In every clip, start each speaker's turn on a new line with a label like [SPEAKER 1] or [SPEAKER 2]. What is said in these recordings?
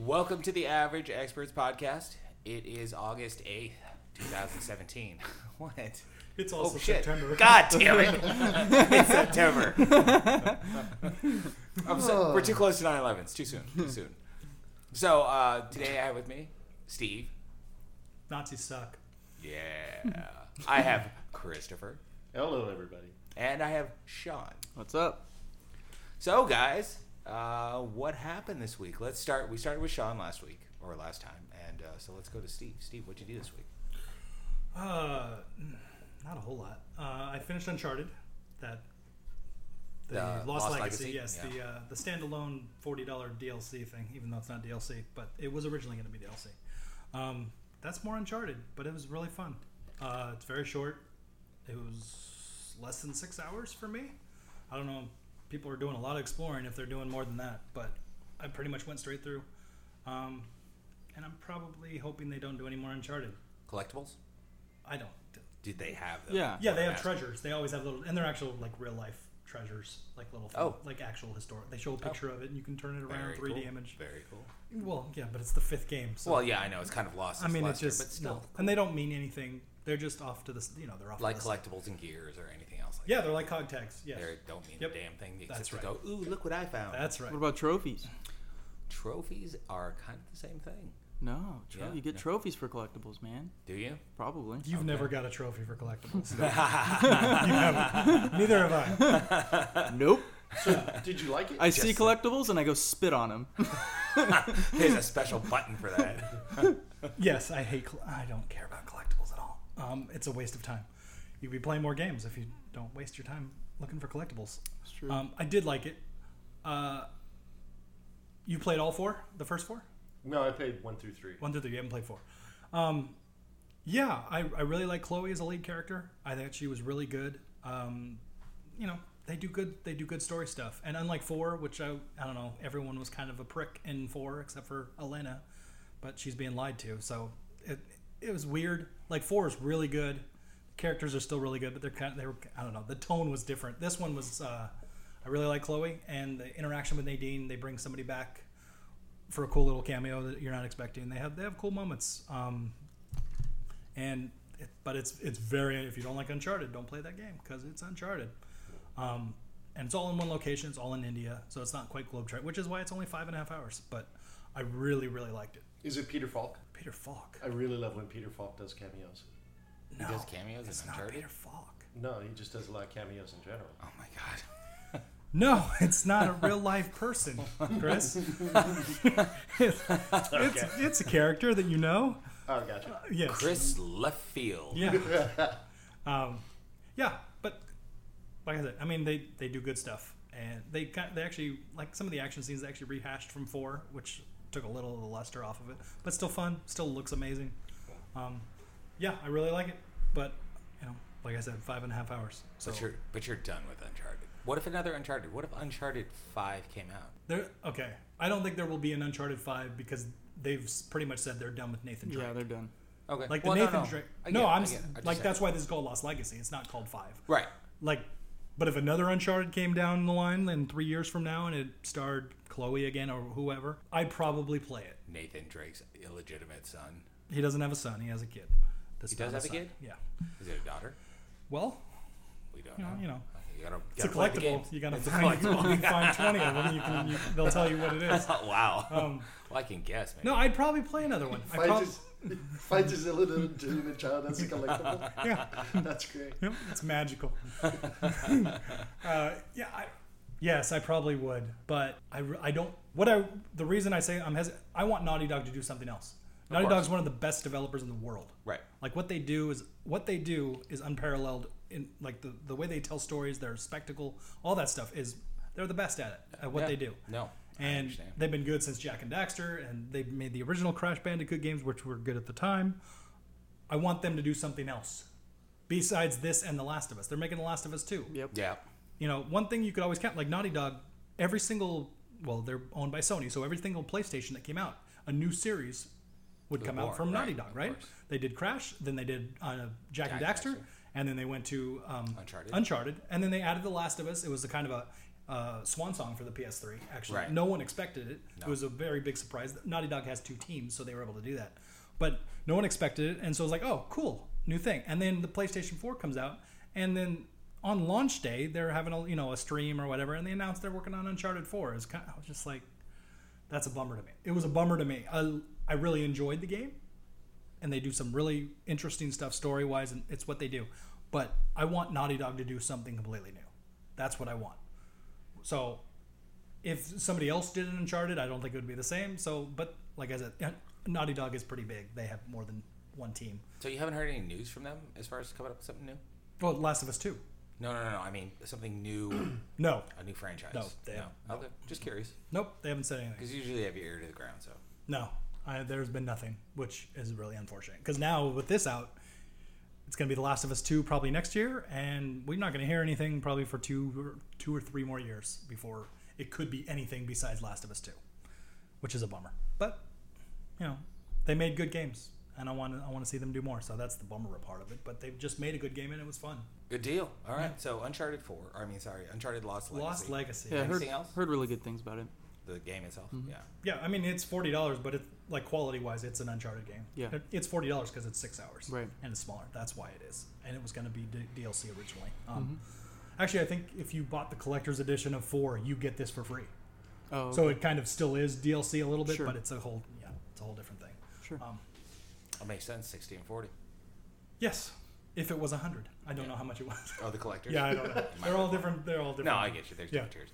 [SPEAKER 1] Welcome to the Average Experts Podcast. It is August 8th, 2017. what?
[SPEAKER 2] It's
[SPEAKER 1] Oh,
[SPEAKER 2] also
[SPEAKER 1] shit.
[SPEAKER 2] September.
[SPEAKER 1] God damn it. it's September. I'm so,
[SPEAKER 3] Oh.
[SPEAKER 1] we're too close to 9 11. It's too soon. Too soon. So, uh, today I have with me Steve.
[SPEAKER 2] Nazis suck.
[SPEAKER 1] Yeah. I have Christopher.
[SPEAKER 4] Hello, everybody.
[SPEAKER 1] And I have Sean.
[SPEAKER 3] What's up?
[SPEAKER 1] So, guys, uh, what happened this week? Let's start. We started with Sean last week, or last time. And uh, so let's go to Steve. Steve, what'd you do this week?
[SPEAKER 2] Uh, not a whole lot. Uh, I finished Uncharted. That the
[SPEAKER 1] Uh, Lost
[SPEAKER 2] Lost, Legacy.
[SPEAKER 1] Legacy?
[SPEAKER 2] Yes,
[SPEAKER 1] Yeah.
[SPEAKER 2] the uh, the standalone forty dollar DLC thing. Even though it's not DLC, but it was originally going to be DLC. Um, that's more Uncharted, but it was really fun. Uh, it's very short. It was less than six hours for me. I don't know. People are doing a lot of exploring if they're doing more than that, but I pretty much went straight through. Um, and I'm probably hoping they don't do any more Uncharted.
[SPEAKER 1] Collectibles?
[SPEAKER 2] I don't.
[SPEAKER 1] Did they have them?
[SPEAKER 3] Yeah.
[SPEAKER 2] Yeah, they have
[SPEAKER 1] Ask.
[SPEAKER 2] treasures. They always have little, and they're actual like real life treasures, like little, thing,
[SPEAKER 1] Oh.
[SPEAKER 2] like actual historic. They show a picture of it, and you can turn it around
[SPEAKER 1] Very
[SPEAKER 2] three D
[SPEAKER 1] cool.
[SPEAKER 2] image.
[SPEAKER 1] Very cool.
[SPEAKER 2] Well, yeah, but it's the fifth game, so
[SPEAKER 1] well, yeah, I know it's kind of lost.
[SPEAKER 2] I
[SPEAKER 1] its
[SPEAKER 2] mean, it's
[SPEAKER 1] luster,
[SPEAKER 2] just
[SPEAKER 1] but still
[SPEAKER 2] no. and they don't mean anything. They're just off to this, you know, they're off
[SPEAKER 1] like
[SPEAKER 2] to the side.
[SPEAKER 1] collectibles and gears or anything else. Like
[SPEAKER 2] Yeah, they're like hog tags. Yes,
[SPEAKER 1] that. they don't mean
[SPEAKER 2] Yep.
[SPEAKER 1] a damn thing. They
[SPEAKER 2] That's
[SPEAKER 1] exist to go, ooh, look what I found.
[SPEAKER 2] that's right.
[SPEAKER 3] What about trophies?
[SPEAKER 1] Trophies are kind of the same thing.
[SPEAKER 3] No, tro-
[SPEAKER 1] Yeah,
[SPEAKER 3] you get
[SPEAKER 1] no.
[SPEAKER 3] trophies for collectibles, man.
[SPEAKER 1] Do you?
[SPEAKER 3] Probably.
[SPEAKER 2] You've
[SPEAKER 1] okay.
[SPEAKER 2] never got a trophy for collectibles. Neither have I.
[SPEAKER 3] nope.
[SPEAKER 4] So, did you like it?
[SPEAKER 3] I see
[SPEAKER 1] Just-
[SPEAKER 3] collectibles and I go spit on them.
[SPEAKER 1] There's a special button for that.
[SPEAKER 2] Yes, I hate. Coll- I don't care about collectibles at all. Um, it's a waste of time. You'd be playing more games if you don't waste your time looking for collectibles.
[SPEAKER 3] It's true.
[SPEAKER 2] Um, I did like it. Uh, you played all four, the first four,
[SPEAKER 4] no, I played one through three.
[SPEAKER 2] one through three. You haven't played four. Um, yeah, I, I really like Chloe as a lead character. I thought she was really good. Um, you know, they do good. They do good story stuff. And unlike four, which I I don't know, everyone was kind of a prick in four except for Elena, but she's being lied to. So it it was weird. Like four is really good. Characters are still really good, but they're kind of they were I don't know. The tone was different. This one was. Uh, I really like Chloe and the interaction with Nadine. They bring somebody back for a cool little cameo that you're not expecting. They have they have cool moments. Um, and it, but it's it's very if you don't like Uncharted, don't play that game because it's Uncharted. Um, and it's all in one location. It's all in India, so it's not quite globe which is why it's only five and a half hours. But I really really liked it.
[SPEAKER 4] Is it Peter Falk?
[SPEAKER 2] Peter Falk.
[SPEAKER 4] I really love when Peter Falk does cameos.
[SPEAKER 2] No,
[SPEAKER 1] He does cameos
[SPEAKER 2] it's
[SPEAKER 1] in
[SPEAKER 2] not
[SPEAKER 1] Uncharted.
[SPEAKER 2] Peter Falk.
[SPEAKER 4] No, he just does a lot of cameos in general.
[SPEAKER 1] Oh my god.
[SPEAKER 2] No, it's not a real life person, Chris. it's, it's,
[SPEAKER 4] Okay.
[SPEAKER 2] it's a character that you know.
[SPEAKER 4] Oh, gotcha.
[SPEAKER 2] Yes.
[SPEAKER 1] Chris Leftfield.
[SPEAKER 2] Yeah. um, yeah, but like I said, I mean they they do good stuff, and they kind they actually like some of the action scenes they actually rehashed from four, which took a little of the luster off of it, but still fun, still looks amazing. Um, yeah, I really like it, but you know, like I said, five and a half hours. So
[SPEAKER 1] But you're but you're done with Uncharted. What if another Uncharted? What if Uncharted Five came out?
[SPEAKER 2] there, okay, I don't think there will be an Uncharted five because they've s- pretty much said they're done with Nathan Drake.
[SPEAKER 3] yeah, they're done.
[SPEAKER 1] Okay.
[SPEAKER 2] like the
[SPEAKER 1] Well,
[SPEAKER 2] Nathan
[SPEAKER 1] no, no.
[SPEAKER 2] Drake.
[SPEAKER 1] I
[SPEAKER 2] no,
[SPEAKER 1] get it,
[SPEAKER 2] I'm
[SPEAKER 1] I
[SPEAKER 2] s-
[SPEAKER 1] get it. I just
[SPEAKER 2] like
[SPEAKER 1] said-
[SPEAKER 2] that's why this is called Lost Legacy. It's not called five.
[SPEAKER 1] Right.
[SPEAKER 2] like but if another uncharted came down the line then three years from now and it starred chloe again or whoever i'd probably play it
[SPEAKER 1] Nathan Drake's illegitimate son.
[SPEAKER 2] he doesn't have a son he has a kid This
[SPEAKER 1] He does
[SPEAKER 2] not
[SPEAKER 1] have a
[SPEAKER 2] son.
[SPEAKER 1] kid?
[SPEAKER 2] yeah
[SPEAKER 1] Is it a daughter?
[SPEAKER 2] well
[SPEAKER 1] We don't
[SPEAKER 2] you know,
[SPEAKER 1] know.
[SPEAKER 2] you know
[SPEAKER 1] You gotta,
[SPEAKER 2] it's a
[SPEAKER 1] gotta play the
[SPEAKER 2] collectible
[SPEAKER 1] games.
[SPEAKER 2] you gotta
[SPEAKER 1] It's a
[SPEAKER 2] find, you
[SPEAKER 1] collectible.
[SPEAKER 2] can find 20 of them you can you, they'll tell you what it is
[SPEAKER 1] Oh, wow.
[SPEAKER 2] um,
[SPEAKER 1] well, I can guess, man.
[SPEAKER 2] no i'd probably play another one I prob-
[SPEAKER 4] Finds his, finds his illegitimate child as a collectible.
[SPEAKER 2] yeah
[SPEAKER 4] That's great.
[SPEAKER 2] Yep, it's magical. uh, yeah, I, yes, I probably would, but I, re- I don't. What I the reason I say I'm hesitant, I want Naughty Dog to do something else. Naughty
[SPEAKER 1] course.
[SPEAKER 2] Dog's one of the best developers in the world.
[SPEAKER 1] Right.
[SPEAKER 2] Like what they do is what they do is unparalleled in like the the way they tell stories, their spectacle, all that stuff is they're the best at it at what
[SPEAKER 1] Yeah.
[SPEAKER 2] they do.
[SPEAKER 1] No. I
[SPEAKER 2] And
[SPEAKER 1] understand.
[SPEAKER 2] they've been good since Jack and Daxter, and they made the original Crash Bandicoot games, which were good at the time. I want them to do something else besides this and The Last of Us. They're making The Last of Us too.
[SPEAKER 3] Yep.
[SPEAKER 1] Yeah.
[SPEAKER 2] You know, one thing you could always count, like Naughty Dog, every single, well, they're owned by Sony, so every single PlayStation that came out, a new series would come
[SPEAKER 1] more,
[SPEAKER 2] out from Naughty
[SPEAKER 1] right,
[SPEAKER 2] Dog,
[SPEAKER 1] of
[SPEAKER 2] right?
[SPEAKER 1] course.
[SPEAKER 2] They did Crash, then they did uh, Jack, and
[SPEAKER 1] Jack
[SPEAKER 2] Daxter,
[SPEAKER 1] Daxter.
[SPEAKER 2] and then they went to um,
[SPEAKER 1] Uncharted.
[SPEAKER 2] Uncharted, and then they added The Last of Us. It was a kind of a uh, swan song for the PS3. Actually,
[SPEAKER 1] Right.
[SPEAKER 2] no one expected it.
[SPEAKER 1] No.
[SPEAKER 2] It was a very big surprise. Naughty Dog has two teams, so they were able to do that. But no one expected it, and so it was like, oh, cool, new thing. And then the PlayStation 4 comes out, and then on launch day they're having a you know a stream or whatever, and they announced they're working on Uncharted 4. It's kind of, I was just like, that's a bummer to me. It was a bummer to me. I, I really enjoyed the game, and they do some really interesting stuff story wise, and it's what they do. But I want Naughty Dog to do something completely new. That's what I want. So, if somebody else did an Uncharted, I don't think it would be the same. So, but like I said, eh, Naughty Dog is pretty big. They have more than one team.
[SPEAKER 1] So you haven't heard any news from them as far as coming up with something new?
[SPEAKER 2] Well, Last of Us Two.
[SPEAKER 1] No, no, no. no. I mean something new,
[SPEAKER 2] No,
[SPEAKER 1] a new franchise.
[SPEAKER 2] No, they
[SPEAKER 1] Okay, just curious
[SPEAKER 2] nope, they haven't said anything.
[SPEAKER 1] because usually they have your ear to the ground. So
[SPEAKER 2] No, I, there's been nothing, which is really unfortunate. Because now with this out, it's going to be The Last of Us Two probably next year, and we're not going to hear anything probably for two or two or three more years before it could be anything besides Last of Us Two, which is a bummer. But you know, they made good games, and I want to I want to see them do more. So that's the bummer part of it. But they've just made a good game, and it was fun.
[SPEAKER 1] good deal. All right. So Uncharted Four. Or, I mean, sorry, Uncharted Lost Legacy.
[SPEAKER 2] Lost Legacy.
[SPEAKER 3] Yeah, I heard,
[SPEAKER 1] Anything else?
[SPEAKER 3] heard really good things about it.
[SPEAKER 1] The game itself.
[SPEAKER 2] Mm-hmm.
[SPEAKER 1] Yeah.
[SPEAKER 2] Yeah, I mean it's forty dollars, but it like quality wise, it's an Uncharted game.
[SPEAKER 3] Yeah.
[SPEAKER 2] It- it's forty dollars because it's six hours,
[SPEAKER 3] Right.
[SPEAKER 2] And it's smaller. That's why it is, and it was going to be D- DLC originally. Um, Actually, I think if you bought the collector's edition of four, you get this for free.
[SPEAKER 3] Oh,
[SPEAKER 2] So it kind of still is DLC a little bit,
[SPEAKER 3] Sure.
[SPEAKER 2] but it's a whole yeah, it's a whole different thing.
[SPEAKER 3] sure.
[SPEAKER 2] Um,
[SPEAKER 1] That makes sense. Sixty and forty.
[SPEAKER 2] yes, if it was a hundred, I don't know how much it was.
[SPEAKER 1] Oh, the collectors.
[SPEAKER 2] yeah, I don't know. They're all different. They're all different.
[SPEAKER 1] No, I get you. There's
[SPEAKER 2] Yeah.
[SPEAKER 1] no tears.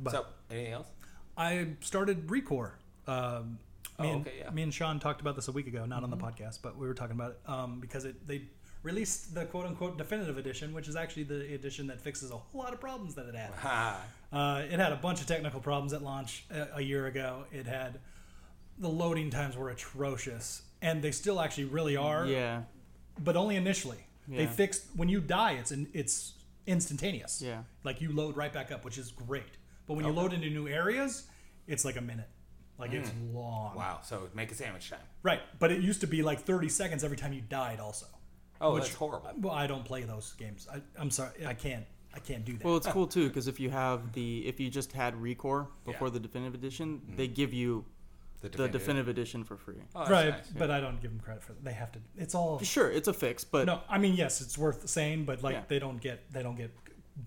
[SPEAKER 2] But-
[SPEAKER 1] so anything else?
[SPEAKER 2] I started Recore. Um, me,
[SPEAKER 1] Oh,
[SPEAKER 2] and,
[SPEAKER 1] okay, yeah. Mm-hmm.
[SPEAKER 2] me and Sean talked about this a week ago, not on the podcast, but we were talking about it um, because it, they released the quote unquote definitive edition, which is actually the edition that fixes a whole lot of problems that it had.
[SPEAKER 1] Ha.
[SPEAKER 2] Uh, it had a bunch of technical problems at launch uh, a, a year ago. It had the loading times were atrocious, and they still actually really are
[SPEAKER 3] yeah,
[SPEAKER 2] but only initially. They
[SPEAKER 3] Yeah.
[SPEAKER 2] fixed when you die, it's in, it's instantaneous.
[SPEAKER 3] Yeah.
[SPEAKER 2] like you load right back up, which is great. But when you load into new areas, it's like a minute. Like it's long.
[SPEAKER 1] Mm. Wow. So make a sandwich time.
[SPEAKER 2] Right, but it used to be like 30 seconds every time you died. Also,
[SPEAKER 1] Oh, that's horrible.
[SPEAKER 2] well, I don't play those games. I, I'm sorry, I can't. I can't do that.
[SPEAKER 3] Well, it's cool too because if you have the if you just had Recore before
[SPEAKER 1] Yeah.
[SPEAKER 3] the definitive edition,
[SPEAKER 2] Mm-hmm.
[SPEAKER 3] they give you
[SPEAKER 1] The
[SPEAKER 3] the definitive edition for free.
[SPEAKER 1] Oh, that's
[SPEAKER 2] right,
[SPEAKER 1] nice.
[SPEAKER 2] but I don't give them credit for that. They have to. It's all.
[SPEAKER 3] Sure, it's a fix, but
[SPEAKER 2] No, I mean yes, it's worth saying, but like
[SPEAKER 3] Yeah.
[SPEAKER 2] they don't get they don't get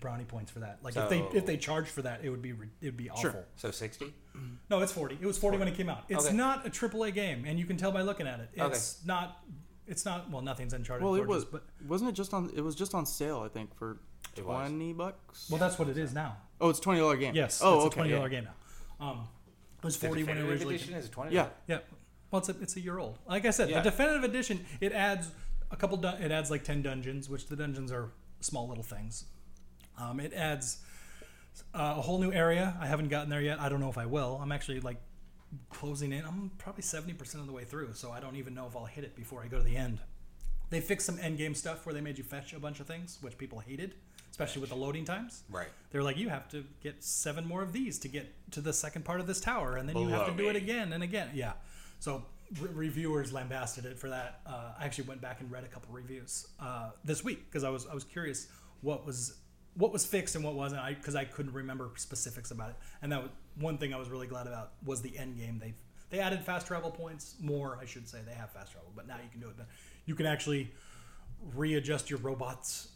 [SPEAKER 2] brownie points for that. Like if
[SPEAKER 1] So-
[SPEAKER 2] they if they charge for that, it would be re- it'd be awful.
[SPEAKER 1] So sixty.
[SPEAKER 2] No, it's 40. It was 40, when it came out. It's
[SPEAKER 1] Okay.
[SPEAKER 2] not a AAA game, and you can tell by looking at it.
[SPEAKER 1] Okay.
[SPEAKER 2] It's not. It's not. Well, nothing's Uncharted.
[SPEAKER 3] well, it
[SPEAKER 2] Gorgeous,
[SPEAKER 3] was
[SPEAKER 2] but
[SPEAKER 3] wasn't it just on it was just on sale I think for
[SPEAKER 1] It was.
[SPEAKER 3] twenty bucks.
[SPEAKER 2] well, that's what it is now.
[SPEAKER 3] oh, it's twenty dollar game.
[SPEAKER 2] Yes.
[SPEAKER 3] Oh,
[SPEAKER 2] it's
[SPEAKER 3] okay.
[SPEAKER 2] a twenty
[SPEAKER 3] yeah.
[SPEAKER 2] dollar game now. Um, it was
[SPEAKER 1] The
[SPEAKER 2] 40 when it
[SPEAKER 1] definitive
[SPEAKER 2] originally.
[SPEAKER 1] edition
[SPEAKER 2] Came.
[SPEAKER 1] is twenty.
[SPEAKER 3] Yeah.
[SPEAKER 2] Yeah. Well, it's a, it's a year old. Like I said,
[SPEAKER 1] Yeah.
[SPEAKER 2] the definitive edition it adds a couple. Dun- it adds like 10 dungeons, which the dungeons are small little things. Um, it adds uh, a whole new area. I haven't gotten there yet. I don't know if I will. I'm actually like closing in. I'm probably 70% of the way through, so I don't even know if I'll hit it before I go to the end. They fixed some end game stuff where they made you fetch a bunch of things, which people hated, especially with the loading times.
[SPEAKER 1] Right.
[SPEAKER 2] They're like, you have to get seven more of these to get to the second part of this tower, and then you have to do
[SPEAKER 1] Baloney.
[SPEAKER 2] it again and again. Yeah. So re- reviewers lambasted it for that. Uh, I actually went back and read a couple reviews uh, this week because I was I was curious what was what was fixed and what wasn't. I because I couldn't remember specifics about it. And that was one thing I was really glad about was the end game. They they added fast travel points more. I should say they have fast travel, but now you can do it. But you can actually readjust your robots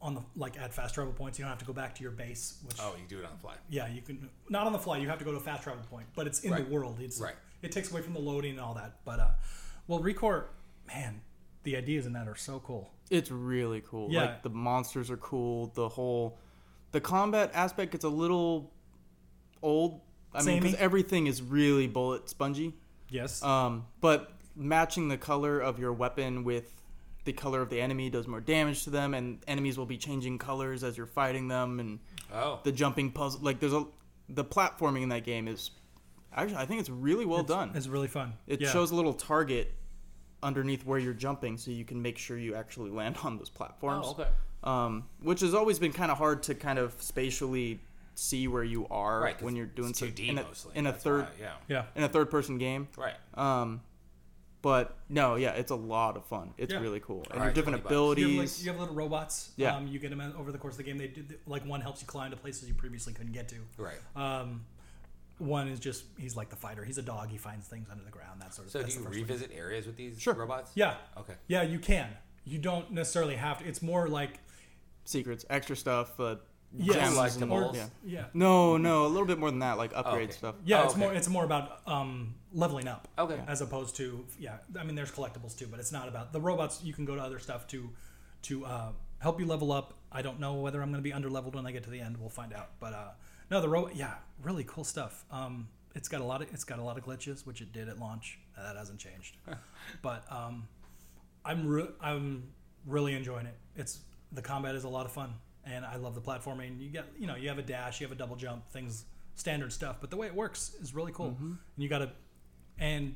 [SPEAKER 2] on the like at fast travel points. You don't have to go back to your base, which
[SPEAKER 1] Oh, you do it on the fly.
[SPEAKER 2] yeah, you can not on the fly. You have to go to a fast travel point, but it's in
[SPEAKER 1] Right.
[SPEAKER 2] the world. It's
[SPEAKER 1] Right.
[SPEAKER 2] It takes away from the loading and all that. But uh, well, Recore, man, the ideas in that are so cool.
[SPEAKER 3] It's really cool.
[SPEAKER 2] Yeah.
[SPEAKER 3] Like the monsters are cool. The whole the combat aspect gets a little old. I mean, because
[SPEAKER 2] Samey.
[SPEAKER 3] everything is really bullet spongy.
[SPEAKER 2] Yes.
[SPEAKER 1] Uh,
[SPEAKER 3] Um, but matching the color of your weapon with the color of the enemy does more damage to them, and enemies will be changing colors as you're fighting them. And
[SPEAKER 1] Oh.
[SPEAKER 3] the jumping puzzle, like there's a the platforming in that game is actually I think it's really well done.
[SPEAKER 2] It's really fun.
[SPEAKER 3] it
[SPEAKER 2] Yeah.
[SPEAKER 3] shows a little target underneath where you're jumping, so you can make sure you actually land on those platforms.
[SPEAKER 1] oh, okay.
[SPEAKER 3] Um, which has always been kind of hard to kind of spatially see where you are
[SPEAKER 1] Right. 'cause
[SPEAKER 3] when you're doing
[SPEAKER 1] it's
[SPEAKER 3] so-
[SPEAKER 1] 2D
[SPEAKER 3] in a,
[SPEAKER 1] mostly.
[SPEAKER 3] in a
[SPEAKER 1] that's
[SPEAKER 3] third Uh,
[SPEAKER 1] why, yeah.
[SPEAKER 2] Yeah.
[SPEAKER 3] in a third person game.
[SPEAKER 1] Right.
[SPEAKER 3] Um, But no, yeah, it's a lot of fun. It's
[SPEAKER 2] Yeah.
[SPEAKER 3] really cool, and
[SPEAKER 1] All right,
[SPEAKER 3] your
[SPEAKER 1] 20
[SPEAKER 3] different
[SPEAKER 1] bucks.
[SPEAKER 3] abilities.
[SPEAKER 2] You have, like, you have little robots.
[SPEAKER 3] Yeah.
[SPEAKER 2] Um, you get them over the course of the game. They do, like one helps you climb to places you previously couldn't get to.
[SPEAKER 1] Right.
[SPEAKER 2] Um, one is just he's like the fighter. He's a dog. He finds things under the ground. That sort of.
[SPEAKER 1] So do
[SPEAKER 2] that's
[SPEAKER 1] you
[SPEAKER 2] the first one.
[SPEAKER 1] revisit areas with these
[SPEAKER 3] Sure.
[SPEAKER 1] robots?
[SPEAKER 2] Yeah.
[SPEAKER 1] Okay.
[SPEAKER 2] Yeah, you can. You don't necessarily have to. It's more like
[SPEAKER 3] secrets, extra stuff, uh,
[SPEAKER 2] yes,
[SPEAKER 3] gems,
[SPEAKER 1] Like the
[SPEAKER 3] and-
[SPEAKER 1] balls?
[SPEAKER 3] yeah.
[SPEAKER 2] yeah.
[SPEAKER 3] No, no, a little bit more than that, like upgrade
[SPEAKER 1] okay.
[SPEAKER 3] stuff.
[SPEAKER 2] Yeah,
[SPEAKER 1] Oh,
[SPEAKER 2] it's more
[SPEAKER 1] okay.
[SPEAKER 2] it's more about um, leveling up.
[SPEAKER 1] Okay. Yeah.
[SPEAKER 2] As opposed to yeah, I mean there's collectibles too, but it's not about the robots. You can go to other stuff to to uh, help you level up. I don't know whether I'm going to be under leveled when I get to the end. We'll find out. But uh, no, the robot yeah, really cool stuff. Um, it's got a lot of it's got a lot of glitches, which it did at launch. Uh, That hasn't changed. but um, I'm re- I'm really enjoying it. It's the combat is a lot of fun, and I love the platforming. You get you know you have a dash, you have a double jump, things standard stuff. But the way it works is really cool.
[SPEAKER 3] Mm-hmm.
[SPEAKER 2] And you got to and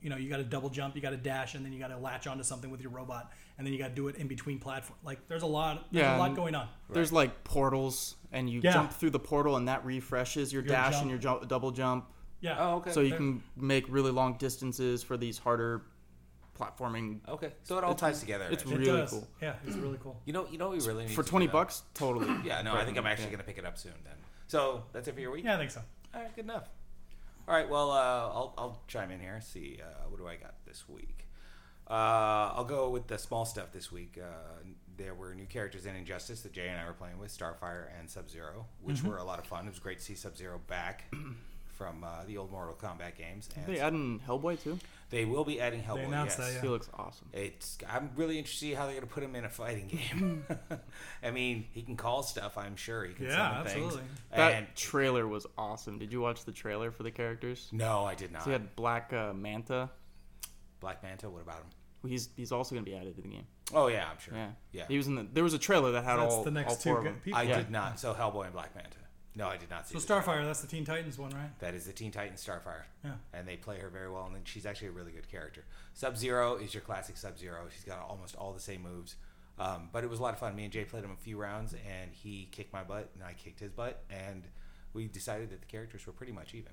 [SPEAKER 2] you know you got to double jump, you got to dash, and then you got to latch onto something with your robot, and then you got to do it in between platform. Like there's a lot there's
[SPEAKER 3] Yeah,
[SPEAKER 2] a lot
[SPEAKER 3] and-
[SPEAKER 2] going on.
[SPEAKER 3] There's like portals, and you
[SPEAKER 2] Yeah.
[SPEAKER 3] jump through the portal, and that refreshes your,
[SPEAKER 2] Your
[SPEAKER 3] dash
[SPEAKER 2] jump.
[SPEAKER 3] and your jump, double jump.
[SPEAKER 2] Yeah.
[SPEAKER 1] Oh, okay.
[SPEAKER 3] So you can make really long distances for these harder platforming.
[SPEAKER 1] okay. So it all ties together.
[SPEAKER 3] it's
[SPEAKER 1] actually.
[SPEAKER 2] It
[SPEAKER 3] really
[SPEAKER 2] does.
[SPEAKER 3] cool.
[SPEAKER 2] Yeah, it's really cool.
[SPEAKER 1] you know, you know, what we really need
[SPEAKER 3] For
[SPEAKER 1] to
[SPEAKER 3] 20
[SPEAKER 1] do now?
[SPEAKER 3] bucks, totally.
[SPEAKER 1] Yeah. No, I think I'm actually
[SPEAKER 3] Yeah.
[SPEAKER 1] gonna pick it up soon. Then. So that's it for your week.
[SPEAKER 2] Yeah, I think so.
[SPEAKER 1] All right, good enough. All right, well, uh, I'll, I'll chime in here. See, uh, what do I got this week? Uh, I'll go with the small stuff this week. Uh, there were new characters in Injustice that Jay and I were playing with, Starfire and Sub Zero, which were a lot of fun. It was great to see Sub Zero back from uh, the old Mortal Kombat games. And
[SPEAKER 3] They add in Hellboy too.
[SPEAKER 1] they will be adding Hellboy.
[SPEAKER 2] announced
[SPEAKER 1] yes.
[SPEAKER 2] that, yeah.
[SPEAKER 3] He looks awesome.
[SPEAKER 1] It's. I'm really interested to see how they're going to put him in a fighting game. I mean, he can call stuff. I'm sure he can.
[SPEAKER 2] Yeah,
[SPEAKER 1] summon things.
[SPEAKER 2] absolutely.
[SPEAKER 3] That
[SPEAKER 1] And
[SPEAKER 3] trailer was awesome. Did you watch the trailer for the characters?
[SPEAKER 1] no, I did not.
[SPEAKER 3] So you had Black uh, Manta.
[SPEAKER 1] Black Manta. What about him?
[SPEAKER 3] who He's he's also going to be added to the game.
[SPEAKER 1] Oh yeah, I'm sure.
[SPEAKER 3] Yeah,
[SPEAKER 1] yeah.
[SPEAKER 3] He was in the. There was a trailer that had
[SPEAKER 2] That's
[SPEAKER 3] all
[SPEAKER 2] the next
[SPEAKER 3] all
[SPEAKER 2] two
[SPEAKER 3] four of
[SPEAKER 2] good
[SPEAKER 3] them.
[SPEAKER 2] people.
[SPEAKER 1] I
[SPEAKER 3] Yeah.
[SPEAKER 1] did not. So Hellboy and Black Manta. No, I did not see.
[SPEAKER 2] So
[SPEAKER 1] the-
[SPEAKER 2] Starfire, that's the Teen Titans one, right?
[SPEAKER 1] That is the Teen Titans Starfire.
[SPEAKER 2] Yeah.
[SPEAKER 1] And they play her very well, and then she's actually a really good character. Sub Zero is your classic Sub Zero. She's got almost all the same moves. Um, but it was a lot of fun. Me and Jay played him a few rounds, and he kicked my butt, and I kicked his butt, and we decided that the characters were pretty much even.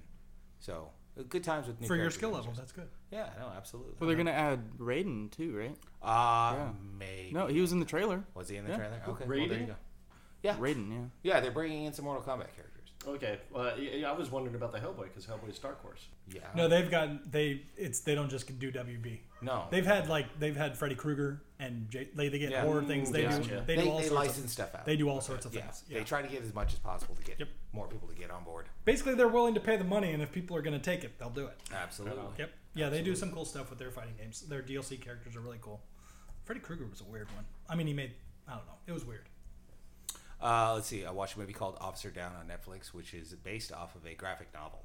[SPEAKER 1] So uh, good times with new
[SPEAKER 2] For your
[SPEAKER 1] characters.
[SPEAKER 2] skill level, that's good.
[SPEAKER 1] Yeah, no, absolutely.
[SPEAKER 3] Well, they're going to add Raiden too, right?
[SPEAKER 1] uh,
[SPEAKER 3] yeah.
[SPEAKER 1] maybe.
[SPEAKER 3] No, he was in the trailer.
[SPEAKER 1] was he in the
[SPEAKER 3] Yeah.
[SPEAKER 1] trailer? Okay, well, there
[SPEAKER 4] Raiden?
[SPEAKER 1] you go. Yeah.
[SPEAKER 3] Raiden, yeah.
[SPEAKER 1] Yeah, they're bringing in some Mortal Kombat characters.
[SPEAKER 4] Okay, well, yeah, yeah, I was wondering about the Hellboy because Hellboy's Star Wars.
[SPEAKER 1] Yeah.
[SPEAKER 2] No, they've got they it's they don't just do WB.
[SPEAKER 1] no.
[SPEAKER 2] They've had like they've had Freddy Krueger and J- they they get
[SPEAKER 1] Yeah.
[SPEAKER 2] horror things. They do
[SPEAKER 4] Gotcha.
[SPEAKER 2] they,
[SPEAKER 1] they,
[SPEAKER 2] do all
[SPEAKER 1] they
[SPEAKER 2] sorts
[SPEAKER 1] license
[SPEAKER 2] of
[SPEAKER 1] stuff out.
[SPEAKER 2] they do all sorts of
[SPEAKER 1] Yeah,
[SPEAKER 2] things.
[SPEAKER 1] they
[SPEAKER 2] Yeah.
[SPEAKER 1] try to get as much as possible to get
[SPEAKER 2] Yep.
[SPEAKER 1] more people to get on board.
[SPEAKER 2] Basically, they're willing to pay the money, and if people are going to take it, they'll do it.
[SPEAKER 1] Absolutely.
[SPEAKER 2] Yep. Yeah, they do some cool stuff with their fighting games. Their DLC characters are really cool. Freddy Krueger was a weird one. I mean, he made I don't know. It was weird.
[SPEAKER 1] Uh, let's see. I watched a movie called Officer Down on Netflix, which is based off of a graphic novel.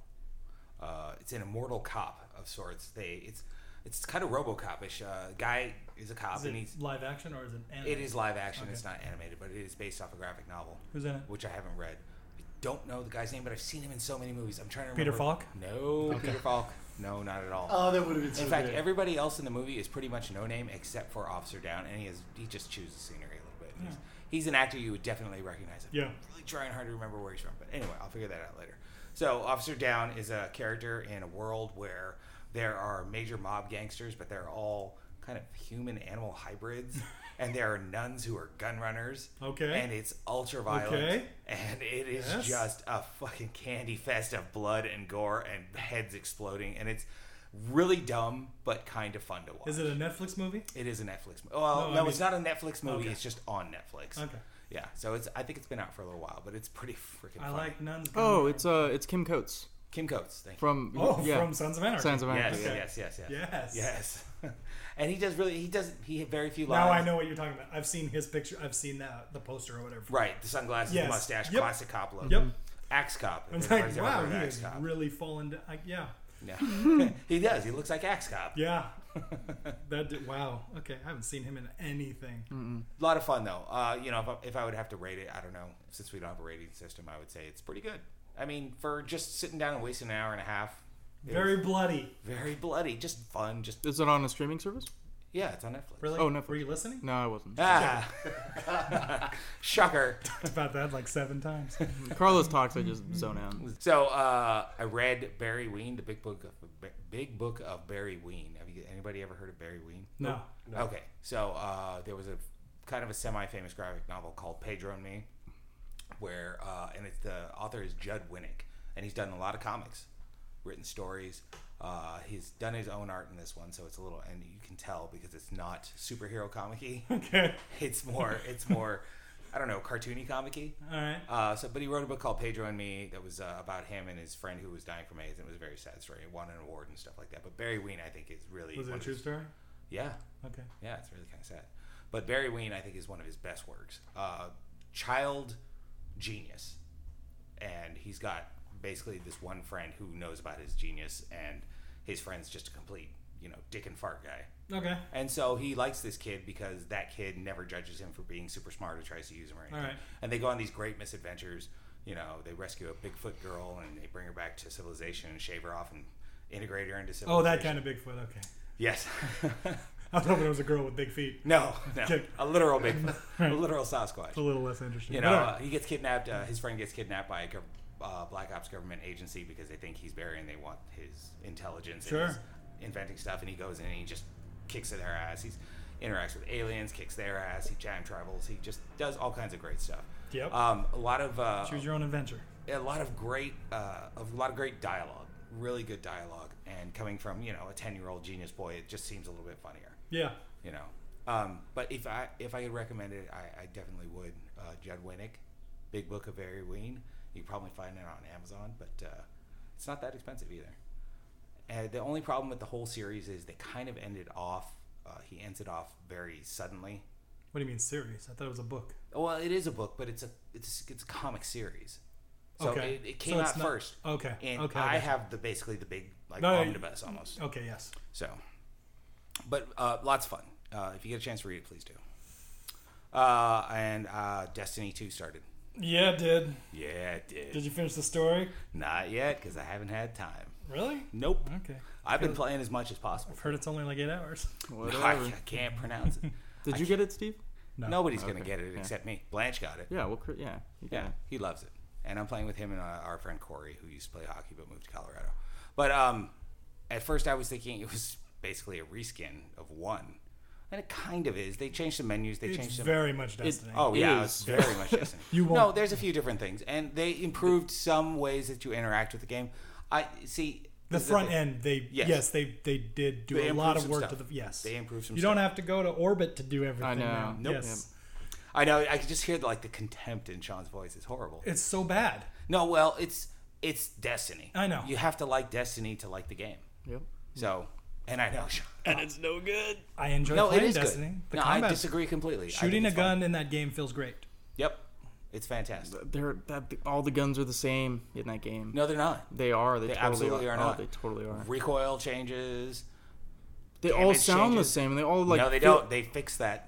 [SPEAKER 1] Uh, it's an immortal cop of sorts. They it's it's kind of RoboCop-ish. Uh, guy is a cop
[SPEAKER 2] Is
[SPEAKER 1] and
[SPEAKER 2] it
[SPEAKER 1] he's
[SPEAKER 2] live action or is it? Anime?
[SPEAKER 1] it is live action. It's not animated, but it is based off a graphic novel,
[SPEAKER 2] Who's in it?
[SPEAKER 1] which I haven't read. I don't know the guy's name, but I've seen him in so many movies. I'm trying to
[SPEAKER 2] Peter
[SPEAKER 1] remember.
[SPEAKER 2] Falk?
[SPEAKER 1] No, Peter Falk. No, not at all.
[SPEAKER 4] Oh, that would have been so
[SPEAKER 1] In fact,
[SPEAKER 4] good.
[SPEAKER 1] everybody else in the movie is pretty much no name except for Officer Down, and he is he just chews the scenery a little bit. He's, he's an actor you would definitely recognize. Him.
[SPEAKER 2] Yeah.
[SPEAKER 1] really trying hard to remember where he's from, but anyway, I'll figure that out later. So, Officer Down is a character in a world where there are major mob gangsters, but they're all kind of human animal hybrids, and there are nuns who are gun runners.
[SPEAKER 4] Oh,
[SPEAKER 2] Okay.
[SPEAKER 1] and it's ultra violent,
[SPEAKER 2] Okay.
[SPEAKER 1] and it is
[SPEAKER 2] Yes.
[SPEAKER 1] just just a fucking candy fest of blood and gore and heads exploding, and it's really dumb but kind of fun to watch.
[SPEAKER 2] Is it a Netflix movie?
[SPEAKER 1] It is a Netflix. Mo- well,
[SPEAKER 2] No,
[SPEAKER 1] no,
[SPEAKER 2] I
[SPEAKER 1] it's not a Netflix movie.
[SPEAKER 2] Okay.
[SPEAKER 1] It's just on Netflix.
[SPEAKER 2] Okay.
[SPEAKER 1] Yeah, so it's. I think it's been out for a little while, but it's pretty freaking.
[SPEAKER 2] I
[SPEAKER 1] funny.
[SPEAKER 2] like nuns.
[SPEAKER 3] Oh, it's uh, it's Kim Coates
[SPEAKER 1] Kim Coates. Thank you.
[SPEAKER 3] from
[SPEAKER 2] oh
[SPEAKER 3] yeah,
[SPEAKER 2] from Sons of Anarchy.
[SPEAKER 3] Sons of Anarchy.
[SPEAKER 1] Yes,
[SPEAKER 2] Okay.
[SPEAKER 1] yes, yes, yes,
[SPEAKER 2] Yes.
[SPEAKER 1] yes. and he does really. He does. He had very few lines.
[SPEAKER 2] Now I know what you're talking about. I've seen his picture. I've seen that the poster or whatever.
[SPEAKER 1] Right, the sunglasses,
[SPEAKER 2] Yes.
[SPEAKER 1] the mustache,
[SPEAKER 2] Yep.
[SPEAKER 1] classic cop look.
[SPEAKER 2] Yep.
[SPEAKER 1] Axe cop. if
[SPEAKER 2] I was like,
[SPEAKER 1] anybody's ever
[SPEAKER 2] wow,
[SPEAKER 1] heard
[SPEAKER 2] he
[SPEAKER 1] of Axe
[SPEAKER 2] has
[SPEAKER 1] Cop.
[SPEAKER 2] really fallen. Down. I, yeah,
[SPEAKER 1] Yeah. he does. He looks like Axe cop.
[SPEAKER 2] yeah. that did, wow. Okay, I haven't seen him in anything.
[SPEAKER 1] A lot of fun though. Uh, you know, if I, if I would have to rate it, I don't know. Since we don't have a rating system, I would say it's pretty good. I mean, for just sitting down and wasting an hour and a half, it was
[SPEAKER 2] Very bloody.
[SPEAKER 1] very bloody, just fun. Just
[SPEAKER 3] Is it on a streaming service?
[SPEAKER 1] Yeah, it's on Netflix.
[SPEAKER 2] Really?
[SPEAKER 3] Oh, Netflix.
[SPEAKER 2] Were you listening?
[SPEAKER 3] No, I wasn't.
[SPEAKER 1] Ah. Shocker.
[SPEAKER 2] Talked about that like seven times.
[SPEAKER 3] Carlos talks, I just zone out.
[SPEAKER 1] So uh, I read Barry Ween, the Big Book of Big Book of Barry Ween. Have you anybody ever heard of Barry Ween?
[SPEAKER 2] No.
[SPEAKER 1] Okay, so uh, there was a kind of a semi-famous graphic novel called Pedro and Me, where uh, and it's the author is Judd Winnick, and he's done a lot of comics, written stories. Uh, he's done his own art in this one, so it's a little and you can tell because it's not superhero comic-y.
[SPEAKER 2] Okay.
[SPEAKER 1] it's more it's more I don't know cartoony comic-y.
[SPEAKER 2] All right.
[SPEAKER 1] Uh, so, but he wrote a book called Pedro and Me that was uh, about him and his friend who was dying from AIDS. and It was a very sad story. It won an award and stuff like that. But Barry Ween, I think, is really
[SPEAKER 2] Was it a
[SPEAKER 1] one of
[SPEAKER 2] true
[SPEAKER 1] his,
[SPEAKER 2] story?
[SPEAKER 1] yeah,
[SPEAKER 2] Okay.
[SPEAKER 1] yeah, it's really kind of sad. But Barry Ween, I think, is one of his best works. Uh, child genius, and he's got basically this one friend who knows about his genius, and his friend's just a complete, you know, dick and fart guy.
[SPEAKER 2] Okay.
[SPEAKER 1] And so he likes this kid because that kid never judges him for being super smart or tries to use him or anything.
[SPEAKER 2] All right.
[SPEAKER 1] And they go on these great misadventures. You know, they rescue a Bigfoot girl and they bring her back to civilization and shave her off and integrate her into civilization.
[SPEAKER 2] Oh, that kind of Bigfoot. Okay.
[SPEAKER 1] Yes.
[SPEAKER 2] I was hoping it was a girl with big feet.
[SPEAKER 1] no, no.
[SPEAKER 2] Okay.
[SPEAKER 1] A literal Bigfoot. A literal Sasquatch.
[SPEAKER 2] It's a little less interesting.
[SPEAKER 1] You
[SPEAKER 2] But
[SPEAKER 1] know,
[SPEAKER 2] all right.
[SPEAKER 1] uh, he gets kidnapped. Uh, his friend gets kidnapped by a gov- uh, Black Ops government agency because they think he's Barry and they want his intelligence
[SPEAKER 2] Sure.
[SPEAKER 1] and his inventing stuff. And he goes in and he just kicks their ass. He's interacts with aliens, kicks their ass. He time travels. He just does all kinds of great stuff.
[SPEAKER 2] Yep.
[SPEAKER 1] Um, a lot of uh,
[SPEAKER 2] Choose your own adventure.
[SPEAKER 1] a lot of great uh, a lot of great dialogue. Really good dialogue. And coming from you know a ten year old genius boy, it just seems a little bit funnier
[SPEAKER 2] Yeah.
[SPEAKER 1] you know. Um, but if I if I could recommend it, I, I definitely would. Uh, Judd Winnick, Big Book of Barry Ween. You can probably find it on Amazon, but uh, it's not that expensive either. And the only problem with the whole series is they kind of ended off. Uh, he ends it off very suddenly.
[SPEAKER 2] What do you mean series? I thought it was a book.
[SPEAKER 1] Well, it is a book, but it's a it's it's a comic series. So
[SPEAKER 2] Okay.
[SPEAKER 1] it, it came
[SPEAKER 2] So it's
[SPEAKER 1] out
[SPEAKER 2] not-
[SPEAKER 1] first.
[SPEAKER 2] okay.
[SPEAKER 1] And
[SPEAKER 2] Okay, I
[SPEAKER 1] I
[SPEAKER 2] gotcha.
[SPEAKER 1] have the basically the big like
[SPEAKER 2] No, you-
[SPEAKER 1] omnibus almost.
[SPEAKER 2] Okay. Yes.
[SPEAKER 1] So, but uh, lots of fun. Uh, if you get a chance to read it, please do. Uh, and uh, Destiny 2 started.
[SPEAKER 2] Yeah. it Did
[SPEAKER 1] Yeah, it did.
[SPEAKER 2] Did you finish the story?
[SPEAKER 1] Not yet, because I haven't had time.
[SPEAKER 2] Really?
[SPEAKER 1] Nope.
[SPEAKER 2] Okay.
[SPEAKER 1] I've been playing as much as possible.
[SPEAKER 2] I've heard it's only like eight hours.
[SPEAKER 1] I,
[SPEAKER 3] Whatever.
[SPEAKER 1] I can't pronounce it.
[SPEAKER 3] Did you get it, Steve?
[SPEAKER 2] No.
[SPEAKER 1] Nobody's going
[SPEAKER 3] Okay,
[SPEAKER 1] to get it
[SPEAKER 3] yeah.
[SPEAKER 1] except me. Blanche got it.
[SPEAKER 3] Yeah. Well, cr- yeah. you
[SPEAKER 1] Yeah,
[SPEAKER 3] got it.
[SPEAKER 1] he loves it. And I'm playing with him and uh, our friend Corey, who used to play hockey but moved to Colorado. But um, at first, I was thinking it was basically a reskin of one. And it kind of is. They changed the menus, they
[SPEAKER 2] It's
[SPEAKER 1] changed some.
[SPEAKER 2] very much Destiny.
[SPEAKER 1] Oh
[SPEAKER 3] It
[SPEAKER 1] yeah,
[SPEAKER 3] is.
[SPEAKER 1] it's very much Destiny.
[SPEAKER 2] You
[SPEAKER 1] No,
[SPEAKER 2] won't-
[SPEAKER 1] there's a few different things, and they improved some ways that you interact with the game. I see
[SPEAKER 2] the
[SPEAKER 1] this is
[SPEAKER 2] front
[SPEAKER 1] thing.
[SPEAKER 2] end, they yes,
[SPEAKER 1] Yes.
[SPEAKER 2] they they did do
[SPEAKER 1] They
[SPEAKER 2] a
[SPEAKER 1] improved
[SPEAKER 2] lot of
[SPEAKER 1] some
[SPEAKER 2] work
[SPEAKER 1] stuff.
[SPEAKER 2] to the yes.
[SPEAKER 1] They improved some
[SPEAKER 2] You don't
[SPEAKER 1] stuff.
[SPEAKER 2] have to go to orbit to do everything.
[SPEAKER 3] I know.
[SPEAKER 2] Now.
[SPEAKER 3] Nope.
[SPEAKER 2] Yes.
[SPEAKER 1] I know. I can just hear like the contempt in Sean's voice. It's horrible.
[SPEAKER 2] It's so bad.
[SPEAKER 1] No, well, it's it's Destiny.
[SPEAKER 2] I know.
[SPEAKER 1] You have to like Destiny to like the game.
[SPEAKER 3] Yep.
[SPEAKER 1] So, and I know. Sean.
[SPEAKER 2] I enjoy
[SPEAKER 1] No, it
[SPEAKER 2] playing
[SPEAKER 1] is
[SPEAKER 2] Destiny.
[SPEAKER 1] good.
[SPEAKER 2] The
[SPEAKER 1] no, I
[SPEAKER 2] combat,
[SPEAKER 1] disagree completely. I
[SPEAKER 2] shooting
[SPEAKER 1] think
[SPEAKER 2] a
[SPEAKER 1] it's fun.
[SPEAKER 2] gun in that game feels great.
[SPEAKER 1] Yep, it's fantastic.
[SPEAKER 3] They're that all the guns are the same in that game.
[SPEAKER 1] No, they're not.
[SPEAKER 3] They are. They,
[SPEAKER 1] They
[SPEAKER 3] totally
[SPEAKER 1] absolutely
[SPEAKER 3] are.
[SPEAKER 1] are
[SPEAKER 3] Oh,
[SPEAKER 1] not.
[SPEAKER 3] they totally are.
[SPEAKER 1] Recoil changes.
[SPEAKER 3] They all
[SPEAKER 1] damage
[SPEAKER 3] sound
[SPEAKER 1] changes.
[SPEAKER 3] the same. and They all like.
[SPEAKER 1] no, they
[SPEAKER 3] feel-
[SPEAKER 1] don't. They fixed that.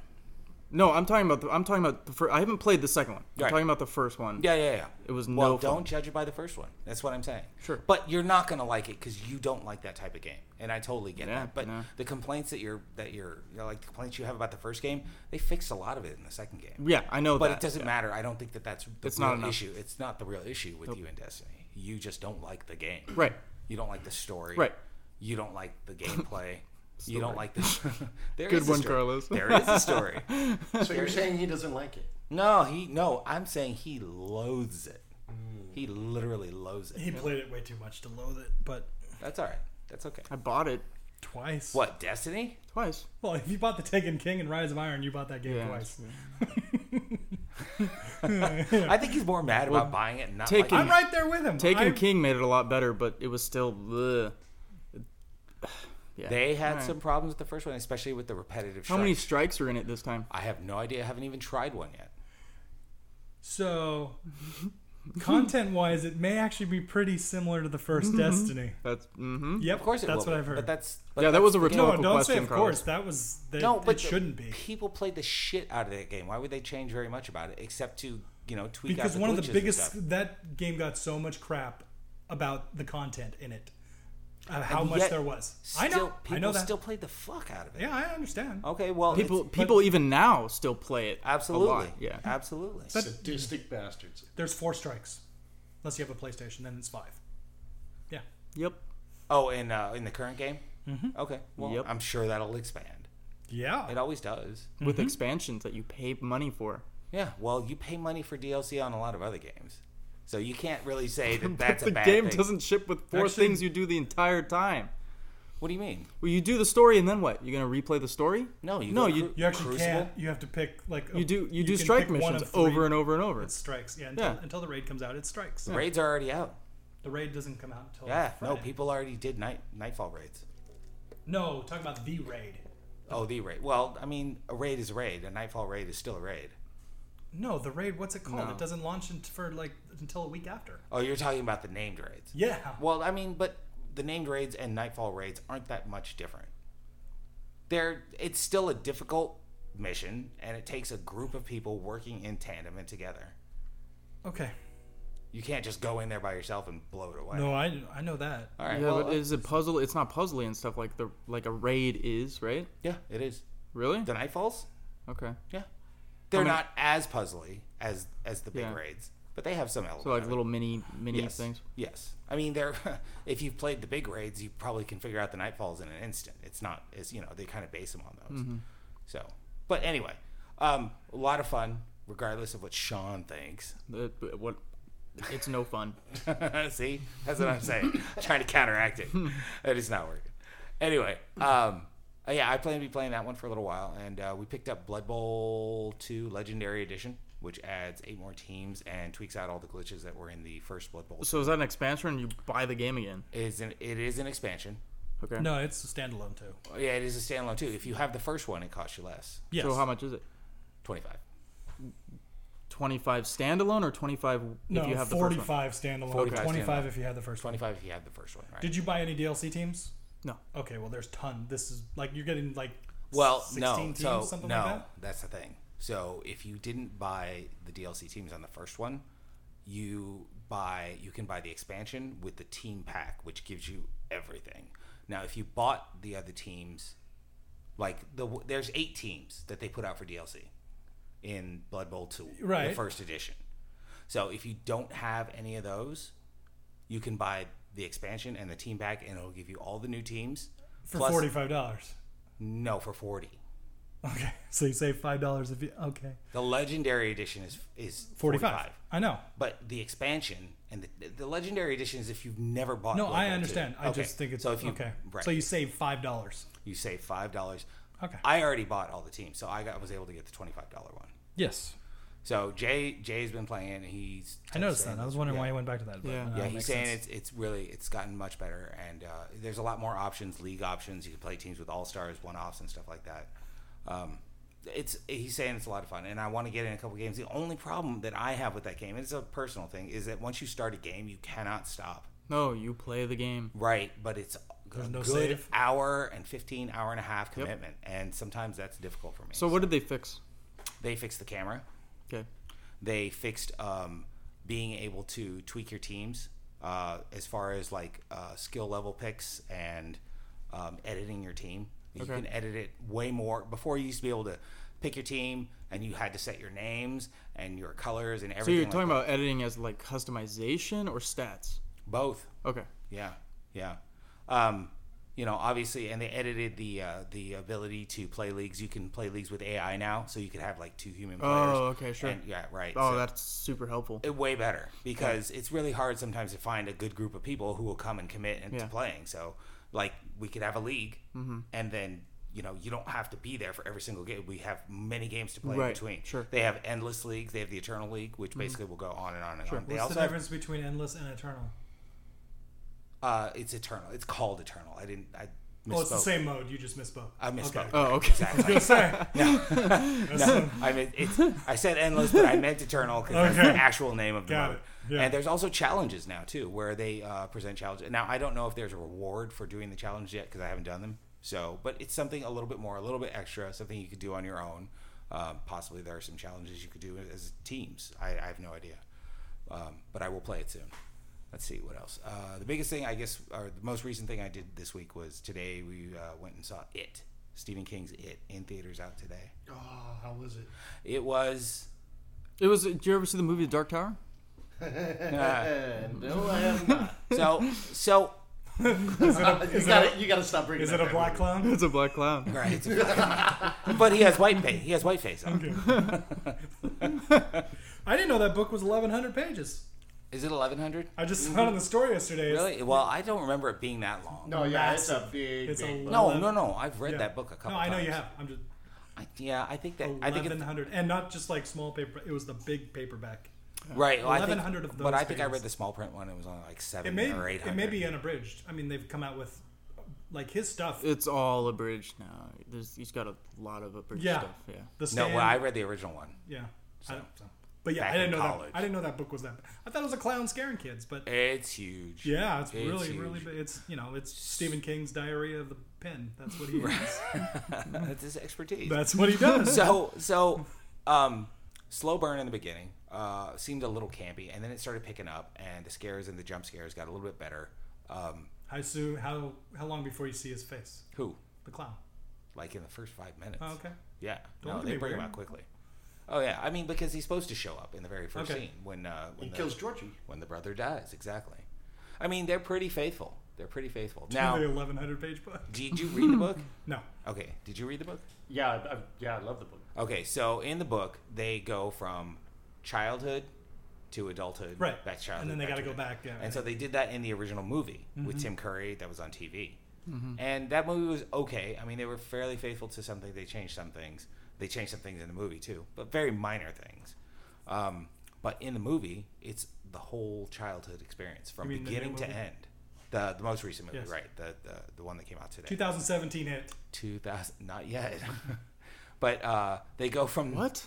[SPEAKER 3] No, I'm talking about. The, I'm talking about the first. I haven't played the second one. I'm
[SPEAKER 1] Right.
[SPEAKER 3] talking about the first one.
[SPEAKER 1] Yeah, yeah, yeah.
[SPEAKER 3] It was
[SPEAKER 1] well,
[SPEAKER 3] no fun.
[SPEAKER 1] don't judge it by the first one. That's what I'm saying.
[SPEAKER 3] Sure.
[SPEAKER 1] But you're not gonna like it because you don't like that type of game, and I totally get
[SPEAKER 3] Yeah,
[SPEAKER 1] that. But
[SPEAKER 3] no.
[SPEAKER 1] the complaints that you're that you're, you know, like the complaints you have about the first game, they fixed a lot of it in the second game.
[SPEAKER 3] Yeah, I know
[SPEAKER 1] But
[SPEAKER 3] that.
[SPEAKER 1] it doesn't matter. I don't think that that's the
[SPEAKER 3] It's not
[SPEAKER 1] real
[SPEAKER 3] enough.
[SPEAKER 1] issue. It's not the real issue with you and Destiny. You just don't like the game.
[SPEAKER 3] Right.
[SPEAKER 1] You don't like the story.
[SPEAKER 3] Right.
[SPEAKER 1] You don't like the gameplay. you don't
[SPEAKER 3] Story.
[SPEAKER 1] like the. there
[SPEAKER 3] Good
[SPEAKER 1] is a
[SPEAKER 3] one,
[SPEAKER 1] story.
[SPEAKER 3] Carlos.
[SPEAKER 1] There is a story.
[SPEAKER 4] So you're saying he doesn't like it?
[SPEAKER 1] No, he no. I'm saying he loathes it. He literally loathes it.
[SPEAKER 2] Mm. He played it way too much to loathe it, but
[SPEAKER 1] That's all right. That's okay.
[SPEAKER 3] I bought it
[SPEAKER 2] twice.
[SPEAKER 1] What Destiny?
[SPEAKER 3] twice.
[SPEAKER 2] Well, if you bought the Taken King and Rise of Iron, you bought that game
[SPEAKER 3] Yeah,
[SPEAKER 2] twice.
[SPEAKER 1] I think he's more mad about buying it and not
[SPEAKER 3] Taken-
[SPEAKER 1] liking
[SPEAKER 2] I'm
[SPEAKER 1] it.
[SPEAKER 2] right there with him.
[SPEAKER 3] Taken
[SPEAKER 2] I-
[SPEAKER 3] King made it a lot better, but it was still. Ugh. Yeah.
[SPEAKER 1] They had
[SPEAKER 3] Alright.
[SPEAKER 1] some problems with the first one, especially with the repetitive.
[SPEAKER 3] How many
[SPEAKER 1] strikes.
[SPEAKER 3] strikes are in it this time?
[SPEAKER 1] I have no idea. I haven't even tried one yet.
[SPEAKER 2] So, content-wise, it may actually be pretty similar to the first Destiny.
[SPEAKER 3] That's. Mm-hmm.
[SPEAKER 2] Yep,
[SPEAKER 1] Of course, it
[SPEAKER 2] that's
[SPEAKER 1] will
[SPEAKER 2] what
[SPEAKER 1] be,
[SPEAKER 2] I've heard.
[SPEAKER 1] But that's but
[SPEAKER 3] Yeah, that
[SPEAKER 1] that's
[SPEAKER 3] was a
[SPEAKER 1] the game.
[SPEAKER 2] no,
[SPEAKER 3] rhetorical
[SPEAKER 2] don't
[SPEAKER 3] question,
[SPEAKER 2] say of
[SPEAKER 3] Carlos.
[SPEAKER 2] course. That was that,
[SPEAKER 1] No, but
[SPEAKER 2] it
[SPEAKER 1] the-
[SPEAKER 2] shouldn't be
[SPEAKER 1] People played the shit out of that game. Why would they change very much about it, except to you know tweak out
[SPEAKER 2] because
[SPEAKER 1] the
[SPEAKER 2] one of
[SPEAKER 1] glitches
[SPEAKER 2] the
[SPEAKER 1] and stuff?
[SPEAKER 2] biggest that game got so much crap about the content in it. uh, how
[SPEAKER 1] And
[SPEAKER 2] much
[SPEAKER 1] yet,
[SPEAKER 2] there was.
[SPEAKER 1] Still,
[SPEAKER 2] I know.
[SPEAKER 1] People
[SPEAKER 2] I know that.
[SPEAKER 1] still played the fuck out of it.
[SPEAKER 2] yeah, I understand.
[SPEAKER 1] Okay. Well, it's-
[SPEAKER 3] People, people even now still play it. a lot,
[SPEAKER 1] absolutely.
[SPEAKER 3] Yeah.
[SPEAKER 1] Absolutely.
[SPEAKER 4] Sadistic bastards.
[SPEAKER 2] There's four strikes, unless you have a PlayStation, then it's five. Yeah.
[SPEAKER 3] Yep.
[SPEAKER 1] Oh, in uh, in the current game. Mm-hmm. Okay. Well,
[SPEAKER 3] Yep.
[SPEAKER 1] I'm sure that'll expand.
[SPEAKER 2] Yeah.
[SPEAKER 1] It always does.
[SPEAKER 3] With
[SPEAKER 2] Mm-hmm.
[SPEAKER 3] expansions that you pay money for.
[SPEAKER 1] Yeah. Well, you pay money for DLC on a lot of other games, so you can't really say that that's
[SPEAKER 3] the
[SPEAKER 1] a bad
[SPEAKER 3] game
[SPEAKER 1] thing.
[SPEAKER 3] doesn't ship with four
[SPEAKER 2] Actually-
[SPEAKER 3] things you do the entire time.
[SPEAKER 1] What do you mean?
[SPEAKER 3] Well, you do the story and then what? You're gonna replay the story?
[SPEAKER 1] No, you
[SPEAKER 3] no,
[SPEAKER 1] go
[SPEAKER 3] you
[SPEAKER 1] cru-
[SPEAKER 2] You actually
[SPEAKER 1] Crucible?
[SPEAKER 2] can't. You have to pick like. a-
[SPEAKER 3] you do you do
[SPEAKER 2] can
[SPEAKER 3] strike
[SPEAKER 2] pick one
[SPEAKER 3] missions
[SPEAKER 2] of three.
[SPEAKER 3] over and over and over.
[SPEAKER 2] It's strikes. Yeah. Until,
[SPEAKER 3] Yeah.
[SPEAKER 2] until the raid comes out, it's strikes.
[SPEAKER 1] Raids are already out.
[SPEAKER 2] The raid doesn't come out until.
[SPEAKER 1] Yeah.
[SPEAKER 2] Friday.
[SPEAKER 1] No, people already did night nightfall raids.
[SPEAKER 2] No, talking about the raid.
[SPEAKER 1] Oh, the raid. Well, I mean, a raid is a raid. A nightfall raid is still a raid.
[SPEAKER 2] No, the raid. What's it called?
[SPEAKER 3] No.
[SPEAKER 2] It doesn't launch unt- for like until a week after.
[SPEAKER 1] Oh, you're talking about the named raids.
[SPEAKER 2] Yeah.
[SPEAKER 1] Well, I mean, but the named raids and nightfall raids aren't that much different. They're it's still a difficult mission, and it takes a group of people working in tandem and together.
[SPEAKER 2] Okay.
[SPEAKER 1] You can't just go in there by yourself and blow it away.
[SPEAKER 2] No, I I know that.
[SPEAKER 1] All right.
[SPEAKER 3] yeah,
[SPEAKER 1] well,
[SPEAKER 3] but is it puzzle? It's not puzzly and stuff like the like a raid is, right?
[SPEAKER 1] yeah, it is.
[SPEAKER 3] Really?
[SPEAKER 1] The nightfalls.
[SPEAKER 3] Okay.
[SPEAKER 1] Yeah, they're
[SPEAKER 3] many-
[SPEAKER 1] not as puzzly as as the big
[SPEAKER 3] Yeah.
[SPEAKER 1] raids, but they have some elements.
[SPEAKER 3] So like little mini mini
[SPEAKER 1] yes,
[SPEAKER 3] things.
[SPEAKER 1] Yes, I mean they're if you've played the big raids, you probably can figure out the nightfalls in an instant. It's not as you know they kind of base them on those. So, but anyway, um, a lot of fun regardless of what Sean thinks.
[SPEAKER 3] That- but what? It's no fun.
[SPEAKER 1] See, that's what I'm saying. Trying to counteract it. It is not working. Anyway, um, uh, yeah, I plan to be playing that one for a little while, and uh, we picked up Blood Bowl 2 Legendary Edition, which adds eight more teams and tweaks out all the glitches that were in the first Blood Bowl.
[SPEAKER 3] So is that an expansion? You buy the game again?
[SPEAKER 1] It is an, it is an expansion.
[SPEAKER 3] Okay.
[SPEAKER 2] No, it's a standalone too.
[SPEAKER 1] Yeah, it is a standalone too. If you have the first one, it costs you less.
[SPEAKER 2] Yes.
[SPEAKER 3] So how much is it?
[SPEAKER 1] Twenty-five.
[SPEAKER 3] Twenty five standalone or twenty five
[SPEAKER 2] No,
[SPEAKER 3] if you have the first one?
[SPEAKER 2] forty-five standalone.
[SPEAKER 1] 45
[SPEAKER 2] Twenty-five
[SPEAKER 1] standalone.
[SPEAKER 2] if you had the first one.
[SPEAKER 1] Twenty-five if you have the first one, right?
[SPEAKER 2] Did you buy any DLC teams?
[SPEAKER 3] No.
[SPEAKER 2] Okay, well, there's ton. This is like you're getting like
[SPEAKER 1] well,
[SPEAKER 2] 16
[SPEAKER 1] no.
[SPEAKER 2] teams,
[SPEAKER 1] so
[SPEAKER 2] something
[SPEAKER 1] no,
[SPEAKER 2] like that.
[SPEAKER 1] that's the thing. So if you didn't buy the DLC teams on the first one, you buy you can buy the expansion with the team pack, which gives you everything. Now, if you bought the other teams, like the there's eight teams that they put out for DLC in Blood Bowl Two, the
[SPEAKER 2] Right.
[SPEAKER 1] first edition. So if you don't have any of those, you can buy the expansion and the team pack, and it'll give you all the new teams
[SPEAKER 2] for
[SPEAKER 1] plus-
[SPEAKER 2] forty-five dollars.
[SPEAKER 1] No, for forty.
[SPEAKER 2] Okay, so you save five dollars if you okay
[SPEAKER 1] The legendary edition is is
[SPEAKER 2] forty-five.
[SPEAKER 1] 45.
[SPEAKER 2] I know.
[SPEAKER 1] But the expansion and the, the legendary edition is if you've never bought.
[SPEAKER 2] No,
[SPEAKER 1] Blood
[SPEAKER 2] I
[SPEAKER 1] Bowl 2.
[SPEAKER 2] understand. I
[SPEAKER 1] Okay,
[SPEAKER 2] just think it's
[SPEAKER 1] so if you,
[SPEAKER 2] okay.
[SPEAKER 1] Right.
[SPEAKER 2] So you save five dollars.
[SPEAKER 1] you save five dollars.
[SPEAKER 2] Okay.
[SPEAKER 1] I already bought all the teams, so I got was able to get the twenty five dollar one.
[SPEAKER 2] yes,
[SPEAKER 1] So Jay Jay's been playing. And he's
[SPEAKER 2] I noticed
[SPEAKER 1] saying
[SPEAKER 2] that. I
[SPEAKER 1] it's-
[SPEAKER 2] was wondering
[SPEAKER 1] yeah.
[SPEAKER 2] why you went back to that. But,
[SPEAKER 3] Yeah.
[SPEAKER 2] uh,
[SPEAKER 1] Yeah,
[SPEAKER 2] makes
[SPEAKER 1] he's saying
[SPEAKER 2] sense.
[SPEAKER 1] it's it's really it's gotten much better, and uh, there's a lot more options, league options. You can play teams with all stars, one offs, and stuff like that. Um, it's he's saying it's a lot of fun, and I want to get in a couple games. The only problem that I have with that game, and it's a personal thing, is that once you start a game, you cannot stop.
[SPEAKER 3] No, you play the game.
[SPEAKER 1] Right, but it's a
[SPEAKER 2] no
[SPEAKER 1] good
[SPEAKER 2] save.
[SPEAKER 1] hour and fifteen hour and a half commitment, and sometimes that's difficult for me.
[SPEAKER 3] So what did they fix?
[SPEAKER 1] they fixed the camera.
[SPEAKER 3] Okay.
[SPEAKER 1] they fixed um, being able to tweak your teams uh, as far as like uh, skill level picks and um, editing your team. You
[SPEAKER 3] Okay.
[SPEAKER 1] can edit it way more. Before you used to be able to pick your team and you had to set your names and your colors and
[SPEAKER 3] So
[SPEAKER 1] everything.
[SPEAKER 3] you're talking
[SPEAKER 1] like
[SPEAKER 3] about editing as like customization or stats?
[SPEAKER 1] that. both.
[SPEAKER 3] Okay.
[SPEAKER 1] Yeah, yeah. Um, you know, obviously, and they edited the uh, the ability to play leagues. You can play leagues with AI now, so you could have like two human players.
[SPEAKER 3] Oh, okay, sure.
[SPEAKER 1] And, yeah, right.
[SPEAKER 3] Oh,
[SPEAKER 1] so-
[SPEAKER 3] that's super helpful.
[SPEAKER 1] it uh, way better because it's really hard sometimes to find a good group of people who will come and commit into
[SPEAKER 3] Yeah.
[SPEAKER 1] playing. So, like, we could have a league, and then you know you don't have to be there for every single game. We have many games to play in
[SPEAKER 3] Right,
[SPEAKER 1] between.
[SPEAKER 3] sure.
[SPEAKER 1] they have endless leagues. They have the eternal league, which basically will go on and on and on. They
[SPEAKER 2] What's
[SPEAKER 1] also
[SPEAKER 2] the
[SPEAKER 1] have-
[SPEAKER 2] difference between endless and eternal?
[SPEAKER 1] uh, it's eternal. It's called eternal. I didn't. I misspoke.
[SPEAKER 2] Oh, it's the same mode. You just misspoke.
[SPEAKER 1] I misspoke.
[SPEAKER 2] Okay.
[SPEAKER 3] Oh, okay.
[SPEAKER 1] Exactly.
[SPEAKER 2] Sorry.
[SPEAKER 1] No, I mean, it's, I said endless, but I meant eternal because that's
[SPEAKER 2] Okay.
[SPEAKER 1] the actual name of the
[SPEAKER 2] Got
[SPEAKER 1] mode.
[SPEAKER 2] it. Yeah.
[SPEAKER 1] And there's also challenges now too, where they uh, present challenges. Now I don't know if there's a reward for doing the challenge yet because I haven't done them. So, but it's something a little bit more, a little bit extra, something you could do on your own. Um, possibly there are some challenges you could do as teams. I, I have no idea, um, but I will play it soon. Let's see what else. Uh, the biggest thing, I guess, or the most recent thing I did this week was today we uh, went and saw It, Stephen King's It, in theaters out today.
[SPEAKER 4] Oh, how was it?
[SPEAKER 1] It was
[SPEAKER 3] It was. Did you ever see the movie The Dark Tower?
[SPEAKER 4] no, I have not.
[SPEAKER 1] uh, so so.
[SPEAKER 4] you, gotta, you gotta stop bringing
[SPEAKER 2] Is it
[SPEAKER 4] that
[SPEAKER 2] a
[SPEAKER 4] back.
[SPEAKER 2] black clown?
[SPEAKER 3] It's a black clown.
[SPEAKER 1] Right, it's but he has white face. He has white face. On.
[SPEAKER 2] I didn't know that book was 1,100 pages.
[SPEAKER 1] Is it eleven hundred?
[SPEAKER 2] I just saw it on the story yesterday. It's-
[SPEAKER 1] Mm-hmm. Really? Well, I don't remember it being that long.
[SPEAKER 4] No, yeah, it's a
[SPEAKER 2] Massive.
[SPEAKER 4] big,
[SPEAKER 2] It's a
[SPEAKER 4] big.
[SPEAKER 2] lot.
[SPEAKER 1] No,
[SPEAKER 2] Eleven-
[SPEAKER 1] no, no. I've read
[SPEAKER 2] yeah.
[SPEAKER 1] that book a couple.
[SPEAKER 2] No, I know you
[SPEAKER 1] times.
[SPEAKER 2] have. I'm just
[SPEAKER 1] I, yeah, I think that. I think it's
[SPEAKER 2] 1,100, and not just like small paper. It was the big paperback.
[SPEAKER 1] right. Well, I think,
[SPEAKER 2] 1100 of
[SPEAKER 1] but
[SPEAKER 2] those
[SPEAKER 1] I think I
[SPEAKER 2] pages.
[SPEAKER 1] read the small print one. It was on like seven
[SPEAKER 2] It may
[SPEAKER 1] or eight
[SPEAKER 2] it
[SPEAKER 1] hundred.
[SPEAKER 2] may be unabridged. I mean, they've come out with like his stuff.
[SPEAKER 3] It's all abridged now. There's, he's got a lot of abridged
[SPEAKER 2] Yeah.
[SPEAKER 3] stuff. Yeah.
[SPEAKER 2] The
[SPEAKER 1] No,
[SPEAKER 2] stand,
[SPEAKER 1] well, I read the original one.
[SPEAKER 2] yeah. I don't, so. But yeah,
[SPEAKER 1] Back
[SPEAKER 2] I didn't
[SPEAKER 1] in
[SPEAKER 2] know
[SPEAKER 1] college.
[SPEAKER 2] that. I didn't know that book was that. I thought it was a clown scaring kids, but
[SPEAKER 1] It's huge.
[SPEAKER 2] yeah, it's,
[SPEAKER 1] It's
[SPEAKER 2] really,
[SPEAKER 1] huge.
[SPEAKER 2] really. bi- It's you know, it's Stephen King's Diarrhea of the Pen. That's what he is.
[SPEAKER 1] That's his expertise.
[SPEAKER 2] That's what he does.
[SPEAKER 1] so so um slow burn in the beginning uh seemed a little campy and then it started picking up and the scares and the jump scares got a little bit better um
[SPEAKER 2] How soon? How how long before you see his face?
[SPEAKER 1] who
[SPEAKER 2] The clown.
[SPEAKER 1] like in the first five minutes
[SPEAKER 2] Oh, okay.
[SPEAKER 1] yeah
[SPEAKER 2] Don't
[SPEAKER 1] no,
[SPEAKER 2] look at
[SPEAKER 1] they
[SPEAKER 2] me
[SPEAKER 1] bring him
[SPEAKER 2] weird.
[SPEAKER 1] out quickly oh yeah i mean because he's supposed to show up in the very first
[SPEAKER 2] Okay.
[SPEAKER 1] scene when uh when
[SPEAKER 4] He
[SPEAKER 1] the,
[SPEAKER 4] kills Georgie.
[SPEAKER 1] when the brother dies exactly i mean they're pretty faithful they're pretty faithful
[SPEAKER 2] the
[SPEAKER 1] now
[SPEAKER 2] 1100 page book.
[SPEAKER 1] did you read the book
[SPEAKER 2] No.
[SPEAKER 1] okay did you read the book
[SPEAKER 4] Yeah, I, I, yeah, I love the book.
[SPEAKER 1] Okay, so in the book, they go from childhood to adulthood,
[SPEAKER 2] Right.
[SPEAKER 1] Back to childhood,
[SPEAKER 2] And then they gotta
[SPEAKER 1] to
[SPEAKER 2] go
[SPEAKER 1] adult-
[SPEAKER 2] back, yeah, Mm-hmm.
[SPEAKER 1] and
[SPEAKER 2] right.
[SPEAKER 1] so they did that in the original movie with Tim Curry that was on TV, and that movie was okay. I mean, they were fairly faithful to something. They changed some things. They changed some things in the movie too, but very minor things. Um, but in the movie, it's the whole childhood experience from
[SPEAKER 2] You mean the new
[SPEAKER 1] beginning to
[SPEAKER 2] movie?
[SPEAKER 1] end. The, the most recent movie,
[SPEAKER 2] Yes.
[SPEAKER 1] right? The, the the one that came out today,
[SPEAKER 2] 2017 hit.
[SPEAKER 1] two thousand, not yet, but uh, they go from
[SPEAKER 3] What?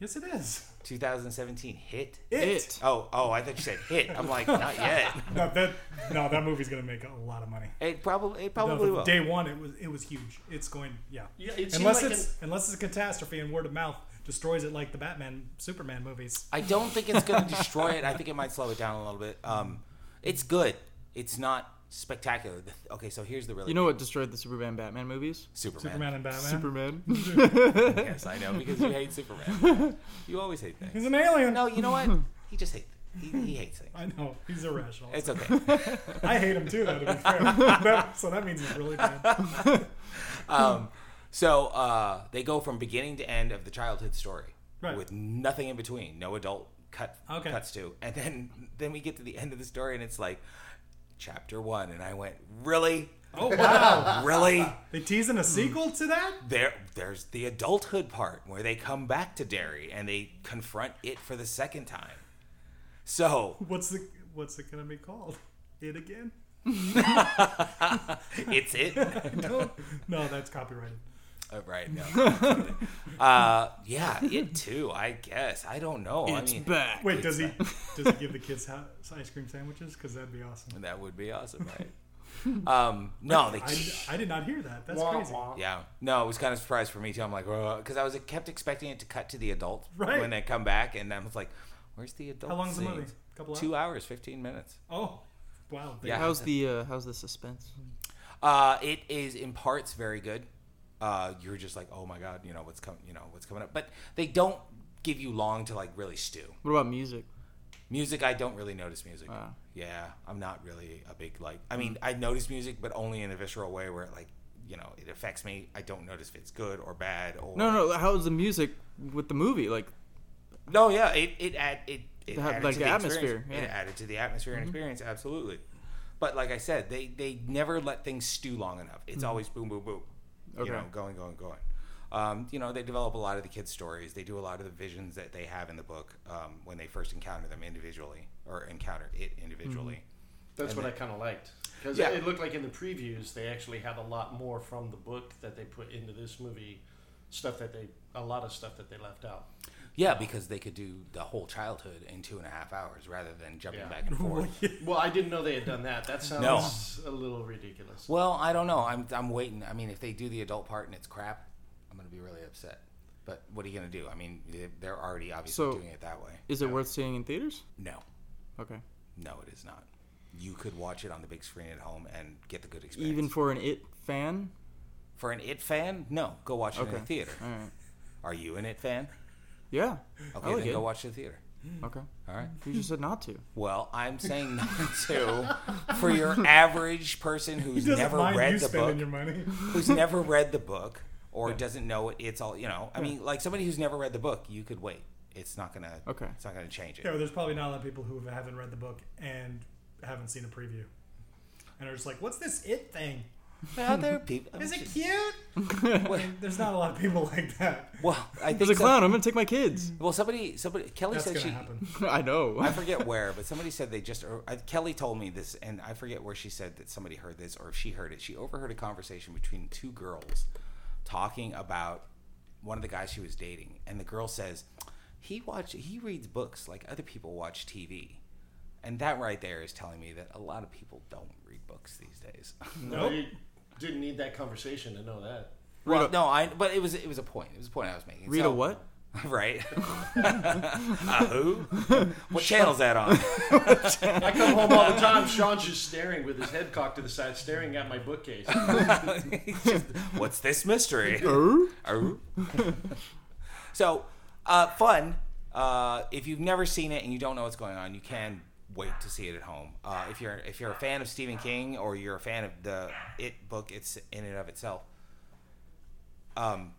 [SPEAKER 2] Yes, it is.
[SPEAKER 1] 2017 hit.
[SPEAKER 2] It.
[SPEAKER 3] It.
[SPEAKER 1] Oh, oh, I thought you said hit. I'm like, not yet.
[SPEAKER 2] No, that no, that movie's gonna make a lot of money.
[SPEAKER 1] It probably, it
[SPEAKER 2] No,
[SPEAKER 1] probably
[SPEAKER 2] the-
[SPEAKER 1] will.
[SPEAKER 2] Day one, it was it was huge. It's going, yeah.
[SPEAKER 4] Yeah, it seemed
[SPEAKER 2] unless
[SPEAKER 4] like
[SPEAKER 2] it's unless it's a catastrophe and word of mouth destroys it like the Batman, Superman movies.
[SPEAKER 1] I don't think it's going to destroy it. I think it might slow it down a little bit. Um, it's good. It's not spectacular. The- Okay, so here's the really
[SPEAKER 3] You know what destroyed the Superman Batman movies?
[SPEAKER 1] Superman.
[SPEAKER 2] Superman and Batman.
[SPEAKER 3] Superman.
[SPEAKER 1] Yes, I know because you hate Superman. You always hate things.
[SPEAKER 2] He's an alien.
[SPEAKER 1] No, you know what? He just hates. He, he hates things.
[SPEAKER 2] I know he's irrational.
[SPEAKER 1] It's okay.
[SPEAKER 2] I hate him too. Though, to be fair, That- so that means he's really bad.
[SPEAKER 1] Um, so uh, they go from beginning to end of the childhood story
[SPEAKER 2] Right.
[SPEAKER 1] with nothing in between, no adult cut
[SPEAKER 2] Okay.
[SPEAKER 1] cuts to, and then then we get to the end of the story and it's like chapter one, and I went really,
[SPEAKER 2] Oh wow!
[SPEAKER 1] really
[SPEAKER 2] They teasing a sequel to that?
[SPEAKER 1] there. There's the adulthood part where they come back to Derry and they confront it for the second time. So
[SPEAKER 2] What's the what's it gonna be called? It again?
[SPEAKER 1] it's it.
[SPEAKER 2] No, no, that's copyrighted.
[SPEAKER 1] Oh, right. No. uh, yeah, it too. I guess. I don't know.
[SPEAKER 3] it's
[SPEAKER 1] I mean,
[SPEAKER 3] back.
[SPEAKER 2] Wait, does he does he give the kids ha- ice cream sandwiches? Because that'd be awesome.
[SPEAKER 1] that would be awesome, right? um, no, they.
[SPEAKER 2] I, I did not hear that. That's
[SPEAKER 4] Wah,
[SPEAKER 2] crazy.
[SPEAKER 4] wah.
[SPEAKER 1] Yeah. No, it was kind of a surprise for me too. I'm like, because I was kept expecting it to cut to the adult
[SPEAKER 2] Right.
[SPEAKER 1] when they come back, and I was like, where's the adult?
[SPEAKER 2] How long's the
[SPEAKER 1] scenes?
[SPEAKER 2] movie? Couple
[SPEAKER 1] Two hours, fifteen minutes.
[SPEAKER 2] Oh, wow. They-
[SPEAKER 1] Yeah.
[SPEAKER 3] How's the uh, how's the suspense?
[SPEAKER 1] Uh, it is in parts very good. Uh, you're just like, oh my god, you know what's coming, you know what's coming up. But they don't give you long to like really stew.
[SPEAKER 3] What about music?
[SPEAKER 1] Music, I don't really notice music.
[SPEAKER 3] Wow.
[SPEAKER 1] Yeah, I'm not really a big like. I mean, I notice music, but only in a visceral way where like, you know, it affects me. I don't notice if it's good or bad or
[SPEAKER 3] No, no. How's the music with the movie? Like,
[SPEAKER 1] No, yeah, it it add, it, it
[SPEAKER 3] The-
[SPEAKER 1] added
[SPEAKER 3] like
[SPEAKER 1] to
[SPEAKER 3] the
[SPEAKER 1] the,
[SPEAKER 3] atmosphere,
[SPEAKER 1] experience. It
[SPEAKER 3] yeah. Mm-hmm.
[SPEAKER 1] added to the atmosphere and experience, absolutely. But like I said, they they never let things stew long enough. It's always boom, boom, boom.
[SPEAKER 3] Mm-hmm. Okay.
[SPEAKER 1] You know, going, going, going. Um, you know, they develop a lot of the kids' stories. They do a lot of the visions that they have in the book um, when they first encounter them individually or encounter it
[SPEAKER 3] Mm-hmm.
[SPEAKER 1] individually.
[SPEAKER 4] That's what I kind of liked because
[SPEAKER 1] Yeah.
[SPEAKER 4] it looked like in the previews they actually had a lot more from the book that they put into this movie, stuff that they a lot of stuff that they left out.
[SPEAKER 1] Yeah, because they could do the whole childhood in two and a half hours rather than jumping
[SPEAKER 4] Yeah.
[SPEAKER 1] back and forth.
[SPEAKER 4] Well, I didn't know they had done that. That sounds a little ridiculous.
[SPEAKER 1] Well, I don't know. I'm I'm waiting. I mean, if they do the adult part and it's crap, I'm gonna be really upset. But what are you gonna do? I mean, they- they're already obviously
[SPEAKER 3] So-
[SPEAKER 1] doing it that way.
[SPEAKER 3] is it worth seeing in theaters?
[SPEAKER 1] No,
[SPEAKER 3] Okay.
[SPEAKER 1] No, it is not. You could watch it on the big screen at home and get the good experience.
[SPEAKER 3] Even for an It fan?
[SPEAKER 1] for an It fan, no, go watch it in
[SPEAKER 3] Okay.
[SPEAKER 1] the theater.
[SPEAKER 3] All right.
[SPEAKER 1] Are you an It fan?
[SPEAKER 3] Yeah.
[SPEAKER 1] Okay,
[SPEAKER 3] I like
[SPEAKER 1] then
[SPEAKER 3] it.
[SPEAKER 1] go watch the theater.
[SPEAKER 3] Okay.
[SPEAKER 1] All right.
[SPEAKER 3] You just said not to.
[SPEAKER 1] Well, I'm saying not to for your average person who's never read the book,
[SPEAKER 2] money.
[SPEAKER 1] who's never read the book, or doesn't know it, it's all you know. I mean, like somebody who's never read the book, you could wait. It's not gonna.
[SPEAKER 3] Okay.
[SPEAKER 1] It's not gonna change it.
[SPEAKER 2] Yeah, well, there's probably not a lot of people who haven't read the book and haven't seen a preview, and are just like, "What's this it thing?
[SPEAKER 1] Well, there are people.
[SPEAKER 2] Is it cute?"
[SPEAKER 1] Well,
[SPEAKER 2] There's not a lot of people like that.
[SPEAKER 1] well, I think
[SPEAKER 3] There's a
[SPEAKER 1] so-
[SPEAKER 3] clown. I'm going to take my kids.
[SPEAKER 1] Well, somebody, somebody, Kelly
[SPEAKER 2] That's
[SPEAKER 1] said
[SPEAKER 2] gonna
[SPEAKER 1] she.
[SPEAKER 2] happen.
[SPEAKER 3] I
[SPEAKER 1] I
[SPEAKER 3] know.
[SPEAKER 1] forget where, but somebody said they just. Or, I, Kelly told me this, and I forget where she said that somebody heard this or if she heard it. She overheard a conversation between two girls talking about one of the guys she was dating, and the girl says, "He watch, he reads books like other people watch TV," and that right there is telling me that a lot of people don't read books these days.
[SPEAKER 2] Nope.
[SPEAKER 4] You didn't need that conversation to know that.
[SPEAKER 1] well,
[SPEAKER 3] a-
[SPEAKER 1] no, I. But it was it was a point. It was a point I was making.
[SPEAKER 3] Read
[SPEAKER 1] So-
[SPEAKER 3] a what?
[SPEAKER 1] Right. uh, who? What channel's that on?
[SPEAKER 4] I come home all the time. Sean's just staring with his head cocked to the side, staring at my bookcase.
[SPEAKER 1] What's this mystery?
[SPEAKER 3] Oh?
[SPEAKER 1] Arr. so, uh, fun. Uh, if you've never seen it and you don't know what's going on, you can wait to see it at home. Uh, if you're if you're a fan of Stephen King or you're a fan of the It book, it's in and of itself. Um,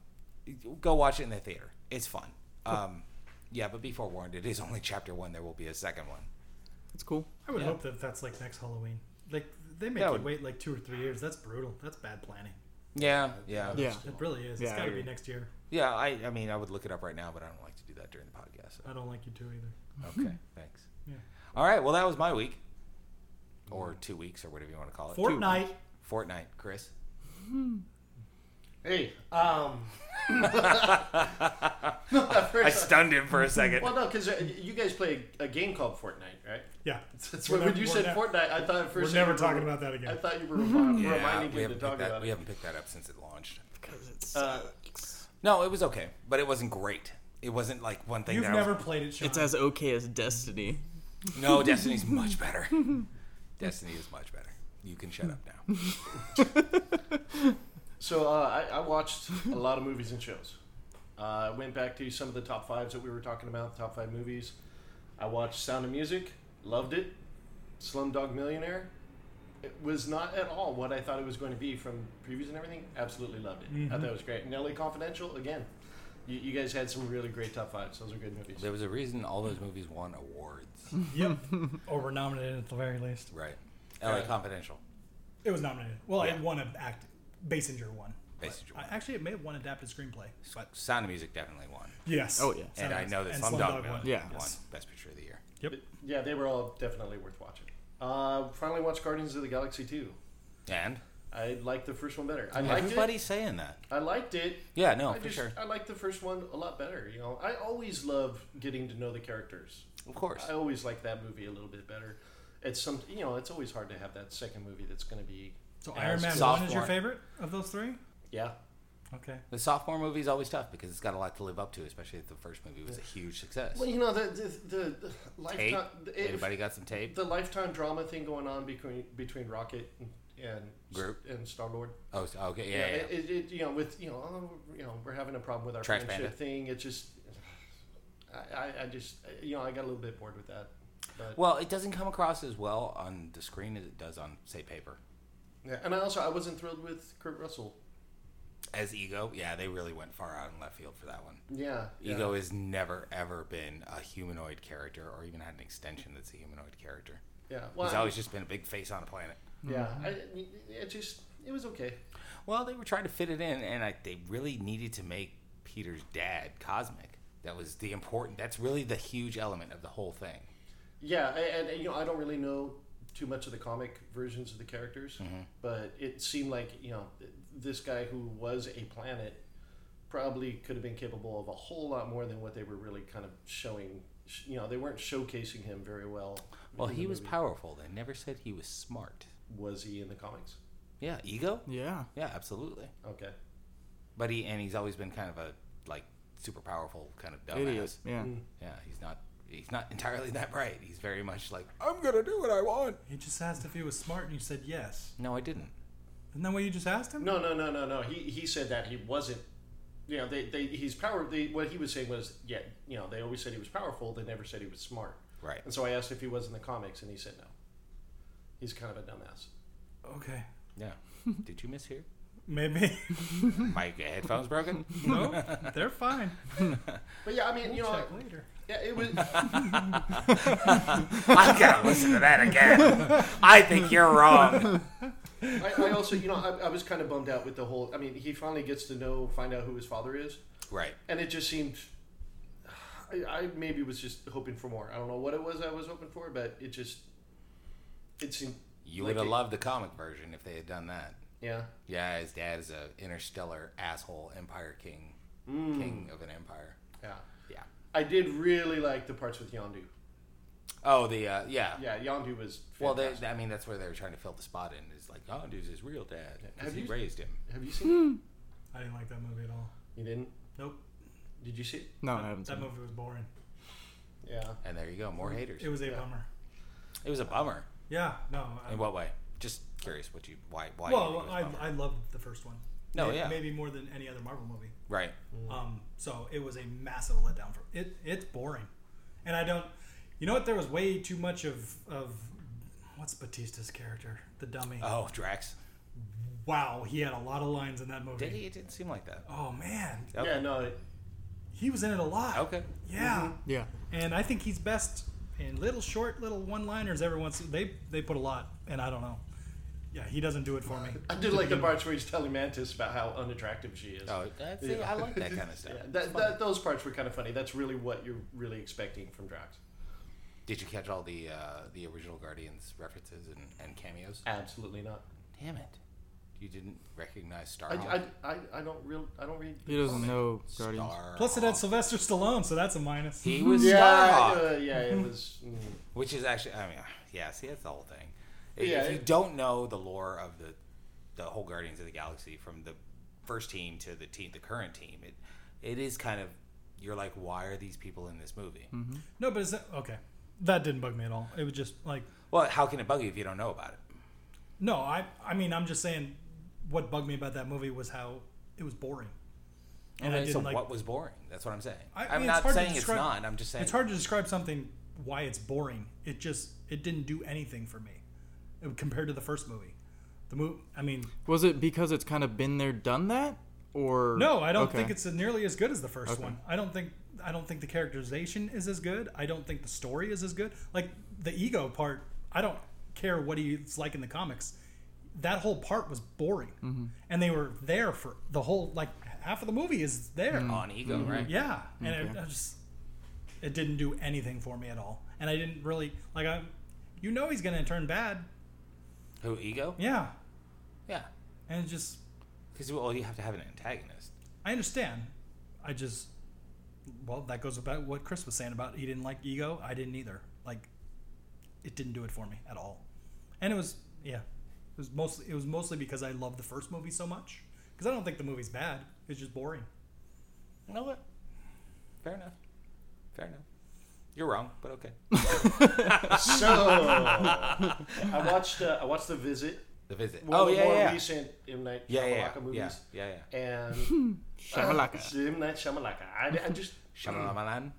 [SPEAKER 1] go watch it in the theater. It's fun. Um, yeah, but be forewarned, it is only chapter one. There will be a second one.
[SPEAKER 3] That's cool.
[SPEAKER 2] I would
[SPEAKER 1] Yeah.
[SPEAKER 2] hope that that's like next Halloween. Like they make
[SPEAKER 1] That
[SPEAKER 2] you
[SPEAKER 1] would-
[SPEAKER 2] wait like two or three years. That's brutal. That's bad planning.
[SPEAKER 1] Yeah, yeah,
[SPEAKER 3] Yeah.
[SPEAKER 2] It really is.
[SPEAKER 3] Yeah, I
[SPEAKER 2] it's got to be
[SPEAKER 3] agree.
[SPEAKER 2] next year.
[SPEAKER 1] yeah. I I mean, I would look it up right now, but I don't like to do that during the podcast. so-
[SPEAKER 2] I don't like you two either.
[SPEAKER 1] Okay, thanks.
[SPEAKER 2] Hmm. Yeah.
[SPEAKER 1] All right. Well, that was my week, or two weeks, or whatever you want to call it.
[SPEAKER 2] Fortnite.
[SPEAKER 1] Two- Fortnite, Chris.
[SPEAKER 4] Hey, um. no, at
[SPEAKER 1] I
[SPEAKER 4] first,
[SPEAKER 1] stunned him for a second.
[SPEAKER 4] well, no, because you guys play a game called Fortnite, right?
[SPEAKER 2] Yeah.
[SPEAKER 4] That's
[SPEAKER 2] We're
[SPEAKER 4] what, when
[SPEAKER 2] never-
[SPEAKER 4] you
[SPEAKER 2] we're
[SPEAKER 4] said
[SPEAKER 2] ne-
[SPEAKER 4] Fortnite, I thought at
[SPEAKER 2] We're
[SPEAKER 4] first you
[SPEAKER 2] never
[SPEAKER 4] were-
[SPEAKER 2] talking about that
[SPEAKER 4] I
[SPEAKER 2] again.
[SPEAKER 4] thought you were remi-
[SPEAKER 1] yeah,
[SPEAKER 4] reminding
[SPEAKER 1] we
[SPEAKER 4] me to
[SPEAKER 1] haven't,
[SPEAKER 4] talk
[SPEAKER 1] picked that,
[SPEAKER 4] about
[SPEAKER 1] we
[SPEAKER 4] it.
[SPEAKER 1] haven't picked that up since it launched.
[SPEAKER 3] Because it's.
[SPEAKER 4] Uh,
[SPEAKER 1] No, it was okay, but it wasn't great. It wasn't like one thing.
[SPEAKER 2] You've
[SPEAKER 1] that I was-
[SPEAKER 2] never played it, Sean.
[SPEAKER 3] it's as okay as Destiny.
[SPEAKER 1] no, Destiny's much better. Destiny is much better. You can shut up now.
[SPEAKER 4] So uh, I, I watched a lot of movies and shows. Uh, I went back to some of the top fives that we were talking about, the top five movies. I watched Sound of Music, loved it. Slumdog Millionaire, it was not at all what I thought it was going to be from previews and everything. Absolutely loved it.
[SPEAKER 2] Mm-hmm.
[SPEAKER 4] I thought it was great. And LA Confidential, again, you, you guys had some really great top fives. Those are good movies.
[SPEAKER 1] There was a reason all those movies won awards,
[SPEAKER 2] Yep. or were nominated at the very least.
[SPEAKER 1] right? L.A.
[SPEAKER 4] Yeah.
[SPEAKER 1] Confidential.
[SPEAKER 2] It was nominated. Well,
[SPEAKER 1] Yeah.
[SPEAKER 2] it won an act. Basinger won. but
[SPEAKER 1] Basinger
[SPEAKER 2] I-
[SPEAKER 1] won.
[SPEAKER 2] Actually, it may have won adapted screenplay. But
[SPEAKER 1] Sound of Music definitely won,
[SPEAKER 2] yes.
[SPEAKER 3] Oh, yeah.
[SPEAKER 1] and I know that
[SPEAKER 2] And
[SPEAKER 1] Slumdog
[SPEAKER 2] won.
[SPEAKER 1] Millionaire
[SPEAKER 3] Yeah.
[SPEAKER 1] won
[SPEAKER 2] Yes.
[SPEAKER 1] Best Picture of the Year.
[SPEAKER 2] Yep.
[SPEAKER 4] But, yeah, they were all definitely worth watching. Uh, finally watched Guardians of the Galaxy 2.
[SPEAKER 1] And
[SPEAKER 4] I liked the first one better. I liked it.
[SPEAKER 1] everybody's saying that.
[SPEAKER 4] I liked it.
[SPEAKER 1] Yeah, no,
[SPEAKER 4] I
[SPEAKER 1] Oh, for
[SPEAKER 4] just,
[SPEAKER 1] sure,
[SPEAKER 4] I like the first one a lot better. You know, I always love getting to know the characters.
[SPEAKER 1] of course.
[SPEAKER 4] I always like that movie a little bit better. It's some, you know, it's always hard to have that second movie that's going to be.
[SPEAKER 2] So
[SPEAKER 4] as-
[SPEAKER 2] Iron Man
[SPEAKER 1] Sophomore.
[SPEAKER 2] 1 is your favorite of those three?
[SPEAKER 4] Yeah,
[SPEAKER 2] Okay.
[SPEAKER 1] The sophomore movie is always tough because it's got a lot to live up to, especially if the first movie was a huge success.
[SPEAKER 4] well, you know, the the, the, the
[SPEAKER 1] Tape?
[SPEAKER 4] lifetime, it-
[SPEAKER 1] Anybody got some tape?
[SPEAKER 4] the lifetime drama thing going on between between Rocket and. And,
[SPEAKER 1] Groot.
[SPEAKER 4] and Star Lord.
[SPEAKER 1] Oh, so- okay, yeah, yeah. yeah.
[SPEAKER 4] It, it, you know, with you know, oh, you know, we're having a problem with our
[SPEAKER 1] Trash
[SPEAKER 4] friendship
[SPEAKER 1] Panda.
[SPEAKER 4] thing. It's just, I, I, I just, you know, I got a little bit bored with that. But
[SPEAKER 1] Well, it doesn't come across as well on the screen as it does on, say, paper.
[SPEAKER 4] Yeah, and I also I wasn't thrilled with Kurt Russell.
[SPEAKER 1] As ego, yeah, they really went far out in left field for that one.
[SPEAKER 4] Yeah, yeah.
[SPEAKER 1] Ego has never ever been a humanoid character, or even had an extension that's a humanoid character.
[SPEAKER 4] Yeah, well,
[SPEAKER 1] He's always just been a big face on a planet.
[SPEAKER 4] yeah. I, it just it was okay.
[SPEAKER 1] Well, they were trying to fit it in, and I, they really needed to make Peter's dad cosmic. That was the important. That's really the huge element of the whole thing.
[SPEAKER 4] Yeah, a- and, and you know I don't really know too much of the comic versions of the characters, but it seemed like you know th- this guy who was a planet probably could have been capable of a whole lot more than what they were really kind of showing. Sh- You know, they weren't showcasing him very well.
[SPEAKER 1] Well,
[SPEAKER 4] in the
[SPEAKER 1] he was
[SPEAKER 4] movie.
[SPEAKER 1] powerful. They never said he was smart.
[SPEAKER 4] was he in the comics?
[SPEAKER 1] Yeah, ego.
[SPEAKER 3] Yeah.
[SPEAKER 1] Yeah, absolutely.
[SPEAKER 4] Okay.
[SPEAKER 1] But he and he's always been kind of a like super powerful kind of dumbass.
[SPEAKER 2] Mm.
[SPEAKER 3] Idiot. Yeah.
[SPEAKER 1] Yeah, he's not he's not entirely that bright. He's very much like I'm gonna do what I want.
[SPEAKER 2] He just asked if he was smart, and you said yes.
[SPEAKER 1] No, I didn't.
[SPEAKER 2] Isn't that what you just asked him?
[SPEAKER 4] No, no, no, no, no. He he said that he wasn't. You know, they, they he's power. They, what he was saying was, yeah, you know, they always said he was powerful. They never said he was smart.
[SPEAKER 1] Right.
[SPEAKER 4] And so I asked if he was in the comics, and he said no. He's kind of a dumbass.
[SPEAKER 2] Okay.
[SPEAKER 1] Yeah. Did you miss here?
[SPEAKER 2] Maybe.
[SPEAKER 1] My headphones broken?
[SPEAKER 2] no, they're fine.
[SPEAKER 4] But yeah, I mean, you know,
[SPEAKER 2] Check later.
[SPEAKER 4] yeah, it was.
[SPEAKER 1] I'm gonna listen to that again. I think you're wrong.
[SPEAKER 4] I, I also, you know, I, I was kind of bummed out with the whole. I mean, he finally gets to know, find out who his father is,
[SPEAKER 1] Right.
[SPEAKER 4] and it just seemed. I, I maybe was just hoping for more. I don't know what it was I was hoping for, but it just. It seemed.
[SPEAKER 1] You
[SPEAKER 4] like
[SPEAKER 1] would have
[SPEAKER 4] it-
[SPEAKER 1] loved the comic version if they had done that.
[SPEAKER 4] Yeah.
[SPEAKER 1] Yeah, his dad is a interstellar asshole empire king, king of an empire.
[SPEAKER 4] Yeah.
[SPEAKER 1] Yeah.
[SPEAKER 4] I did really like the parts with Yondu.
[SPEAKER 1] Oh, the uh, yeah.
[SPEAKER 4] Yeah, Yondu was.
[SPEAKER 1] Well, they,
[SPEAKER 4] fantastic.
[SPEAKER 1] I mean, that's where they were trying to fill the spot in. Is like, oh, dude's his real dad because
[SPEAKER 4] Have
[SPEAKER 1] he
[SPEAKER 4] you-
[SPEAKER 1] raised him.
[SPEAKER 4] Have you
[SPEAKER 1] Hmm.
[SPEAKER 4] seen?
[SPEAKER 2] I didn't like that movie at all.
[SPEAKER 4] it? You didn't?
[SPEAKER 2] Nope.
[SPEAKER 4] Did you see? it?
[SPEAKER 3] No, I haven't seen
[SPEAKER 2] that
[SPEAKER 3] it.
[SPEAKER 2] movie was boring.
[SPEAKER 4] Yeah.
[SPEAKER 1] And there you go, more haters.
[SPEAKER 2] It was a
[SPEAKER 4] Yeah.
[SPEAKER 2] bummer.
[SPEAKER 1] It was a bummer.
[SPEAKER 2] Yeah. No. I,
[SPEAKER 1] In what way? Just curious, what you why why? you
[SPEAKER 2] well,
[SPEAKER 1] think it was a
[SPEAKER 2] I,
[SPEAKER 1] bummer.
[SPEAKER 2] I loved the first one.
[SPEAKER 1] No,
[SPEAKER 2] May-
[SPEAKER 1] yeah. Mm.
[SPEAKER 2] Maybe more than any other Marvel movie.
[SPEAKER 1] right.
[SPEAKER 2] Um, so it was a massive letdown for it. It's boring, and I don't. You know what? There was way too much of of what's Batista's character, the dummy.
[SPEAKER 1] Oh, Drax.
[SPEAKER 2] wow, he had a lot of lines in that movie.
[SPEAKER 1] Did he? It didn't seem like that.
[SPEAKER 2] Oh man,
[SPEAKER 1] Okay.
[SPEAKER 4] Yeah. No. It,
[SPEAKER 2] he was in it a lot.
[SPEAKER 1] Okay. Mm-hmm.
[SPEAKER 2] Yeah,
[SPEAKER 3] Yeah.
[SPEAKER 2] and I think he's best in little short little one liners. Every once they they put a lot, and I don't know. Yeah, he doesn't do it for me.
[SPEAKER 4] I did like the parts where he's telling Mantis about how unattractive she is.
[SPEAKER 1] Oh, that's, see, I like that kind of stuff.
[SPEAKER 4] Yeah, that, that, those parts were kind of funny. That's really what you're really expecting from Drax.
[SPEAKER 1] Did you catch all the uh, the original Guardians references and, and cameos?
[SPEAKER 4] Absolutely not.
[SPEAKER 1] Damn it! You didn't recognize Star.
[SPEAKER 4] I, I, I, I don't real I don't read.
[SPEAKER 3] He doesn't know Guardians.
[SPEAKER 2] Plus, it had Sylvester Stallone, so that's a minus.
[SPEAKER 1] He was
[SPEAKER 4] Yeah,
[SPEAKER 1] Starhawk.
[SPEAKER 4] uh, yeah, it was. mm.
[SPEAKER 1] Which is actually, I mean, uh, yeah, see, that's the whole thing. If,
[SPEAKER 4] Yeah,
[SPEAKER 1] if you
[SPEAKER 4] it-
[SPEAKER 1] don't know the lore of the the whole Guardians of the Galaxy from the first team to the team, the current team, it it is kind of you're like, why are these people in this movie?
[SPEAKER 2] No, but is that okay? That didn't bug me at all. It was just like
[SPEAKER 1] Well, how can it bug you if you don't know about it?
[SPEAKER 2] No, I I mean I'm just saying what bugged me about that movie was how it was boring. And I
[SPEAKER 1] Okay,
[SPEAKER 2] didn't
[SPEAKER 1] so
[SPEAKER 2] like
[SPEAKER 1] what was boring? That's what I'm saying.
[SPEAKER 2] I
[SPEAKER 1] am
[SPEAKER 2] mean, it's
[SPEAKER 1] not
[SPEAKER 2] hard to
[SPEAKER 1] saying it's
[SPEAKER 2] describe-
[SPEAKER 1] not. I'm just saying
[SPEAKER 2] it's hard to describe something why it's boring. It just it didn't do anything for me uh, compared to the first movie. The movie I mean
[SPEAKER 3] Was it because it's kind of been there, done that, or
[SPEAKER 2] no, I don't
[SPEAKER 3] Okay.
[SPEAKER 2] think it's nearly as good as the first one. I don't think I don't think the characterization is as good. I don't think the story is as good. Like the ego part, I don't care what he's like in the comics. That whole part was boring,
[SPEAKER 3] Mm-hmm.
[SPEAKER 2] and they were there for the whole like half of the movie is there.
[SPEAKER 3] Mm.
[SPEAKER 1] on ego, right?
[SPEAKER 2] Yeah, and it, I just it didn't do anything for me at all, and I didn't really like. I, you know, he's gonna turn bad.
[SPEAKER 1] Who ego?
[SPEAKER 2] Yeah,
[SPEAKER 1] Yeah,
[SPEAKER 2] and it just
[SPEAKER 1] because well, you have to have an antagonist.
[SPEAKER 2] I understand. I just, well, that goes about what Chris was saying about he didn't like ego. I didn't either. Like, it didn't do it for me at all. And it was, yeah, it was mostly it was mostly because I loved the first movie so much. Because I don't think the movie's bad. It's just boring.
[SPEAKER 1] You know what? Fair enough. Fair enough. You're wrong, but okay.
[SPEAKER 4] So I watched uh, I watched The Visit.
[SPEAKER 1] The visit.
[SPEAKER 4] one
[SPEAKER 1] oh
[SPEAKER 4] of the
[SPEAKER 1] yeah,
[SPEAKER 4] more
[SPEAKER 1] yeah.
[SPEAKER 4] recent M Night
[SPEAKER 1] Yeah, yeah, yeah,
[SPEAKER 4] Shyamalan
[SPEAKER 1] yeah,
[SPEAKER 4] movies.
[SPEAKER 1] yeah, yeah.
[SPEAKER 4] And
[SPEAKER 3] Shamalaka.
[SPEAKER 4] M Night Shyamalan. I, I just
[SPEAKER 1] Shyamalan.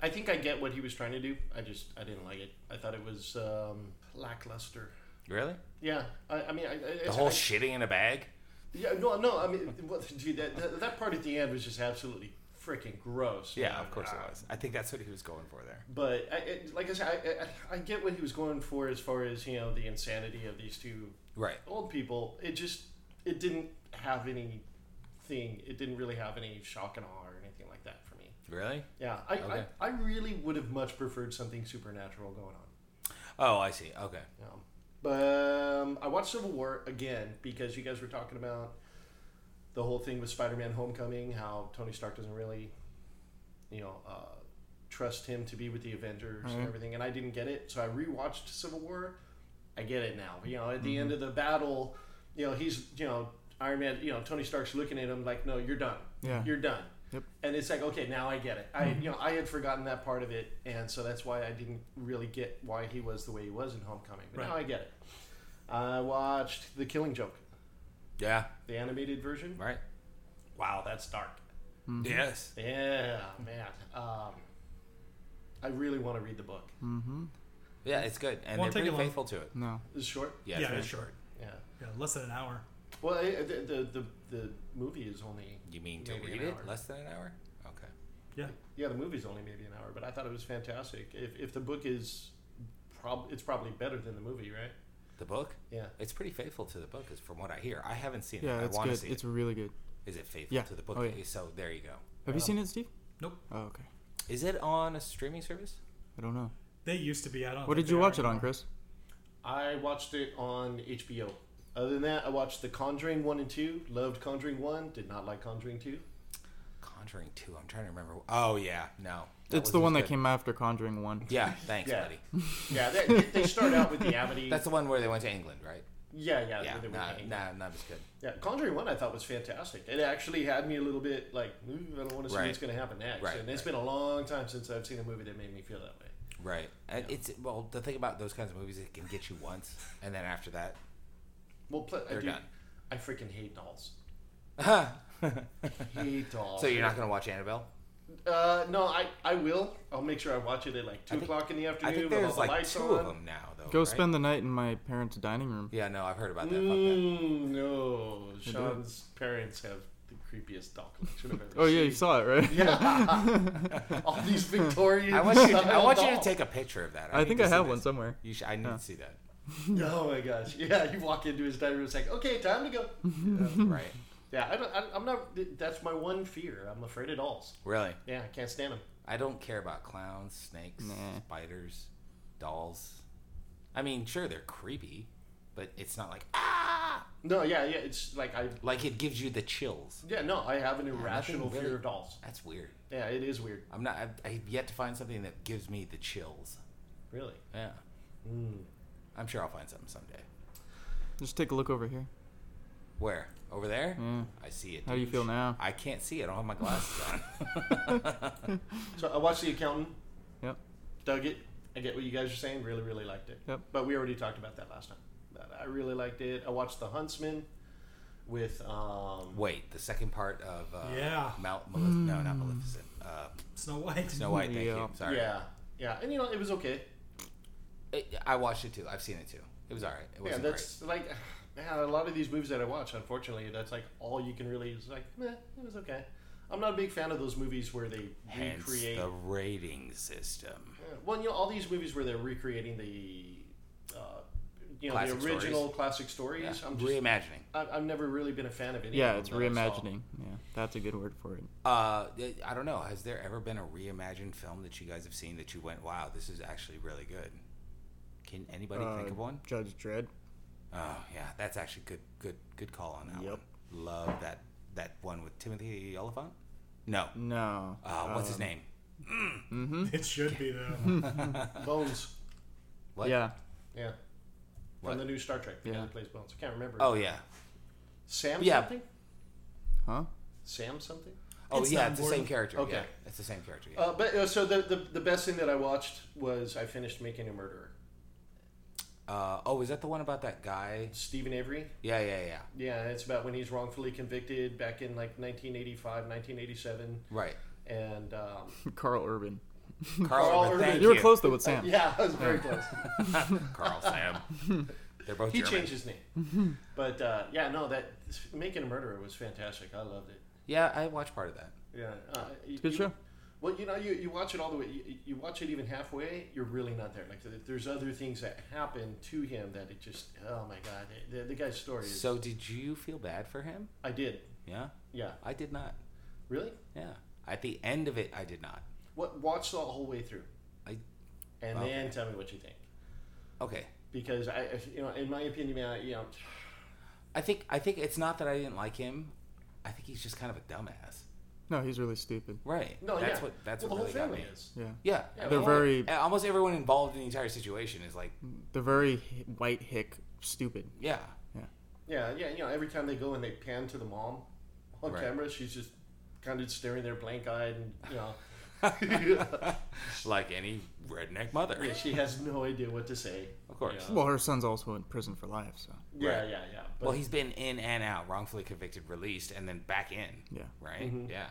[SPEAKER 4] I think I get what he was trying to do. I just I didn't like it. I thought it was um, lackluster.
[SPEAKER 1] Really?
[SPEAKER 4] Yeah, I, I mean, I, I,
[SPEAKER 1] The
[SPEAKER 4] it's-
[SPEAKER 1] whole
[SPEAKER 4] I-
[SPEAKER 1] shitting in a bag?
[SPEAKER 4] Yeah, no, no. I mean, what, dude, that, that that part at the end was just absolutely freaking gross.
[SPEAKER 1] Yeah,
[SPEAKER 4] man.
[SPEAKER 1] of course it
[SPEAKER 4] Ah.
[SPEAKER 1] was. I think that's what he was going for there.
[SPEAKER 4] But I, it, like I said, I, I, I get what he was going for as far as you know the insanity of these two
[SPEAKER 1] Right.
[SPEAKER 4] old people. It just it didn't have anything. It didn't really have any shock and awe or anything like that for me.
[SPEAKER 1] Really?
[SPEAKER 4] Yeah, I
[SPEAKER 1] Okay.
[SPEAKER 4] I, I really would have much preferred something supernatural going on.
[SPEAKER 1] Oh, I see. Okay.
[SPEAKER 4] Yeah. But um, I watched Civil War again because you guys were talking about the whole thing with Spider-Man: Homecoming, how Tony Stark doesn't really, you know, uh, trust him to be with the Avengers and everything, and I didn't get it, so I rewatched Civil War. I get it now. You know, at the
[SPEAKER 3] Mm-hmm.
[SPEAKER 4] end of the battle, you know, he's you know Iron Man. You know, Tony Stark's looking at him like, "No, you're done.
[SPEAKER 3] Yeah.
[SPEAKER 4] You're done."
[SPEAKER 3] Yep. Mm-hmm.
[SPEAKER 4] And it's like, okay, now I get it. I, you know, I had forgotten that part of it, and so that's why I didn't really get why he was the way he was in Homecoming. But now
[SPEAKER 2] Right.
[SPEAKER 4] I get it. I watched The Killing Joke,
[SPEAKER 1] Yeah.
[SPEAKER 4] the animated version.
[SPEAKER 1] Right.
[SPEAKER 4] Wow, that's dark.
[SPEAKER 1] Yes.
[SPEAKER 4] Yeah, man. Um, I really want to read the book.
[SPEAKER 1] Yeah, it's good, and
[SPEAKER 2] Won't
[SPEAKER 1] they're pretty
[SPEAKER 2] take you long.
[SPEAKER 1] faithful to it.
[SPEAKER 3] No.
[SPEAKER 4] It's short.
[SPEAKER 1] Yeah.
[SPEAKER 2] yeah,
[SPEAKER 1] it's
[SPEAKER 2] it's
[SPEAKER 1] very-
[SPEAKER 2] short.
[SPEAKER 4] Yeah.
[SPEAKER 2] Yeah, less than an hour.
[SPEAKER 4] Well, it, the, the the the movie is only
[SPEAKER 1] You mean to
[SPEAKER 4] maybe an
[SPEAKER 1] read it
[SPEAKER 4] hour.
[SPEAKER 1] less than an hour? Okay.
[SPEAKER 2] Yeah,
[SPEAKER 4] Yeah, the movie's only maybe an hour, but I thought it was fantastic. If, if the book is, prob- it's probably better than the movie, right?
[SPEAKER 1] The book?
[SPEAKER 4] Yeah.
[SPEAKER 1] It's pretty faithful to the book, is from what I hear. I haven't seen it.
[SPEAKER 3] Yeah,
[SPEAKER 1] I
[SPEAKER 3] it's
[SPEAKER 1] want to
[SPEAKER 3] good.
[SPEAKER 1] see
[SPEAKER 3] It's
[SPEAKER 1] it.
[SPEAKER 3] really good.
[SPEAKER 1] Is it faithful
[SPEAKER 3] Yeah.
[SPEAKER 1] to the book?
[SPEAKER 3] Oh, yeah.
[SPEAKER 1] So there you go.
[SPEAKER 3] Have you seen it, Steve?
[SPEAKER 2] nope.
[SPEAKER 3] Oh, okay.
[SPEAKER 1] Is it on a streaming service?
[SPEAKER 3] I don't know.
[SPEAKER 2] They used to be. I don't.
[SPEAKER 3] What
[SPEAKER 2] think
[SPEAKER 3] did you
[SPEAKER 2] they
[SPEAKER 3] watch
[SPEAKER 2] are
[SPEAKER 3] it on,
[SPEAKER 2] anymore.
[SPEAKER 3] Chris?
[SPEAKER 4] I watched it on HBO. Other than that, I watched The Conjuring 1 and 2. Loved Conjuring 1, did not like Conjuring 2.
[SPEAKER 1] Conjuring Two. I'm trying to remember. Oh yeah, no.
[SPEAKER 3] it's the one that
[SPEAKER 1] wasn't as
[SPEAKER 3] came after Conjuring One.
[SPEAKER 1] good. Yeah. Thanks,
[SPEAKER 4] Yeah.
[SPEAKER 1] buddy.
[SPEAKER 4] Yeah, they, they start out with the Amity.
[SPEAKER 1] That's the one where they went to England, right?
[SPEAKER 4] yeah, yeah,
[SPEAKER 1] Yeah.
[SPEAKER 4] where they were
[SPEAKER 1] Nah,
[SPEAKER 4] hanging.
[SPEAKER 1] nah, not as good.
[SPEAKER 4] yeah. Conjuring 1 I thought was fantastic. It actually had me a little bit like, "Ooh, I don't want to see
[SPEAKER 1] Right.
[SPEAKER 4] what's going to happen next.
[SPEAKER 1] Right,
[SPEAKER 4] and it's
[SPEAKER 1] right.
[SPEAKER 4] been a long time since I've seen a movie that made me feel that way.
[SPEAKER 1] Right. And Uh, It's well, the thing about those kinds of movies, it can get you once, and then after that,
[SPEAKER 4] Well, pl- I,
[SPEAKER 1] They're
[SPEAKER 4] do,
[SPEAKER 1] done.
[SPEAKER 4] I freaking hate dolls. hate dolls.
[SPEAKER 1] so you're not gonna watch Annabelle.
[SPEAKER 4] Uh, no, I, I will. I'll make sure I watch it at like two
[SPEAKER 1] think-
[SPEAKER 4] o'clock in the
[SPEAKER 1] I
[SPEAKER 4] afternoon.
[SPEAKER 1] think
[SPEAKER 4] with all
[SPEAKER 1] there's
[SPEAKER 4] the
[SPEAKER 1] like
[SPEAKER 4] lights
[SPEAKER 1] two
[SPEAKER 4] on.
[SPEAKER 1] of them now, though.
[SPEAKER 3] Go
[SPEAKER 1] right?
[SPEAKER 3] spend the night in my parents' dining room.
[SPEAKER 1] Yeah, no, I've heard about that. Fuck
[SPEAKER 4] Mm, no, Sean's parents have the creepiest doll collection I've ever
[SPEAKER 3] Oh yeah, you
[SPEAKER 4] seen.
[SPEAKER 3] saw it, right?
[SPEAKER 4] Yeah. all these Victorian.
[SPEAKER 1] that. I want you. To, I
[SPEAKER 4] style
[SPEAKER 1] want you to
[SPEAKER 4] dolls.
[SPEAKER 1] take a picture of that.
[SPEAKER 3] I
[SPEAKER 1] need
[SPEAKER 3] think
[SPEAKER 1] to
[SPEAKER 3] I
[SPEAKER 1] see
[SPEAKER 3] have
[SPEAKER 1] this.
[SPEAKER 3] one somewhere.
[SPEAKER 1] You should. I need to see that.
[SPEAKER 4] Oh my gosh! Yeah, you walk into his dining room. It's like, okay, time to go. Yeah.
[SPEAKER 1] Right.
[SPEAKER 4] yeah, I don't. I, I'm not. That's my one fear. I'm afraid of dolls.
[SPEAKER 1] Really.
[SPEAKER 4] Yeah, I can't stand them.
[SPEAKER 1] I don't care about clowns, snakes,
[SPEAKER 3] Nah.
[SPEAKER 1] spiders, dolls. I mean, sure, they're creepy, but it's not like ah,
[SPEAKER 4] No, yeah, yeah. It's like I.
[SPEAKER 1] like it gives you the chills.
[SPEAKER 4] Yeah, no, I have an irrational
[SPEAKER 1] really-
[SPEAKER 4] fear of dolls.
[SPEAKER 1] That's weird.
[SPEAKER 4] Yeah, it is weird.
[SPEAKER 1] I'm not. I've, I've yet to find something that gives me the chills.
[SPEAKER 4] Really. Mm.
[SPEAKER 1] Yeah, I'm sure I'll find something someday.
[SPEAKER 3] Just take a look over here.
[SPEAKER 1] Where? Over there?
[SPEAKER 3] Yeah.
[SPEAKER 1] I see it.
[SPEAKER 3] Hmm. How do you
[SPEAKER 1] dude.
[SPEAKER 3] feel now?
[SPEAKER 1] I can't see. I don't have my glasses on.
[SPEAKER 4] So I watched The Accountant.
[SPEAKER 3] Yep.
[SPEAKER 4] Dug it. I get what you guys are saying. Really, really liked it.
[SPEAKER 3] Yep.
[SPEAKER 4] But we already talked about that last time. But I really liked it. I watched The Huntsman with um
[SPEAKER 1] Wait, the second part of uh,
[SPEAKER 2] Yeah.
[SPEAKER 1] Mount Malef- no, not Maleficent. Uh,
[SPEAKER 2] Snow White.
[SPEAKER 1] Snow White. Thank
[SPEAKER 3] Yeah.
[SPEAKER 1] you. Sorry.
[SPEAKER 4] yeah, yeah, and you know it was okay.
[SPEAKER 1] It- I watched it too. I've seen it too. It was alright. It
[SPEAKER 4] yeah,
[SPEAKER 1] wasn't great.
[SPEAKER 4] that's like man, a lot of these movies that I watch. Unfortunately, that's like all you can really. It's like meh, it was okay. I'm not a big fan of those movies where they
[SPEAKER 1] Hence
[SPEAKER 4] recreate.
[SPEAKER 1] the rating system.
[SPEAKER 4] Yeah, Well, you know, all these movies where they're recreating the, uh, you know,
[SPEAKER 1] Classic
[SPEAKER 4] the
[SPEAKER 1] stories.
[SPEAKER 4] original classic stories.
[SPEAKER 1] Yeah.
[SPEAKER 4] I'm just,
[SPEAKER 1] reimagining.
[SPEAKER 4] I- I've never really been a fan of any.
[SPEAKER 3] Yeah,
[SPEAKER 4] of
[SPEAKER 3] it's
[SPEAKER 4] them that I saw.
[SPEAKER 3] reimagining. Yeah, that's a good word for it.
[SPEAKER 1] Uh, I don't know. Has there ever been a reimagined film that you guys have seen that you went, "Wow, this is actually really good"? Can anybody think
[SPEAKER 3] Uh,
[SPEAKER 1] of one?
[SPEAKER 3] Judge Dredd.
[SPEAKER 1] Oh yeah, that's actually good. Good. Good call on that
[SPEAKER 3] Yep.
[SPEAKER 1] one. Love that that one with Timothy Oliphant. No.
[SPEAKER 3] No.
[SPEAKER 1] Uh, what's his name?
[SPEAKER 2] It should be though.
[SPEAKER 4] Bones.
[SPEAKER 1] What?
[SPEAKER 3] Yeah.
[SPEAKER 4] Yeah.
[SPEAKER 1] What?
[SPEAKER 4] From the new Star Trek. The
[SPEAKER 3] Yeah.
[SPEAKER 4] guy that plays Bones. I can't remember.
[SPEAKER 1] Oh yeah.
[SPEAKER 4] Sam
[SPEAKER 1] yeah.
[SPEAKER 4] something?
[SPEAKER 3] Huh?
[SPEAKER 4] Sam something?
[SPEAKER 1] Oh
[SPEAKER 2] It's
[SPEAKER 1] yeah,
[SPEAKER 2] not
[SPEAKER 1] it's the same
[SPEAKER 2] important.
[SPEAKER 1] character.
[SPEAKER 4] Okay.
[SPEAKER 1] Yeah, it's the same character. Yeah.
[SPEAKER 4] Uh, but uh, so the, the the best thing that I watched was I finished Making a Murderer.
[SPEAKER 1] Uh, oh, is that the one about that guy?
[SPEAKER 4] Stephen Avery.
[SPEAKER 1] Yeah, yeah, yeah.
[SPEAKER 4] Yeah, it's about when he's wrongfully convicted back in like 1985, 1987.
[SPEAKER 1] Right.
[SPEAKER 4] And um,
[SPEAKER 3] Carl Urban.
[SPEAKER 1] Carl,
[SPEAKER 4] Carl
[SPEAKER 1] Urban,
[SPEAKER 4] Urban.
[SPEAKER 1] thank
[SPEAKER 3] You were close though with Sam.
[SPEAKER 4] yeah, I was very close.
[SPEAKER 1] Carl Sam. They're both
[SPEAKER 4] He
[SPEAKER 1] German.
[SPEAKER 4] changed his name. But uh, yeah, no, that Making a Murderer was fantastic. I loved it.
[SPEAKER 1] Yeah, I watched part of that.
[SPEAKER 4] Yeah, uh, you-
[SPEAKER 3] good
[SPEAKER 4] you-
[SPEAKER 3] show.
[SPEAKER 4] Well, you know, you, you watch it all the way. You, you watch it even halfway, you're really not there. Like th- there's other things that happen to him that it just. Oh my god, the, the guy's story. Is,
[SPEAKER 1] So did you feel bad for him?
[SPEAKER 4] I did.
[SPEAKER 1] Yeah,
[SPEAKER 4] Yeah,
[SPEAKER 1] I did not.
[SPEAKER 4] really.
[SPEAKER 1] Yeah, at the end of it, I did not.
[SPEAKER 4] What? Watch the whole way through,
[SPEAKER 1] I
[SPEAKER 4] and
[SPEAKER 1] Okay.
[SPEAKER 4] then tell me what you think.
[SPEAKER 1] okay.
[SPEAKER 4] Because I, if- you know, in my opinion, man, I- you know,
[SPEAKER 1] I think I think it's not that I didn't like him. I think he's just kind of a dumbass.
[SPEAKER 3] No, he's really stupid.
[SPEAKER 1] Right.
[SPEAKER 4] no,
[SPEAKER 1] that's
[SPEAKER 4] yeah.
[SPEAKER 1] what that's
[SPEAKER 4] well,
[SPEAKER 1] what
[SPEAKER 4] the
[SPEAKER 1] really
[SPEAKER 4] whole
[SPEAKER 1] got
[SPEAKER 4] family
[SPEAKER 1] me.
[SPEAKER 4] is.
[SPEAKER 3] Yeah.
[SPEAKER 1] Yeah,
[SPEAKER 4] Yeah,
[SPEAKER 3] They're
[SPEAKER 1] almost-
[SPEAKER 3] very
[SPEAKER 1] Almost everyone involved in the entire situation is like,
[SPEAKER 3] they're very h- white hick stupid.
[SPEAKER 1] yeah,
[SPEAKER 4] Yeah, yeah. You know, every time they go and they pan to the mom on
[SPEAKER 1] Right.
[SPEAKER 4] camera, she's just kind of staring there blank eyed and, you know.
[SPEAKER 1] like any redneck mother.
[SPEAKER 4] yeah, she has no idea what to say.
[SPEAKER 1] Of course.
[SPEAKER 4] Yeah.
[SPEAKER 3] Well, her son's also in prison for life, so
[SPEAKER 4] Yeah,
[SPEAKER 1] Right.
[SPEAKER 4] yeah, yeah. But
[SPEAKER 1] Well, he's been in and out, wrongfully convicted, released, and then back in.
[SPEAKER 3] yeah.
[SPEAKER 1] Right?
[SPEAKER 4] Mm-hmm.
[SPEAKER 1] Yeah.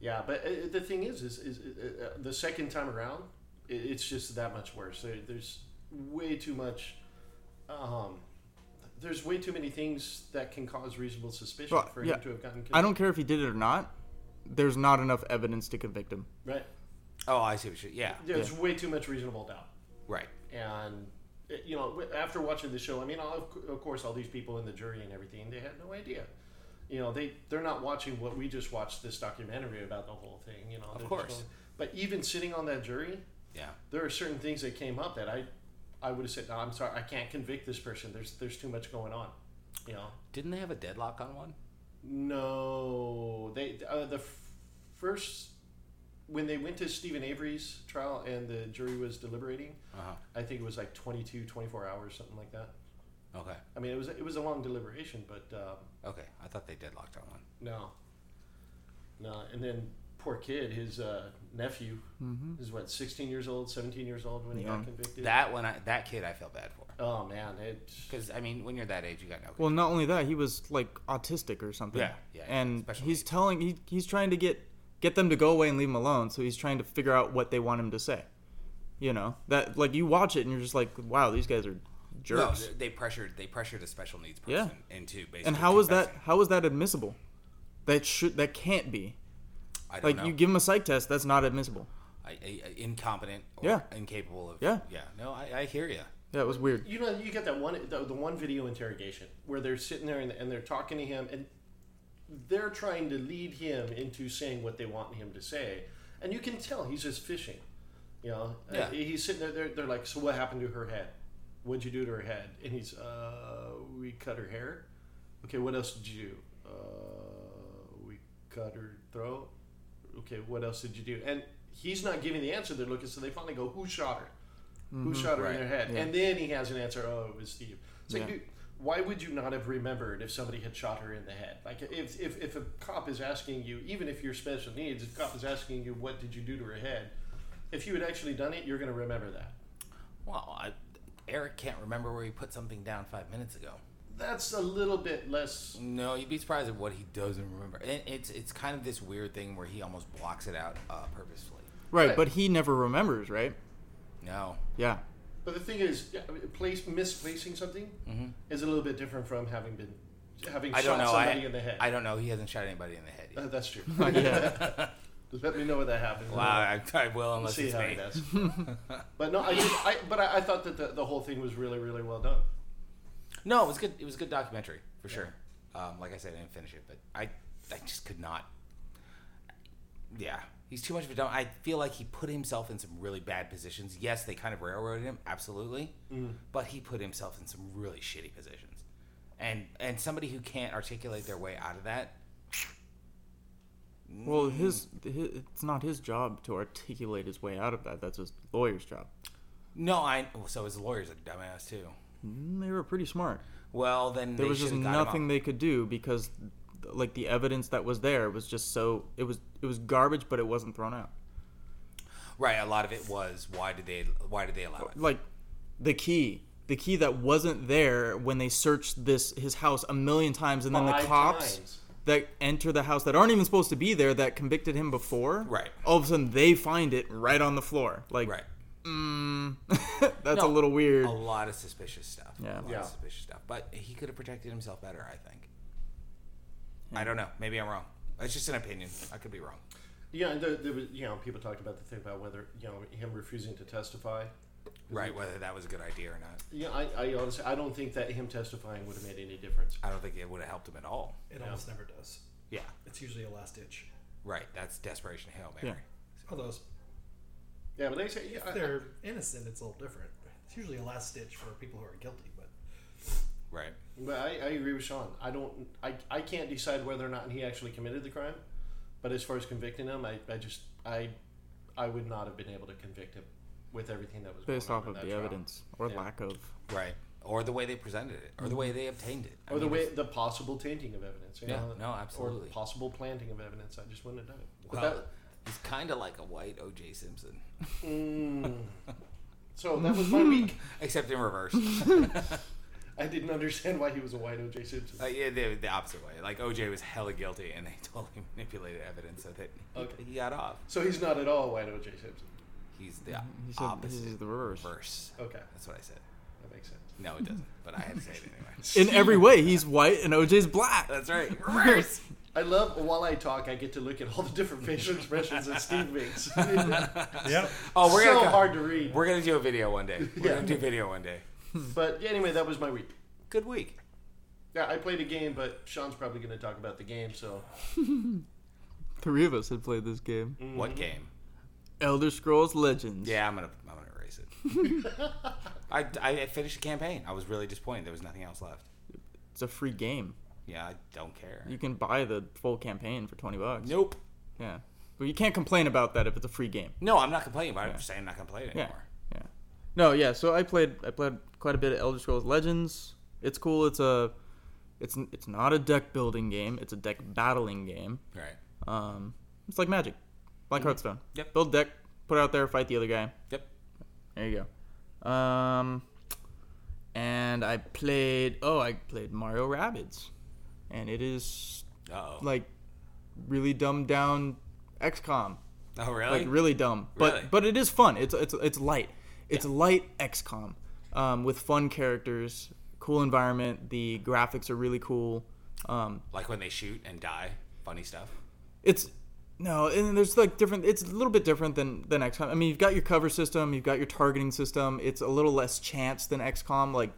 [SPEAKER 4] yeah, but uh, the thing is, is, is uh, uh, the second time around, i it's just that much worse. There, there's way too much. Um, there's way too many things that can cause reasonable suspicion
[SPEAKER 3] Well,
[SPEAKER 4] for
[SPEAKER 3] yeah.
[SPEAKER 4] him to have gotten.
[SPEAKER 3] I don't care if he did it or not. There's not enough evidence to convict him.
[SPEAKER 4] Right.
[SPEAKER 1] Oh, I see what you. Yeah.
[SPEAKER 4] There's way too much reasonable doubt.
[SPEAKER 1] Right.
[SPEAKER 4] and it- you know w- after watching the show i mean all, of- of course all these people in the jury and everything they had no idea you know they they're not watching what we just watched this documentary about the whole thing you know They're just
[SPEAKER 1] course.
[SPEAKER 4] going- but even sitting on that jury
[SPEAKER 1] Yeah.
[SPEAKER 4] there are certain things that came up that i i would have said no i'm sorry i can't convict this person there's there's too much going on you know
[SPEAKER 1] Didn't they have a deadlock on one?
[SPEAKER 4] no they uh, the f- first when they went to stephen avery's trial and the jury was deliberating
[SPEAKER 1] Uh huh.
[SPEAKER 4] i think it was like 22 24 hours something like that
[SPEAKER 1] Okay.
[SPEAKER 4] I mean, it was it was a long deliberation, but um,
[SPEAKER 1] Okay. I thought they deadlocked on one.
[SPEAKER 4] no, no. And then poor kid, his uh, nephew is what, sixteen years old, seventeen years old when he got
[SPEAKER 3] Yeah.
[SPEAKER 4] convicted.
[SPEAKER 1] That one, I, that kid, I felt bad for.
[SPEAKER 4] oh man, it
[SPEAKER 1] Because I mean, when you're that age, you got no.
[SPEAKER 3] Well, not only that, he was like autistic or something.
[SPEAKER 1] Yeah, yeah, yeah,
[SPEAKER 3] And
[SPEAKER 1] special
[SPEAKER 3] he's telling he, he's trying to get get them to go away and leave him alone. So he's trying to figure out what they want him to say. You know that like you watch it and you're just like, wow, these guys are
[SPEAKER 1] No,
[SPEAKER 3] jerks.
[SPEAKER 1] they- they pressured. They pressured a special needs
[SPEAKER 3] Yeah.
[SPEAKER 1] person into basically.
[SPEAKER 3] and how is that
[SPEAKER 1] confessing.
[SPEAKER 3] how is that admissible? That should that can't be.
[SPEAKER 1] I don't
[SPEAKER 3] Like
[SPEAKER 1] know.
[SPEAKER 3] you give him a psych test, that's not admissible.
[SPEAKER 1] I, I, I- incompetent. Or
[SPEAKER 3] Yeah.
[SPEAKER 1] Incapable of.
[SPEAKER 3] Yeah.
[SPEAKER 1] Yeah. No, I, I hear you.
[SPEAKER 3] Yeah, it was weird.
[SPEAKER 4] you know you get that one the, the one video interrogation where they're sitting there and, and they're talking to him and they're trying to lead him into saying what they want him to say, and you can tell he's just fishing. You know,
[SPEAKER 1] Yeah.
[SPEAKER 4] Uh, he's sitting there. They're, they're like, "So what happened to her head? What'd you do to her head?" And he's, "Uh, we cut her hair." Okay, what else did you do? Uh, we cut her throat. Okay, what else did you do? And he's not giving the answer they're looking, so they finally go, "Who shot her? Who shot her
[SPEAKER 1] Right.
[SPEAKER 4] in their head?"
[SPEAKER 3] Yeah.
[SPEAKER 4] And then he has an answer. Oh, it was Steve. It's like,
[SPEAKER 3] Yeah.
[SPEAKER 4] dude, why would you not have remembered if somebody had shot her in the head? Like, if, if, if a cop is asking you, even if you're special needs, if a cop is asking you, what did you do to her head? If you had actually done it, you're going to remember that.
[SPEAKER 1] Well, I, Eric can't remember where he put something down five minutes ago.
[SPEAKER 4] That's a little bit less.
[SPEAKER 1] No, you'd be surprised at what he doesn't remember. And it's it's kind of this weird thing where he almost blocks it out uh, purposefully.
[SPEAKER 3] Right,
[SPEAKER 4] Right.
[SPEAKER 3] but he never remembers, right?
[SPEAKER 1] No.
[SPEAKER 3] Yeah.
[SPEAKER 4] But the thing is, yeah, I mean, place, misplacing something is a little bit different from having been having
[SPEAKER 1] Mm-hmm. I
[SPEAKER 4] shot
[SPEAKER 1] don't know.
[SPEAKER 4] somebody
[SPEAKER 1] I,
[SPEAKER 4] in the head.
[SPEAKER 1] I don't know. He hasn't shot anybody in the head. Yet.
[SPEAKER 4] Uh, that's true.
[SPEAKER 3] yeah.
[SPEAKER 4] Just let me know when that happens.
[SPEAKER 1] Wow, I, I will
[SPEAKER 4] We'll
[SPEAKER 1] unless
[SPEAKER 4] see
[SPEAKER 1] it's
[SPEAKER 4] how
[SPEAKER 1] me.
[SPEAKER 4] it does. but no, I, just, I but I, I thought that the, the whole thing was really, really well done.
[SPEAKER 1] No, it was good. It was a good documentary for sure. Um, like I said, I didn't finish it, but I, I just could not. Yeah, he's too much of a dumb. I feel like he put himself in some really bad positions. Yes, they kind of railroaded him, absolutely,
[SPEAKER 4] Mm.
[SPEAKER 1] but he put himself in some really shitty positions, and and somebody who can't articulate their way out of that.
[SPEAKER 3] Well, his, his it's not his job to articulate his way out of that. That's his lawyer's job.
[SPEAKER 1] No, I. So his lawyer's a dumbass too.
[SPEAKER 3] Mm, They were pretty smart.
[SPEAKER 1] Well, then
[SPEAKER 3] There
[SPEAKER 1] they
[SPEAKER 3] was just
[SPEAKER 1] should've got him up.
[SPEAKER 3] nothing they could do because, like, the evidence that was there was just so it was it was garbage, but it wasn't thrown out.
[SPEAKER 1] Right, a lot of it was why did they why did they allow it?
[SPEAKER 3] Like, the key, the key that wasn't there when they searched this his house a million times, and then
[SPEAKER 4] Five
[SPEAKER 3] the cops
[SPEAKER 4] times.
[SPEAKER 3] that enter the house that aren't even supposed to be there that convicted him before.
[SPEAKER 1] Right.
[SPEAKER 3] All of a sudden, they find it right on the floor. Like,
[SPEAKER 1] Right.
[SPEAKER 3] mm, that's
[SPEAKER 1] No.
[SPEAKER 3] a little weird.
[SPEAKER 1] a lot of suspicious stuff. a
[SPEAKER 3] Yeah.
[SPEAKER 1] lot
[SPEAKER 4] Yeah.
[SPEAKER 1] of suspicious stuff. But he could have protected himself better, I think. I don't know. Maybe I'm wrong. It's just an opinion. I could be wrong.
[SPEAKER 4] Yeah, and there, there was, you know, people talked about the thing about whether, you know, him refusing to testify.
[SPEAKER 1] Right, whether that was a good idea or not,
[SPEAKER 4] Yeah, I, I honestly, I don't think that him testifying would have made any difference.
[SPEAKER 1] I don't think it would have helped him at all.
[SPEAKER 2] It almost never does.
[SPEAKER 1] Yeah,
[SPEAKER 2] It's usually a last ditch.
[SPEAKER 1] right. That's desperation hill, Mary.
[SPEAKER 2] Although
[SPEAKER 4] Yeah, but they say, yeah,
[SPEAKER 2] if
[SPEAKER 4] I,
[SPEAKER 2] they're innocent, it's a little different. It's usually a last ditch for people who are guilty. But
[SPEAKER 1] Right.
[SPEAKER 4] but I, I agree with Sean. I don't, I, I can't decide whether or not he actually committed the crime. But as far as convicting him, I, I just, I, I would not have been able to convict him with everything that was
[SPEAKER 3] based
[SPEAKER 4] going
[SPEAKER 3] off
[SPEAKER 4] on in
[SPEAKER 3] of
[SPEAKER 4] that
[SPEAKER 3] the
[SPEAKER 4] trial.
[SPEAKER 3] evidence or
[SPEAKER 4] Yeah.
[SPEAKER 3] lack of.
[SPEAKER 1] Right. or the way they presented it, or the way
[SPEAKER 3] Mm-hmm.
[SPEAKER 1] they obtained it, I
[SPEAKER 4] Or the
[SPEAKER 1] mean,
[SPEAKER 4] way
[SPEAKER 1] it's-
[SPEAKER 4] the possible tainting of evidence. you
[SPEAKER 1] Yeah,
[SPEAKER 4] know,
[SPEAKER 1] no, absolutely.
[SPEAKER 4] Or possible planting of evidence. I just wouldn't have done it. But
[SPEAKER 1] Well,
[SPEAKER 4] that,
[SPEAKER 1] he's kind of like a white O.J. Simpson,
[SPEAKER 4] so that was my week.
[SPEAKER 1] except in reverse.
[SPEAKER 4] I didn't understand why he was a white O.J. Simpson.
[SPEAKER 1] uh, yeah, the, the opposite way. Like O.J. was hella guilty, and they totally manipulated evidence so that he,
[SPEAKER 4] Okay.
[SPEAKER 1] he got off.
[SPEAKER 4] so he's not at all a white O.J. Simpson.
[SPEAKER 1] He's the
[SPEAKER 3] He said
[SPEAKER 1] opposite.
[SPEAKER 3] this is the reverse.
[SPEAKER 1] reverse.
[SPEAKER 4] Okay,
[SPEAKER 1] That's what I said.
[SPEAKER 4] that makes sense.
[SPEAKER 1] No, it doesn't. but I had to say it anyway.
[SPEAKER 3] In every way, he's white and OJ's black.
[SPEAKER 1] That's right. Reverse.
[SPEAKER 4] I love while I talk, I get to look at all the different facial expressions that Steve makes. oh,
[SPEAKER 2] Yep.
[SPEAKER 1] Oh, we're
[SPEAKER 4] so
[SPEAKER 1] gonna go-
[SPEAKER 4] hard to read.
[SPEAKER 1] We're gonna do a video one day. We're
[SPEAKER 4] Yeah.
[SPEAKER 1] gonna do video one day.
[SPEAKER 4] But yeah, anyway, that was my week.
[SPEAKER 1] Good week.
[SPEAKER 4] Yeah, I played a game, but Sean's probably going to talk about the game. So
[SPEAKER 3] Three of us had played this game.
[SPEAKER 1] What game?
[SPEAKER 3] Elder Scrolls Legends.
[SPEAKER 1] Mm. Yeah, I'm gonna I'm gonna erase it. I, I finished the campaign. I was really disappointed. There was nothing else left.
[SPEAKER 3] It's a free game.
[SPEAKER 1] Yeah, I don't care.
[SPEAKER 3] You can buy the full campaign for 20 bucks.
[SPEAKER 1] nope.
[SPEAKER 3] Yeah. But you can't complain about that if it's a free game.
[SPEAKER 1] No, I'm not complaining about it. I'm just saying I'm not gonna play it
[SPEAKER 3] Yeah.
[SPEAKER 1] anymore.
[SPEAKER 3] Yeah. No, yeah, so I played I played quite a bit of Elder Scrolls Legends. It's cool. It's a it's n- it's not a deck building game. It's a deck battling game.
[SPEAKER 1] Right.
[SPEAKER 3] Um it's like Magic. Like Hearthstone.
[SPEAKER 1] Mm-hmm. Yep.
[SPEAKER 3] Build deck, put it out there, fight the other guy.
[SPEAKER 1] Yep.
[SPEAKER 3] There you go. Um, and I played. Oh, I played Mario Rabbids, and it is
[SPEAKER 1] Uh oh.
[SPEAKER 3] like really dumbed down XCOM,
[SPEAKER 1] oh really?
[SPEAKER 3] like really dumb. But
[SPEAKER 1] Really?
[SPEAKER 3] but it is fun. It's it's it's light. It's light XCOM, um, with fun characters, cool environment. The graphics are really cool. Um,
[SPEAKER 1] Like when they shoot and die. Funny stuff.
[SPEAKER 3] it's no, and there's like different. It's a little bit different than than XCOM. I mean, you've got your cover system, you've got your targeting system. It's a little less chance than XCOM. Like,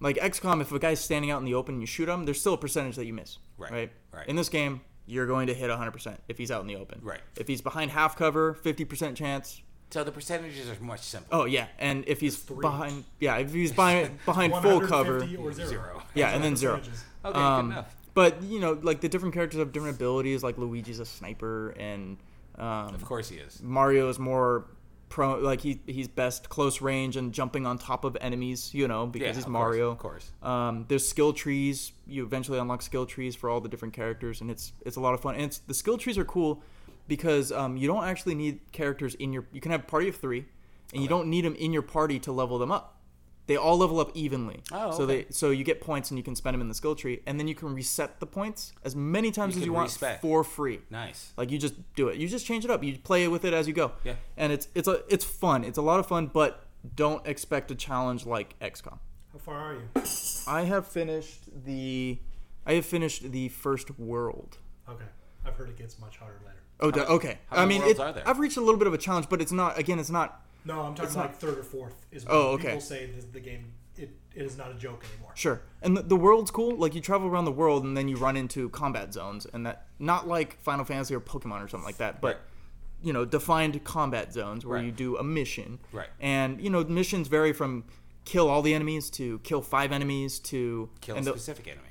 [SPEAKER 3] like XCOM, if a guy's standing out in the open and you shoot him, there's still a percentage that you miss.
[SPEAKER 1] Right,
[SPEAKER 3] Right.
[SPEAKER 1] right.
[SPEAKER 3] In this game, you're going to hit 100% if he's out in the open.
[SPEAKER 1] Right.
[SPEAKER 3] If he's behind half cover, 50% chance.
[SPEAKER 1] So the percentages are much simpler.
[SPEAKER 3] Oh yeah, and if he's
[SPEAKER 2] three.
[SPEAKER 3] behind, yeah, if he's behind behind full cover,
[SPEAKER 2] 150 Or zero.
[SPEAKER 1] Zero.
[SPEAKER 3] yeah, and then zero.
[SPEAKER 2] Percentages.
[SPEAKER 1] Okay.
[SPEAKER 3] Um,
[SPEAKER 1] good enough.
[SPEAKER 3] But you know, like the different characters have different abilities. Like Luigi's a sniper, and um,
[SPEAKER 1] Of course he is.
[SPEAKER 3] Mario is more pro like he he's best close range and jumping on top of enemies, you know, because
[SPEAKER 1] Yeah, of
[SPEAKER 3] he's
[SPEAKER 1] course,
[SPEAKER 3] Mario.
[SPEAKER 1] of course.
[SPEAKER 3] Um, there's skill trees. You eventually unlock skill trees for all the different characters, and it's it's a lot of fun. And it's, the skill trees are cool because um, you don't actually need characters in your. You can have a party of three, and you don't need them in your party to level them up. They all level up evenly.
[SPEAKER 1] Oh,
[SPEAKER 3] so
[SPEAKER 1] okay.
[SPEAKER 3] they so you get points and you can spend them in the skill tree, and then you can reset the points as many times
[SPEAKER 1] You
[SPEAKER 3] as
[SPEAKER 1] can
[SPEAKER 3] you want
[SPEAKER 1] respec.
[SPEAKER 3] for free.
[SPEAKER 1] Nice.
[SPEAKER 3] Like you just do it. You just change it up. You play with it as you go.
[SPEAKER 1] Yeah.
[SPEAKER 3] And it's it's a it's fun. It's a lot of fun, but don't expect a challenge like XCOM.
[SPEAKER 2] How far are you?
[SPEAKER 3] I have finished the I have finished the first world.
[SPEAKER 2] Okay. I've heard it gets much harder later.
[SPEAKER 3] Oh, da- okay.
[SPEAKER 1] how many
[SPEAKER 3] I mean,
[SPEAKER 1] worlds
[SPEAKER 3] it,
[SPEAKER 1] are there?
[SPEAKER 3] I've reached a little bit of a challenge, but it's not. Again, it's not.
[SPEAKER 2] No, I'm talking
[SPEAKER 3] It's
[SPEAKER 2] like
[SPEAKER 3] not-
[SPEAKER 2] third or fourth is when
[SPEAKER 3] Oh, okay.
[SPEAKER 2] people say the, the game it, it is not a joke anymore.
[SPEAKER 3] Sure. And the, the world's cool. Like you travel around the world, and then you run into combat zones, and that not like Final Fantasy or Pokemon or something like that, but.
[SPEAKER 1] Right.
[SPEAKER 3] you know defined combat zones where
[SPEAKER 1] Right.
[SPEAKER 3] you do a mission
[SPEAKER 1] Right.
[SPEAKER 3] and you know missions vary from kill all the enemies to kill five enemies to
[SPEAKER 1] Kill a
[SPEAKER 3] and the-
[SPEAKER 1] specific enemy.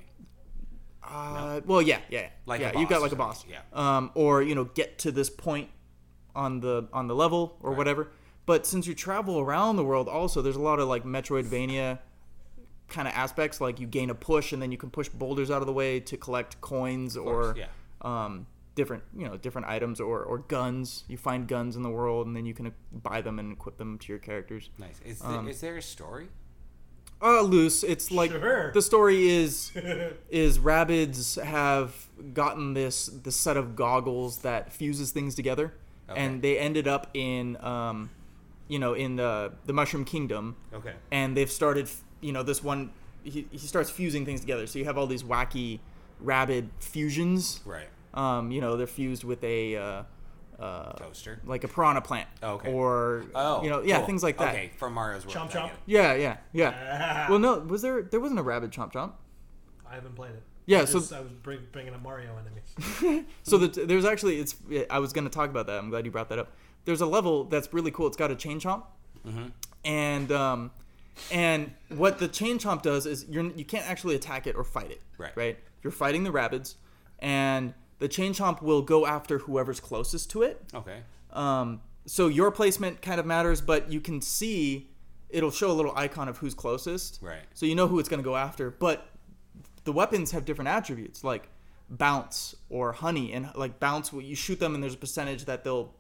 [SPEAKER 3] uh, well yeah yeah
[SPEAKER 1] Like a
[SPEAKER 3] yeah
[SPEAKER 1] boss
[SPEAKER 3] you've got
[SPEAKER 1] or
[SPEAKER 3] like a
[SPEAKER 1] something,
[SPEAKER 3] boss
[SPEAKER 1] yeah.
[SPEAKER 3] um, or you know get to this point on the on the level or whatever but since you travel around the world also there's a lot of like metroidvania kind of aspects like you gain a push and then you can push boulders out of the way to collect coins or
[SPEAKER 1] course, yeah.
[SPEAKER 3] um, different you know different items or, or guns you find guns in the world and then you can buy them and equip them to your characters
[SPEAKER 1] Nice. Is, the-
[SPEAKER 3] um,
[SPEAKER 1] is there a story?
[SPEAKER 3] uh loose it's like
[SPEAKER 2] Sure.
[SPEAKER 3] the story is is rabbits have gotten this this set of goggles that fuses things together
[SPEAKER 1] Okay.
[SPEAKER 3] and they ended up in um you know in the the mushroom kingdom
[SPEAKER 1] Okay.
[SPEAKER 3] and they've started you know this one he, he starts fusing things together so you have all these wacky rabid fusions
[SPEAKER 1] Right.
[SPEAKER 3] um, you know, they're fused with a uh, uh,
[SPEAKER 1] Toaster.
[SPEAKER 3] like a piranha plant,
[SPEAKER 1] Oh, okay.
[SPEAKER 3] or
[SPEAKER 1] Oh,
[SPEAKER 3] you know, yeah,
[SPEAKER 1] cool.
[SPEAKER 3] things like that.
[SPEAKER 1] Okay, from Mario's World.
[SPEAKER 2] Chomp
[SPEAKER 1] I get
[SPEAKER 2] chomp.
[SPEAKER 1] it.
[SPEAKER 3] Yeah, yeah, yeah. well, no, was there? There wasn't a rabbit chomp chomp.
[SPEAKER 2] I haven't played it.
[SPEAKER 3] Yeah,
[SPEAKER 2] I
[SPEAKER 3] so-
[SPEAKER 2] just- I was bring, bringing up Mario enemies.
[SPEAKER 3] So that there's actually, it's. I was going to talk about that. I'm glad you brought that up. There's a level that's really cool. It's got a chain chomp, and um, and what the chain chomp does is you're you can't actually attack it or fight it.
[SPEAKER 1] Right.
[SPEAKER 3] Right. You're fighting the rabbits, and the chain chomp will go after whoever's closest to it.
[SPEAKER 1] Okay.
[SPEAKER 3] Um, so your placement kind of matters, but you can see it'll show a little icon of who's closest.
[SPEAKER 1] Right.
[SPEAKER 3] So you know who it's going to go after, but the weapons have different attributes like bounce or honey and like bounce you shoot them and there's a percentage that they'll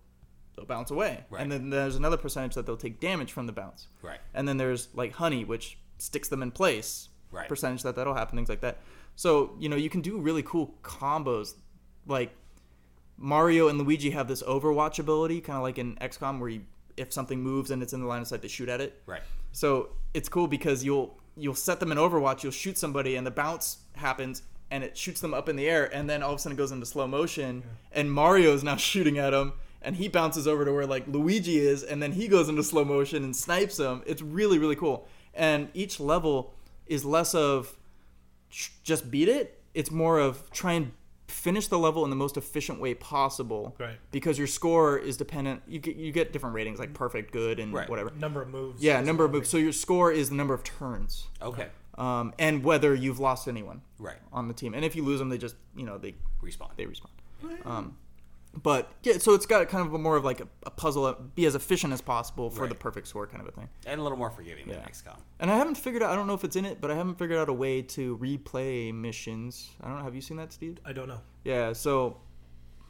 [SPEAKER 3] they'll bounce away.
[SPEAKER 1] Right.
[SPEAKER 3] And then there's another percentage that they'll take damage from the bounce.
[SPEAKER 1] Right.
[SPEAKER 3] And then there's like honey which sticks them in place.
[SPEAKER 1] Right.
[SPEAKER 3] Percentage that that'll happen things like that. So, you know, you can do really cool combos like Mario and Luigi have this Overwatch ability, kind of like in XCOM, where you, if something moves and it's in the line of sight, they shoot at it.
[SPEAKER 1] Right.
[SPEAKER 3] So it's cool because you'll you'll set them in Overwatch, you'll shoot somebody, and the bounce happens, and it shoots them up in the air, and then all of a sudden it goes into slow motion, and Mario is now shooting at him, and he bounces over to where like Luigi is, and then he goes into slow motion and snipes him. It's really really cool, and each level is less of sh- just beat it. It's more of try and finish the level in the most efficient way possible.
[SPEAKER 2] Right.
[SPEAKER 3] Because your score is dependent. You get you get different ratings like perfect, good, and
[SPEAKER 1] Right.
[SPEAKER 3] whatever.
[SPEAKER 2] Number of moves.
[SPEAKER 3] Yeah, number of moves. So your score is the number of turns,
[SPEAKER 1] Okay.
[SPEAKER 3] um, and whether you've lost anyone
[SPEAKER 1] Right.
[SPEAKER 3] on the team. And if you lose them, they just you know they
[SPEAKER 1] Respawn.
[SPEAKER 3] they respawn. Um, but yeah, so it's got kind of a more of like a, a puzzle. uh, Be as efficient as possible for
[SPEAKER 1] Right.
[SPEAKER 3] the perfect score, kind of a thing.
[SPEAKER 1] And a little more forgiving than
[SPEAKER 3] Yeah.
[SPEAKER 1] XCOM.
[SPEAKER 3] And I haven't figured out. I don't know if it's in it, but I haven't figured out a way to replay missions. I don't know. Have you seen that, Steve?
[SPEAKER 2] I don't know.
[SPEAKER 3] Yeah, so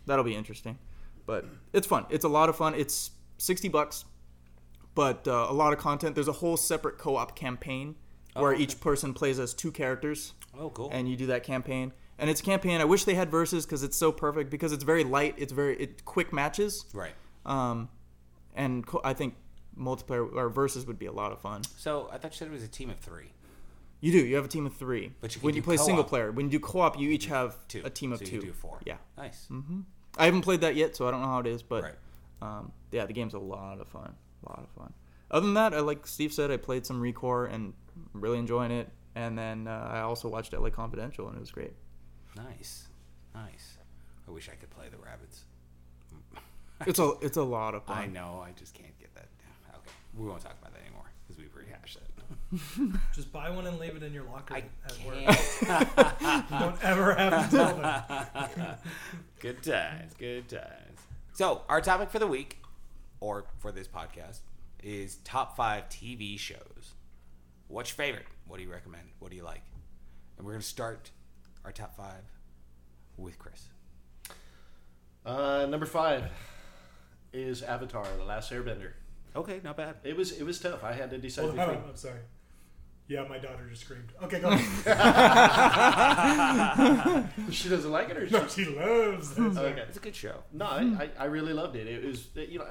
[SPEAKER 3] that'll be interesting. But it's fun. It's a lot of fun. It's 60 bucks, but uh, a lot of content. There's a whole separate co op campaign where each person plays as two characters
[SPEAKER 1] Oh, cool.
[SPEAKER 3] and you do that campaign. And it's a campaign. I wish they had verses because it's so perfect because it's very light. It's very it quick matches.
[SPEAKER 1] right.
[SPEAKER 3] Um, and co- I think multiplayer or verses would be a lot of fun.
[SPEAKER 1] So I thought you said it was a team of three.
[SPEAKER 3] You do. You have a team of three.
[SPEAKER 1] But you can
[SPEAKER 3] when
[SPEAKER 1] do
[SPEAKER 3] you play single
[SPEAKER 1] co-op.
[SPEAKER 3] player, when you do co-op, you each have
[SPEAKER 1] Two.
[SPEAKER 3] a team of
[SPEAKER 1] so
[SPEAKER 3] two.
[SPEAKER 1] You do four.
[SPEAKER 3] Yeah.
[SPEAKER 1] Nice.
[SPEAKER 3] I haven't played that yet, so I don't know how it is, but
[SPEAKER 1] Right.
[SPEAKER 3] um, yeah, the game's a lot of fun. A lot of fun. Other than that, I like Steve said, I played some Recore and I'm really enjoying it. And then uh, I also watched LA Confidential, and it was great.
[SPEAKER 1] Nice. Nice. I wish I could play the rabbits.
[SPEAKER 3] It's a it's a lot of fun.
[SPEAKER 1] I know. I just can't get that. down. Okay. We won't talk about that anymore because we've rehashed it.
[SPEAKER 2] Just buy one and leave it in your locker
[SPEAKER 1] I
[SPEAKER 2] at work.
[SPEAKER 1] can't.
[SPEAKER 2] don't ever have to tell them.
[SPEAKER 1] good times. Good times. So our topic for the week, or for this podcast, is top five TV shows. What's your favorite? What do you recommend? What do you like? And we're gonna start our top five with Chris.
[SPEAKER 4] Uh, number five is Avatar: The Last Airbender.
[SPEAKER 1] Okay, not bad.
[SPEAKER 4] It was it was tough. I had to decide
[SPEAKER 2] Hold on,
[SPEAKER 4] between.
[SPEAKER 2] I'm sorry. Yeah, my daughter just screamed. Okay, go. ahead.
[SPEAKER 4] She doesn't like it, or she,
[SPEAKER 2] no, she loves this.
[SPEAKER 4] okay.
[SPEAKER 1] It's a good show.
[SPEAKER 4] No, I, I, I really loved it. It was you know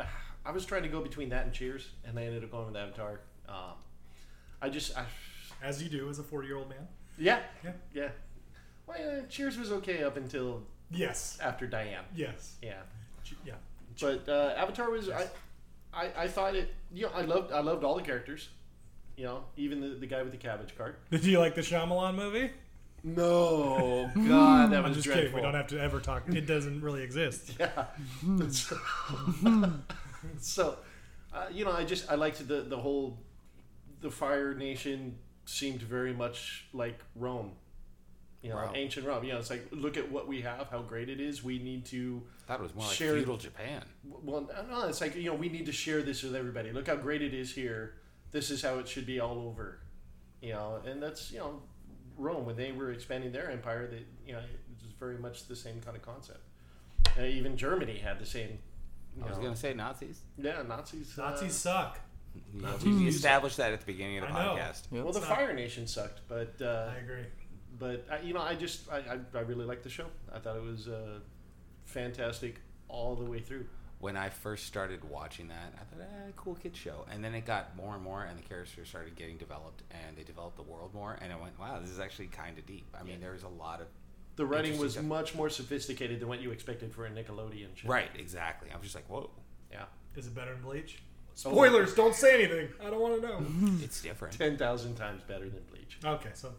[SPEAKER 4] I was trying to go between that and Cheers, and I ended up going with Avatar. Um, I just I,
[SPEAKER 2] As you do as a 40 year old man.
[SPEAKER 4] yeah
[SPEAKER 2] Yeah.
[SPEAKER 4] yeah. Well, yeah, Cheers was okay up until
[SPEAKER 2] Yes.
[SPEAKER 4] after Diane.
[SPEAKER 2] Yes.
[SPEAKER 4] Yeah,
[SPEAKER 2] She- Yeah.
[SPEAKER 4] but uh, Avatar was I, I I thought it. You know I loved I loved all the characters. You know, even the, the guy with the cabbage cart.
[SPEAKER 2] Did you like the Shyamalan movie?
[SPEAKER 4] No, God, that was
[SPEAKER 2] I'm just
[SPEAKER 4] dreadful.
[SPEAKER 2] kidding. We don't have to ever talk. It doesn't really exist.
[SPEAKER 4] Yeah. so, so, uh, you know, I just I liked the the whole the Fire Nation seemed very much like Rome, you know,
[SPEAKER 1] Wow.
[SPEAKER 4] ancient Rome. You know, it's like look at what we have, how great it is. We need to.
[SPEAKER 1] Thought it was more like
[SPEAKER 4] Shared-
[SPEAKER 1] feudal Japan.
[SPEAKER 4] Well, no, it's like you know we need to share this with everybody. Look how great it is here. This is how it should be all over, you know. And that's you know Rome when they were expanding their empire. They you know it was very much the same kind of concept. Uh, even Germany had the same. You
[SPEAKER 1] I was
[SPEAKER 4] know,
[SPEAKER 1] gonna say Nazis.
[SPEAKER 4] yeah, Nazis. uh,
[SPEAKER 2] Nazis suck.
[SPEAKER 1] Yeah, we- we established that at the beginning of the
[SPEAKER 2] I know.
[SPEAKER 1] podcast.
[SPEAKER 3] Yep.
[SPEAKER 4] well, the
[SPEAKER 2] It's not-
[SPEAKER 4] Fire Nation sucked, but uh,
[SPEAKER 2] I agree.
[SPEAKER 4] but I, you know, I just I, I, I really liked the show. I thought it was uh, fantastic all the way through.
[SPEAKER 1] When I first started watching that, I thought, eh, cool kid show. And then it got more and more, and the characters started getting developed, and they developed the world more. And I went, wow, this is actually kind of deep. I mean, there was a lot of.
[SPEAKER 4] The writing was
[SPEAKER 1] Interesting.
[SPEAKER 4] much more sophisticated than what you expected for a Nickelodeon show.
[SPEAKER 1] Right, exactly. I was just like, whoa,
[SPEAKER 4] Yeah.
[SPEAKER 2] Is it better than Bleach?
[SPEAKER 4] Oh.
[SPEAKER 2] Spoilers! Don't say anything. I don't want to know.
[SPEAKER 3] Mm.
[SPEAKER 1] it's different.
[SPEAKER 4] ten thousand times better than Bleach.
[SPEAKER 2] okay, so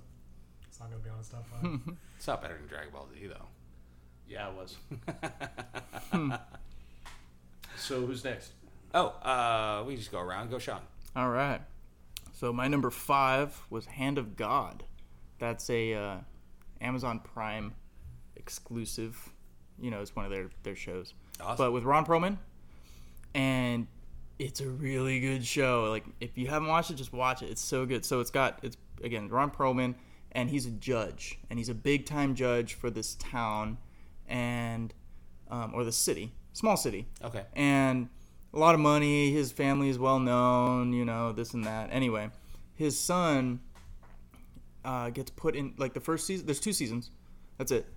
[SPEAKER 2] it's not gonna be on his top five.
[SPEAKER 1] It's not better than Dragon Ball Z, though.
[SPEAKER 4] Yeah, it was. so who's next?
[SPEAKER 1] Oh, uh, we just go around. Go, Sean.
[SPEAKER 3] All right. So my number five was Hand of God. That's a uh, Amazon Prime exclusive. You know, it's one of their their shows.
[SPEAKER 1] Awesome.
[SPEAKER 3] But with Ron Perlman, and it's a really good show. Like if you haven't watched it, just watch it. It's so good. So it's got it's again Ron Perlman, and he's a judge, and he's a big time judge for this town, and um, or the city, small city,
[SPEAKER 1] Okay.
[SPEAKER 3] and a lot of money. His family is well known, you know, this and that. Anyway, his son uh, gets put in like the first season. There's two seasons. That's it.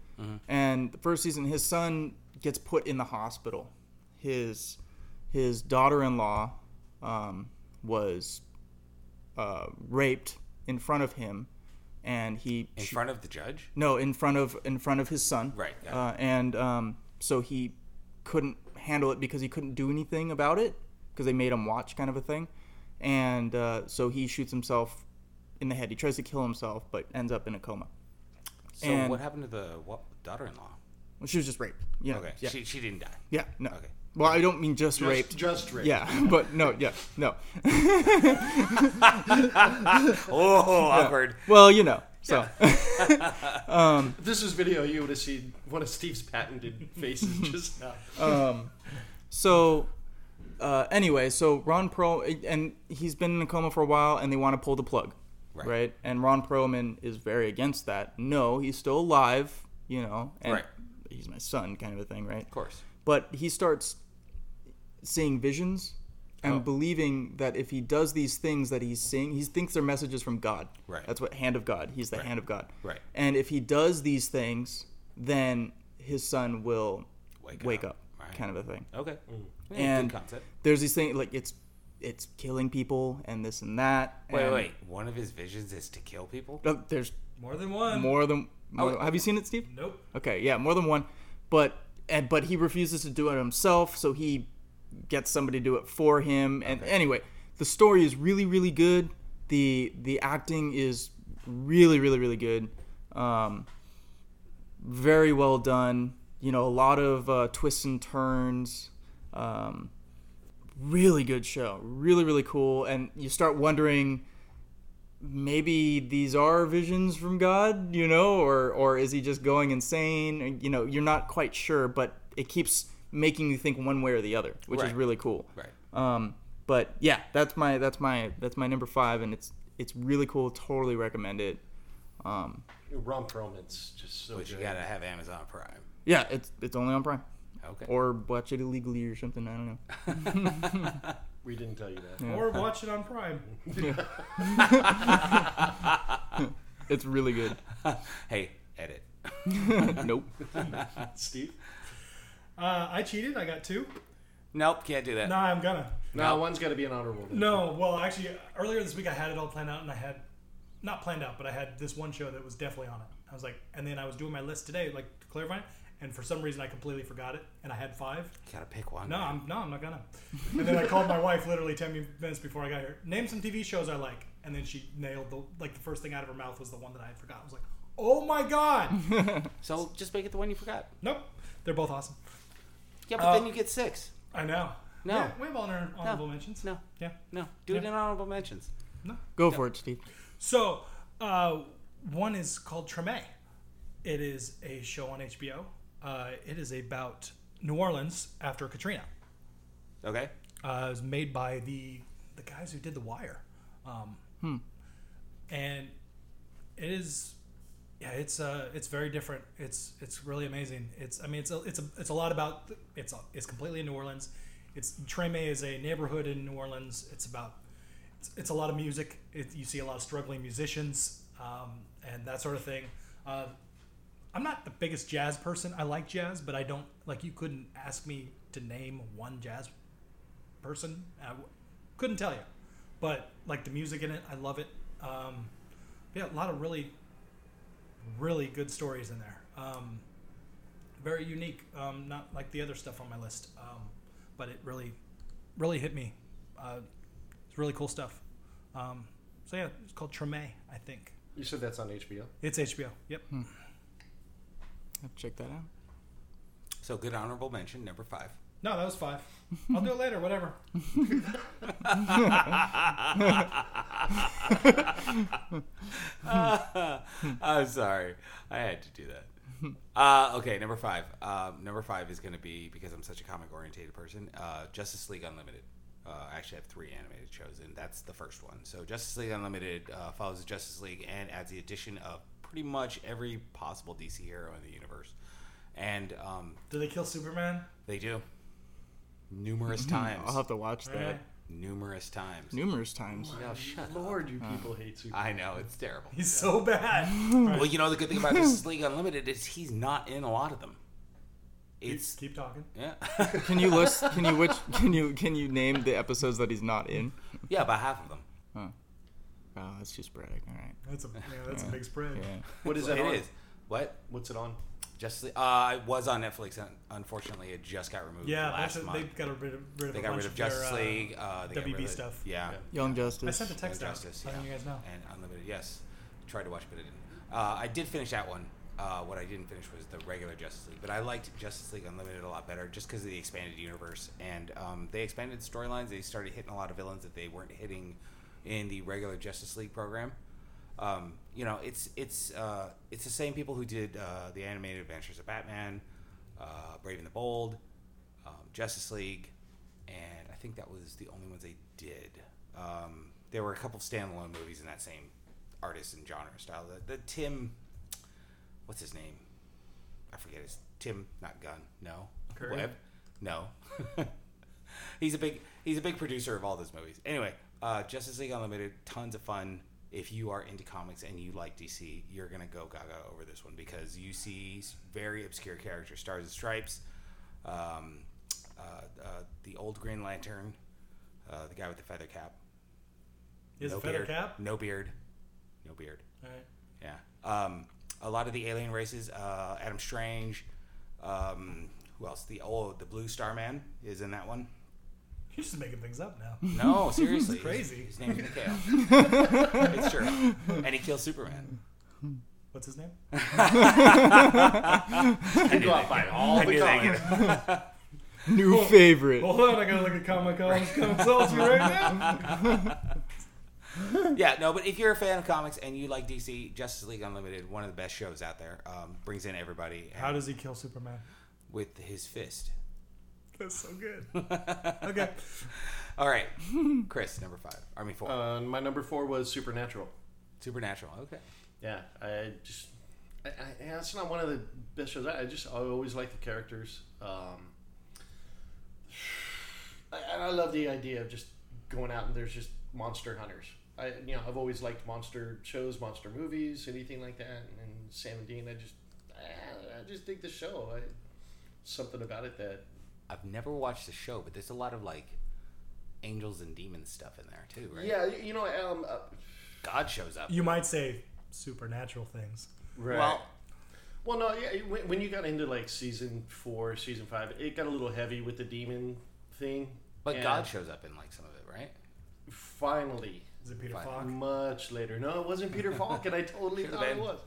[SPEAKER 3] And the first season, his son gets put in the hospital. His his daughter-in-law um, was uh, raped in front of him, and he
[SPEAKER 1] In front of the judge?
[SPEAKER 3] no, in front of in front of his son.
[SPEAKER 1] Right, got it.
[SPEAKER 3] Uh, and um, so he couldn't handle it because he couldn't do anything about it because they made him watch, kind of a thing. And uh, so he shoots himself in the head. He tries to kill himself, but ends up in a coma.
[SPEAKER 1] So
[SPEAKER 3] And-
[SPEAKER 1] what happened to the what, daughter-in-law?
[SPEAKER 3] Well, she was just raped. You know?
[SPEAKER 1] Okay.
[SPEAKER 3] Yeah.
[SPEAKER 1] She, she didn't die.
[SPEAKER 3] yeah. No.
[SPEAKER 1] Okay.
[SPEAKER 3] Well, I don't mean just,
[SPEAKER 4] Just-
[SPEAKER 3] raped.
[SPEAKER 4] Just raped.
[SPEAKER 3] Yeah, but no, yeah, no.
[SPEAKER 1] Oh, awkward.
[SPEAKER 3] Well, you know. So
[SPEAKER 4] If this is video, you would have seen one of Steve's patented faces just now.
[SPEAKER 3] So, uh, anyway, so Ron Pro and he's been in a coma for a while, and they want to pull the plug,
[SPEAKER 1] Right.
[SPEAKER 3] right? And Ron Perlman is very against that. No, he's still alive, you know, and
[SPEAKER 1] Right.
[SPEAKER 3] he's my son, kind of a thing, right?
[SPEAKER 1] Of course.
[SPEAKER 3] But he starts seeing visions and
[SPEAKER 1] Oh.
[SPEAKER 3] believing that if he does these things that he's seeing, he thinks they're messages from God.
[SPEAKER 1] Right.
[SPEAKER 3] That's what hand of God. He's the hand of God.
[SPEAKER 1] Right.
[SPEAKER 3] And if he does these things, then his son will
[SPEAKER 1] Wake
[SPEAKER 3] wake,
[SPEAKER 1] up.
[SPEAKER 3] up,
[SPEAKER 1] Right.
[SPEAKER 3] kind of a thing
[SPEAKER 1] Okay. Yeah,
[SPEAKER 3] Mm. and
[SPEAKER 1] Mm, good concept.
[SPEAKER 3] there's these things like it's it's killing people and this and that.
[SPEAKER 1] Wait,
[SPEAKER 3] and-
[SPEAKER 1] wait. One of his visions is to kill people?
[SPEAKER 3] No, there's
[SPEAKER 2] More than one.
[SPEAKER 3] more than. More,
[SPEAKER 1] Oh.
[SPEAKER 3] have you seen it, Steve?
[SPEAKER 2] Nope.
[SPEAKER 3] Okay, yeah, more than one, but and but he refuses to do it himself, so he gets somebody to do it for him. And anyway, the story is really really good. the The acting is really really really good. Um, very well done. You know, a lot of uh, twists and turns. Um, really good show. Really really cool. And you start wondering maybe these are visions from God, you know, or or is he just going insane? Or, You know, you're not quite sure, but it keeps making you think one way or the other, which is
[SPEAKER 1] Right.
[SPEAKER 3] really cool.
[SPEAKER 1] Right.
[SPEAKER 3] Um, but yeah, that's my that's my that's my number five, and it's it's really cool. Totally recommend it. Um,
[SPEAKER 4] Ron Perlman's just so
[SPEAKER 1] But you
[SPEAKER 4] good.
[SPEAKER 1] gotta have Amazon Prime.
[SPEAKER 3] yeah, it's it's only on Prime
[SPEAKER 1] Okay.
[SPEAKER 3] or watch it illegally or something. I don't know.
[SPEAKER 4] We didn't tell you that.
[SPEAKER 2] Or watch it on Prime.
[SPEAKER 3] It's really good.
[SPEAKER 1] hey, edit.
[SPEAKER 3] nope.
[SPEAKER 4] Steve?
[SPEAKER 2] Uh, I cheated. I got two.
[SPEAKER 1] Nope, can't do that.
[SPEAKER 2] Nah, I'm gonna.
[SPEAKER 4] No, one's got to be an honorable. mention.
[SPEAKER 2] No, well, actually, earlier this week I had it all planned out, and I had not planned out, but I had this one show that was definitely on it. I was like, and then I was doing my list today, like clarifying, and for some reason I completely forgot it, and I had five.
[SPEAKER 1] Gotta pick one.
[SPEAKER 2] No, I'm no, I'm not gonna. And then I called my wife literally ten min- minutes before I got here. Name some TV shows I like, and then she nailed the like the first thing out of her mouth was the one that I had forgot. I was like, oh my god,
[SPEAKER 1] So just make it the one you forgot.
[SPEAKER 2] nope, they're both awesome.
[SPEAKER 1] Yeah, but
[SPEAKER 2] Uh,
[SPEAKER 1] then you get six.
[SPEAKER 2] I know.
[SPEAKER 1] No.
[SPEAKER 2] yeah, we have honor, honorable mentions.
[SPEAKER 1] No,
[SPEAKER 2] Yeah.
[SPEAKER 1] no. Do it
[SPEAKER 2] Yeah.
[SPEAKER 1] in honorable mentions.
[SPEAKER 3] Go for it, Steve.
[SPEAKER 2] So, uh, one is called Treme. It is a show on HBO. Uh, it is about New Orleans after Katrina.
[SPEAKER 1] Okay.
[SPEAKER 2] Uh, it was made by the the guys who did The Wire, um, and it is yeah, it's uh, it's very different. It's it's really amazing. It's I mean it's a, it's a, it's a lot about it's a, it's completely in New Orleans. It's Treme is a neighborhood in New Orleans. It's about it's, it's a lot of music. It, you see a lot of struggling musicians um, and that sort of thing. Uh, I'm not the biggest jazz person. I like jazz, but I don't like. You couldn't ask me to name one jazz person. I w- couldn't tell you, but like the music in it, I love it. Um, yeah, a lot of really, really good stories in there. Um, very unique, um, not like the other stuff on my list, um, but it really, really hit me. Uh, it's really cool stuff. Um, so yeah, it's called Treme, I think.
[SPEAKER 4] You said that's on HBO.
[SPEAKER 2] It's HBO. Yep.
[SPEAKER 3] I'll check that out.
[SPEAKER 1] So good honorable mention, number five.
[SPEAKER 2] No, that was five. I'll do it later. Whatever.
[SPEAKER 1] I'm sorry. I had to do that. Uh, okay, number five. Um, number five is going to be because I'm such a comic orientated person. Uh, Justice League Unlimited. Uh, I actually have three animated shows, and that's the first one. So Justice League Unlimited uh, follows the Justice League and adds the addition of pretty much every possible DC hero in the universe. And um,
[SPEAKER 2] Do they kill Superman?
[SPEAKER 1] they do numerous times.
[SPEAKER 3] Hmm, I'll have to watch that
[SPEAKER 2] Right.
[SPEAKER 1] numerous times.
[SPEAKER 3] numerous times.
[SPEAKER 1] Now shut up.
[SPEAKER 4] Lord, you people hate Superman.
[SPEAKER 1] I know it's terrible.
[SPEAKER 2] He's so bad.
[SPEAKER 1] Well, you know the good thing about Justice League Unlimited is he's not in a lot of them. It's
[SPEAKER 2] keep talking.
[SPEAKER 1] yeah,
[SPEAKER 3] Can you list? Can you which? Can you can you name the episodes that he's not in?
[SPEAKER 1] yeah, about half of them.
[SPEAKER 3] Oh, that's just brag. All right.
[SPEAKER 2] That's a yeah, that's a big spread.
[SPEAKER 3] Yeah.
[SPEAKER 4] What is
[SPEAKER 1] It
[SPEAKER 4] that on?
[SPEAKER 1] is. What?
[SPEAKER 4] What's it on?
[SPEAKER 1] Justice League? Uh, it was on Netflix. and Unfortunately, it just got removed
[SPEAKER 2] Yeah,
[SPEAKER 1] last
[SPEAKER 2] that's a,
[SPEAKER 1] month.
[SPEAKER 2] they got rid of, rid of
[SPEAKER 1] They
[SPEAKER 2] a
[SPEAKER 1] got
[SPEAKER 2] bunch
[SPEAKER 1] rid of Justice
[SPEAKER 2] their, uh,
[SPEAKER 1] League. Uh, they got
[SPEAKER 2] WB
[SPEAKER 1] rid of-
[SPEAKER 2] stuff.
[SPEAKER 1] Yeah.
[SPEAKER 4] Yeah.
[SPEAKER 3] Young Justice.
[SPEAKER 2] I sent a text
[SPEAKER 1] Young
[SPEAKER 2] out
[SPEAKER 1] Justice,
[SPEAKER 2] letting
[SPEAKER 1] yeah.
[SPEAKER 2] you guys know.
[SPEAKER 1] And Unlimited, yes. Tried to watch, but I didn't. Uh, I did finish that one. Uh, what I didn't finish was the regular Justice League, but I liked Justice League Unlimited a lot better just because of the expanded universe. And um, they expanded storylines. They started hitting a lot of villains that they weren't hitting in the regular Justice League program. Um, you know, it's it's uh, it's the same people who did uh, the animated adventures of Batman, uh, Brave and the Bold, um, Justice League, and I think that was the only ones they did. Um, there were a couple of standalone movies in that same artist and genre style. The, the Tim, what's his name? I forget his Tim, not Gunn. No,
[SPEAKER 2] Curry?
[SPEAKER 1] Webb. No, he's a big he's a big producer of all those movies. Anyway, uh, Justice League Unlimited, tons of fun. If you are into comics and you like DC, you're gonna go gaga over this one because you see s- very obscure characters, Stars and Stripes, um, uh, uh, the old Green Lantern, uh, the guy with the feather cap,
[SPEAKER 2] He has
[SPEAKER 1] no
[SPEAKER 2] a feather
[SPEAKER 1] beard,
[SPEAKER 2] cap.
[SPEAKER 1] no beard, no beard.
[SPEAKER 2] All right.
[SPEAKER 1] Yeah. Um, a lot of the alien races, uh, Adam Strange, um, who else? The oh, the Blue Starman is in that one.
[SPEAKER 2] You're just making things up now.
[SPEAKER 1] No, seriously,
[SPEAKER 2] crazy.
[SPEAKER 1] His, his name's Mikhail. it's true, and he kills Superman.
[SPEAKER 2] What's his name?
[SPEAKER 4] I go out by all the comics.
[SPEAKER 3] New favorite.
[SPEAKER 2] Hold on, I gotta look at Comic Con's consulting right now.
[SPEAKER 1] Yeah, no, but if you're a fan of comics and you like DC, Justice League Unlimited, one of the best shows out there, um, brings in everybody.
[SPEAKER 2] How
[SPEAKER 1] and-
[SPEAKER 2] does he kill Superman?
[SPEAKER 1] with his fist?
[SPEAKER 2] That's so good. Okay.
[SPEAKER 1] All right, Chris, number five. I mean four.
[SPEAKER 4] Uh, my number four was Supernatural.
[SPEAKER 1] Supernatural. Okay.
[SPEAKER 4] Yeah, I just. I, I, yeah, it's not one of the best shows. I, I just I always like the characters. Um, I, and I love the idea of just going out and there's just monster hunters. I you know I've always liked monster shows, monster movies, anything like that. And Sam and Dean, I just I, I just dig the show. I, something about it that
[SPEAKER 1] I've never watched the show, but there's a lot of like angels and demons stuff in there too, right?
[SPEAKER 4] yeah you know um, uh,
[SPEAKER 1] God shows up.
[SPEAKER 2] You might say supernatural things.
[SPEAKER 4] right.
[SPEAKER 1] Well,
[SPEAKER 4] Well, no, yeah, it- when when you got into like season four, season five, it got a little heavy with the demon thing.
[SPEAKER 1] but
[SPEAKER 4] And
[SPEAKER 1] God shows up in like some of it, right?
[SPEAKER 4] finally,
[SPEAKER 2] Is it Peter
[SPEAKER 1] Fine.
[SPEAKER 2] Falk?
[SPEAKER 4] much later. No, it wasn't Peter Falk, and I totally
[SPEAKER 1] Should've
[SPEAKER 4] thought it
[SPEAKER 1] been.
[SPEAKER 4] was.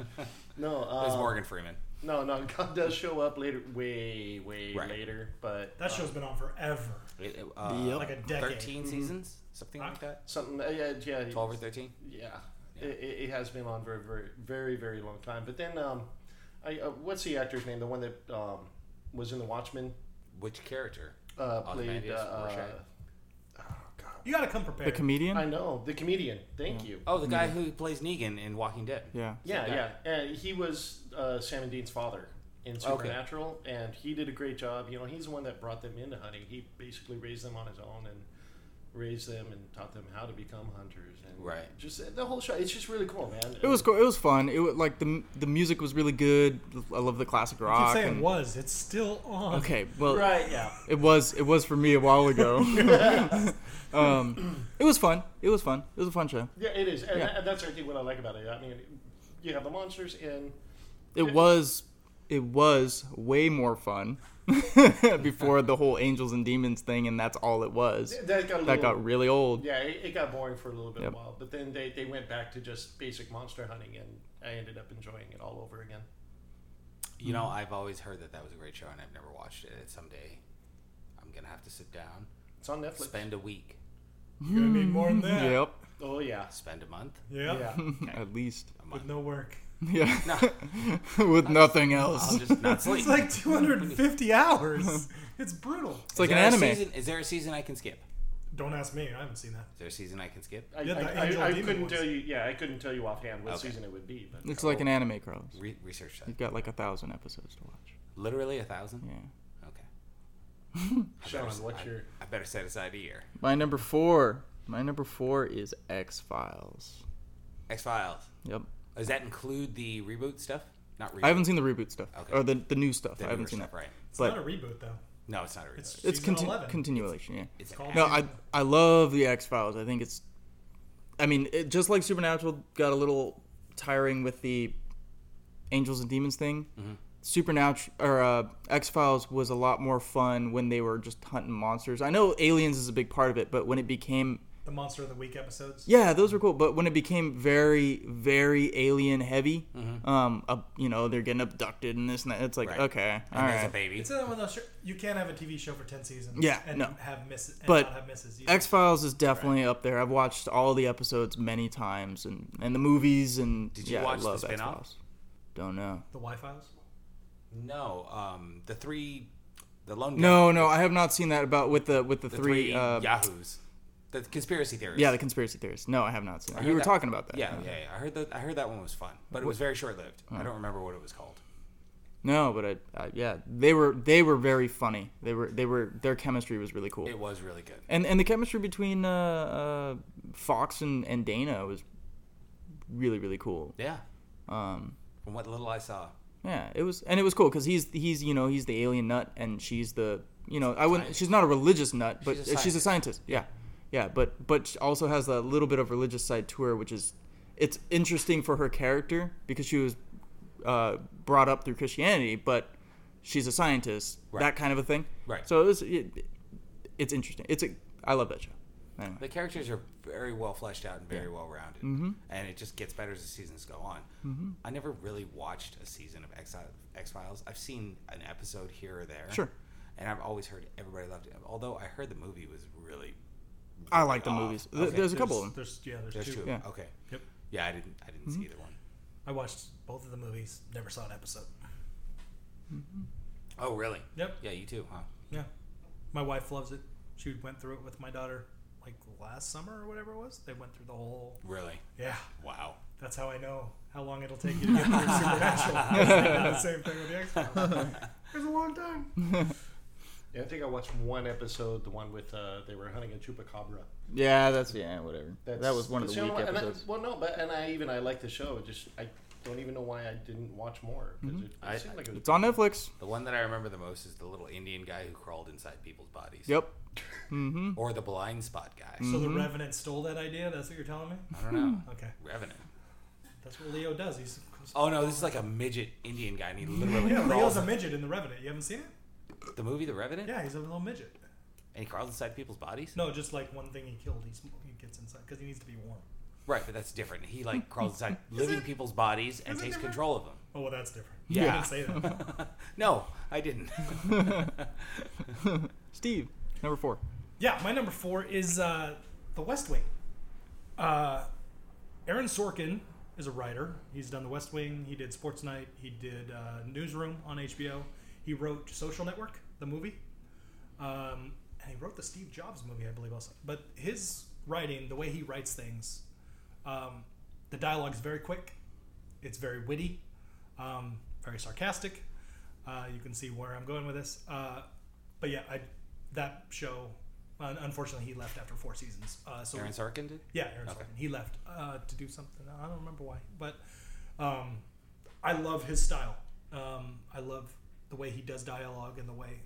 [SPEAKER 4] No,
[SPEAKER 1] It
[SPEAKER 3] Uh,
[SPEAKER 1] was
[SPEAKER 4] um,
[SPEAKER 1] Morgan Freeman.
[SPEAKER 4] no, no. God does show up later, way, way
[SPEAKER 1] Right.
[SPEAKER 4] later. But
[SPEAKER 2] That
[SPEAKER 4] uh,
[SPEAKER 2] show's been on forever,
[SPEAKER 1] It- it, uh,
[SPEAKER 3] Yep.
[SPEAKER 2] like a decade.
[SPEAKER 1] 13 seasons, something
[SPEAKER 2] Huh?
[SPEAKER 1] like that.
[SPEAKER 4] something. Uh, yeah, yeah,
[SPEAKER 1] 12 or 13.
[SPEAKER 4] yeah.
[SPEAKER 1] Yeah.
[SPEAKER 4] It, it it has been on for a very, very, very long time. But then, um, I, uh, what's the actor's name? The one that um, was in The Watchmen,
[SPEAKER 1] Which character?
[SPEAKER 4] uh,
[SPEAKER 1] Ozymandias,
[SPEAKER 4] played. Uh, uh,
[SPEAKER 1] Rorschach.
[SPEAKER 4] oh God.
[SPEAKER 2] You gotta come
[SPEAKER 3] The
[SPEAKER 2] prepared.
[SPEAKER 4] I
[SPEAKER 3] comedian.
[SPEAKER 4] know the comedian. Thank you.
[SPEAKER 1] Oh, the guy who plays Negan in Walking Dead.
[SPEAKER 3] Mm. Yeah.
[SPEAKER 4] yeah,
[SPEAKER 1] that guy.
[SPEAKER 4] yeah. And he was uh, Sam and Dean's father in Supernatural, and he did a great job. You know, he's the one that brought them into hunting. He basically raised them on his own and raised them and taught them how to become hunters. And
[SPEAKER 1] Right.
[SPEAKER 4] Just uh, the whole show. It's just really cool, man.
[SPEAKER 3] It was cool. It was fun. It was, like the the music was really good. I love the
[SPEAKER 2] I
[SPEAKER 3] classic
[SPEAKER 2] keep
[SPEAKER 3] rock.
[SPEAKER 2] saying
[SPEAKER 3] and-
[SPEAKER 2] was. It's still on.
[SPEAKER 3] Okay, well,
[SPEAKER 4] Right. Yeah.
[SPEAKER 3] it was it was for me a while ago. um, it was fun. It was fun. It was a fun show.
[SPEAKER 4] Yeah, it is, and,
[SPEAKER 3] Yeah.
[SPEAKER 4] and that's I think what I like about it. I mean, you have the monsters in.
[SPEAKER 3] It was it was way more fun before the whole angels and demons thing, and that's all it was.
[SPEAKER 4] That got a
[SPEAKER 3] That
[SPEAKER 4] little,
[SPEAKER 3] got really old.
[SPEAKER 4] Yeah, it, it got boring for a little bit
[SPEAKER 3] Yep.
[SPEAKER 4] a while, but then they, they went back to just basic monster hunting, and I ended up enjoying it all over again.
[SPEAKER 1] You
[SPEAKER 3] Mm-hmm.
[SPEAKER 1] know, I've always heard that that was a great show, and I've never watched it. And someday, I'm gonna have to sit down,
[SPEAKER 4] It's on Netflix.
[SPEAKER 1] spend a week,
[SPEAKER 2] You're gonna need more than that.
[SPEAKER 1] Mm,
[SPEAKER 3] Yep.
[SPEAKER 4] Oh yeah.
[SPEAKER 1] spend a month,
[SPEAKER 2] Yep.
[SPEAKER 4] Yeah.
[SPEAKER 3] At least.
[SPEAKER 1] a
[SPEAKER 2] With
[SPEAKER 1] month.
[SPEAKER 2] no work.
[SPEAKER 3] Yeah.
[SPEAKER 1] No,
[SPEAKER 3] With nothing else.
[SPEAKER 1] I'll just not sleep.
[SPEAKER 2] It's like 250 hours. It's brutal.
[SPEAKER 3] it's like
[SPEAKER 1] Is
[SPEAKER 3] an
[SPEAKER 1] there a
[SPEAKER 3] anime.
[SPEAKER 1] Season, is there a season I can skip?
[SPEAKER 2] Don't ask me. I haven't seen that.
[SPEAKER 1] Is there a season I can skip?
[SPEAKER 4] I,
[SPEAKER 2] Yeah, the
[SPEAKER 4] I,
[SPEAKER 2] Angel
[SPEAKER 4] I, I
[SPEAKER 2] Demon
[SPEAKER 4] couldn't
[SPEAKER 2] ones.
[SPEAKER 4] tell you. Yeah, I couldn't tell you offhand what
[SPEAKER 1] Okay.
[SPEAKER 4] season it would be, but
[SPEAKER 3] It's like an anime, Carlos.
[SPEAKER 1] Re- research that.
[SPEAKER 3] You've got like a thousand episodes to watch.
[SPEAKER 1] Literally a thousand.
[SPEAKER 3] Yeah.
[SPEAKER 1] Okay. I
[SPEAKER 4] Sean,
[SPEAKER 1] better s-
[SPEAKER 4] what's
[SPEAKER 1] I-
[SPEAKER 4] your?
[SPEAKER 1] I better set aside a year.
[SPEAKER 3] My number four. My number four is X Files.
[SPEAKER 1] X Files.
[SPEAKER 3] Yep.
[SPEAKER 1] Does that include the reboot stuff? Not reboot.
[SPEAKER 3] I haven't seen the reboot stuff
[SPEAKER 1] Okay.
[SPEAKER 3] or the, the new stuff.
[SPEAKER 1] the
[SPEAKER 3] I haven't
[SPEAKER 1] newer
[SPEAKER 3] seen
[SPEAKER 1] stuff,
[SPEAKER 3] that.
[SPEAKER 1] Right.
[SPEAKER 2] It's
[SPEAKER 3] But-
[SPEAKER 2] not a reboot though.
[SPEAKER 1] No, it's not a reboot.
[SPEAKER 2] It's-
[SPEAKER 3] It's
[SPEAKER 2] Season
[SPEAKER 3] conti-
[SPEAKER 2] 11.
[SPEAKER 3] continuation. Yeah.
[SPEAKER 1] It's
[SPEAKER 2] called-
[SPEAKER 3] No,
[SPEAKER 1] called.
[SPEAKER 3] I I love the X Files. I think it's, I mean, it, just like Supernatural got a little tiring with the angels and demons thing.
[SPEAKER 1] Mm-hmm.
[SPEAKER 3] Supernatural or uh, X Files was a lot more fun when they were just hunting monsters. I know aliens is a big part of it, but when it became
[SPEAKER 2] The Monster of the Week episodes.
[SPEAKER 3] yeah, those were cool. But when it became very, very alien heavy, um, uh, you know, they're getting abducted and this and that. It's like
[SPEAKER 1] Mm-hmm. Right.
[SPEAKER 3] okay, all
[SPEAKER 1] And there's a
[SPEAKER 3] right.
[SPEAKER 1] baby.
[SPEAKER 2] It's another one of those. sh- You can't have a TV show for ten seasons.
[SPEAKER 3] Yeah,
[SPEAKER 2] and
[SPEAKER 3] no.
[SPEAKER 2] have misses. And
[SPEAKER 3] But
[SPEAKER 2] not have misses. either.
[SPEAKER 3] X Files is definitely up there. I've watched all the episodes many times, and, and the movies, and
[SPEAKER 1] Did you
[SPEAKER 3] yeah,
[SPEAKER 1] watch
[SPEAKER 3] I
[SPEAKER 1] the
[SPEAKER 3] love
[SPEAKER 1] spin-off?
[SPEAKER 3] X-Files. Don't know.
[SPEAKER 2] the Y Files.
[SPEAKER 1] No, um, the three, the lone. guy.
[SPEAKER 3] No, no, I have not seen that about with the with the,
[SPEAKER 1] the
[SPEAKER 3] three.
[SPEAKER 1] three
[SPEAKER 3] uh, yeah.
[SPEAKER 1] yahoos, the conspiracy theorists.
[SPEAKER 3] the conspiracy theorists. No, I have not seen that.
[SPEAKER 1] heard
[SPEAKER 3] You were
[SPEAKER 1] that-
[SPEAKER 3] talking about that.
[SPEAKER 1] Yeah, yeah, yeah. I heard that. I heard that one was fun, but it was very short lived.
[SPEAKER 3] Oh.
[SPEAKER 1] I don't remember what it was called.
[SPEAKER 3] No, but I, I, yeah, they were they were very funny. They were they were their chemistry was really cool.
[SPEAKER 1] It was really good.
[SPEAKER 3] And and the chemistry between uh, uh, Fox and, and Dana was really really cool.
[SPEAKER 1] Yeah,
[SPEAKER 3] Um,
[SPEAKER 1] from what little I saw.
[SPEAKER 3] yeah, it was and it was cool because he's he's you know he's the alien nut and she's the you know I wouldn't she's not a religious nut but
[SPEAKER 1] She's a
[SPEAKER 3] she's a,
[SPEAKER 1] scientist.
[SPEAKER 3] scientist. Yeah, yeah, but but she also has a little bit of religious side to her, which is it's interesting for her character because she was uh, brought up through Christianity, but she's a scientist,
[SPEAKER 1] Right.
[SPEAKER 3] that kind of a thing.
[SPEAKER 1] Right.
[SPEAKER 3] So it was it, it's interesting. It's a I love that show. Anyway.
[SPEAKER 1] The characters are very well fleshed out and very well rounded,
[SPEAKER 3] Mm-hmm.
[SPEAKER 1] and it just gets better as the seasons go on. I never really watched a season of X X Files. I've seen an episode here or there.
[SPEAKER 3] Sure.
[SPEAKER 1] And I've always heard everybody loved it. Although I heard the movie was really.
[SPEAKER 3] I
[SPEAKER 1] really
[SPEAKER 3] like the
[SPEAKER 1] off.
[SPEAKER 3] movies. Th-
[SPEAKER 1] Okay.
[SPEAKER 3] There's a couple of them.
[SPEAKER 2] There's yeah. There's,
[SPEAKER 1] There's two.
[SPEAKER 3] Yeah. Mm-hmm.
[SPEAKER 1] Okay.
[SPEAKER 2] Yep.
[SPEAKER 1] Yeah, I didn't. I didn't see either one.
[SPEAKER 2] I watched both of the movies. Never saw an episode.
[SPEAKER 1] Oh, really?
[SPEAKER 2] Yep.
[SPEAKER 1] Yeah, you too, huh?
[SPEAKER 2] Yeah. My wife loves it. She went through it with my daughter like last summer or whatever it was. They went through the whole.
[SPEAKER 1] Really?
[SPEAKER 2] Yeah.
[SPEAKER 1] Wow.
[SPEAKER 2] That's how I know how long it'll take you to get through Supernatural. I did the same thing with the X Files. It was a long time.
[SPEAKER 4] Yeah, I think I watched one episode, the one with uh, they were hunting a chupacabra.
[SPEAKER 3] Yeah, that's yeah, whatever.
[SPEAKER 4] That's,
[SPEAKER 3] that was one of
[SPEAKER 4] that's
[SPEAKER 3] the weak
[SPEAKER 4] only one- and I-
[SPEAKER 3] episodes.
[SPEAKER 4] well, no, but and I even I like the show. It just I don't even know why I didn't watch more because it, it
[SPEAKER 1] I-
[SPEAKER 4] seemed like it was
[SPEAKER 3] Mm-hmm. It's on Netflix.
[SPEAKER 1] The one that I remember the most is the little Indian guy who crawled inside people's bodies.
[SPEAKER 3] Yep. Mm.
[SPEAKER 1] Or the blind spot guy.
[SPEAKER 2] So
[SPEAKER 3] Mm-hmm.
[SPEAKER 2] the Revenant stole that idea. That's what you're telling me.
[SPEAKER 1] I don't know.
[SPEAKER 2] Okay.
[SPEAKER 1] Revenant.
[SPEAKER 2] That's what Leo does. He's
[SPEAKER 1] Oh no, this is like a midget Indian guy, and he literally
[SPEAKER 2] yeah.
[SPEAKER 1] Oh, crawls
[SPEAKER 2] Leo's a midget in the Revenant. You haven't seen it?
[SPEAKER 1] the movie The Revenant,
[SPEAKER 2] Yeah, he's a little midget.
[SPEAKER 1] and he crawls inside people's bodies.
[SPEAKER 2] No, just like one thing he killed. He's, he gets inside because he needs to be warm.
[SPEAKER 1] Right, but that's different. He like crawls inside living people's bodies and
[SPEAKER 2] is it
[SPEAKER 1] takes
[SPEAKER 2] different?
[SPEAKER 1] control of them.
[SPEAKER 2] Oh well, that's different.
[SPEAKER 1] Yeah.
[SPEAKER 2] I didn't say that.
[SPEAKER 1] No, I didn't.
[SPEAKER 3] Steve, number four.
[SPEAKER 2] Yeah, my number four is uh, The West Wing. Uh, Aaron Sorkin is a writer. He's done The West Wing. He did Sports Night. He did uh, Newsroom on HBO. He wrote Social Network, the movie, um, and he wrote the Steve Jobs movie, I believe, also. But his writing, the way he writes things, um, the dialogue is very quick. It's very witty, um, very sarcastic. Uh, you can see where I'm going with this. Uh, but yeah, I, that show. un- Unfortunately, he left after four seasons. Uh, so
[SPEAKER 1] Aaron Sorkin did.
[SPEAKER 2] yeah, Aaron
[SPEAKER 1] Okay.
[SPEAKER 2] Sorkin. He left uh, to do something. I don't remember why, but um, I love his style. Um, I love the way he does dialogue and the way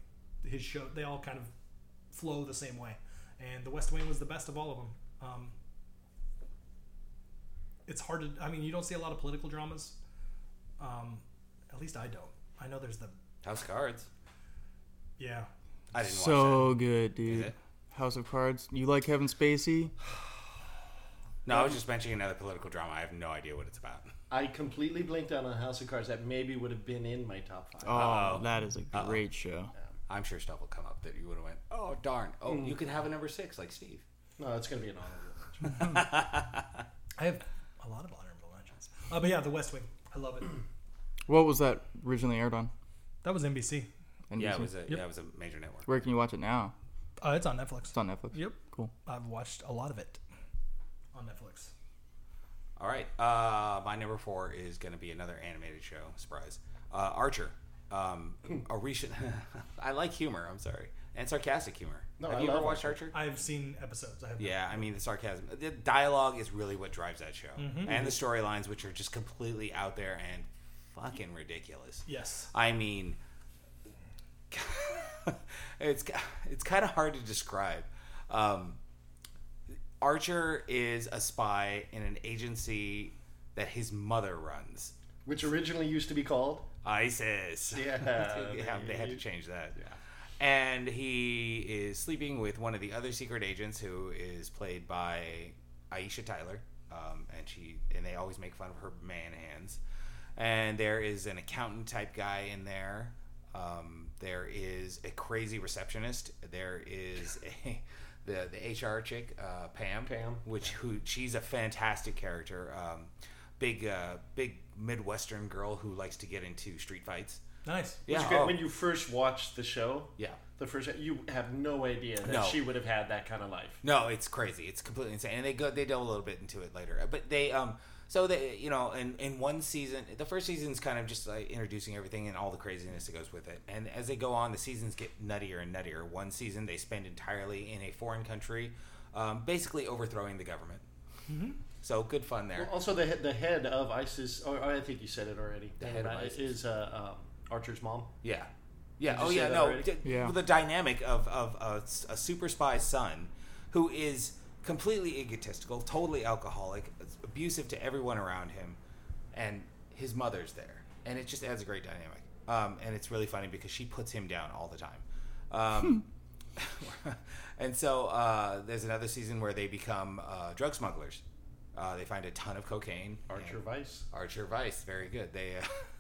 [SPEAKER 2] his show. They all kind of flow the same way, and The West Wing was the best of all of them. Um, it's hard to. I mean, you don't see a lot of political dramas. Um, at least I don't. I know there's the
[SPEAKER 1] House of Cards.
[SPEAKER 2] yeah.
[SPEAKER 1] I didn't watch
[SPEAKER 3] So good,
[SPEAKER 1] that. Is
[SPEAKER 3] dude.
[SPEAKER 1] it?
[SPEAKER 3] House of Cards. You like Kevin Spacey?
[SPEAKER 1] No, I was just mentioning another political drama. I have no idea what it's about.
[SPEAKER 4] I completely blinked out on House of Cards. That maybe would have been in my top five.
[SPEAKER 3] Oh,
[SPEAKER 1] Uh-oh.
[SPEAKER 3] that is a great show.
[SPEAKER 1] I'm sure stuff will come up that you would have went, oh darn, oh
[SPEAKER 2] Hmm.
[SPEAKER 1] you could have a number six like Steve.
[SPEAKER 4] No, it's gonna be an honorable. mention.
[SPEAKER 2] I have a lot of honorable mentions. Uh, but yeah, The West Wing. I love it.
[SPEAKER 3] What was that originally aired on?
[SPEAKER 2] that was NBC.
[SPEAKER 3] NBC?
[SPEAKER 1] Yeah, it was a
[SPEAKER 2] Yep.
[SPEAKER 1] yeah, it was a major network.
[SPEAKER 3] Where can you watch it now?
[SPEAKER 2] Uh, it's on Netflix.
[SPEAKER 3] It's on Netflix.
[SPEAKER 2] Yep,
[SPEAKER 3] Cool.
[SPEAKER 2] I've watched a lot of it on Netflix.
[SPEAKER 1] All right. Uh, my number four is going to be another animated show. Surprise. Uh, Archer. Um,
[SPEAKER 4] Hmm.
[SPEAKER 1] a recent. I like humor. I'm sorry, and sarcastic humor.
[SPEAKER 4] No,
[SPEAKER 1] Have
[SPEAKER 4] I
[SPEAKER 1] you ever
[SPEAKER 4] love
[SPEAKER 1] watched Archer?
[SPEAKER 2] I've seen episodes. I have.
[SPEAKER 1] Yeah, I mean the sarcasm, the dialogue is really what drives that show,
[SPEAKER 4] Mm-hmm.
[SPEAKER 1] and the storylines, which are just completely out there and fucking ridiculous.
[SPEAKER 2] Yes.
[SPEAKER 1] I mean, it's it's kind of hard to describe. Um, Archer is a spy in an agency that his mother runs,
[SPEAKER 4] which originally used to be called.
[SPEAKER 1] ISIS.
[SPEAKER 4] Yeah,
[SPEAKER 1] yeah, they had to
[SPEAKER 4] baby.
[SPEAKER 1] change that. Yeah. And he is sleeping with one of the other secret agents, who is played by Aisha Tyler, um, and she and they always make fun of her man hands. And there is an accountant type guy in there. Um, there is a crazy receptionist. There is a, the the HR chick, uh, Pam.
[SPEAKER 4] Pam.
[SPEAKER 1] which who she's a fantastic character. Um, big uh, big Midwestern girl who likes to get into street fights.
[SPEAKER 2] Nice.
[SPEAKER 1] Yeah.
[SPEAKER 4] It's great
[SPEAKER 1] oh,
[SPEAKER 4] When you first watch the show,
[SPEAKER 1] yeah.
[SPEAKER 4] the first you have no idea that
[SPEAKER 1] No.
[SPEAKER 4] she would have had that kind of life.
[SPEAKER 1] No, it's crazy. It's completely insane. And they go they delve a little bit into it later. But they um so they you know, in in one season the first season's kind of just like introducing everything and all the craziness that goes with it. And as they go on, the seasons get nuttier and nuttier. One season they spend entirely in a foreign country, um, basically overthrowing the government. So good fun there.
[SPEAKER 4] Well, also, the he- the head of ISIS, or I think you said it already.
[SPEAKER 1] The head of
[SPEAKER 4] uh,
[SPEAKER 1] ISIS.
[SPEAKER 4] is uh, um, Archer's mom.
[SPEAKER 1] Yeah. Yeah.
[SPEAKER 4] Did you
[SPEAKER 1] Oh,
[SPEAKER 4] say
[SPEAKER 1] yeah.
[SPEAKER 4] that
[SPEAKER 1] No.
[SPEAKER 4] already?
[SPEAKER 1] D-
[SPEAKER 3] Yeah.
[SPEAKER 1] well, The dynamic of, of a, s- a super spy son who is completely egotistical, totally alcoholic, abusive to everyone around him, and his mother's there. And it just adds a great dynamic. Um, and it's really funny because she puts him down all the time. Um, and so uh, there's another season where they become uh, drug smugglers. Uh, they find a ton of cocaine.
[SPEAKER 4] Archer
[SPEAKER 1] and-
[SPEAKER 4] Vice.
[SPEAKER 1] Archer Vice, very good. They,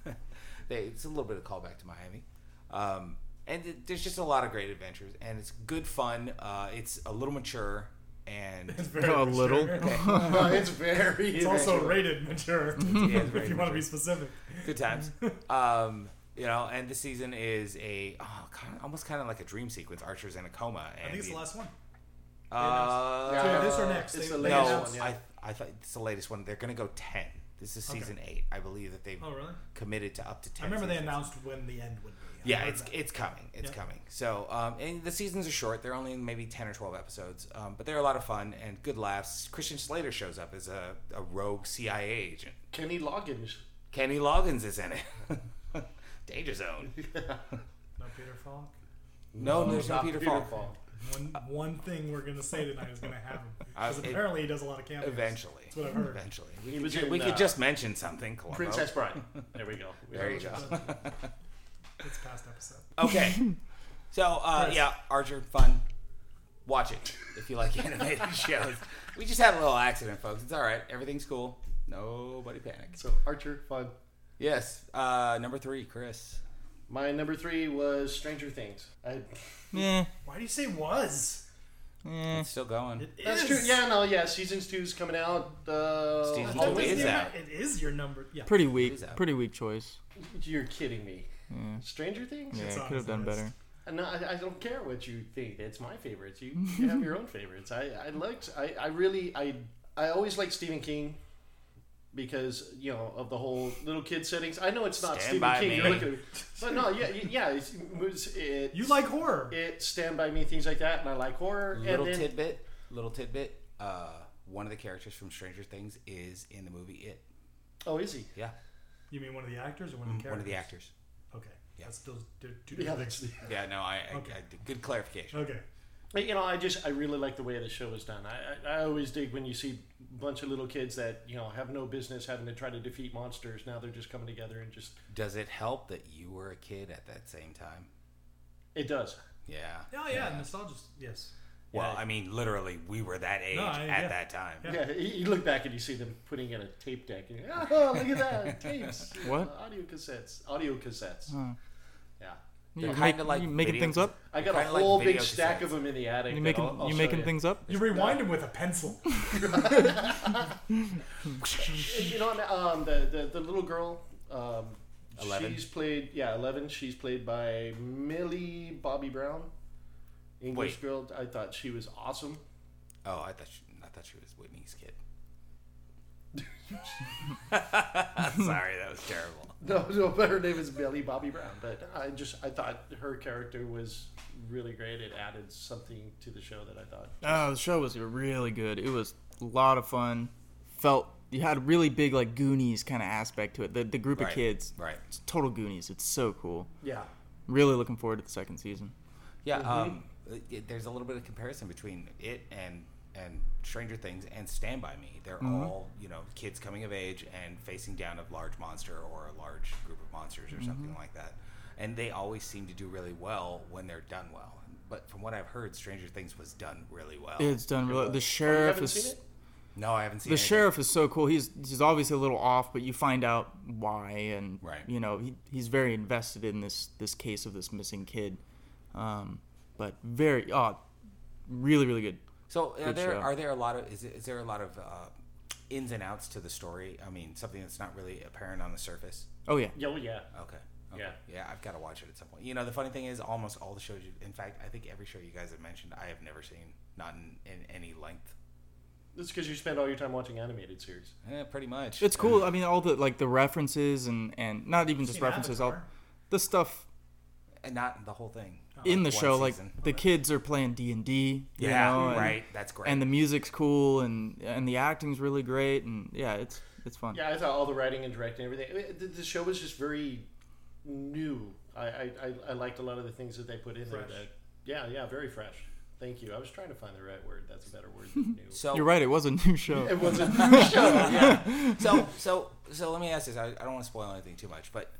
[SPEAKER 1] uh, they, it's a little bit of callback to Miami, um, and th- there's just a lot of great adventures, and it's good fun. Uh, it's a little mature, and
[SPEAKER 2] very
[SPEAKER 3] A little.
[SPEAKER 4] No, Oh, it's very.
[SPEAKER 2] It's also
[SPEAKER 4] immature.
[SPEAKER 2] rated mature.
[SPEAKER 1] Yeah, it's
[SPEAKER 2] if
[SPEAKER 1] rated
[SPEAKER 2] you want
[SPEAKER 1] mature.
[SPEAKER 2] to be specific.
[SPEAKER 1] good times. Um, you know, and the season is a oh, kind of, almost kind of like a dream sequence. Archer's in a coma. And
[SPEAKER 2] I think it's the
[SPEAKER 1] he-
[SPEAKER 2] last one.
[SPEAKER 1] Uh,
[SPEAKER 4] Yeah.
[SPEAKER 2] So this or next?
[SPEAKER 4] It's
[SPEAKER 2] They-
[SPEAKER 4] the
[SPEAKER 2] they
[SPEAKER 1] no,
[SPEAKER 2] announced-
[SPEAKER 4] one, yeah.
[SPEAKER 1] I, I thought it's the latest one. They're gonna go ten. This is
[SPEAKER 2] Okay.
[SPEAKER 1] season eight. I believe that they've
[SPEAKER 2] Oh, really?
[SPEAKER 1] committed to up to ten.
[SPEAKER 2] I remember they
[SPEAKER 1] seasons.
[SPEAKER 2] announced when the end would be. I
[SPEAKER 1] yeah
[SPEAKER 2] heard
[SPEAKER 1] it's
[SPEAKER 2] that.
[SPEAKER 1] it's coming it's
[SPEAKER 2] Yeah.
[SPEAKER 1] coming so um, and the seasons are short they're only maybe 10 or 12 episodes um, but they're a lot of fun and good laughs christian slater shows up as a, a rogue cia agent
[SPEAKER 4] Kenny Loggins.
[SPEAKER 1] kenny loggins is in it danger zone
[SPEAKER 2] no Peter Falk.
[SPEAKER 1] no there's no
[SPEAKER 4] Not
[SPEAKER 1] Oh, peter, falk
[SPEAKER 2] One, one thing we're gonna say tonight is gonna happen because
[SPEAKER 1] Uh, it-
[SPEAKER 2] apparently he does a lot of cameos.
[SPEAKER 1] eventually
[SPEAKER 2] That's what I've heard.
[SPEAKER 1] eventually we,
[SPEAKER 4] He
[SPEAKER 1] could,
[SPEAKER 4] was
[SPEAKER 1] ju-
[SPEAKER 4] in,
[SPEAKER 1] we could
[SPEAKER 4] uh,
[SPEAKER 1] just mention something Columbo.
[SPEAKER 4] Princess Bride. There we go. We
[SPEAKER 1] there you
[SPEAKER 4] always-
[SPEAKER 1] go
[SPEAKER 2] It's past episode.
[SPEAKER 1] okay so uh,
[SPEAKER 2] Chris.
[SPEAKER 1] yeah archer fun watch it if you like animated shows we just had a little accident folks it's all right everything's cool nobody panic
[SPEAKER 4] So Archer, fun.
[SPEAKER 1] Yes. Uh, number three, Chris.
[SPEAKER 4] My number three was Stranger Things. I,
[SPEAKER 3] Yeah.
[SPEAKER 2] Why do you say was?
[SPEAKER 4] Mm.
[SPEAKER 1] It's still going.
[SPEAKER 2] It is.
[SPEAKER 4] that's true. Yeah, no, yeah. Seasons two's coming out. Uh,
[SPEAKER 1] Season
[SPEAKER 2] Oh,
[SPEAKER 1] two
[SPEAKER 2] it
[SPEAKER 1] is
[SPEAKER 2] your-
[SPEAKER 1] out.
[SPEAKER 2] It is your number. Yeah.
[SPEAKER 3] Pretty
[SPEAKER 1] It
[SPEAKER 3] weak.
[SPEAKER 1] is out.
[SPEAKER 3] Pretty weak choice.
[SPEAKER 4] You're kidding me.
[SPEAKER 3] Yeah.
[SPEAKER 4] Stranger Things? Uh,
[SPEAKER 3] Yeah.
[SPEAKER 2] It's on
[SPEAKER 3] Could
[SPEAKER 2] his
[SPEAKER 3] have done
[SPEAKER 2] list.
[SPEAKER 3] better.
[SPEAKER 4] No, I, I don't care what you think. It's my favorites. You, you have your own favorites. I, I like. I, I really. I I always like Stephen King because you know of the whole little kid settings. I know it's not
[SPEAKER 1] Stand
[SPEAKER 4] Stephen
[SPEAKER 1] by
[SPEAKER 4] King.
[SPEAKER 1] me.
[SPEAKER 4] You're looking at me. But no, yeah, yeah. It's, it's, it's,
[SPEAKER 2] You like horror.
[SPEAKER 4] it? Stand by me, things like that, and I like horror.
[SPEAKER 1] Little
[SPEAKER 4] and then,
[SPEAKER 1] tidbit. Little tidbit. Uh, one of the characters from Stranger Things is in the movie It.
[SPEAKER 4] Oh, is he?
[SPEAKER 1] Yeah.
[SPEAKER 2] You mean one of the actors or one of the characters?
[SPEAKER 1] Mm, One of the actors.
[SPEAKER 2] Okay.
[SPEAKER 1] Yeah.
[SPEAKER 2] That's those they're two
[SPEAKER 4] Yeah,
[SPEAKER 2] different
[SPEAKER 4] that's.
[SPEAKER 1] Yeah. No. I. I,
[SPEAKER 2] Okay.
[SPEAKER 1] I good clarification.
[SPEAKER 2] Okay.
[SPEAKER 4] But, you know, I just I really like the way the show is done. I, I I always dig when you see a bunch of little kids that you know have no business having to try to defeat monsters. Now they're just coming together and just
[SPEAKER 1] Does it help that you were a kid at that same time?
[SPEAKER 4] it does.
[SPEAKER 1] Yeah.
[SPEAKER 2] Oh yeah, nostalgia. Yes.
[SPEAKER 1] Well,
[SPEAKER 4] Yeah.
[SPEAKER 1] I mean, literally, we were that age
[SPEAKER 2] I-
[SPEAKER 1] at
[SPEAKER 2] yeah.
[SPEAKER 1] that time.
[SPEAKER 2] Yeah.
[SPEAKER 4] Yeah, you you look back and you see them putting in a tape deck. And you're, oh, look at that tapes.
[SPEAKER 3] What?
[SPEAKER 4] audio cassettes? Audio cassettes.
[SPEAKER 3] Huh.
[SPEAKER 4] Yeah,
[SPEAKER 1] They're
[SPEAKER 3] You
[SPEAKER 1] kinda
[SPEAKER 3] make-
[SPEAKER 1] like
[SPEAKER 3] you making
[SPEAKER 1] video
[SPEAKER 3] things
[SPEAKER 1] games.
[SPEAKER 3] up.
[SPEAKER 4] I got a
[SPEAKER 1] kinda like
[SPEAKER 4] whole big
[SPEAKER 1] video
[SPEAKER 4] stack
[SPEAKER 1] cassettes.
[SPEAKER 4] of them in the attic.
[SPEAKER 3] You
[SPEAKER 4] that
[SPEAKER 3] making
[SPEAKER 4] I'll- I'll
[SPEAKER 3] you
[SPEAKER 4] show
[SPEAKER 3] making
[SPEAKER 4] you.
[SPEAKER 3] things up.
[SPEAKER 2] You rewind him with a pencil.
[SPEAKER 4] You know, um, the, the the little girl. Um,
[SPEAKER 1] 11.
[SPEAKER 4] She's played, yeah, eleven. She's played by Millie Bobby Brown English
[SPEAKER 1] Wait.
[SPEAKER 4] girl. I thought she was awesome.
[SPEAKER 1] Oh, I thought she, I thought she was Whitney's kid. Sorry, that was terrible.
[SPEAKER 4] No, no, but her name is Billy Bobby Brown. But I just I thought her character was really great. It added something to the show that I thought.
[SPEAKER 3] Oh, the show was really good. It was a lot of fun. Felt you had a really big like Goonies kind of aspect to it. The the group
[SPEAKER 1] Right,
[SPEAKER 3] of kids,
[SPEAKER 1] right.
[SPEAKER 3] It's total Goonies. It's so cool.
[SPEAKER 4] Yeah.
[SPEAKER 3] Really looking forward to the second season.
[SPEAKER 1] Yeah,
[SPEAKER 3] Mm-hmm.
[SPEAKER 1] um, it- there's a little bit of comparison between it and and Stranger Things and Stand by Me. They're
[SPEAKER 3] Mm-hmm.
[SPEAKER 1] all you know kids coming of age and facing down a large monster or a large group of monsters or
[SPEAKER 3] Mm-hmm.
[SPEAKER 1] something like that, and they always seem to do really well when they're done well. But from what I've heard, Stranger Things was done really well.
[SPEAKER 3] It's done really. The
[SPEAKER 4] Oh, You
[SPEAKER 3] sheriff
[SPEAKER 4] haven't
[SPEAKER 3] is
[SPEAKER 4] seen it?
[SPEAKER 1] no, I haven't seen
[SPEAKER 3] the
[SPEAKER 1] anything.
[SPEAKER 3] sheriff is so cool. He's he's obviously a little off, but you find out why, and
[SPEAKER 1] Right.
[SPEAKER 3] you know he, he's very invested in this this case of this missing kid. Um, but very oh, really really good.
[SPEAKER 1] So are
[SPEAKER 3] Good
[SPEAKER 1] there
[SPEAKER 3] show.
[SPEAKER 1] are there a lot of is, is there a lot of uh, ins and outs to the story? I mean, something that's not really apparent on the surface.
[SPEAKER 3] Oh yeah,
[SPEAKER 4] Yeah. Well, yeah.
[SPEAKER 1] Okay. okay.
[SPEAKER 4] Yeah.
[SPEAKER 1] Yeah, I've got to watch it at some point. You know, the funny thing is, almost all the shows. You, in fact, I think every show you guys have mentioned, I have never seen, not in, in any length.
[SPEAKER 4] That's because you spend all your time watching animated series.
[SPEAKER 1] Eh, pretty much.
[SPEAKER 3] it's cool. I mean all the like the references and and not even just
[SPEAKER 2] seen
[SPEAKER 3] references, all
[SPEAKER 2] Avatar?
[SPEAKER 3] the stuff
[SPEAKER 1] And not the whole thing.
[SPEAKER 3] in
[SPEAKER 1] One
[SPEAKER 3] the show. Like
[SPEAKER 1] season.
[SPEAKER 3] the kids are playing D and D.
[SPEAKER 1] Yeah,
[SPEAKER 3] know, and-
[SPEAKER 1] right. That's great.
[SPEAKER 3] And the music's cool, and and the acting's really great, and yeah, it's it's fun.
[SPEAKER 4] Yeah, I thought all the writing and directing, and everything. I mean, the, the show was just very new. I, I, I- I liked a lot of the things that they put in
[SPEAKER 2] Fresh.
[SPEAKER 4] there. That, yeah, yeah, very fresh. Thank you. I was trying to find the right word. That's a better word than new.
[SPEAKER 1] so
[SPEAKER 3] You're right. It was a new show.
[SPEAKER 4] it was a new show. Yeah.
[SPEAKER 1] so so so let me ask this. I, I don't want to spoil anything too much, but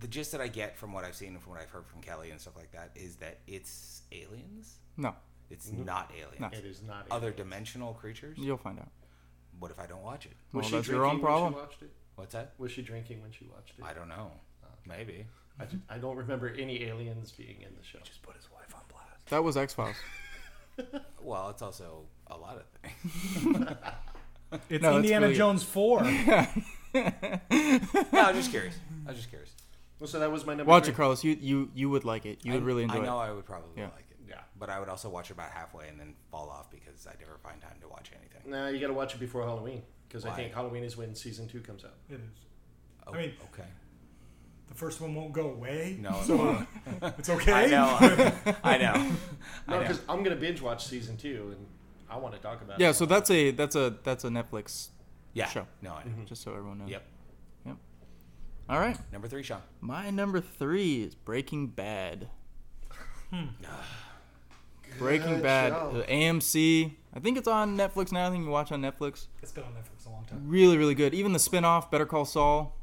[SPEAKER 1] the gist that I get from what I've seen and from what I've heard from Kelly and stuff like that is that it's aliens.
[SPEAKER 3] No,
[SPEAKER 1] It's not aliens.
[SPEAKER 3] No.
[SPEAKER 4] It is not.
[SPEAKER 1] Other dimensional creatures.
[SPEAKER 3] you'll find out.
[SPEAKER 1] What if I don't watch it?
[SPEAKER 3] Well,
[SPEAKER 4] Was she
[SPEAKER 3] that's your own
[SPEAKER 4] drinking when she
[SPEAKER 3] problem.
[SPEAKER 4] watched it?
[SPEAKER 1] What's that?
[SPEAKER 4] Was she drinking when she watched it?
[SPEAKER 1] I don't know. Maybe.
[SPEAKER 4] I, ju- I don't remember any aliens being in the show.
[SPEAKER 2] Just put his wife on blast.
[SPEAKER 3] That was X Files.
[SPEAKER 1] Well, it's also a lot of things.
[SPEAKER 2] It's
[SPEAKER 3] No, that's
[SPEAKER 2] Indiana
[SPEAKER 3] really-
[SPEAKER 2] Jones 4.
[SPEAKER 1] no, I was just curious. I was just curious.
[SPEAKER 4] Well, so that was my number.
[SPEAKER 3] Watch
[SPEAKER 4] three.
[SPEAKER 3] it, Carlos. You you you would like it. You would really enjoy
[SPEAKER 1] I know
[SPEAKER 3] it.
[SPEAKER 1] I would probably
[SPEAKER 3] Yeah.
[SPEAKER 1] like it.
[SPEAKER 4] Yeah.
[SPEAKER 1] But I would also watch it about halfway and then fall off because I never find time to watch anything.
[SPEAKER 4] No, you got to watch it before Halloween because I
[SPEAKER 1] Why?
[SPEAKER 4] think Halloween is when season two comes out.
[SPEAKER 2] It is.
[SPEAKER 1] Oh,
[SPEAKER 2] mean-
[SPEAKER 1] okay.
[SPEAKER 2] The first one won't go away.
[SPEAKER 1] No,
[SPEAKER 2] So,
[SPEAKER 1] no.
[SPEAKER 2] it's okay.
[SPEAKER 1] I know. I know.
[SPEAKER 4] No,
[SPEAKER 1] I know.
[SPEAKER 4] because I'm gonna binge watch season two, and I want to talk about
[SPEAKER 3] Yeah,
[SPEAKER 4] it.
[SPEAKER 3] so that's a that's a that's a Netflix.
[SPEAKER 1] Yeah.
[SPEAKER 3] Sure. Mm-hmm.
[SPEAKER 1] No, I know.
[SPEAKER 3] Just so everyone knows.
[SPEAKER 1] Yep.
[SPEAKER 3] All right.
[SPEAKER 1] Number three, Sean.
[SPEAKER 3] My number three is Breaking Bad. Breaking
[SPEAKER 4] Hmm. Good
[SPEAKER 3] Bad,
[SPEAKER 4] show.
[SPEAKER 3] uh, AMC. I think it's on Netflix now. I think you can watch on Netflix.
[SPEAKER 2] It's been on Netflix a long time.
[SPEAKER 3] Really, really good. Even the spin-off, Better Call Saul.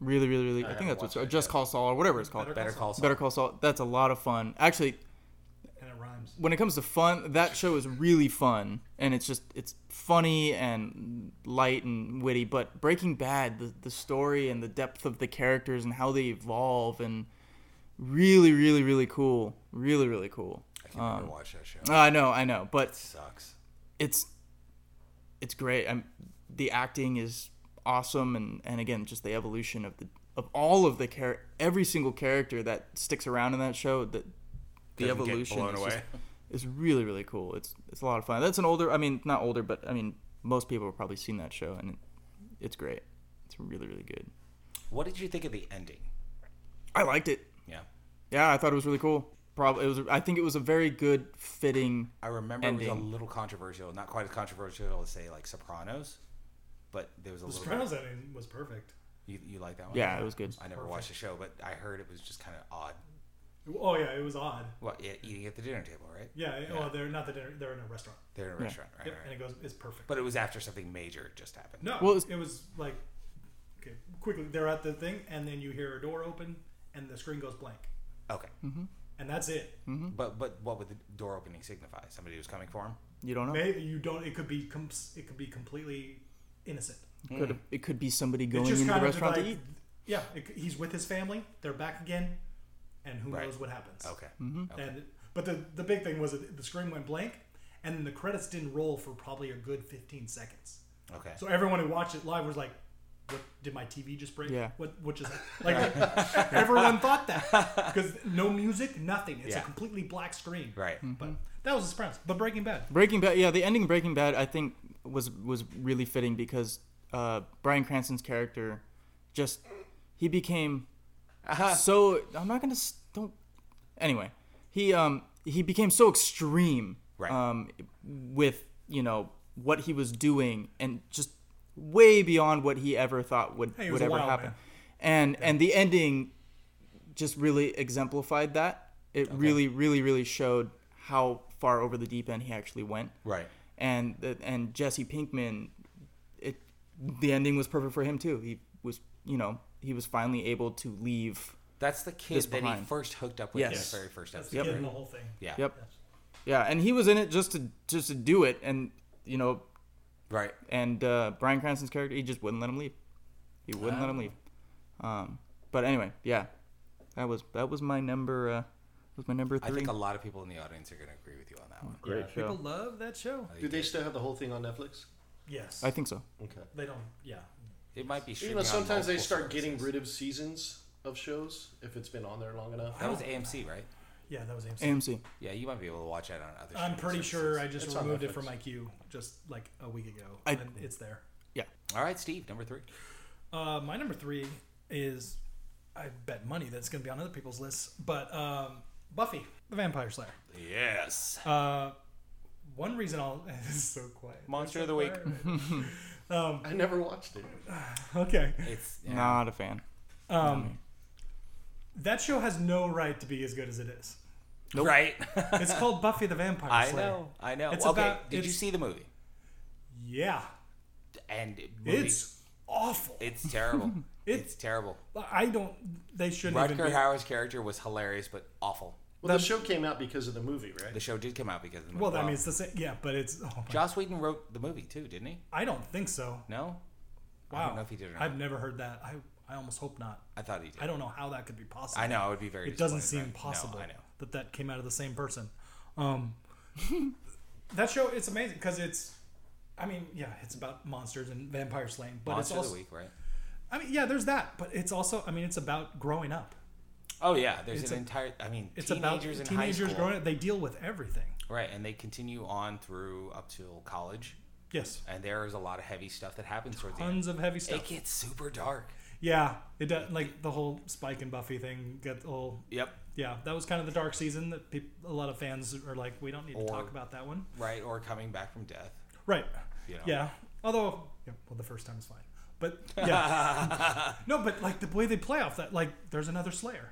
[SPEAKER 3] Really, really, really.
[SPEAKER 4] I
[SPEAKER 3] I,
[SPEAKER 4] haven't
[SPEAKER 3] think that's what's
[SPEAKER 4] watched
[SPEAKER 3] or
[SPEAKER 4] it
[SPEAKER 3] just
[SPEAKER 4] yet.
[SPEAKER 3] Call Saul or whatever it's called.
[SPEAKER 2] Better
[SPEAKER 3] Better,
[SPEAKER 1] Better Call Saul.
[SPEAKER 3] Call Saul. That's a lot of fun. Actually,
[SPEAKER 2] And it rhymes.
[SPEAKER 3] when it comes to fun, that show is really fun, and it's just it's funny and light and witty. But Breaking Bad, the, the story and the depth of the characters and how they evolve and really, really, really cool. Really, really cool. Um,
[SPEAKER 1] I can never watch that show.
[SPEAKER 3] I know, I know, but
[SPEAKER 1] Sucks.
[SPEAKER 3] it's it's great. I'm, the acting is awesome, and and again, just the evolution of the of all of the char- every single character that sticks around in that show. That the
[SPEAKER 1] Doesn't get
[SPEAKER 3] evolution
[SPEAKER 1] blown
[SPEAKER 3] is just-
[SPEAKER 1] away.
[SPEAKER 3] is really really cool. It's it's a lot of fun. That's an older, I mean, not older, but I mean, most people have probably seen that show, and it's great. It's really really good.
[SPEAKER 1] What did you think of the ending?
[SPEAKER 3] I liked it.
[SPEAKER 1] Yeah.
[SPEAKER 3] Yeah, I thought it was really cool. Probably it was. I think it was a very good fitting.
[SPEAKER 1] I remember it was a
[SPEAKER 3] Ending.
[SPEAKER 1] little controversial. Not quite as controversial as, say, like Sopranos, but there was a
[SPEAKER 2] The
[SPEAKER 1] little.
[SPEAKER 2] Sopranos ending was perfect.
[SPEAKER 1] You, you like that one?
[SPEAKER 3] Yeah, it was good.
[SPEAKER 1] I never watched the show, but I heard it was just kind of odd.
[SPEAKER 2] Oh yeah, it was odd.
[SPEAKER 1] Well, yeah, eating at the dinner table, right?
[SPEAKER 2] Yeah. it- Well, they're not the dinner. They're in a restaurant.
[SPEAKER 1] They're in a restaurant, right,
[SPEAKER 2] Yep,
[SPEAKER 1] right,
[SPEAKER 2] And it goes. It's perfect.
[SPEAKER 1] But it was after something major just happened.
[SPEAKER 2] no.
[SPEAKER 3] Well, it was-
[SPEAKER 2] it was like okay. Quickly, they're at the thing, and then you hear a door open, and the screen goes blank,
[SPEAKER 1] Okay.
[SPEAKER 2] and that's it.
[SPEAKER 3] Mm-hmm.
[SPEAKER 1] But but what would the door opening signify? Somebody was coming for him.
[SPEAKER 3] You don't know.
[SPEAKER 2] Maybe you don't. It could be. com- It could be completely innocent.
[SPEAKER 3] Could it could be somebody
[SPEAKER 2] It's
[SPEAKER 3] going
[SPEAKER 2] just
[SPEAKER 3] into the
[SPEAKER 2] kind of
[SPEAKER 3] restaurant
[SPEAKER 2] like.
[SPEAKER 3] to eat?
[SPEAKER 2] Yeah, it, he's with his family. They're back again, and who
[SPEAKER 1] Right.
[SPEAKER 2] knows what happens.
[SPEAKER 1] Okay.
[SPEAKER 3] Mm-hmm.
[SPEAKER 1] okay.
[SPEAKER 2] And but the the big thing was that the screen went blank, and then the credits didn't roll for probably a good fifteen seconds.
[SPEAKER 1] okay.
[SPEAKER 2] So everyone who watched it live was like, what did my TV just break?
[SPEAKER 3] Yeah.
[SPEAKER 2] What which is like everyone thought that because no music, nothing. It's
[SPEAKER 1] Yeah.
[SPEAKER 2] a completely black screen.
[SPEAKER 1] Right.
[SPEAKER 3] Mm-hmm.
[SPEAKER 2] But that was a surprise. But Breaking Bad.
[SPEAKER 3] Breaking Bad, yeah, the ending of Breaking Bad, I think was was really fitting because uh, Brian Cranston's character just he became
[SPEAKER 2] Uh-huh.
[SPEAKER 3] so. I'm not gonna s- don't. Anyway, he um he became so extreme
[SPEAKER 1] Right.
[SPEAKER 3] um with you know what he was doing and just way beyond what he ever thought would
[SPEAKER 2] Hey, he was
[SPEAKER 3] would
[SPEAKER 2] a
[SPEAKER 3] ever
[SPEAKER 2] wild
[SPEAKER 3] happen.
[SPEAKER 2] man.
[SPEAKER 3] And and the ending just really exemplified that. It really, really, really showed how far over the deep end he actually went.
[SPEAKER 1] Right.
[SPEAKER 3] And the- and Jesse Pinkman, it the ending was perfect for him too. He was you know he was finally able to leave.
[SPEAKER 1] That's the kid
[SPEAKER 3] This
[SPEAKER 1] that he
[SPEAKER 3] behind.
[SPEAKER 1] first hooked up with in
[SPEAKER 3] Yes.
[SPEAKER 1] the very first
[SPEAKER 2] That's
[SPEAKER 1] episode.
[SPEAKER 2] the
[SPEAKER 3] Yep.
[SPEAKER 2] kid in the whole thing.
[SPEAKER 1] Yeah.
[SPEAKER 3] Yep. Yeah, and he was in it just to just to do it, and you know,
[SPEAKER 1] Right.
[SPEAKER 3] and uh, Brian Cranston's character, he just wouldn't let him leave. He wouldn't let him leave. Um, but anyway, yeah, that was that was my number. Uh, was my number
[SPEAKER 1] I
[SPEAKER 3] three.
[SPEAKER 1] think a lot of people in the audience are going to agree with you on that one.
[SPEAKER 3] Great show.
[SPEAKER 2] People love that show.
[SPEAKER 4] Do they still have the whole thing on Netflix?
[SPEAKER 2] Yes.
[SPEAKER 3] I think so.
[SPEAKER 4] Okay.
[SPEAKER 2] they don't. Yeah.
[SPEAKER 1] It might be
[SPEAKER 4] You
[SPEAKER 1] streaming
[SPEAKER 4] know,
[SPEAKER 1] on
[SPEAKER 4] sometimes they
[SPEAKER 1] multiple
[SPEAKER 4] start getting
[SPEAKER 1] services.
[SPEAKER 4] rid of seasons of shows if it's been on there long enough.
[SPEAKER 1] That was AMC, right?
[SPEAKER 2] Yeah, that was AMC.
[SPEAKER 3] AMC.
[SPEAKER 1] Yeah, you might be able to watch that on other. streaming
[SPEAKER 2] I'm pretty
[SPEAKER 1] services.
[SPEAKER 2] sure I just
[SPEAKER 4] It's on
[SPEAKER 2] removed it
[SPEAKER 4] Netflix.
[SPEAKER 2] from my queue just like a week ago.
[SPEAKER 3] I-
[SPEAKER 2] and it's there.
[SPEAKER 1] All right, Steve, number three.
[SPEAKER 2] Uh, my number three is, I bet money that it's going to be on other people's lists, but um, Buffy the Vampire Slayer.
[SPEAKER 1] Yes.
[SPEAKER 2] Uh, one reason I'll it's so quiet.
[SPEAKER 1] Monster
[SPEAKER 2] It's
[SPEAKER 1] of the week.
[SPEAKER 2] quiet. um,
[SPEAKER 4] I never watched it.
[SPEAKER 2] okay.
[SPEAKER 1] It's yeah.
[SPEAKER 3] Not a fan.
[SPEAKER 2] Um, that show has no right to be as good as it is.
[SPEAKER 1] right.
[SPEAKER 2] It's called Buffy the Vampire
[SPEAKER 1] I
[SPEAKER 2] Slayer.
[SPEAKER 1] know. I know.
[SPEAKER 2] It's
[SPEAKER 1] okay.
[SPEAKER 2] about-
[SPEAKER 1] Did you
[SPEAKER 2] it's-
[SPEAKER 1] see the movie?
[SPEAKER 2] Yeah,
[SPEAKER 1] And it- movie.
[SPEAKER 2] it's awful.
[SPEAKER 1] it's terrible. it's
[SPEAKER 2] It's-
[SPEAKER 1] terrible.
[SPEAKER 2] I don't. They shouldn't even
[SPEAKER 1] Rutger
[SPEAKER 2] be.
[SPEAKER 1] Hauer's character was hilarious but awful.
[SPEAKER 4] Well, the show came out because of the movie,
[SPEAKER 1] The
[SPEAKER 4] right?
[SPEAKER 1] show did come out because of the movie.
[SPEAKER 2] well, I mean, it's the same. Yeah, but it's. Oh my,
[SPEAKER 1] Joss Whedon wrote the movie too, didn't he?
[SPEAKER 2] I don't think so.
[SPEAKER 1] No.
[SPEAKER 2] Wow.
[SPEAKER 1] I don't know if he did or not.
[SPEAKER 2] I've never heard that. I I almost hope not.
[SPEAKER 1] I thought he did.
[SPEAKER 2] I don't know how that could be possible.
[SPEAKER 1] I know. I would be very.
[SPEAKER 2] It doesn't
[SPEAKER 1] disappointed,
[SPEAKER 2] seem
[SPEAKER 1] right?
[SPEAKER 2] possible
[SPEAKER 1] No, I know.
[SPEAKER 2] that that came out of the same person. Um, that show it's amazing because it's, I mean, yeah, it's about monsters and vampire slaying, but
[SPEAKER 1] Monster
[SPEAKER 2] it's also,
[SPEAKER 1] of the week, right?
[SPEAKER 2] I mean, yeah, there's that, but it's also, I mean, it's about growing up.
[SPEAKER 1] Oh yeah, there's
[SPEAKER 2] It's
[SPEAKER 1] an
[SPEAKER 2] a-
[SPEAKER 1] entire. I mean,
[SPEAKER 2] It's
[SPEAKER 1] teenagers
[SPEAKER 2] about
[SPEAKER 1] in high
[SPEAKER 2] teenagers
[SPEAKER 1] school,
[SPEAKER 2] growing up. They deal with everything.
[SPEAKER 1] right? And they continue on through up till college,
[SPEAKER 2] Yes,
[SPEAKER 1] and there is a lot of heavy stuff that happens towards the end.
[SPEAKER 2] tons of heavy stuff.
[SPEAKER 1] It gets super dark.
[SPEAKER 2] yeah, it does. Like the whole Spike and Buffy thing got all.
[SPEAKER 1] Yep.
[SPEAKER 2] Yeah, that was kind of the dark season that peop a lot of fans are like, we don't need to
[SPEAKER 1] Or-
[SPEAKER 2] talk about that one.
[SPEAKER 1] Right, or coming back from death.
[SPEAKER 2] Right.
[SPEAKER 1] You know.
[SPEAKER 2] Yeah. Although, yeah, well, the first time is fine. But yeah, no, but like the way they play off that, like there's another Slayer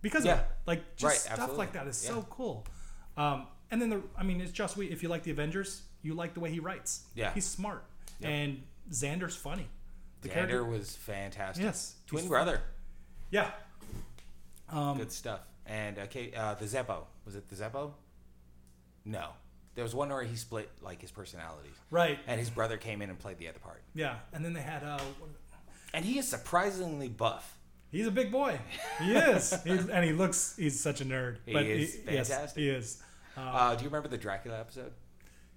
[SPEAKER 2] because
[SPEAKER 1] Yeah.
[SPEAKER 2] of that. like just
[SPEAKER 1] Right,
[SPEAKER 2] stuff
[SPEAKER 1] absolutely.
[SPEAKER 2] like that is
[SPEAKER 1] Yeah.
[SPEAKER 2] so cool. Um, and then the, I mean, it's just we. If you like the Avengers, you like the way he writes.
[SPEAKER 1] Yeah.
[SPEAKER 2] he's smart and Xander's funny. The
[SPEAKER 1] Xander
[SPEAKER 2] character,
[SPEAKER 1] was fantastic.
[SPEAKER 2] Yes,
[SPEAKER 1] twin
[SPEAKER 2] he's- um,
[SPEAKER 1] brother.
[SPEAKER 2] yeah,
[SPEAKER 1] Good stuff. And okay, uh, the Zeppo was it the Zeppo? No, there was one where he split like his personalities,
[SPEAKER 2] right,
[SPEAKER 1] and his brother came in and played the other part.
[SPEAKER 2] yeah. And then they had uh,
[SPEAKER 1] And he is surprisingly buff.
[SPEAKER 2] he's a big boy. He is, he, and he looks. He's such a nerd.
[SPEAKER 1] He
[SPEAKER 2] but
[SPEAKER 1] is
[SPEAKER 2] yes,
[SPEAKER 1] fantastic.
[SPEAKER 2] he is.
[SPEAKER 1] Uh, do you remember the Dracula episode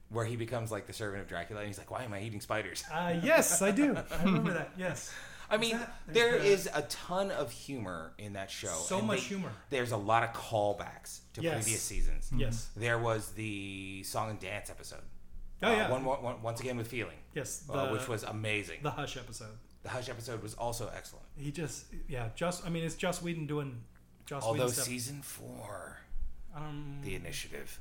[SPEAKER 1] where he becomes like the servant of Dracula and he's like, "Why am I eating spiders?"
[SPEAKER 2] Uh, yes, I do. I remember that. Yes.
[SPEAKER 1] I mean,
[SPEAKER 2] that-
[SPEAKER 1] there
[SPEAKER 2] there's
[SPEAKER 1] is a ton of humor in that show.
[SPEAKER 2] So
[SPEAKER 1] and
[SPEAKER 2] much
[SPEAKER 1] they-
[SPEAKER 2] humor.
[SPEAKER 1] There's a lot of callbacks to
[SPEAKER 2] Yes.
[SPEAKER 1] previous seasons.
[SPEAKER 2] Yes.
[SPEAKER 1] There was the song and dance episode. Uh,
[SPEAKER 2] Oh, yeah.
[SPEAKER 1] One, more- one- once again with feeling.
[SPEAKER 2] Yes,
[SPEAKER 1] uh,
[SPEAKER 2] the-
[SPEAKER 1] which was amazing.
[SPEAKER 2] The Hush episode.
[SPEAKER 1] The Hush episode was also excellent.
[SPEAKER 2] He just, yeah, just. I mean, it's Joss Whedon doing Joss
[SPEAKER 1] Although
[SPEAKER 2] Whedon stuff.
[SPEAKER 1] season four,
[SPEAKER 2] um,
[SPEAKER 1] the initiative,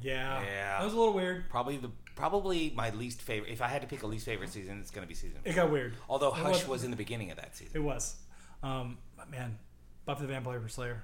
[SPEAKER 2] yeah,
[SPEAKER 1] Yeah.
[SPEAKER 2] that was a little weird.
[SPEAKER 1] probably the probably my least favorite. If I had to pick a least favorite season, it's going to be season.
[SPEAKER 2] It
[SPEAKER 1] Four.
[SPEAKER 2] got weird.
[SPEAKER 1] Although
[SPEAKER 2] It
[SPEAKER 1] Hush
[SPEAKER 2] was-
[SPEAKER 1] was in the beginning of that season.
[SPEAKER 2] It was, um, but man, Buffy the Vampire Slayer,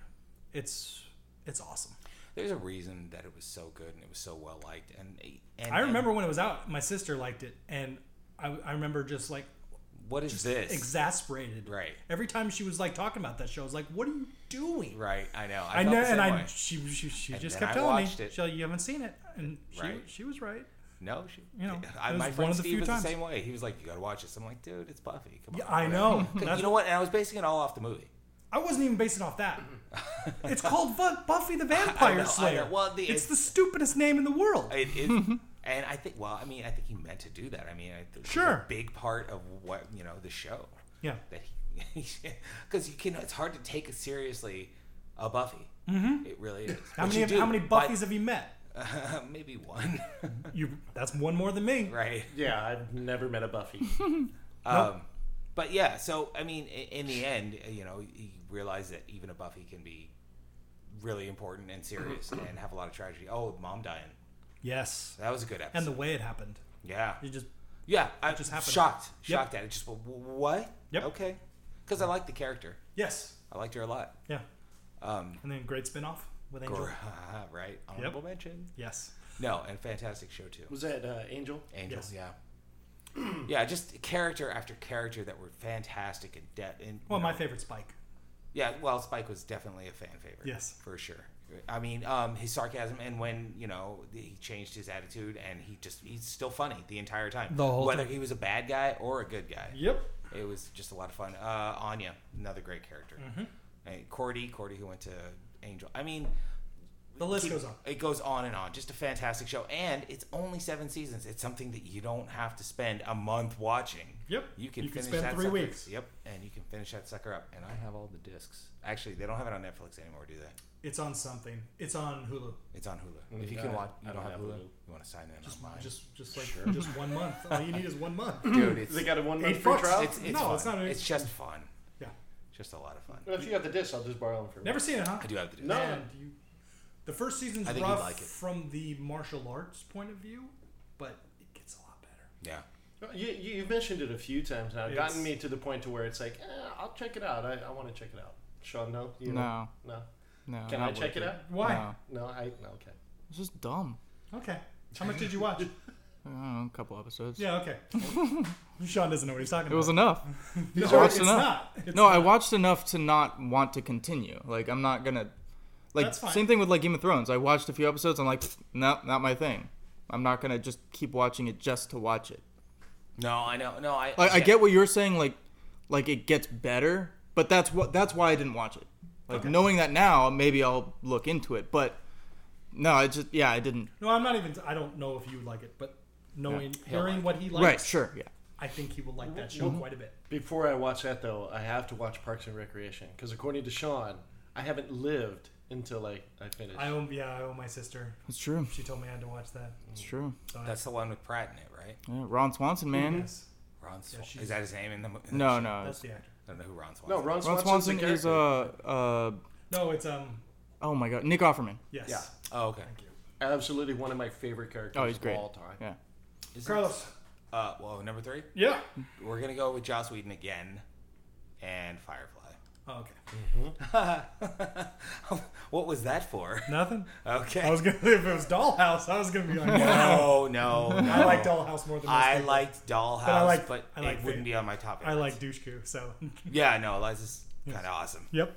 [SPEAKER 2] it's it's awesome.
[SPEAKER 1] There's a reason that it was so good and it was so well liked. And, and
[SPEAKER 2] I remember when it was out, my sister liked it, and I, I remember just like
[SPEAKER 1] and what is this?
[SPEAKER 2] exasperated.
[SPEAKER 1] Right.
[SPEAKER 2] Every time she was like talking about that show, I was like, "What are you doing?"
[SPEAKER 1] Right, I know. I,
[SPEAKER 2] I
[SPEAKER 1] felt
[SPEAKER 2] know,
[SPEAKER 1] the same
[SPEAKER 2] and I
[SPEAKER 1] way.
[SPEAKER 2] she she, she
[SPEAKER 1] And
[SPEAKER 2] just
[SPEAKER 1] then
[SPEAKER 2] kept
[SPEAKER 1] I
[SPEAKER 2] telling me,
[SPEAKER 1] watched it.
[SPEAKER 2] she, "You haven't seen it," and she
[SPEAKER 1] Right.
[SPEAKER 2] she was right.
[SPEAKER 1] No, she,
[SPEAKER 2] You know,
[SPEAKER 1] I,
[SPEAKER 2] it was
[SPEAKER 1] my
[SPEAKER 2] one
[SPEAKER 1] friend
[SPEAKER 2] of the
[SPEAKER 1] Steve
[SPEAKER 2] few
[SPEAKER 1] was
[SPEAKER 2] times.
[SPEAKER 1] the same way. He was like, "You gotta watch this." I'm like, "Dude, it's Buffy. Come on."
[SPEAKER 2] Yeah, I
[SPEAKER 1] whatever."
[SPEAKER 2] know.
[SPEAKER 1] 'Cause
[SPEAKER 2] That's-
[SPEAKER 1] you know what? And I was basing it all off the movie.
[SPEAKER 2] I wasn't even basing off that. it's called Bu- Buffy the
[SPEAKER 1] I know, I
[SPEAKER 2] Vampire
[SPEAKER 1] know.
[SPEAKER 2] Slayer.
[SPEAKER 1] Well, the-
[SPEAKER 2] it's the stupidest name in the world.
[SPEAKER 1] It is And I think, well, I mean, I think he meant to do that. I mean, I think it's
[SPEAKER 2] Sure.
[SPEAKER 1] a big part of what you know the show
[SPEAKER 2] Yeah.
[SPEAKER 1] that he, because you can. It's hard to take it seriously a Buffy. It really is.
[SPEAKER 2] Mm-hmm. How
[SPEAKER 1] But
[SPEAKER 2] many
[SPEAKER 1] you do,
[SPEAKER 2] how many
[SPEAKER 1] but-
[SPEAKER 2] Buffys have you met?
[SPEAKER 1] maybe one.
[SPEAKER 2] You that's one more than me.
[SPEAKER 1] right.
[SPEAKER 4] Yeah, I've never met a Buffy.
[SPEAKER 2] Nope.
[SPEAKER 1] Um, but yeah, so I mean, i- in the end, uh, you know, you realize that even a Buffy can be really important and serious and have a lot of tragedy. Oh, mom dying.
[SPEAKER 2] Yes.
[SPEAKER 1] That was a good episode.
[SPEAKER 2] And the way it happened.
[SPEAKER 1] yeah,
[SPEAKER 2] You just
[SPEAKER 1] yeah. I
[SPEAKER 2] just
[SPEAKER 1] just
[SPEAKER 2] happened.
[SPEAKER 1] shocked,
[SPEAKER 2] Yep.
[SPEAKER 1] shocked at it. Just w- w- what?
[SPEAKER 2] Yep.
[SPEAKER 1] Okay. Because I liked the character.
[SPEAKER 2] Yes.
[SPEAKER 1] I liked her a lot.
[SPEAKER 2] Yeah.
[SPEAKER 1] Um,
[SPEAKER 2] And then great spin off with Angel.
[SPEAKER 1] right. Honorable mention.
[SPEAKER 2] Yes.
[SPEAKER 1] No, and fantastic show too.
[SPEAKER 4] Was that uh, Angel?
[SPEAKER 1] Angels,
[SPEAKER 2] Yes.
[SPEAKER 1] yeah. yeah, just character after character that were fantastic and de- and
[SPEAKER 2] Well,
[SPEAKER 1] you
[SPEAKER 2] my
[SPEAKER 1] know,
[SPEAKER 2] favorite Spike.
[SPEAKER 1] Yeah, well, Spike was definitely a fan favorite.
[SPEAKER 2] Yes.
[SPEAKER 1] for sure. I mean, um, his sarcasm and when you know the- he changed his attitude and he just he's still funny the entire time.
[SPEAKER 2] The whole
[SPEAKER 1] whether
[SPEAKER 2] time.
[SPEAKER 1] he was a bad guy or a good guy,
[SPEAKER 2] Yep.
[SPEAKER 1] it was just a lot of fun. Uh, Anya, another great character.
[SPEAKER 2] Mm-hmm.
[SPEAKER 1] And Cordy, Cordy who went to Angel. I mean,
[SPEAKER 2] The list
[SPEAKER 1] keep-
[SPEAKER 2] goes on.
[SPEAKER 1] It goes on and on. Just a fantastic show, and it's only seven seasons. It's something that you don't have to spend a month watching.
[SPEAKER 2] Yep.
[SPEAKER 1] you can
[SPEAKER 2] You can
[SPEAKER 1] finish
[SPEAKER 2] spend
[SPEAKER 1] that
[SPEAKER 2] three
[SPEAKER 1] sucker-
[SPEAKER 2] weeks.
[SPEAKER 1] Yep, and you can finish that sucker up. And I have all the discs. Actually, they don't have it on Netflix anymore, do they?
[SPEAKER 2] It's on something. It's on Hulu.
[SPEAKER 1] It's on Hulu.
[SPEAKER 4] Mm,
[SPEAKER 1] if you
[SPEAKER 4] I-
[SPEAKER 1] can watch,
[SPEAKER 4] I
[SPEAKER 1] you don't
[SPEAKER 4] don't
[SPEAKER 1] have
[SPEAKER 4] have
[SPEAKER 1] Hulu.
[SPEAKER 4] Hulu.
[SPEAKER 1] You want to sign in
[SPEAKER 2] Just
[SPEAKER 1] online,
[SPEAKER 2] just just like just one month. All you need is one month.
[SPEAKER 1] dude? It's
[SPEAKER 4] They got a one month
[SPEAKER 2] Eight
[SPEAKER 4] free
[SPEAKER 2] bucks.
[SPEAKER 4] trial.
[SPEAKER 1] it's, it's
[SPEAKER 2] No,
[SPEAKER 1] fun.
[SPEAKER 2] it's
[SPEAKER 1] It's,
[SPEAKER 2] not an-
[SPEAKER 1] just fun.
[SPEAKER 2] Yeah.
[SPEAKER 1] Just a lot of fun.
[SPEAKER 4] Well, if you got the disc, I'll just borrow them for a
[SPEAKER 2] Never
[SPEAKER 4] minute.
[SPEAKER 2] seen it, huh?
[SPEAKER 1] I do have the discs.
[SPEAKER 4] No.
[SPEAKER 2] And you, the first season's
[SPEAKER 1] I think you'd
[SPEAKER 2] rough
[SPEAKER 1] like it.
[SPEAKER 2] from the martial arts point of view, but it gets a lot better.
[SPEAKER 1] Yeah.
[SPEAKER 4] Uh, You, you, you've mentioned it a few times now.
[SPEAKER 2] It's-
[SPEAKER 4] gotten me to the point to where it's like, eh, I'll check it out. I, I want to check it out. Sean, no? You
[SPEAKER 3] No,
[SPEAKER 4] No?
[SPEAKER 3] no.
[SPEAKER 4] Can
[SPEAKER 3] not
[SPEAKER 4] I check
[SPEAKER 3] worth
[SPEAKER 4] it out?
[SPEAKER 2] Why?
[SPEAKER 3] No.
[SPEAKER 4] No, I... No, okay.
[SPEAKER 3] It's just dumb.
[SPEAKER 2] Okay. How much did you watch?
[SPEAKER 3] I don't know, a couple episodes.
[SPEAKER 2] yeah, okay. Sean doesn't know what he's talking
[SPEAKER 3] It
[SPEAKER 2] about.
[SPEAKER 3] was enough.
[SPEAKER 2] no,
[SPEAKER 3] watched
[SPEAKER 2] it's
[SPEAKER 3] enough.
[SPEAKER 2] not. It's
[SPEAKER 3] no, I watched enough to not want to continue. Like I'm not gonna. Like
[SPEAKER 2] That's fine.
[SPEAKER 3] same thing with like Game of Thrones. I watched a few episodes. I'm like, "Pfft, no, not my thing. I'm not gonna just keep watching it just to watch it.
[SPEAKER 1] No, I know. No, I.
[SPEAKER 3] Like I
[SPEAKER 1] yeah.
[SPEAKER 3] get what you're saying. Like, like it gets better, but that's what that's why I didn't watch it. Like knowing that now, maybe I'll look into it. But no, I just yeah, I didn't.
[SPEAKER 2] No, I'm not even. I don't know if you like it, but knowing, hearing what he likes,
[SPEAKER 3] Right, sure, Mm-hmm. yeah.
[SPEAKER 2] I think he will like that show quite a bit.
[SPEAKER 4] Before I watch that, though, I have to watch Parks and Recreation. Because according to Sean, I haven't lived until I, I finish.
[SPEAKER 2] I owe, yeah, I owe my sister.
[SPEAKER 3] It's true.
[SPEAKER 2] She told me I had to watch that.
[SPEAKER 3] It's true.
[SPEAKER 2] So I-
[SPEAKER 1] That's the one with Pratt in it, right?
[SPEAKER 3] Yeah, Ron Swanson, man.
[SPEAKER 2] yes,
[SPEAKER 1] Ron Swan.
[SPEAKER 2] she's-
[SPEAKER 1] is that his name in the? mo- In
[SPEAKER 3] No,
[SPEAKER 1] the show?
[SPEAKER 3] no.
[SPEAKER 2] that's
[SPEAKER 3] it's-
[SPEAKER 2] the actor.
[SPEAKER 1] I don't know who Ron Swan.
[SPEAKER 4] no,
[SPEAKER 1] is.
[SPEAKER 4] Ron
[SPEAKER 3] Ron
[SPEAKER 4] Swanson's
[SPEAKER 3] Swanson
[SPEAKER 4] the
[SPEAKER 3] is uh
[SPEAKER 4] character.
[SPEAKER 3] uh
[SPEAKER 2] No, it's um.
[SPEAKER 3] oh my god, Nick Offerman.
[SPEAKER 2] Yes.
[SPEAKER 4] Yeah.
[SPEAKER 1] Oh, okay.
[SPEAKER 2] Thank you,
[SPEAKER 4] Absolutely one of my favorite characters
[SPEAKER 3] Oh, he's great.
[SPEAKER 4] of all time.
[SPEAKER 3] Yeah.
[SPEAKER 1] Is it-
[SPEAKER 2] Carlos.
[SPEAKER 1] Uh, well, number three.
[SPEAKER 2] Yeah.
[SPEAKER 1] We're gonna go with Joss Whedon again, and Firefly.
[SPEAKER 2] Oh, okay.
[SPEAKER 1] what was that for?
[SPEAKER 2] Nothing. I
[SPEAKER 1] Okay.
[SPEAKER 2] was gonna if it was Dollhouse, I was gonna be like,
[SPEAKER 1] No,
[SPEAKER 2] wow.
[SPEAKER 1] no, no.
[SPEAKER 2] I like Dollhouse more than most
[SPEAKER 1] I
[SPEAKER 2] people.
[SPEAKER 1] liked Dollhouse,
[SPEAKER 2] I
[SPEAKER 1] but,
[SPEAKER 2] like- I like
[SPEAKER 1] it wouldn't be on my top.
[SPEAKER 2] I
[SPEAKER 1] favorites.
[SPEAKER 2] like Douchku, so
[SPEAKER 1] Yeah, no, Eliza's kind of awesome.
[SPEAKER 2] yep.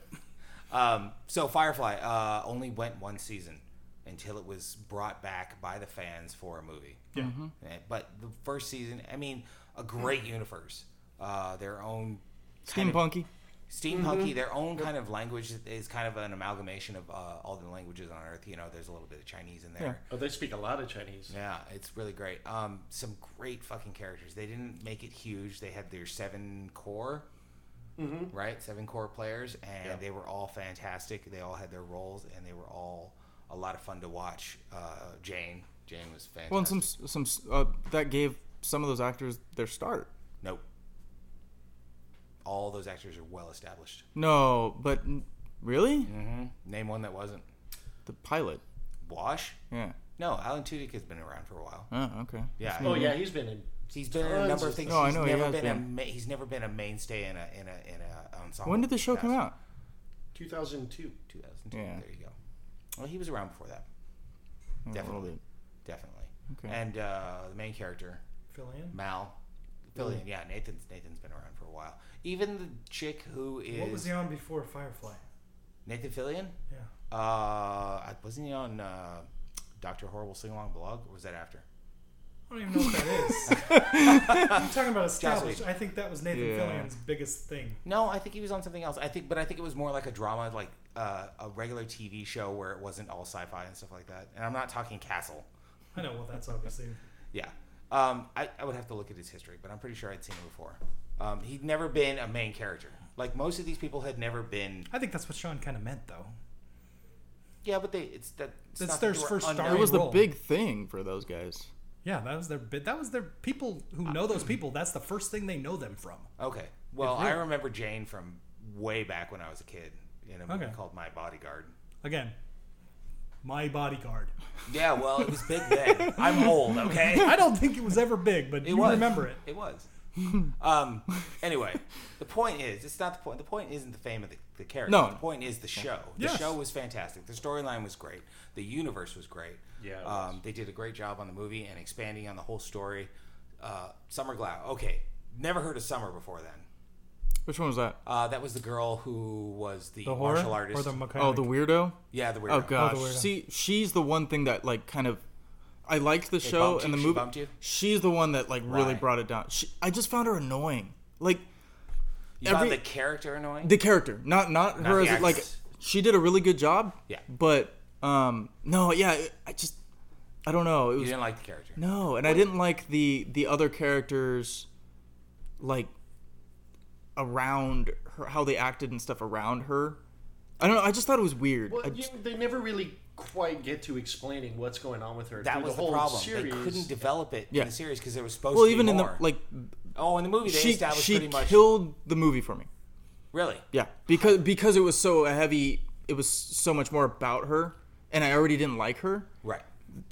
[SPEAKER 1] Um, so Firefly uh, only went one season until it was brought back by the fans for a movie.
[SPEAKER 2] Yeah.
[SPEAKER 1] Eh, But the first season, I mean, a great universe, uh, their own kind of-
[SPEAKER 3] Steampunky.
[SPEAKER 1] steampunky their own kind of language is kind of an amalgamation of uh, all the languages on earth you know there's a little bit of chinese in there
[SPEAKER 4] Oh, they speak a lot of Chinese.
[SPEAKER 1] yeah, it's really great um, some great fucking characters they didn't make it huge they had their seven core right seven core players and
[SPEAKER 4] Mm-hmm. Yeah.
[SPEAKER 1] they were all fantastic they all had their roles and they were all a lot of fun to watch uh, jane jane was fantastic
[SPEAKER 3] Well, and some some uh, that gave some of those actors their start.
[SPEAKER 1] nope all those actors are well established
[SPEAKER 3] No, but n- really,
[SPEAKER 1] mm-hmm. name one that wasn't
[SPEAKER 3] the pilot.
[SPEAKER 1] wash
[SPEAKER 3] Yeah.
[SPEAKER 1] no alan tudyk has been around for a while
[SPEAKER 3] Oh, okay.
[SPEAKER 1] Yeah,
[SPEAKER 4] Oh, yeah, he's been in.
[SPEAKER 1] he's been in a
[SPEAKER 4] Tons
[SPEAKER 1] number
[SPEAKER 4] of
[SPEAKER 1] of things.
[SPEAKER 3] stuff. Oh, I
[SPEAKER 1] he's
[SPEAKER 3] know, he
[SPEAKER 1] never
[SPEAKER 3] has
[SPEAKER 1] been, A
[SPEAKER 3] been.
[SPEAKER 1] ma- he's never been a mainstay in a in a in a um, ensemble.
[SPEAKER 3] When did the show come
[SPEAKER 1] cast.
[SPEAKER 3] out?
[SPEAKER 4] 2002.
[SPEAKER 1] 2002.
[SPEAKER 3] Yeah.
[SPEAKER 1] There you go. Well, he was around before that,
[SPEAKER 3] Yeah, a
[SPEAKER 1] Definitely.
[SPEAKER 3] little
[SPEAKER 1] definitely.
[SPEAKER 3] Okay.
[SPEAKER 1] And uh, the main character,
[SPEAKER 2] Fill in.
[SPEAKER 1] Mal, Fillion. Yeah, Nathan's Nathan's been around for a while. Even the chick who is
[SPEAKER 2] What was he on before Firefly?
[SPEAKER 1] Nathan Fillion.
[SPEAKER 2] Yeah.
[SPEAKER 1] Uh, I- wasn't he on uh, Doctor Horrible Sing Along Blog, or was that after?
[SPEAKER 2] I don't even know what that is. I'm talking about established.
[SPEAKER 1] Whedon.
[SPEAKER 2] I think that was Nathan
[SPEAKER 3] Yeah.
[SPEAKER 2] Fillion's biggest thing.
[SPEAKER 1] No, I think he was on something else. I think, but I think it was more like a drama, like uh, a regular TV show where it wasn't all sci-fi and stuff like that. And I'm not talking Castle.
[SPEAKER 2] I know. Well, that's obviously.
[SPEAKER 1] Yeah. Um, I, I would have to look at his history, but I'm pretty sure I'd seen him before. Um, he'd never been a main character. Like most of these people had never been.
[SPEAKER 2] I think that's what Sean kind of meant, though.
[SPEAKER 1] Yeah, but they it's that. It's
[SPEAKER 2] That's
[SPEAKER 1] not
[SPEAKER 2] their
[SPEAKER 1] that they were
[SPEAKER 2] first
[SPEAKER 1] unknown.
[SPEAKER 2] starring
[SPEAKER 3] It was the
[SPEAKER 2] role.
[SPEAKER 3] big thing for those guys.
[SPEAKER 2] Yeah, that was their bit. That was their people who know those people. That's the first thing they know them from.
[SPEAKER 1] Okay. Well, I
[SPEAKER 3] really-
[SPEAKER 1] remember Jane from way back when I was a kid in a movie
[SPEAKER 2] Okay.
[SPEAKER 1] called My Bodyguard.
[SPEAKER 2] Again, my bodyguard.
[SPEAKER 1] Yeah, well, it was big then. I'm old, okay?
[SPEAKER 2] I don't think it was ever big, but
[SPEAKER 1] It
[SPEAKER 2] you
[SPEAKER 1] was.
[SPEAKER 2] remember it.
[SPEAKER 1] It was. Um, anyway, the point is, it's not the point. The point isn't the fame of the, the character.
[SPEAKER 3] No.
[SPEAKER 1] The point is the show. The
[SPEAKER 2] Yes.
[SPEAKER 1] show was fantastic. The storyline was great. The universe was great.
[SPEAKER 4] Yeah, it was.
[SPEAKER 1] Um, they did a great job on the movie and expanding on the whole story. Uh, Summer Glau. Okay. Never heard of Summer before then.
[SPEAKER 3] Which one was that?
[SPEAKER 1] Uh, that was the girl who was the,
[SPEAKER 2] The horror
[SPEAKER 1] martial artist.
[SPEAKER 2] or the mechanic.
[SPEAKER 3] Oh, the weirdo.
[SPEAKER 1] yeah, the weirdo.
[SPEAKER 3] Oh gosh.
[SPEAKER 2] weirdo.
[SPEAKER 3] See, she's the one thing that like kind of. I liked the show
[SPEAKER 1] bumped you?
[SPEAKER 3] and the
[SPEAKER 1] She
[SPEAKER 3] movie.
[SPEAKER 1] bumped you?
[SPEAKER 3] She's the one that like really
[SPEAKER 1] Why?
[SPEAKER 3] brought it down. She, I just found her annoying. Like
[SPEAKER 1] You found
[SPEAKER 3] Every-
[SPEAKER 1] the character annoying?
[SPEAKER 3] the character, not not, her
[SPEAKER 1] the
[SPEAKER 3] as like
[SPEAKER 1] actress.
[SPEAKER 3] she did a really good job.
[SPEAKER 1] Yeah.
[SPEAKER 3] But um no, yeah, I just I don't know. It
[SPEAKER 1] you
[SPEAKER 3] was
[SPEAKER 1] didn't like the character.
[SPEAKER 3] no, and I didn't like the the other characters like around her how they acted and stuff around her. I don't know, I just thought it was weird.
[SPEAKER 4] Well,
[SPEAKER 3] I
[SPEAKER 4] you,
[SPEAKER 3] just-
[SPEAKER 4] they never really quite get to explaining what's going on with her.
[SPEAKER 1] That
[SPEAKER 4] through
[SPEAKER 1] was
[SPEAKER 4] the
[SPEAKER 1] the,
[SPEAKER 4] whole
[SPEAKER 1] problem.
[SPEAKER 4] Series.
[SPEAKER 1] They couldn't develop it
[SPEAKER 3] Yeah.
[SPEAKER 1] in the series because there was supposed
[SPEAKER 3] well,
[SPEAKER 1] to be
[SPEAKER 3] even in the
[SPEAKER 1] more.
[SPEAKER 3] like
[SPEAKER 1] oh, in the movie they
[SPEAKER 3] she
[SPEAKER 1] established
[SPEAKER 3] she
[SPEAKER 1] pretty much
[SPEAKER 3] killed the movie for me.
[SPEAKER 1] really.
[SPEAKER 3] Yeah, because because it was so heavy, it was so much more about her and I already didn't like her.
[SPEAKER 1] Right.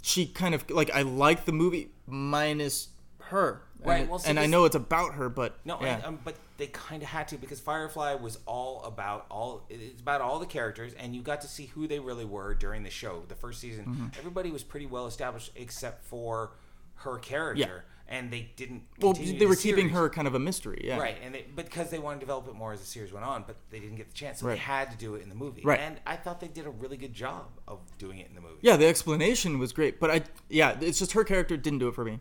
[SPEAKER 3] she kind of like I like the movie minus her.
[SPEAKER 1] Right,
[SPEAKER 3] And,
[SPEAKER 1] well, see,
[SPEAKER 3] and I
[SPEAKER 1] this-
[SPEAKER 3] know it's about her, but
[SPEAKER 1] No,
[SPEAKER 3] yeah.
[SPEAKER 1] and, um, but they kind of had to because Firefly was all about all it's about all the characters, and you got to see who they really were during the show. The first season,
[SPEAKER 3] Mm-hmm.
[SPEAKER 1] everybody was pretty well established except for her character, and they didn't.
[SPEAKER 3] well,
[SPEAKER 1] continue
[SPEAKER 3] they
[SPEAKER 1] the
[SPEAKER 3] were keeping
[SPEAKER 1] series.
[SPEAKER 3] her kind of a mystery. Yeah,
[SPEAKER 1] Right, and they, because they wanted to develop it more as the series went on, but they didn't get the chance, so
[SPEAKER 3] Right.
[SPEAKER 1] they had to do it in the movie.
[SPEAKER 3] Right.
[SPEAKER 1] and I thought they did a really good job of doing it in the movie.
[SPEAKER 3] Yeah, the explanation was great, but I yeah, it's just her character didn't do it for me.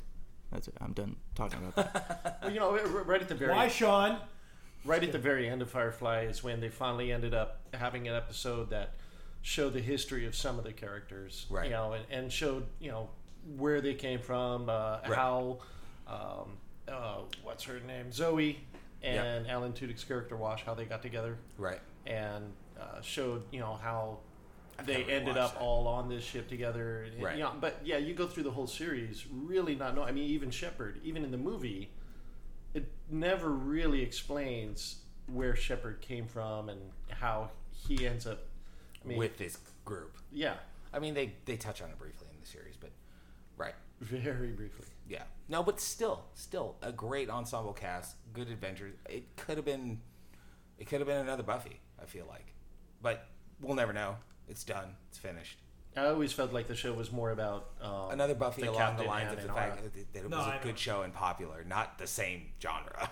[SPEAKER 3] That's it. I'm done talking about that.
[SPEAKER 4] Well, you know, r- right at the very
[SPEAKER 2] Why, Sean?
[SPEAKER 4] right at the very end of Firefly is when they finally ended up having an episode that showed the history of some of the characters,
[SPEAKER 1] Right.
[SPEAKER 4] You know, and, and showed you know where they came from, uh, how um, uh, what's her name, Zoe, and Alan Tudyk's character Wash, how they got together,
[SPEAKER 1] Right.
[SPEAKER 4] and uh, showed you know how they
[SPEAKER 1] never
[SPEAKER 4] ended
[SPEAKER 1] watched
[SPEAKER 4] up
[SPEAKER 1] that.
[SPEAKER 4] all on this ship together. and,
[SPEAKER 1] Right.
[SPEAKER 4] you know, but yeah, you go through the whole series really not know. I mean, even Shepard, even in the movie, it never really explains where Shepard came from and how he ends up. I mean,
[SPEAKER 1] with this group.
[SPEAKER 4] yeah,
[SPEAKER 1] I mean, they they touch on it briefly in the series, but right,
[SPEAKER 4] very briefly.
[SPEAKER 1] yeah, no, but still, still a great ensemble cast, good adventures. It could have been, it could have been another Buffy. I feel like, but we'll never know. It's done. It's finished.
[SPEAKER 4] I always felt like the show was more about um,
[SPEAKER 1] Another Buffy
[SPEAKER 4] the
[SPEAKER 1] along the
[SPEAKER 4] Captain
[SPEAKER 1] lines
[SPEAKER 4] and-
[SPEAKER 1] of the
[SPEAKER 4] and all
[SPEAKER 1] fact
[SPEAKER 4] that.
[SPEAKER 1] that, that it
[SPEAKER 2] No,
[SPEAKER 1] was
[SPEAKER 2] I
[SPEAKER 1] a
[SPEAKER 2] know.
[SPEAKER 1] good show and popular, not the same genre.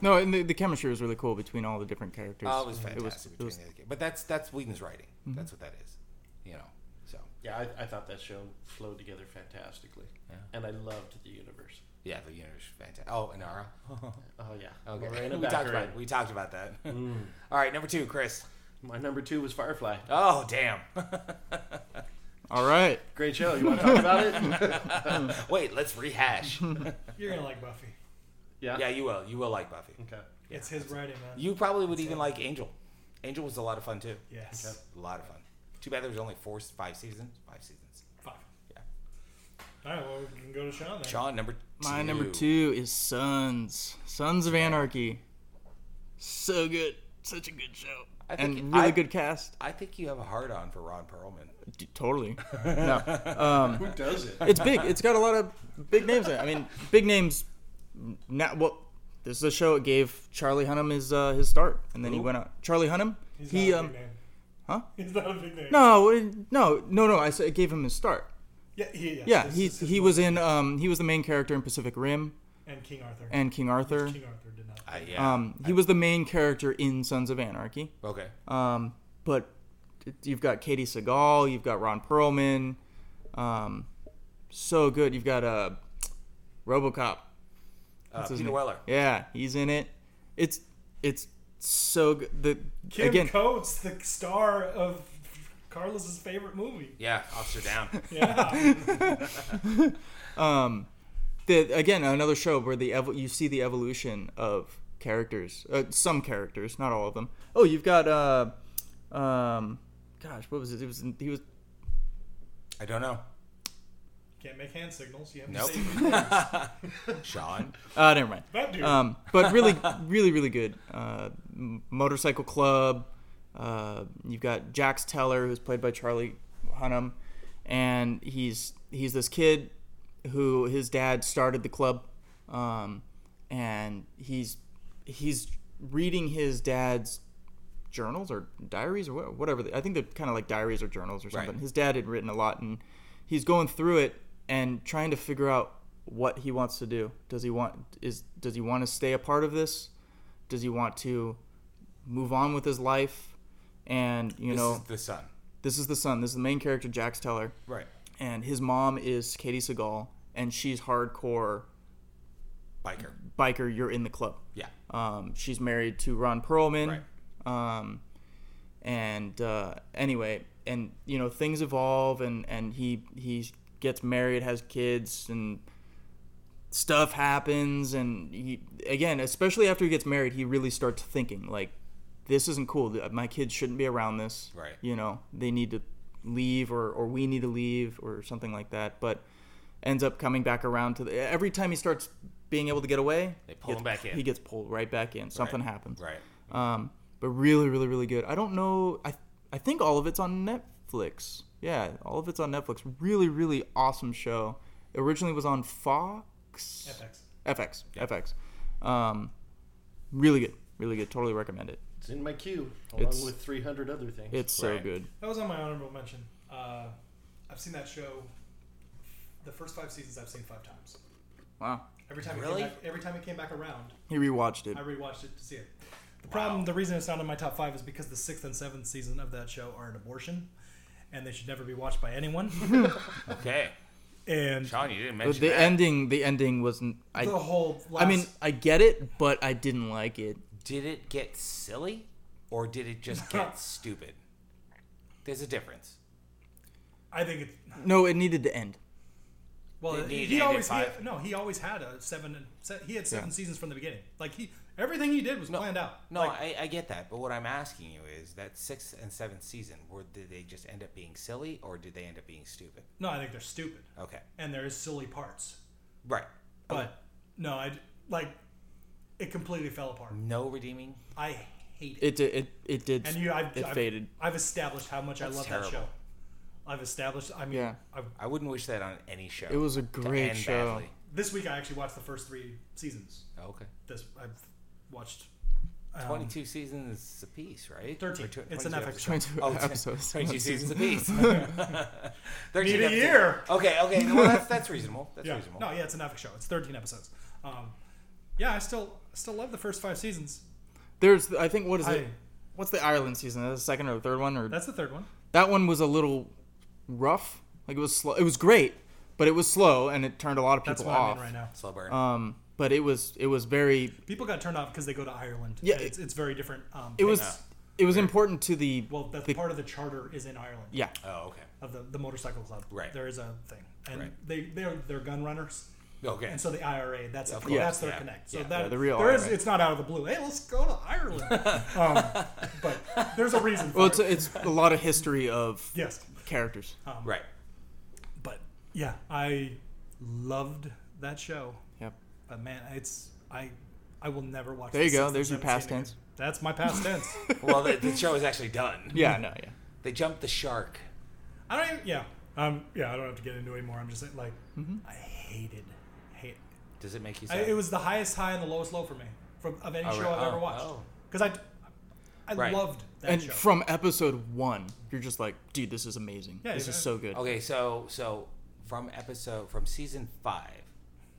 [SPEAKER 3] no, and the, the chemistry was really cool between all the different characters.
[SPEAKER 1] oh, it was fantastic
[SPEAKER 3] It was, it
[SPEAKER 1] between
[SPEAKER 3] was-
[SPEAKER 1] the other But that's that's Whedon's writing. That's what that is. You know. So
[SPEAKER 4] Yeah, I, I thought that show flowed together fantastically,
[SPEAKER 1] Yeah.
[SPEAKER 4] and I loved the universe.
[SPEAKER 1] yeah, the universe is fantastic. Oh, Inara.
[SPEAKER 4] Oh yeah,
[SPEAKER 1] Okay.
[SPEAKER 4] Miranda
[SPEAKER 1] we talked
[SPEAKER 4] Baccarin.
[SPEAKER 1] about we talked about that.
[SPEAKER 3] Mm.
[SPEAKER 1] All right, number two, Chris.
[SPEAKER 4] My number two was Firefly.
[SPEAKER 1] Oh damn!
[SPEAKER 3] all right.
[SPEAKER 4] Great show. You want to talk about it?
[SPEAKER 1] Wait, let's rehash.
[SPEAKER 2] You're gonna like Buffy.
[SPEAKER 4] Yeah.
[SPEAKER 1] yeah, you will. You will like Buffy.
[SPEAKER 4] Okay.
[SPEAKER 2] it's his writing, man.
[SPEAKER 1] You probably would even like Angel. Angel was a lot of fun too.
[SPEAKER 2] yes.
[SPEAKER 1] A
[SPEAKER 4] Okay.
[SPEAKER 1] lot of fun. Too bad there was only four, five seasons. Five seasons.
[SPEAKER 2] Fuck.
[SPEAKER 1] Yeah.
[SPEAKER 2] All right. Well, we can go to Sean then.
[SPEAKER 1] Sean, number two.
[SPEAKER 3] My number two is Sons. Sons of Anarchy. So good. Such a good show.
[SPEAKER 1] I
[SPEAKER 3] And
[SPEAKER 1] think
[SPEAKER 3] really
[SPEAKER 1] I-
[SPEAKER 3] good cast.
[SPEAKER 1] I think you have a hard on for Ron Perlman.
[SPEAKER 3] D- totally. No. Um,
[SPEAKER 4] Who does it?
[SPEAKER 3] it's big. It's got a lot of big names. In it. I mean, big names. Now, well, this is a show. It gave Charlie Hunnam his uh, his start, and then he went out. Charlie Hunnam.
[SPEAKER 2] He's
[SPEAKER 3] he
[SPEAKER 2] not a
[SPEAKER 3] um
[SPEAKER 2] big name.
[SPEAKER 3] huh?
[SPEAKER 2] He's not a big name.
[SPEAKER 3] no it- no no no. I said it gave him his start.
[SPEAKER 2] Yeah. He, yes,
[SPEAKER 3] Yeah,
[SPEAKER 2] this
[SPEAKER 3] he
[SPEAKER 2] is his
[SPEAKER 3] he
[SPEAKER 2] book.
[SPEAKER 3] was in um he was the main character in Pacific Rim
[SPEAKER 2] And King Arthur.
[SPEAKER 3] and King Arthur.
[SPEAKER 2] King Arthur did not.
[SPEAKER 1] I, yeah.
[SPEAKER 3] Um, he was the main character in Sons of Anarchy.
[SPEAKER 1] okay. Uh,
[SPEAKER 3] Um, but it- you've got Katie Seagal, you've got Ron Perlman, um, so good. You've got uh, RoboCop.
[SPEAKER 1] Uh,
[SPEAKER 3] his
[SPEAKER 1] Peter
[SPEAKER 3] name?
[SPEAKER 1] Weller.
[SPEAKER 3] Yeah, he's in it. It's it's so good. The
[SPEAKER 2] Kim
[SPEAKER 3] again,
[SPEAKER 2] Coates, the star of Carlos's favorite movie.
[SPEAKER 1] Yeah, Officer Down.
[SPEAKER 2] Yeah.
[SPEAKER 3] um, the, again another show where the evo- you see the evolution of characters, uh, some characters, not all of them. Oh, you've got uh, um, gosh, what was it? It was he was
[SPEAKER 1] I don't know.
[SPEAKER 2] Can't make hand signals. You have
[SPEAKER 1] Nope.
[SPEAKER 2] to say
[SPEAKER 1] Sean.
[SPEAKER 3] uh, never mind.
[SPEAKER 2] that dude.
[SPEAKER 3] Um, but really, really, really good. Uh, M- Motorcycle Club. Uh, you've got Jax Teller, who's played by Charlie Hunnam, and he's he's this kid who his dad started the club, um, and he's he's reading his dad's journals or diaries or wha- whatever. they- I think they're kind of like diaries or journals or
[SPEAKER 1] Right.
[SPEAKER 3] something. His dad had written a lot, and he's going through it and trying to figure out what he wants to do. Does he want is does he want to stay a part of this? Does he want to move on with his life? And you
[SPEAKER 1] This
[SPEAKER 3] know,
[SPEAKER 1] is the son.
[SPEAKER 3] this is the son. This is the main character, Jax Teller
[SPEAKER 1] Right.
[SPEAKER 3] and his mom is Katie Seagal, and she's hardcore
[SPEAKER 1] Biker.
[SPEAKER 3] biker. You're in the club.
[SPEAKER 1] Yeah.
[SPEAKER 3] Um, she's married to Ron Perlman. Um, and uh, anyway, and you know things evolve, and and he he gets married, has kids, and stuff happens, and he again, especially after he gets married, he really starts thinking like, this isn't cool. My kids shouldn't be around this.
[SPEAKER 1] Right.
[SPEAKER 3] You know, they need to leave, or or we need to leave, or something like that. But ends up coming back around to the every time he starts being able to get away
[SPEAKER 1] They pull
[SPEAKER 3] gets-
[SPEAKER 1] him back in.
[SPEAKER 3] he gets pulled right back in something happens
[SPEAKER 1] Right.
[SPEAKER 3] um, but really, really, really good. I don't know. I I think all of it's on Netflix. Yeah, all of it's on Netflix. Really, really awesome show. It originally was on Fox.
[SPEAKER 2] FX.
[SPEAKER 3] FX. FX. Um, really good. Really good. Totally recommend it.
[SPEAKER 4] It's in my queue, along
[SPEAKER 3] It's-
[SPEAKER 4] with 300 other things.
[SPEAKER 3] It's so
[SPEAKER 1] Right.
[SPEAKER 3] good.
[SPEAKER 2] That was on my honorable mention. Uh, I've seen that show. The first five seasons I've seen five times.
[SPEAKER 3] Wow.
[SPEAKER 2] Every time
[SPEAKER 1] Really?
[SPEAKER 2] it came back, every time it came back around,
[SPEAKER 3] He rewatched it.
[SPEAKER 2] I rewatched it to see it. The problem, the reason it's not in my top five is because the sixth and seventh season of that show are an abortion, and they should never be watched by anyone.
[SPEAKER 1] Okay.
[SPEAKER 2] and
[SPEAKER 1] Sean, you didn't
[SPEAKER 3] But
[SPEAKER 1] mention
[SPEAKER 3] the
[SPEAKER 1] that.
[SPEAKER 3] ending, the ending wasn't. I,
[SPEAKER 2] the whole. Last,
[SPEAKER 3] I mean, I get it, but I didn't like it.
[SPEAKER 1] Did it get silly or did it just get stupid? There's a difference.
[SPEAKER 2] I think it's
[SPEAKER 3] No, it needed to end.
[SPEAKER 2] well.
[SPEAKER 1] It
[SPEAKER 2] He,
[SPEAKER 1] needed to
[SPEAKER 2] he
[SPEAKER 1] end
[SPEAKER 2] always
[SPEAKER 1] at
[SPEAKER 2] he,
[SPEAKER 1] five.
[SPEAKER 2] no. He always had a seven. and se- He had seven
[SPEAKER 3] Yeah.
[SPEAKER 2] seasons from the beginning. Like he, everything he did was planned out.
[SPEAKER 1] No,
[SPEAKER 2] Like,
[SPEAKER 1] I, I get that. But what I'm asking you is that sixth and seventh season, were, did they just end up being silly or did they end up being stupid?
[SPEAKER 2] no, I think they're stupid,
[SPEAKER 1] Okay.
[SPEAKER 2] and there is silly parts,
[SPEAKER 1] Right.
[SPEAKER 2] but no, I like it completely fell apart.
[SPEAKER 1] No redeeming.
[SPEAKER 2] I hate it.
[SPEAKER 3] It did. It, it did.
[SPEAKER 2] and you, I've,
[SPEAKER 3] it
[SPEAKER 2] I've,
[SPEAKER 3] faded.
[SPEAKER 2] I've established how much I
[SPEAKER 1] That's
[SPEAKER 2] love that show.
[SPEAKER 1] terrible.
[SPEAKER 2] I've established. I mean,
[SPEAKER 3] Yeah.
[SPEAKER 2] I've,
[SPEAKER 1] I wouldn't wish that on any show.
[SPEAKER 3] It was a
[SPEAKER 1] to
[SPEAKER 3] great
[SPEAKER 1] end
[SPEAKER 3] show.
[SPEAKER 1] badly.
[SPEAKER 2] this week I actually watched the first three seasons.
[SPEAKER 1] Okay.
[SPEAKER 2] This I've watched.
[SPEAKER 1] 22 seasons apiece, right?
[SPEAKER 2] 13.
[SPEAKER 1] Or tw-
[SPEAKER 2] Um, It's an
[SPEAKER 1] 22
[SPEAKER 2] FX
[SPEAKER 1] episodes.
[SPEAKER 2] show.
[SPEAKER 3] 22
[SPEAKER 1] Oh,
[SPEAKER 3] episodes.
[SPEAKER 1] 22
[SPEAKER 3] Not
[SPEAKER 1] seasons
[SPEAKER 3] seasons.
[SPEAKER 1] apiece. 13
[SPEAKER 2] Need a
[SPEAKER 1] episodes.
[SPEAKER 2] year.
[SPEAKER 1] Okay, okay. Well, that's, that's reasonable. That's
[SPEAKER 2] Yeah.
[SPEAKER 1] reasonable.
[SPEAKER 2] No, yeah, it's an epic show. It's 13 episodes. Um, yeah, I still still love the first five seasons.
[SPEAKER 3] There's, I think, what is it?
[SPEAKER 2] I-
[SPEAKER 3] What's the Ireland season? Is that the second or the third one? Or
[SPEAKER 2] That's the third one.
[SPEAKER 3] that one was a little rough. Like it was slow. It was great, but it was slow, and it turned a lot of people
[SPEAKER 2] That's what
[SPEAKER 3] off.
[SPEAKER 2] I'm in right now.
[SPEAKER 1] Slow burn.
[SPEAKER 3] Um, but it was, it was very,
[SPEAKER 2] People got turned off because they go to Ireland.
[SPEAKER 3] Yeah,
[SPEAKER 2] it's, it's very different. Um,
[SPEAKER 3] it was,
[SPEAKER 1] Yeah.
[SPEAKER 3] it was important to the.
[SPEAKER 2] well, that's
[SPEAKER 3] the-
[SPEAKER 2] part of the charter is in Ireland.
[SPEAKER 3] yeah,
[SPEAKER 1] oh, okay.
[SPEAKER 2] Of the, the motorcycle club.
[SPEAKER 1] Right.
[SPEAKER 2] There is a thing, and
[SPEAKER 1] Right.
[SPEAKER 2] they they're they're gun runners.
[SPEAKER 1] Okay.
[SPEAKER 2] And so the IRA, that's
[SPEAKER 1] Of
[SPEAKER 2] a,
[SPEAKER 1] course,
[SPEAKER 2] that's their
[SPEAKER 1] yeah.
[SPEAKER 2] connect. So
[SPEAKER 1] Yeah.
[SPEAKER 2] that
[SPEAKER 3] Yeah, the real
[SPEAKER 2] there is-
[SPEAKER 3] IRA.
[SPEAKER 2] it's not out of the blue. Hey, let's go to Ireland. um, but there's a reason. For
[SPEAKER 3] well, it's,
[SPEAKER 2] it.
[SPEAKER 3] it's a lot of history of
[SPEAKER 2] yes, Um,
[SPEAKER 3] characters.
[SPEAKER 1] right.
[SPEAKER 2] but yeah, I loved that show.
[SPEAKER 3] Yep.
[SPEAKER 2] But man, it's I I will never watch.
[SPEAKER 3] There you
[SPEAKER 2] the
[SPEAKER 3] go.
[SPEAKER 2] Simpsons
[SPEAKER 3] There's your
[SPEAKER 2] ever seen
[SPEAKER 3] past
[SPEAKER 2] again.
[SPEAKER 3] tense.
[SPEAKER 2] That's my past tense.
[SPEAKER 1] Well, the, the show is actually done.
[SPEAKER 3] Yeah, no, yeah.
[SPEAKER 1] They jumped the shark.
[SPEAKER 2] I don't even. Yeah. Um. Yeah. I don't have to get into it anymore. I'm just saying, like
[SPEAKER 3] Mm-hmm.
[SPEAKER 2] I hated hate.
[SPEAKER 1] Does it make you
[SPEAKER 2] I,
[SPEAKER 1] sad?
[SPEAKER 2] it was the highest high and the lowest low for me from of any
[SPEAKER 1] Oh,
[SPEAKER 2] show
[SPEAKER 1] right.
[SPEAKER 2] I've ever
[SPEAKER 1] Oh,
[SPEAKER 2] watched.
[SPEAKER 1] oh.
[SPEAKER 2] Because I I
[SPEAKER 1] Right.
[SPEAKER 2] loved that
[SPEAKER 3] And
[SPEAKER 2] show.
[SPEAKER 3] from episode one, you're just like, dude, this is amazing.
[SPEAKER 2] Yeah,
[SPEAKER 3] this
[SPEAKER 2] yeah.
[SPEAKER 3] is so good.
[SPEAKER 1] Okay, so so from episode from season five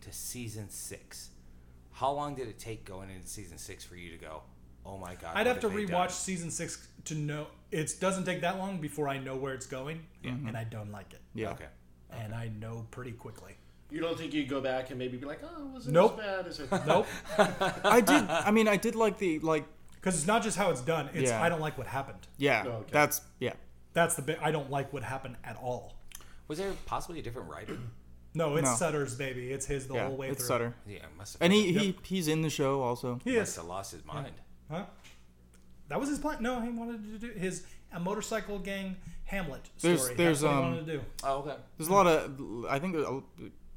[SPEAKER 1] to season six, how long did it take going into season six for you to go? Oh my god!
[SPEAKER 2] I'd
[SPEAKER 1] what
[SPEAKER 2] have to
[SPEAKER 1] have they
[SPEAKER 2] rewatch
[SPEAKER 1] done?"
[SPEAKER 2] season six to know. It doesn't take that long before I know where it's going,
[SPEAKER 3] Mm-hmm.
[SPEAKER 2] and I don't like it.
[SPEAKER 3] Yeah.
[SPEAKER 1] Okay.
[SPEAKER 2] And I know pretty quickly.
[SPEAKER 4] You don't think you'd go back and maybe be like, oh, was it
[SPEAKER 2] Nope.
[SPEAKER 4] as bad as I thought?
[SPEAKER 2] Nope.
[SPEAKER 3] I did. I mean, I did like the like.
[SPEAKER 2] Because it's not just how it's done. It's
[SPEAKER 3] Yeah.
[SPEAKER 2] I don't like what happened.
[SPEAKER 3] Yeah.
[SPEAKER 4] Oh, okay.
[SPEAKER 3] That's yeah.
[SPEAKER 2] That's the bit I don't like what happened at all.
[SPEAKER 1] Was there possibly a different writer?
[SPEAKER 2] No, it's
[SPEAKER 3] No.
[SPEAKER 2] Sutter's baby. It's his the
[SPEAKER 3] yeah,
[SPEAKER 2] whole way
[SPEAKER 3] it's
[SPEAKER 2] through.
[SPEAKER 3] Sutter,
[SPEAKER 1] yeah, it must have.
[SPEAKER 3] and he, he he's in the show also.
[SPEAKER 2] He
[SPEAKER 1] must
[SPEAKER 2] is.
[SPEAKER 1] have lost his mind.
[SPEAKER 2] Huh? That was his plan. No, he wanted to do his a motorcycle gang Hamlet story.
[SPEAKER 3] There's- there's,
[SPEAKER 2] That's what
[SPEAKER 3] um,
[SPEAKER 2] he wanted to do.
[SPEAKER 1] Oh, okay.
[SPEAKER 3] There's a lot of I think a-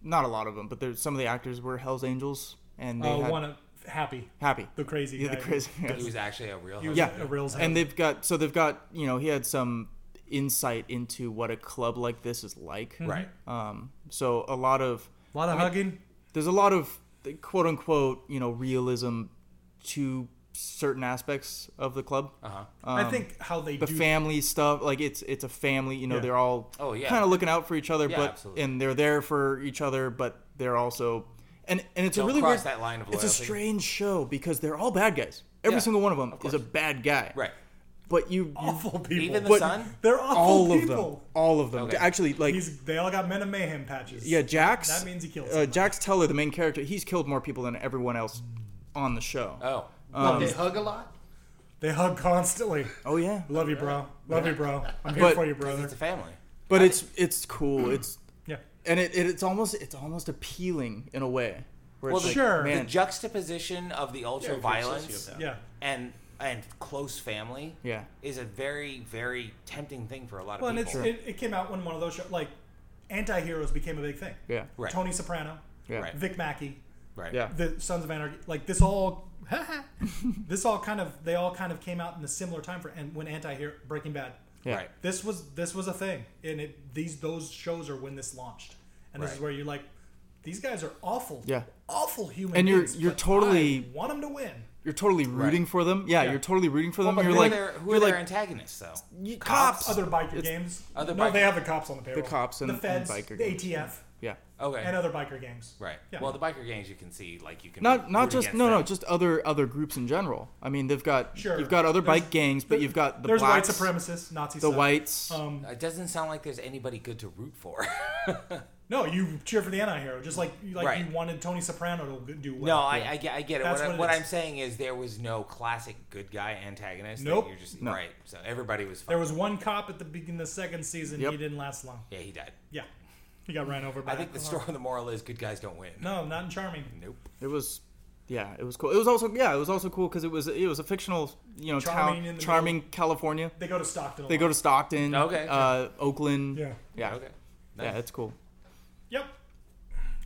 [SPEAKER 3] not a lot of them, but there's some of the actors were Hell's Angels and they
[SPEAKER 2] Oh,
[SPEAKER 3] had
[SPEAKER 2] one of Happy,
[SPEAKER 3] Happy.
[SPEAKER 2] the crazy
[SPEAKER 3] Yeah,
[SPEAKER 2] guy.
[SPEAKER 3] the crazy.
[SPEAKER 1] He was actually a real.
[SPEAKER 2] He was
[SPEAKER 1] host.
[SPEAKER 3] Yeah.
[SPEAKER 2] a real
[SPEAKER 3] and they've got so they've got you know he had some insight into what a club like this is like
[SPEAKER 1] Right.
[SPEAKER 2] Mhm.
[SPEAKER 3] um so a lot of
[SPEAKER 2] Mm-hmm. a lot of hugging.
[SPEAKER 3] there's a lot of the quote unquote you know realism to certain aspects of the club
[SPEAKER 1] Uh huh.
[SPEAKER 2] I think how they
[SPEAKER 3] um, the
[SPEAKER 2] do
[SPEAKER 3] family stuff like it's it's a family you know
[SPEAKER 2] Yeah.
[SPEAKER 3] they're all
[SPEAKER 1] Oh, yeah.
[SPEAKER 3] kind of looking out for each other
[SPEAKER 1] Yeah,
[SPEAKER 3] but
[SPEAKER 1] absolutely.
[SPEAKER 3] and they're there for each other but they're also and and it's
[SPEAKER 1] Don't
[SPEAKER 3] a really
[SPEAKER 1] cross
[SPEAKER 3] weird
[SPEAKER 1] that line of
[SPEAKER 3] it's a
[SPEAKER 1] loyalty.
[SPEAKER 3] strange show because they're all bad guys every
[SPEAKER 1] Yeah,
[SPEAKER 3] single one of them is a
[SPEAKER 1] course.
[SPEAKER 3] bad guy
[SPEAKER 1] Right.
[SPEAKER 3] but you, you
[SPEAKER 2] awful Uh, people.
[SPEAKER 1] Even the
[SPEAKER 3] But-
[SPEAKER 1] son.
[SPEAKER 2] They're awful
[SPEAKER 3] all
[SPEAKER 2] people.
[SPEAKER 3] of them all of them
[SPEAKER 1] Okay.
[SPEAKER 3] actually like
[SPEAKER 2] He's, they all got Men of Mayhem patches.
[SPEAKER 3] yeah jax
[SPEAKER 2] That means he killed
[SPEAKER 3] uh,
[SPEAKER 2] someone.
[SPEAKER 3] jax teller the main character he's killed more people than everyone else on the show
[SPEAKER 1] Oh.
[SPEAKER 4] But they hug a lot.
[SPEAKER 2] They hug constantly.
[SPEAKER 3] oh yeah
[SPEAKER 2] Love you, bro. Love you, bro. I'm here
[SPEAKER 3] But-
[SPEAKER 2] for you, brother.
[SPEAKER 1] It's a family.
[SPEAKER 3] but it's it's cool it's
[SPEAKER 2] Yeah.
[SPEAKER 3] and it, it it's almost it's almost appealing in a way where
[SPEAKER 1] Well,
[SPEAKER 3] it's like,
[SPEAKER 2] sure.
[SPEAKER 1] The
[SPEAKER 3] man
[SPEAKER 1] juxtaposition of the ultra
[SPEAKER 4] Yeah,
[SPEAKER 1] violence
[SPEAKER 4] sociopath.
[SPEAKER 2] Yeah.
[SPEAKER 1] and and close family.
[SPEAKER 3] Yeah.
[SPEAKER 1] Is a very very tempting thing for a lot of
[SPEAKER 2] Well, and it's,
[SPEAKER 1] people.
[SPEAKER 2] it, it came out when one of those shows, like, anti-heroes became a big thing.
[SPEAKER 3] yeah
[SPEAKER 1] Right.
[SPEAKER 2] Tony Soprano,
[SPEAKER 3] yeah
[SPEAKER 1] Right.
[SPEAKER 2] Vic Mackey,
[SPEAKER 1] right.
[SPEAKER 3] yeah
[SPEAKER 2] the Sons of Anarchy, like this all, this all kind of, they all kind of came out in a similar time for, and when anti-hero Breaking Bad,
[SPEAKER 3] yeah
[SPEAKER 1] Right.
[SPEAKER 2] this was this was a thing, and it these those shows are when this launched, and this is
[SPEAKER 1] Right.
[SPEAKER 2] where you're like, these guys are awful,
[SPEAKER 3] Yeah.
[SPEAKER 2] awful human,
[SPEAKER 3] And you're-
[SPEAKER 2] beings,
[SPEAKER 3] you're
[SPEAKER 2] but
[SPEAKER 3] totally-
[SPEAKER 2] I want them to win.
[SPEAKER 3] you're totally rooting for them yeah,
[SPEAKER 2] Yeah.
[SPEAKER 3] you're totally rooting for
[SPEAKER 1] Well,
[SPEAKER 3] them
[SPEAKER 1] but
[SPEAKER 3] you're
[SPEAKER 1] who
[SPEAKER 3] like
[SPEAKER 1] are their, who
[SPEAKER 3] you're
[SPEAKER 1] are their
[SPEAKER 3] like
[SPEAKER 1] antagonists though?
[SPEAKER 3] you
[SPEAKER 2] Cops,
[SPEAKER 3] cops
[SPEAKER 2] other biker
[SPEAKER 3] It's-
[SPEAKER 2] games,
[SPEAKER 1] other
[SPEAKER 2] no,
[SPEAKER 1] biker-
[SPEAKER 2] they have the cops on the payroll,
[SPEAKER 3] cops and-
[SPEAKER 2] the
[SPEAKER 3] and
[SPEAKER 2] feds, the
[SPEAKER 3] biker gangs.
[SPEAKER 2] ATF,
[SPEAKER 3] yeah
[SPEAKER 1] Okay.
[SPEAKER 2] and other biker gangs.
[SPEAKER 1] right.
[SPEAKER 2] Yeah.
[SPEAKER 1] Well, the biker gangs you can see like you can
[SPEAKER 3] not not
[SPEAKER 1] root
[SPEAKER 3] just
[SPEAKER 1] against
[SPEAKER 3] no no
[SPEAKER 1] them.
[SPEAKER 3] just other other groups in general i mean they've got
[SPEAKER 2] Sure.
[SPEAKER 3] you've got other
[SPEAKER 2] There's-
[SPEAKER 3] bike gangs but
[SPEAKER 2] There-
[SPEAKER 3] you've got the
[SPEAKER 2] there's
[SPEAKER 3] blacks
[SPEAKER 2] white supremacists, Nazi
[SPEAKER 3] the
[SPEAKER 2] stuff.
[SPEAKER 3] whites
[SPEAKER 2] Um,
[SPEAKER 1] It doesn't sound like there's anybody good to root for.
[SPEAKER 2] no, you cheer for the anti-hero, just like like
[SPEAKER 1] Right.
[SPEAKER 2] you wanted Tony Soprano to do well.
[SPEAKER 1] no, I, I, get, I get it.
[SPEAKER 2] That's
[SPEAKER 1] what
[SPEAKER 2] what
[SPEAKER 1] I,
[SPEAKER 2] it
[SPEAKER 1] what
[SPEAKER 2] is.
[SPEAKER 1] I'm saying is there was no classic good guy antagonist. that
[SPEAKER 2] Nope.
[SPEAKER 1] You're just
[SPEAKER 3] No.
[SPEAKER 1] right. So everybody was. Fine.
[SPEAKER 2] There was one cop at the beginning of the second season.
[SPEAKER 3] Yep.
[SPEAKER 2] He didn't last long.
[SPEAKER 1] Yeah, he died.
[SPEAKER 2] Yeah, he got ran over by.
[SPEAKER 1] I think the
[SPEAKER 2] a car.
[SPEAKER 1] story, the moral is good guys don't win.
[SPEAKER 2] No, not in charming.
[SPEAKER 1] Nope.
[SPEAKER 3] It was, yeah, it was cool. It was also yeah, it was also cool because it was it was a fictional you know
[SPEAKER 2] Charming in
[SPEAKER 3] town,
[SPEAKER 2] the
[SPEAKER 3] charming California.
[SPEAKER 2] They go to Stockton. A
[SPEAKER 3] They
[SPEAKER 2] lot.
[SPEAKER 3] go to Stockton,
[SPEAKER 1] Okay,
[SPEAKER 3] uh, Oakland,
[SPEAKER 2] Yeah.
[SPEAKER 3] yeah,
[SPEAKER 1] Okay.
[SPEAKER 3] yeah,
[SPEAKER 1] Nice.
[SPEAKER 3] it's cool.
[SPEAKER 2] Yep.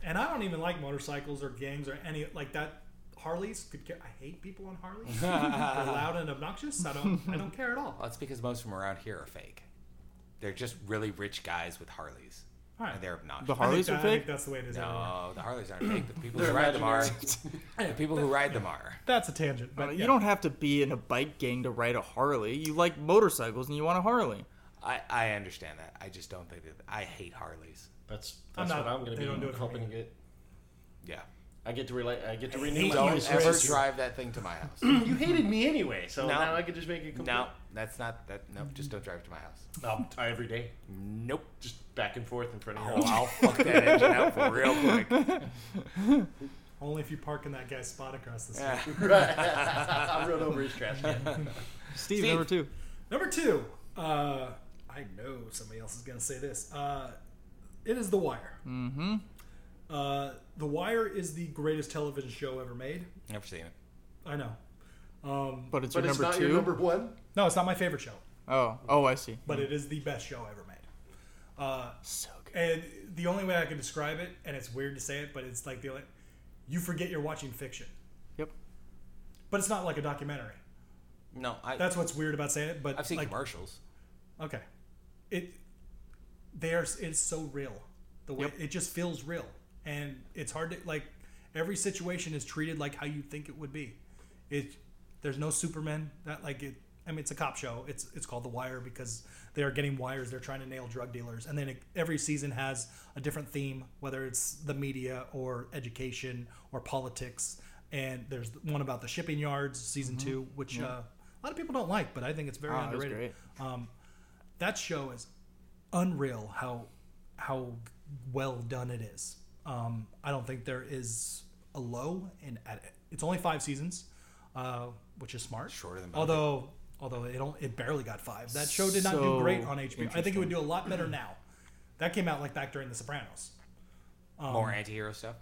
[SPEAKER 2] And I don't even like motorcycles or gangs or any like that. Harleys could care. I hate people on Harleys. They're loud and obnoxious. I don't. I don't care at all.
[SPEAKER 1] Well, that's because most of them around here are fake. They're just really rich guys with Harleys,
[SPEAKER 2] All right.
[SPEAKER 1] and they're obnoxious.
[SPEAKER 3] The
[SPEAKER 2] I think
[SPEAKER 3] Harleys
[SPEAKER 2] that-
[SPEAKER 3] are
[SPEAKER 2] I think
[SPEAKER 3] fake.
[SPEAKER 2] that's the way it is. everywhere.
[SPEAKER 1] no, the Harleys aren't fake. The people who ride them are. The people who ride them are.
[SPEAKER 2] That's a tangent. But
[SPEAKER 3] Uh,
[SPEAKER 2] yeah.
[SPEAKER 3] You don't have to be in a bike gang to ride a Harley. You like motorcycles and you want a Harley.
[SPEAKER 1] I, I understand that. I just don't think that. I hate Harleys.
[SPEAKER 4] That's
[SPEAKER 2] I'm
[SPEAKER 4] that's
[SPEAKER 2] not-
[SPEAKER 4] what I'm going
[SPEAKER 2] they
[SPEAKER 4] to
[SPEAKER 2] don't
[SPEAKER 4] be
[SPEAKER 2] do it for
[SPEAKER 4] hoping
[SPEAKER 2] me.
[SPEAKER 4] to get.
[SPEAKER 1] Yeah.
[SPEAKER 4] I get to relate. I get to renew
[SPEAKER 2] hate
[SPEAKER 4] my
[SPEAKER 2] you,
[SPEAKER 1] Don't
[SPEAKER 4] voice.
[SPEAKER 1] ever
[SPEAKER 2] racist.
[SPEAKER 1] drive that thing to my house.
[SPEAKER 4] You hated me anyway, so
[SPEAKER 1] No.
[SPEAKER 4] now I could just make it complete.
[SPEAKER 1] no, that's not that. No, just don't drive it to my house.
[SPEAKER 4] I'll tie every day,
[SPEAKER 1] Nope.
[SPEAKER 4] just back and forth in front of your
[SPEAKER 1] Oh,
[SPEAKER 4] house.
[SPEAKER 1] I'll fuck that engine up real quick.
[SPEAKER 2] Only if you park in that guy's spot across the street.
[SPEAKER 4] I rode over his trash can.
[SPEAKER 3] Steve, number two.
[SPEAKER 2] Number two. Uh, I know somebody else is going to say this. Uh, it is The Wire. Mm-hmm. Uh, the Wire is the greatest television show ever made.
[SPEAKER 1] Never seen it.
[SPEAKER 2] I know. Um,
[SPEAKER 3] But it's
[SPEAKER 4] But
[SPEAKER 3] your
[SPEAKER 4] it's
[SPEAKER 3] number
[SPEAKER 4] not
[SPEAKER 3] two.
[SPEAKER 4] your number one.
[SPEAKER 2] no, it's not my favorite show,
[SPEAKER 3] Oh, oh, I see.
[SPEAKER 2] but it is the best show ever made. Uh,
[SPEAKER 3] So good.
[SPEAKER 2] and the only way I can describe it, and it's weird to say it, but it's like the only, you forget you're watching fiction,
[SPEAKER 3] Yep.
[SPEAKER 2] but it's not like a documentary.
[SPEAKER 1] No, I.
[SPEAKER 2] That's what's weird about saying it. But
[SPEAKER 1] I've seen
[SPEAKER 2] like,
[SPEAKER 1] commercials.
[SPEAKER 2] Okay. It there's it's so real. The way
[SPEAKER 3] Yep.
[SPEAKER 2] it just feels real. And it's hard to like every situation is treated like how you think it would be. It there's no Superman that like it I mean it's a cop show. It's it's called The Wire because they are getting wires, they're trying to nail drug dealers. And then it, every season has a different theme, whether it's the media or education or politics. And there's one about the shipping yards, season two, which uh, a lot of people don't like, but I think it's very
[SPEAKER 3] Mm-hmm. Ah, it was
[SPEAKER 2] underrated
[SPEAKER 3] great.
[SPEAKER 2] that show is unreal how how well done it is um i don't think there is a low and at it's only five seasons uh which is smart
[SPEAKER 1] Shorter than Buffy.
[SPEAKER 2] although although it don't, it barely got five. That show did not do
[SPEAKER 3] So
[SPEAKER 2] great on HBO. I think it
[SPEAKER 3] interesting.
[SPEAKER 2] would do a lot better now. That came out like back during The Sopranos.
[SPEAKER 1] More anti-hero stuff.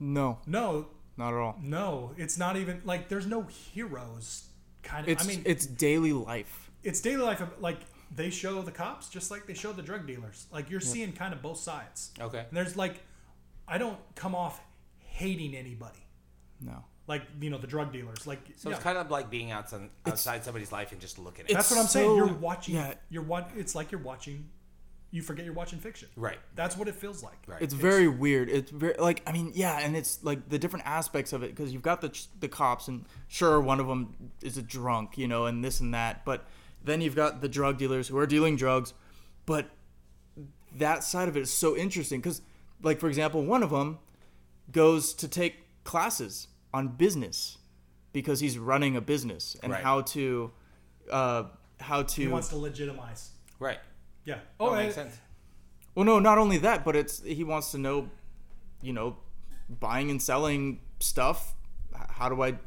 [SPEAKER 3] No,
[SPEAKER 2] No,
[SPEAKER 3] not at all.
[SPEAKER 2] no, it's not even like there's no heroes kind of.
[SPEAKER 3] It's
[SPEAKER 2] I mean,
[SPEAKER 3] it's daily life.
[SPEAKER 2] it's daily life. Of, like they show the cops just like they show the drug dealers. Like you're seeing kind of both sides.
[SPEAKER 1] Okay.
[SPEAKER 2] And there's like, I don't come off hating anybody.
[SPEAKER 3] No.
[SPEAKER 2] Like you know the drug dealers. Like
[SPEAKER 1] So
[SPEAKER 2] yeah.
[SPEAKER 1] it's kind of like being outside, outside somebody's life and just looking at it.
[SPEAKER 3] It's-
[SPEAKER 2] That's what I'm saying. You're
[SPEAKER 3] so-
[SPEAKER 2] watching.
[SPEAKER 3] yeah.
[SPEAKER 2] You're what? It's like you're watching. You forget you're watching fiction.
[SPEAKER 1] Right.
[SPEAKER 2] That's what it feels like.
[SPEAKER 1] Right.
[SPEAKER 3] It's very weird. It's very like I mean, yeah, and it's like the different aspects of it because you've got the ch- the cops, and sure, one of them is a drunk, you know, and this and that, but then you've got the drug dealers who are dealing drugs, but that side of it is so interesting because, like for example, one of them goes to take classes on business because he's running a business and
[SPEAKER 1] Right.
[SPEAKER 3] how to uh, how to
[SPEAKER 2] He wants to legitimize.
[SPEAKER 1] Right.
[SPEAKER 2] Yeah.
[SPEAKER 1] Oh,
[SPEAKER 2] Oh,
[SPEAKER 1] makes
[SPEAKER 2] I-
[SPEAKER 1] sense.
[SPEAKER 3] Well, no, not only that, but it's he wants to know, you know, buying and selling stuff. h- How do I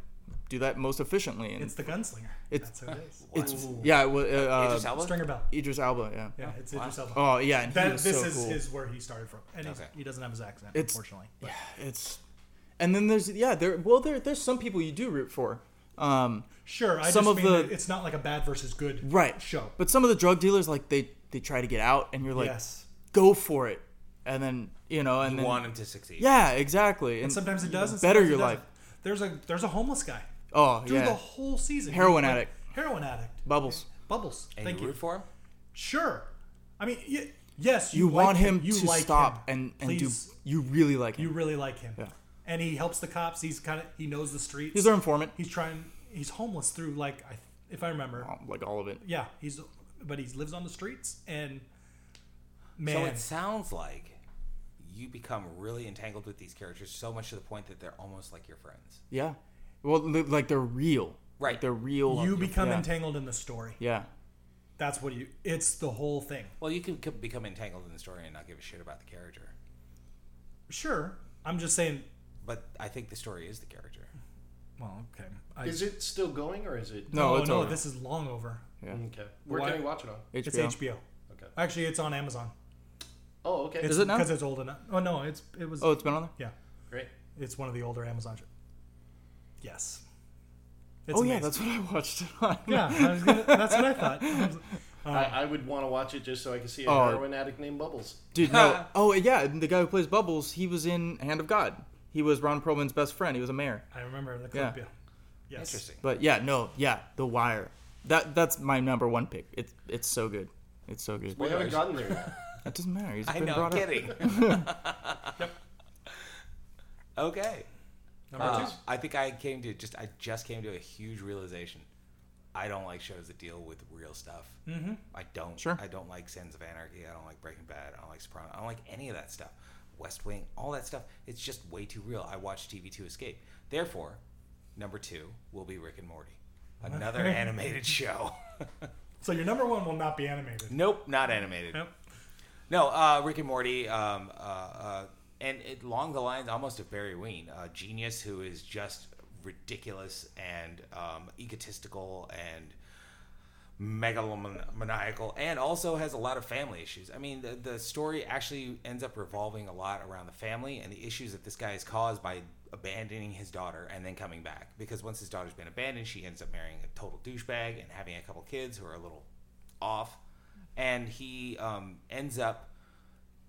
[SPEAKER 3] do that most efficiently? And
[SPEAKER 2] It's
[SPEAKER 3] it's,
[SPEAKER 2] the gunslinger.
[SPEAKER 3] It's-
[SPEAKER 2] That's who it is.
[SPEAKER 3] yeah, it wa- uh,
[SPEAKER 1] Idris
[SPEAKER 3] uh,
[SPEAKER 1] Elba?
[SPEAKER 2] Stringer Bell.
[SPEAKER 3] Idris Alba, yeah.
[SPEAKER 2] Yeah, it's Idris Elba.
[SPEAKER 3] Oh yeah, and he
[SPEAKER 2] That,
[SPEAKER 3] was
[SPEAKER 2] this
[SPEAKER 3] so
[SPEAKER 2] is
[SPEAKER 3] cool.
[SPEAKER 2] his where he started from, and he's,
[SPEAKER 1] Okay.
[SPEAKER 2] he doesn't have his accent,
[SPEAKER 3] It's-
[SPEAKER 2] unfortunately. But
[SPEAKER 3] Yeah, it's, and then there's yeah there well there there's some people you do root for, um
[SPEAKER 2] Sure, I
[SPEAKER 3] Some
[SPEAKER 2] just
[SPEAKER 3] of
[SPEAKER 2] mean
[SPEAKER 3] the-
[SPEAKER 2] that it's not like a bad versus good
[SPEAKER 3] right
[SPEAKER 2] show.
[SPEAKER 3] but some of the drug dealers like they they try to get out and you're like
[SPEAKER 2] yes,
[SPEAKER 3] go for it and then you know and
[SPEAKER 1] You
[SPEAKER 3] then
[SPEAKER 1] want him to succeed.
[SPEAKER 3] yeah exactly and,
[SPEAKER 2] sometimes it
[SPEAKER 3] you know,
[SPEAKER 2] does. And
[SPEAKER 3] better
[SPEAKER 2] sometimes
[SPEAKER 3] your
[SPEAKER 2] it
[SPEAKER 3] life
[SPEAKER 2] doesn't. There's a there's a homeless guy
[SPEAKER 3] oh
[SPEAKER 2] through
[SPEAKER 3] yeah
[SPEAKER 2] the whole season.
[SPEAKER 3] Heroin
[SPEAKER 2] Like,
[SPEAKER 3] addict.
[SPEAKER 2] Heroin addict.
[SPEAKER 3] bubbles
[SPEAKER 2] Bubbles.
[SPEAKER 1] And
[SPEAKER 2] Thank
[SPEAKER 1] you
[SPEAKER 2] you.
[SPEAKER 1] root for him?
[SPEAKER 2] Sure. I mean, y- yes,
[SPEAKER 3] you
[SPEAKER 2] you, like
[SPEAKER 3] want him,
[SPEAKER 2] You
[SPEAKER 3] to
[SPEAKER 2] like
[SPEAKER 3] stop
[SPEAKER 2] him.
[SPEAKER 3] and and
[SPEAKER 2] Please,
[SPEAKER 3] do you really like him
[SPEAKER 2] You really like him.
[SPEAKER 3] Yeah.
[SPEAKER 2] And he helps the cops. He's kind of he knows the streets.
[SPEAKER 3] he's their informant
[SPEAKER 2] He's trying. He's homeless through like I, if I remember.
[SPEAKER 3] Um, like all of it
[SPEAKER 2] Yeah, he's but he lives on the streets and man,
[SPEAKER 1] So it sounds like you become really entangled with these characters so much to the point that they're almost like your friends.
[SPEAKER 3] yeah well li- like they're real
[SPEAKER 1] Right.
[SPEAKER 3] like they're real
[SPEAKER 2] you become
[SPEAKER 3] yeah.
[SPEAKER 2] entangled in the story.
[SPEAKER 3] yeah
[SPEAKER 2] That's what you. It's the whole thing.
[SPEAKER 1] Well, you can c- become entangled in the story and not give a shit about the character.
[SPEAKER 2] Sure, I'm just saying.
[SPEAKER 1] But I think the story is the character.
[SPEAKER 2] Well, okay. I,
[SPEAKER 4] Is it still going or is it?
[SPEAKER 3] no
[SPEAKER 2] oh,
[SPEAKER 3] it's
[SPEAKER 2] no,
[SPEAKER 3] over.
[SPEAKER 2] this is long over.
[SPEAKER 4] Okay. Where
[SPEAKER 2] Why-
[SPEAKER 4] can we watch it on?
[SPEAKER 3] HBO.
[SPEAKER 2] It's HBO.
[SPEAKER 4] Okay.
[SPEAKER 2] Actually, it's on Amazon.
[SPEAKER 4] Oh, okay.
[SPEAKER 2] It's,
[SPEAKER 3] it now?
[SPEAKER 2] Because it's old enough. Oh no, it's it was.
[SPEAKER 3] oh it's been on there
[SPEAKER 2] yeah,
[SPEAKER 4] Great.
[SPEAKER 2] it's one of the older Amazon shows. Yes. It's
[SPEAKER 3] oh yeah
[SPEAKER 2] amazing.
[SPEAKER 3] that's what i watched it on
[SPEAKER 2] yeah. I was gonna, that's what I thought. I was-
[SPEAKER 4] I, I would want to watch it just so I can see a
[SPEAKER 3] Oh.
[SPEAKER 4] heroin addict named Bubbles.
[SPEAKER 3] dude no oh yeah and the guy who plays bubbles he was in hand of god he was ron perlman's best friend he was a mayor
[SPEAKER 2] I remember the
[SPEAKER 3] Yeah.
[SPEAKER 2] clip. Yeah. Yes.
[SPEAKER 1] Interesting.
[SPEAKER 3] but yeah no yeah the wire that that's my number one pick it's it's so good it's so good
[SPEAKER 4] We haven't
[SPEAKER 1] Spoilers.
[SPEAKER 4] gotten there yet.
[SPEAKER 3] that doesn't matter he's
[SPEAKER 1] I
[SPEAKER 3] been
[SPEAKER 1] know, I'm
[SPEAKER 3] brought up
[SPEAKER 1] kidding. Okay. Uh, I think I came to just I just came to a huge realization. I don't like shows that deal with real stuff. Mm-hmm. I don't.
[SPEAKER 3] Sure.
[SPEAKER 1] I don't like Sins of Anarchy. I don't like Breaking Bad. I don't like Sopranos. I don't like any of that stuff. West Wing, all that stuff. It's just way too real. I watch TV to escape. Therefore, number two will be Rick and Morty, another animated show.
[SPEAKER 2] So your number one will not be animated.
[SPEAKER 1] nope, not animated.
[SPEAKER 2] Nope.
[SPEAKER 1] No, uh, Rick and Morty, um, uh, uh, and it, along the lines almost of Barry Ween, a genius who is just ridiculous and um, egotistical and megalomaniacal, and also has a lot of family issues. I mean, the, the story actually ends up revolving a lot around the family and the issues that this guy has caused by abandoning his daughter and then coming back. Because once his daughter's been abandoned, she ends up marrying a total douchebag and having a couple kids who are a little off. And he um, ends up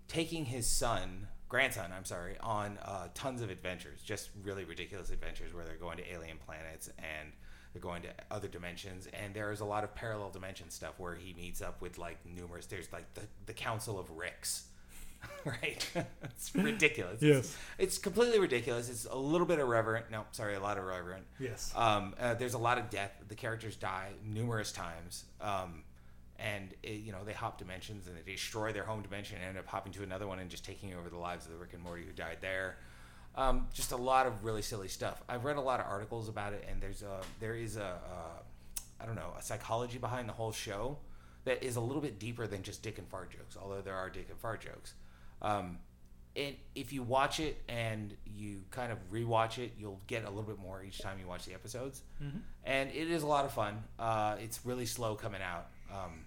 [SPEAKER 1] taking his son, grandson, I'm sorry, on uh, tons of adventures, just really ridiculous adventures where they're going to alien planets and they're going to other dimensions. And there is a lot of parallel dimension stuff where he meets up with like numerous, there's like the, the Council of Ricks. right? it's ridiculous.
[SPEAKER 2] Yes.
[SPEAKER 1] It's, it's completely ridiculous. It's a little bit irreverent. No, sorry, a lot irreverent.
[SPEAKER 2] Yes.
[SPEAKER 1] Um, uh, there's a lot of death. The characters die numerous times. Um, and it, you know they hop dimensions and they destroy their home dimension and end up hopping to another one and just taking over the lives of the Rick and Morty who died there. Um, just a lot of really silly stuff. I've read a lot of articles about it, and there's a there is a uh, I don't know a psychology behind the whole show that is a little bit deeper than just dick and fart jokes, although there are dick and fart jokes. Um, it, if you watch it and you kind of rewatch it, you'll get a little bit more each time you watch the episodes.
[SPEAKER 2] Mm-hmm.
[SPEAKER 1] And it is a lot of fun. Uh, it's really slow coming out. Um,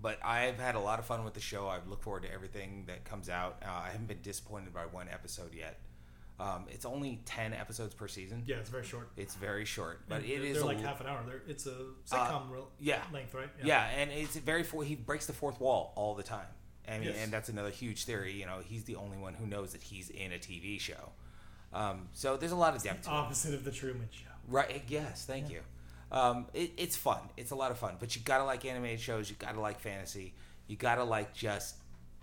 [SPEAKER 1] but I've had a lot of fun with the show. I look forward to everything that comes out. Uh, I haven't been disappointed by one episode yet. Um, it's only 10 episodes per season.
[SPEAKER 2] Yeah, it's very short.
[SPEAKER 1] It's very short, but
[SPEAKER 2] They're-
[SPEAKER 1] it is
[SPEAKER 2] they're
[SPEAKER 1] a
[SPEAKER 2] like
[SPEAKER 1] l-
[SPEAKER 2] half an hour. They're, it's a sitcom real
[SPEAKER 1] yeah.
[SPEAKER 2] length, right?
[SPEAKER 1] yeah. and it's very for, he breaks the fourth wall all the time. I mean,
[SPEAKER 2] Yes.
[SPEAKER 1] and that's another huge theory. You know, he's the only one who knows that he's in a TV show. Um, so there's a lot of depth. To it.
[SPEAKER 2] Opposite of the Truman Show.
[SPEAKER 1] Right. eh, Yes. Thank you. Um, it, it's fun. It's a lot of fun. But you gotta like animated shows. You gotta like fantasy. You gotta like just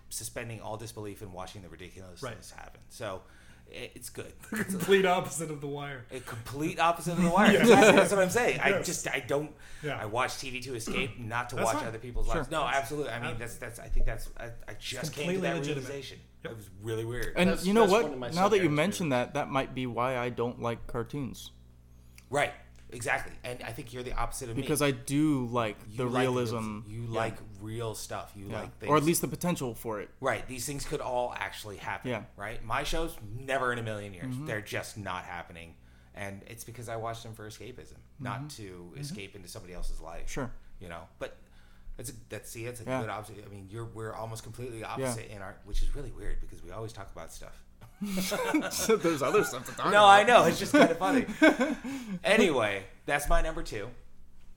[SPEAKER 1] suspending all disbelief and watching the ridiculousness happen. So it, it's good. It's a,
[SPEAKER 2] Complete opposite of The Wire.
[SPEAKER 1] a complete opposite of the wire.
[SPEAKER 2] Yes.
[SPEAKER 1] That's, that's what I'm saying. I
[SPEAKER 2] Yes.
[SPEAKER 1] just I don't.
[SPEAKER 2] Yeah.
[SPEAKER 1] I watch TV to escape, not to
[SPEAKER 2] That's
[SPEAKER 1] watch
[SPEAKER 2] fine.
[SPEAKER 1] other people's lives. No, absolutely. I mean,
[SPEAKER 2] Ab-
[SPEAKER 1] that's that's. I think that's. I, I just came to
[SPEAKER 2] completely
[SPEAKER 1] that
[SPEAKER 2] legitimate.
[SPEAKER 1] realization.
[SPEAKER 2] Yep.
[SPEAKER 1] It was really weird.
[SPEAKER 3] And
[SPEAKER 4] That's-
[SPEAKER 3] you know
[SPEAKER 4] that's one of my
[SPEAKER 3] what? Now that you
[SPEAKER 4] subjects,
[SPEAKER 3] mentioned that, that might be why I don't like cartoons
[SPEAKER 1] right. Exactly. And I think you're the opposite of me.
[SPEAKER 3] because I do like
[SPEAKER 1] You
[SPEAKER 3] the
[SPEAKER 1] like
[SPEAKER 3] realism.
[SPEAKER 1] you
[SPEAKER 3] yeah,
[SPEAKER 1] like real stuff. You
[SPEAKER 3] yeah.
[SPEAKER 1] like things.
[SPEAKER 3] or at least the potential for it.
[SPEAKER 1] Right. These things could all actually happen.
[SPEAKER 3] Yeah. Mm-hmm.
[SPEAKER 1] Right. My shows never in a million years. They're just not happening, and it's because I watch them for escapism, not to escape into somebody else's life.
[SPEAKER 3] Mm-hmm. Sure.
[SPEAKER 1] You know, but that's a, that's see, it's a
[SPEAKER 3] Yeah.
[SPEAKER 1] good opposite. I mean, you're we're almost completely opposite in our, which is really weird because we always talk about stuff.
[SPEAKER 3] So There's other stuff to talk
[SPEAKER 1] No, I know. It's just kind of funny. anyway, that's my number two.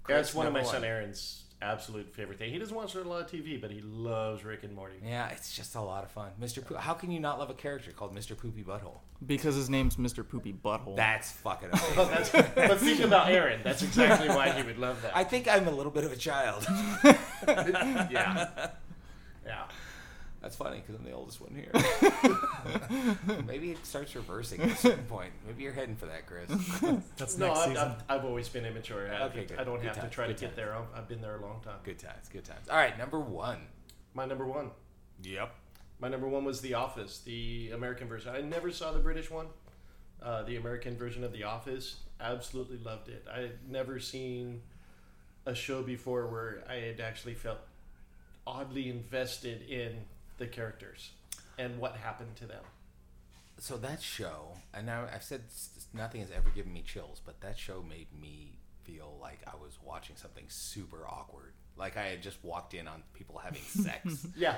[SPEAKER 4] That's
[SPEAKER 1] Chris,
[SPEAKER 4] one of my
[SPEAKER 1] number
[SPEAKER 4] son Aaron's absolute favorite thing. He doesn't watch a lot of TV, but he loves Rick and Morty.
[SPEAKER 1] Yeah, it's just a lot of fun, Mr. Poo- How can you not love a character called Mr. Poopy Butthole?
[SPEAKER 3] because his name's Mr. Poopy Butthole.
[SPEAKER 1] That's fucking amazing.
[SPEAKER 4] But that's, but think about Aaron. That's exactly why he would love that.
[SPEAKER 1] I think I'm a little bit of a child.
[SPEAKER 4] yeah. Yeah.
[SPEAKER 1] That's funny because I'm the oldest one here. Maybe it starts reversing at a certain point. Maybe you're heading for that, Chris.
[SPEAKER 2] That's
[SPEAKER 4] No,
[SPEAKER 2] next
[SPEAKER 4] I,
[SPEAKER 2] season.
[SPEAKER 4] I've, I've always been immature. I,
[SPEAKER 1] Okay, good.
[SPEAKER 4] I don't
[SPEAKER 1] Good
[SPEAKER 4] have to
[SPEAKER 1] times,
[SPEAKER 4] try to
[SPEAKER 1] good
[SPEAKER 4] get there. I've, I've been there a long time.
[SPEAKER 1] Good times, good times. All right, number one.
[SPEAKER 4] My number one.
[SPEAKER 1] Yep.
[SPEAKER 4] My number one was The Office, the American version. I never saw the British one. Uh, the American version of The Office, absolutely loved it. I had never seen a show before where I had actually felt oddly invested in the characters and what happened to them.
[SPEAKER 1] So that show, and now I've said s- s- nothing has ever given me chills, but that show made me feel like I was watching something super awkward. Like I had just walked in on people having sex
[SPEAKER 4] Yeah,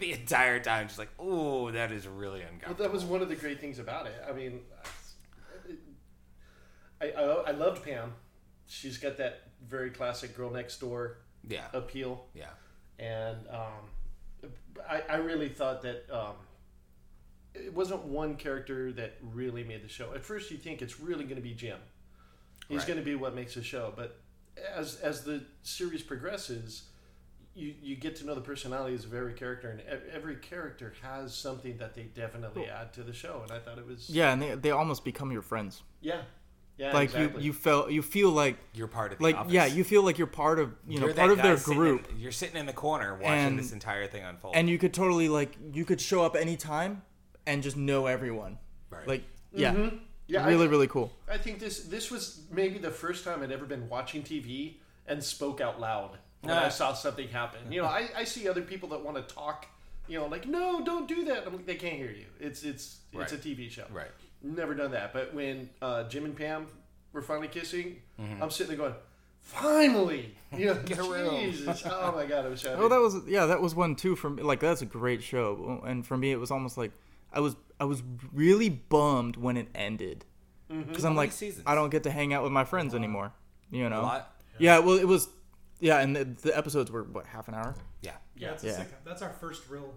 [SPEAKER 1] the entire time, just like, oh, that is really
[SPEAKER 4] well,
[SPEAKER 1] uncomfortable.
[SPEAKER 4] that was one of the great things about it. I mean, I, I, I loved Pam. She's got that very classic girl next door
[SPEAKER 1] yeah,
[SPEAKER 4] appeal.
[SPEAKER 1] yeah.
[SPEAKER 4] and um, I, I really thought that um, it wasn't one character that really made the show. At first, you think it's really going to be Jim. He's
[SPEAKER 1] Right.
[SPEAKER 4] going to be what makes the show, but as as the series progresses, you you get to know the personalities of every character, and ev- every character has something that they definitely add to the show. And I thought it was
[SPEAKER 3] yeah, and they, they almost become your friends.
[SPEAKER 4] yeah, yeah,
[SPEAKER 3] Like
[SPEAKER 4] exactly.
[SPEAKER 3] you, you felt you feel like
[SPEAKER 1] You're part of the
[SPEAKER 3] like
[SPEAKER 1] office.
[SPEAKER 3] yeah, you feel like you're part of you know
[SPEAKER 1] You're
[SPEAKER 3] part
[SPEAKER 1] that
[SPEAKER 3] of
[SPEAKER 1] guy
[SPEAKER 3] their
[SPEAKER 1] sitting
[SPEAKER 3] group,
[SPEAKER 1] in- you're sitting in the corner watching
[SPEAKER 3] And-
[SPEAKER 1] this entire thing unfold.
[SPEAKER 3] and you could totally like you could show up anytime and just know everyone.
[SPEAKER 1] Right.
[SPEAKER 3] Like yeah,
[SPEAKER 4] Mm-hmm. yeah, I-
[SPEAKER 3] really really cool.
[SPEAKER 4] I think this this was maybe the first time I'd ever been watching TV and spoke out loud when
[SPEAKER 1] Ah.
[SPEAKER 4] I saw something happen. You know, I, I see other people that want to talk. You know, like no, don't do that. I'm like they can't hear you. It's it's it's a
[SPEAKER 1] Right.
[SPEAKER 4] TV show.
[SPEAKER 1] Right.
[SPEAKER 4] Never done that. But when uh, Jim and Pam were finally kissing, I'm sitting there going, finally. You know,
[SPEAKER 1] Mm-hmm. Get a room.
[SPEAKER 4] Jesus. Oh my God, I was happy.
[SPEAKER 3] Oh, that was yeah, that was one too for me. Like that's a great show, and for me it was almost like I was I was really bummed when it ended because I'm
[SPEAKER 1] Mm-hmm. many
[SPEAKER 3] like
[SPEAKER 1] seasons?
[SPEAKER 3] I don't get to hang out with my friends anymore. You know.
[SPEAKER 1] lot.
[SPEAKER 3] Yeah. Well, it was. Yeah, and the, the episodes were what half an hour.
[SPEAKER 1] yeah,
[SPEAKER 4] yeah.
[SPEAKER 2] that's, a
[SPEAKER 3] yeah.
[SPEAKER 2] sitcom. that's our first real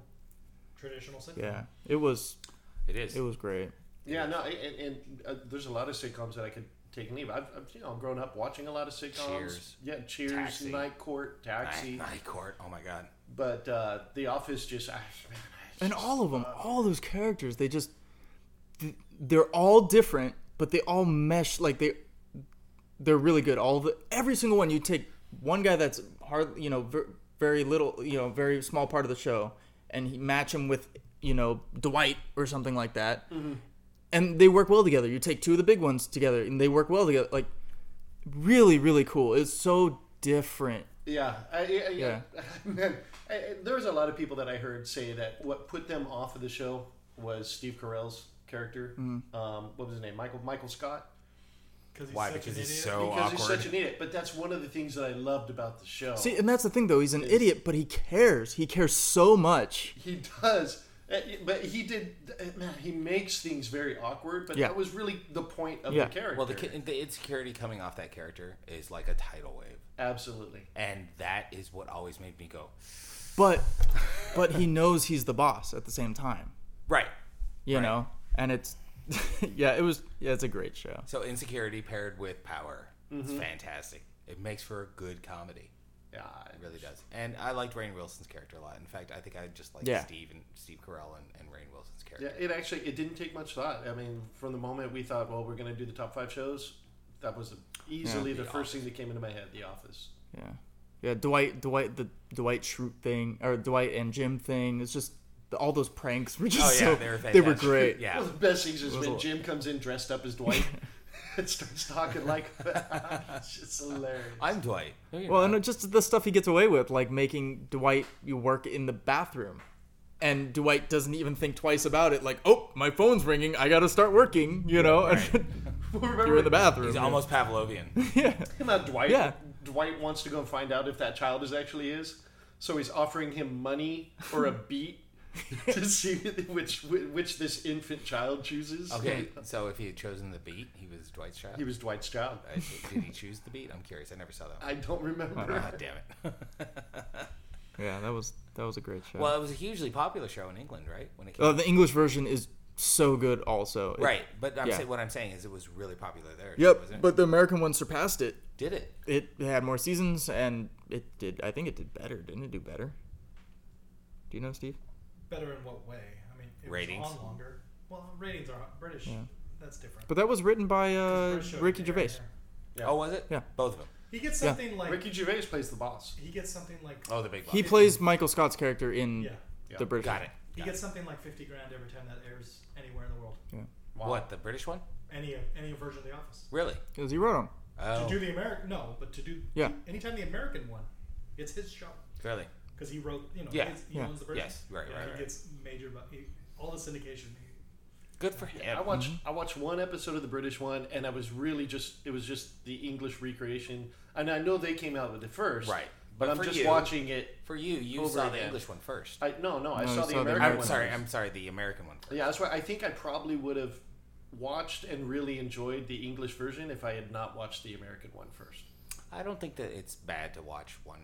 [SPEAKER 2] traditional sitcom.
[SPEAKER 3] Yeah, it was.
[SPEAKER 1] it is.
[SPEAKER 3] It was great.
[SPEAKER 4] Yeah, no, and, and uh, there's a lot of sitcoms that I could take and leave. I've, I've you know grown up watching a lot of sitcoms.
[SPEAKER 1] Cheers.
[SPEAKER 4] Yeah, Cheers,
[SPEAKER 1] Taxi.
[SPEAKER 4] Night Court, Taxi.
[SPEAKER 1] My, court. Oh my god.
[SPEAKER 4] But uh, The Office just, I, man, I
[SPEAKER 3] And all of them, all those characters, they just th- they're all different, but they all mesh like they they're really good. All the every single one you take one guy that's hard, you know, ver, very little, you know, very small part of the show and he match him with, you know, Dwight or something like that. And they work well together. You take two of the big ones together and they work well together. Like really really cool. It's so different
[SPEAKER 4] Yeah, I, I,
[SPEAKER 3] Yeah.
[SPEAKER 4] Man, I, I- there's a lot of people that I heard say that what put them off of the show was Steve Carell's character. Um, what was his name? Michael Michael Scott.
[SPEAKER 2] Because he's
[SPEAKER 1] Why?
[SPEAKER 2] such
[SPEAKER 1] Because
[SPEAKER 2] an
[SPEAKER 1] he's
[SPEAKER 2] idiot.
[SPEAKER 1] so
[SPEAKER 4] because
[SPEAKER 1] awkward.
[SPEAKER 4] he's such an idiot. But that's one of the things that I loved about the show.
[SPEAKER 3] See, and that's the thing though. He's an
[SPEAKER 4] Is-
[SPEAKER 3] idiot, but he cares. He cares so much.
[SPEAKER 4] he does, Uh, but he did. uh, Man, he makes things very awkward. But
[SPEAKER 3] Yeah.
[SPEAKER 4] that was really the point of
[SPEAKER 3] Yeah.
[SPEAKER 4] the character.
[SPEAKER 1] well, the, ki- the insecurity coming off that character is like a tidal wave,
[SPEAKER 4] absolutely.
[SPEAKER 1] and that is what always made me go,
[SPEAKER 3] But but he knows he's the boss at the same time.
[SPEAKER 1] right.
[SPEAKER 3] You know, and it's yeah, it was yeah, it's a great show.
[SPEAKER 1] So insecurity paired with power,
[SPEAKER 3] Mm-hmm.
[SPEAKER 1] it's fantastic. It makes for a good comedy.
[SPEAKER 4] Yeah,
[SPEAKER 1] It really does. And I liked Rain Wilson's character a lot. In fact, I think I just liked
[SPEAKER 3] Yeah.
[SPEAKER 1] Steve and Steve Carell and, and Rain Wilson's character.
[SPEAKER 4] Yeah, it actually it didn't take much thought. I mean, from the moment we thought, well, we're going to do the top five shows, that was easily the,
[SPEAKER 1] The
[SPEAKER 4] first thing that came into my head. The Office.
[SPEAKER 3] Yeah. Yeah, Dwight Dwight the Dwight Schrute thing or Dwight and Jim thing. It's just all those pranks were
[SPEAKER 1] Oh
[SPEAKER 3] just
[SPEAKER 1] yeah,
[SPEAKER 3] so
[SPEAKER 1] they were fantastic.
[SPEAKER 3] they were great.
[SPEAKER 1] Yeah.
[SPEAKER 4] One of the best things is
[SPEAKER 3] was a
[SPEAKER 4] when
[SPEAKER 3] lot.
[SPEAKER 4] Jim comes in dressed up as Dwight and starts talking like it's just hilarious.
[SPEAKER 1] I'm Dwight. No, you're
[SPEAKER 3] Well,
[SPEAKER 1] not.
[SPEAKER 3] and just the stuff he gets away with, like making Dwight you work in the bathroom, and Dwight doesn't even think twice about it. Like, oh, my phone's ringing. I gotta start working. You know, and
[SPEAKER 4] Remember
[SPEAKER 3] you're in the bathroom.
[SPEAKER 1] he's
[SPEAKER 3] yeah.
[SPEAKER 1] almost Pavlovian.
[SPEAKER 3] yeah.
[SPEAKER 4] Now Dwight,
[SPEAKER 3] Yeah.
[SPEAKER 4] Dwight wants to go and find out if that child is actually his, so he's offering him money or a beat to see which which this infant child chooses.
[SPEAKER 1] Okay, so if he had chosen the beat, he was Dwight's child.
[SPEAKER 4] he was Dwight's child.
[SPEAKER 1] I- Did he choose the beat? I'm curious. I never saw that. One.
[SPEAKER 4] I don't remember.
[SPEAKER 1] God damn it.
[SPEAKER 3] Yeah, that was that was a great show.
[SPEAKER 1] Well, it was a hugely popular show in England, right? When it came,
[SPEAKER 3] uh, the English version is so good, also. It-
[SPEAKER 1] right? But I'm
[SPEAKER 3] yeah.
[SPEAKER 1] saying what I'm saying is it was really popular there. too,
[SPEAKER 3] Yep,
[SPEAKER 1] wasn't it?
[SPEAKER 3] but the American one surpassed it.
[SPEAKER 1] did it?
[SPEAKER 3] It had more seasons, and it did. I think it did better. Didn't it do better? Do you know, Steve?
[SPEAKER 2] Better in what way? I mean, it
[SPEAKER 1] Ratings.
[SPEAKER 2] was on longer. Well, ratings are British. That's different.
[SPEAKER 3] But that was written by uh,
[SPEAKER 2] British shows they
[SPEAKER 3] Ricky
[SPEAKER 2] are
[SPEAKER 3] Gervais.
[SPEAKER 2] there.
[SPEAKER 4] Yeah.
[SPEAKER 1] Oh, was it?
[SPEAKER 3] Yeah.
[SPEAKER 1] both of them.
[SPEAKER 2] He gets
[SPEAKER 3] Yeah.
[SPEAKER 2] something like
[SPEAKER 4] Ricky Gervais plays the boss.
[SPEAKER 2] he gets something like
[SPEAKER 1] Oh, the big.
[SPEAKER 3] He
[SPEAKER 1] Boss.
[SPEAKER 3] plays Michael Scott's character in
[SPEAKER 2] yeah.
[SPEAKER 4] Yeah.
[SPEAKER 3] the British.
[SPEAKER 1] got it.
[SPEAKER 2] He
[SPEAKER 1] Got
[SPEAKER 2] gets something like fifty grand every time that airs anywhere in the world.
[SPEAKER 1] it. What the British one?
[SPEAKER 2] Any any version of The Office.
[SPEAKER 1] Really?
[SPEAKER 3] Because he wrote him.
[SPEAKER 1] Oh,
[SPEAKER 2] To do the American no, but to do
[SPEAKER 3] Yeah.
[SPEAKER 2] anytime the American one, it's his show
[SPEAKER 1] Oh, really?
[SPEAKER 2] because he wrote you know
[SPEAKER 1] Yeah.
[SPEAKER 2] his- he
[SPEAKER 3] Yeah.
[SPEAKER 2] owns the British.
[SPEAKER 1] Yes, right,
[SPEAKER 2] yeah,
[SPEAKER 1] right,
[SPEAKER 2] He
[SPEAKER 1] right.
[SPEAKER 2] gets major bu- he, all the syndication.
[SPEAKER 1] Good for him.
[SPEAKER 4] I watched
[SPEAKER 1] Mm-hmm.
[SPEAKER 4] I watched one episode of the British one, and I was really just it was just the English recreation. And I know they came out with it first,
[SPEAKER 1] Right.
[SPEAKER 4] But,
[SPEAKER 1] But
[SPEAKER 4] I'm
[SPEAKER 1] for
[SPEAKER 4] just
[SPEAKER 1] you-
[SPEAKER 4] watching it.
[SPEAKER 1] For you, you
[SPEAKER 4] Over
[SPEAKER 1] saw the
[SPEAKER 4] again.
[SPEAKER 1] English one first.
[SPEAKER 4] I no no I
[SPEAKER 3] No, you
[SPEAKER 4] saw the
[SPEAKER 3] saw the
[SPEAKER 4] American
[SPEAKER 1] I'm
[SPEAKER 4] one.
[SPEAKER 1] sorry.
[SPEAKER 4] first.
[SPEAKER 1] I'm sorry. The American one first.
[SPEAKER 4] yeah, that's why I think I probably would have watched and really enjoyed the English version if I had not watched the American one first.
[SPEAKER 1] I don't think that it's bad to watch one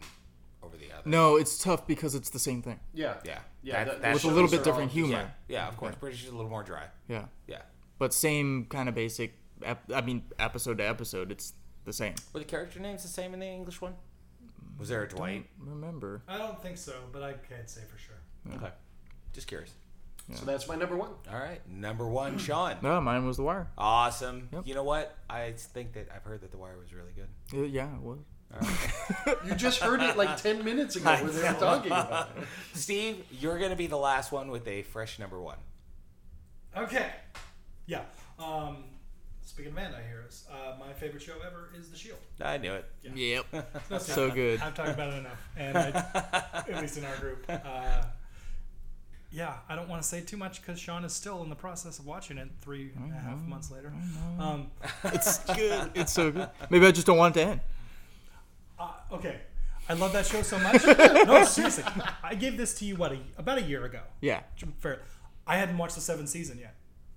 [SPEAKER 1] over the other.
[SPEAKER 3] No, it's tough because it's the same thing.
[SPEAKER 4] Yeah,
[SPEAKER 1] Yeah.
[SPEAKER 4] yeah.
[SPEAKER 1] That-
[SPEAKER 4] the-
[SPEAKER 1] that's-
[SPEAKER 3] With a
[SPEAKER 4] the
[SPEAKER 3] little
[SPEAKER 4] shows are
[SPEAKER 3] bit
[SPEAKER 4] all-
[SPEAKER 3] different humor.
[SPEAKER 1] Yeah. Yeah. Of course, British is a little more dry.
[SPEAKER 3] Yeah.
[SPEAKER 1] Yeah.
[SPEAKER 3] But same kind of basic, ep- I mean, episode to episode, it's the same.
[SPEAKER 1] Were the character names the same in the English one? Was there a Dwight?
[SPEAKER 3] Remember.
[SPEAKER 2] I don't think so, but I can't say for sure.
[SPEAKER 1] Mm-hmm. Okay. Just curious.
[SPEAKER 4] So that's my number one.
[SPEAKER 1] All right. Number one, Sean.
[SPEAKER 3] No, mine was The Wire.
[SPEAKER 1] Awesome.
[SPEAKER 3] Yep.
[SPEAKER 1] You know what? I think that I've heard that The Wire was really good.
[SPEAKER 3] Uh, yeah, it was.
[SPEAKER 4] You just heard it like ten minutes ago when they were talking about it.
[SPEAKER 1] Steve, you're going to be the last one with a fresh number one.
[SPEAKER 2] Okay. Yeah. Um, speaking of anti-heroes, uh, my favorite show ever is The Shield.
[SPEAKER 1] I knew it.
[SPEAKER 3] Yep.
[SPEAKER 2] It's no
[SPEAKER 3] so
[SPEAKER 2] secret.
[SPEAKER 3] good.
[SPEAKER 2] I've talked about it enough, and I, at least in our group. Uh, yeah, I don't want to say too much because Sean is still in the process of watching it three and a half months later. Um,
[SPEAKER 3] It's good. It's so good. Maybe I just don't want it to end.
[SPEAKER 2] uh, okay, I love that show so much. no, seriously, I gave this to you what a, about a year ago.
[SPEAKER 3] Yeah.
[SPEAKER 2] Fair. I hadn't watched the seventh season yet.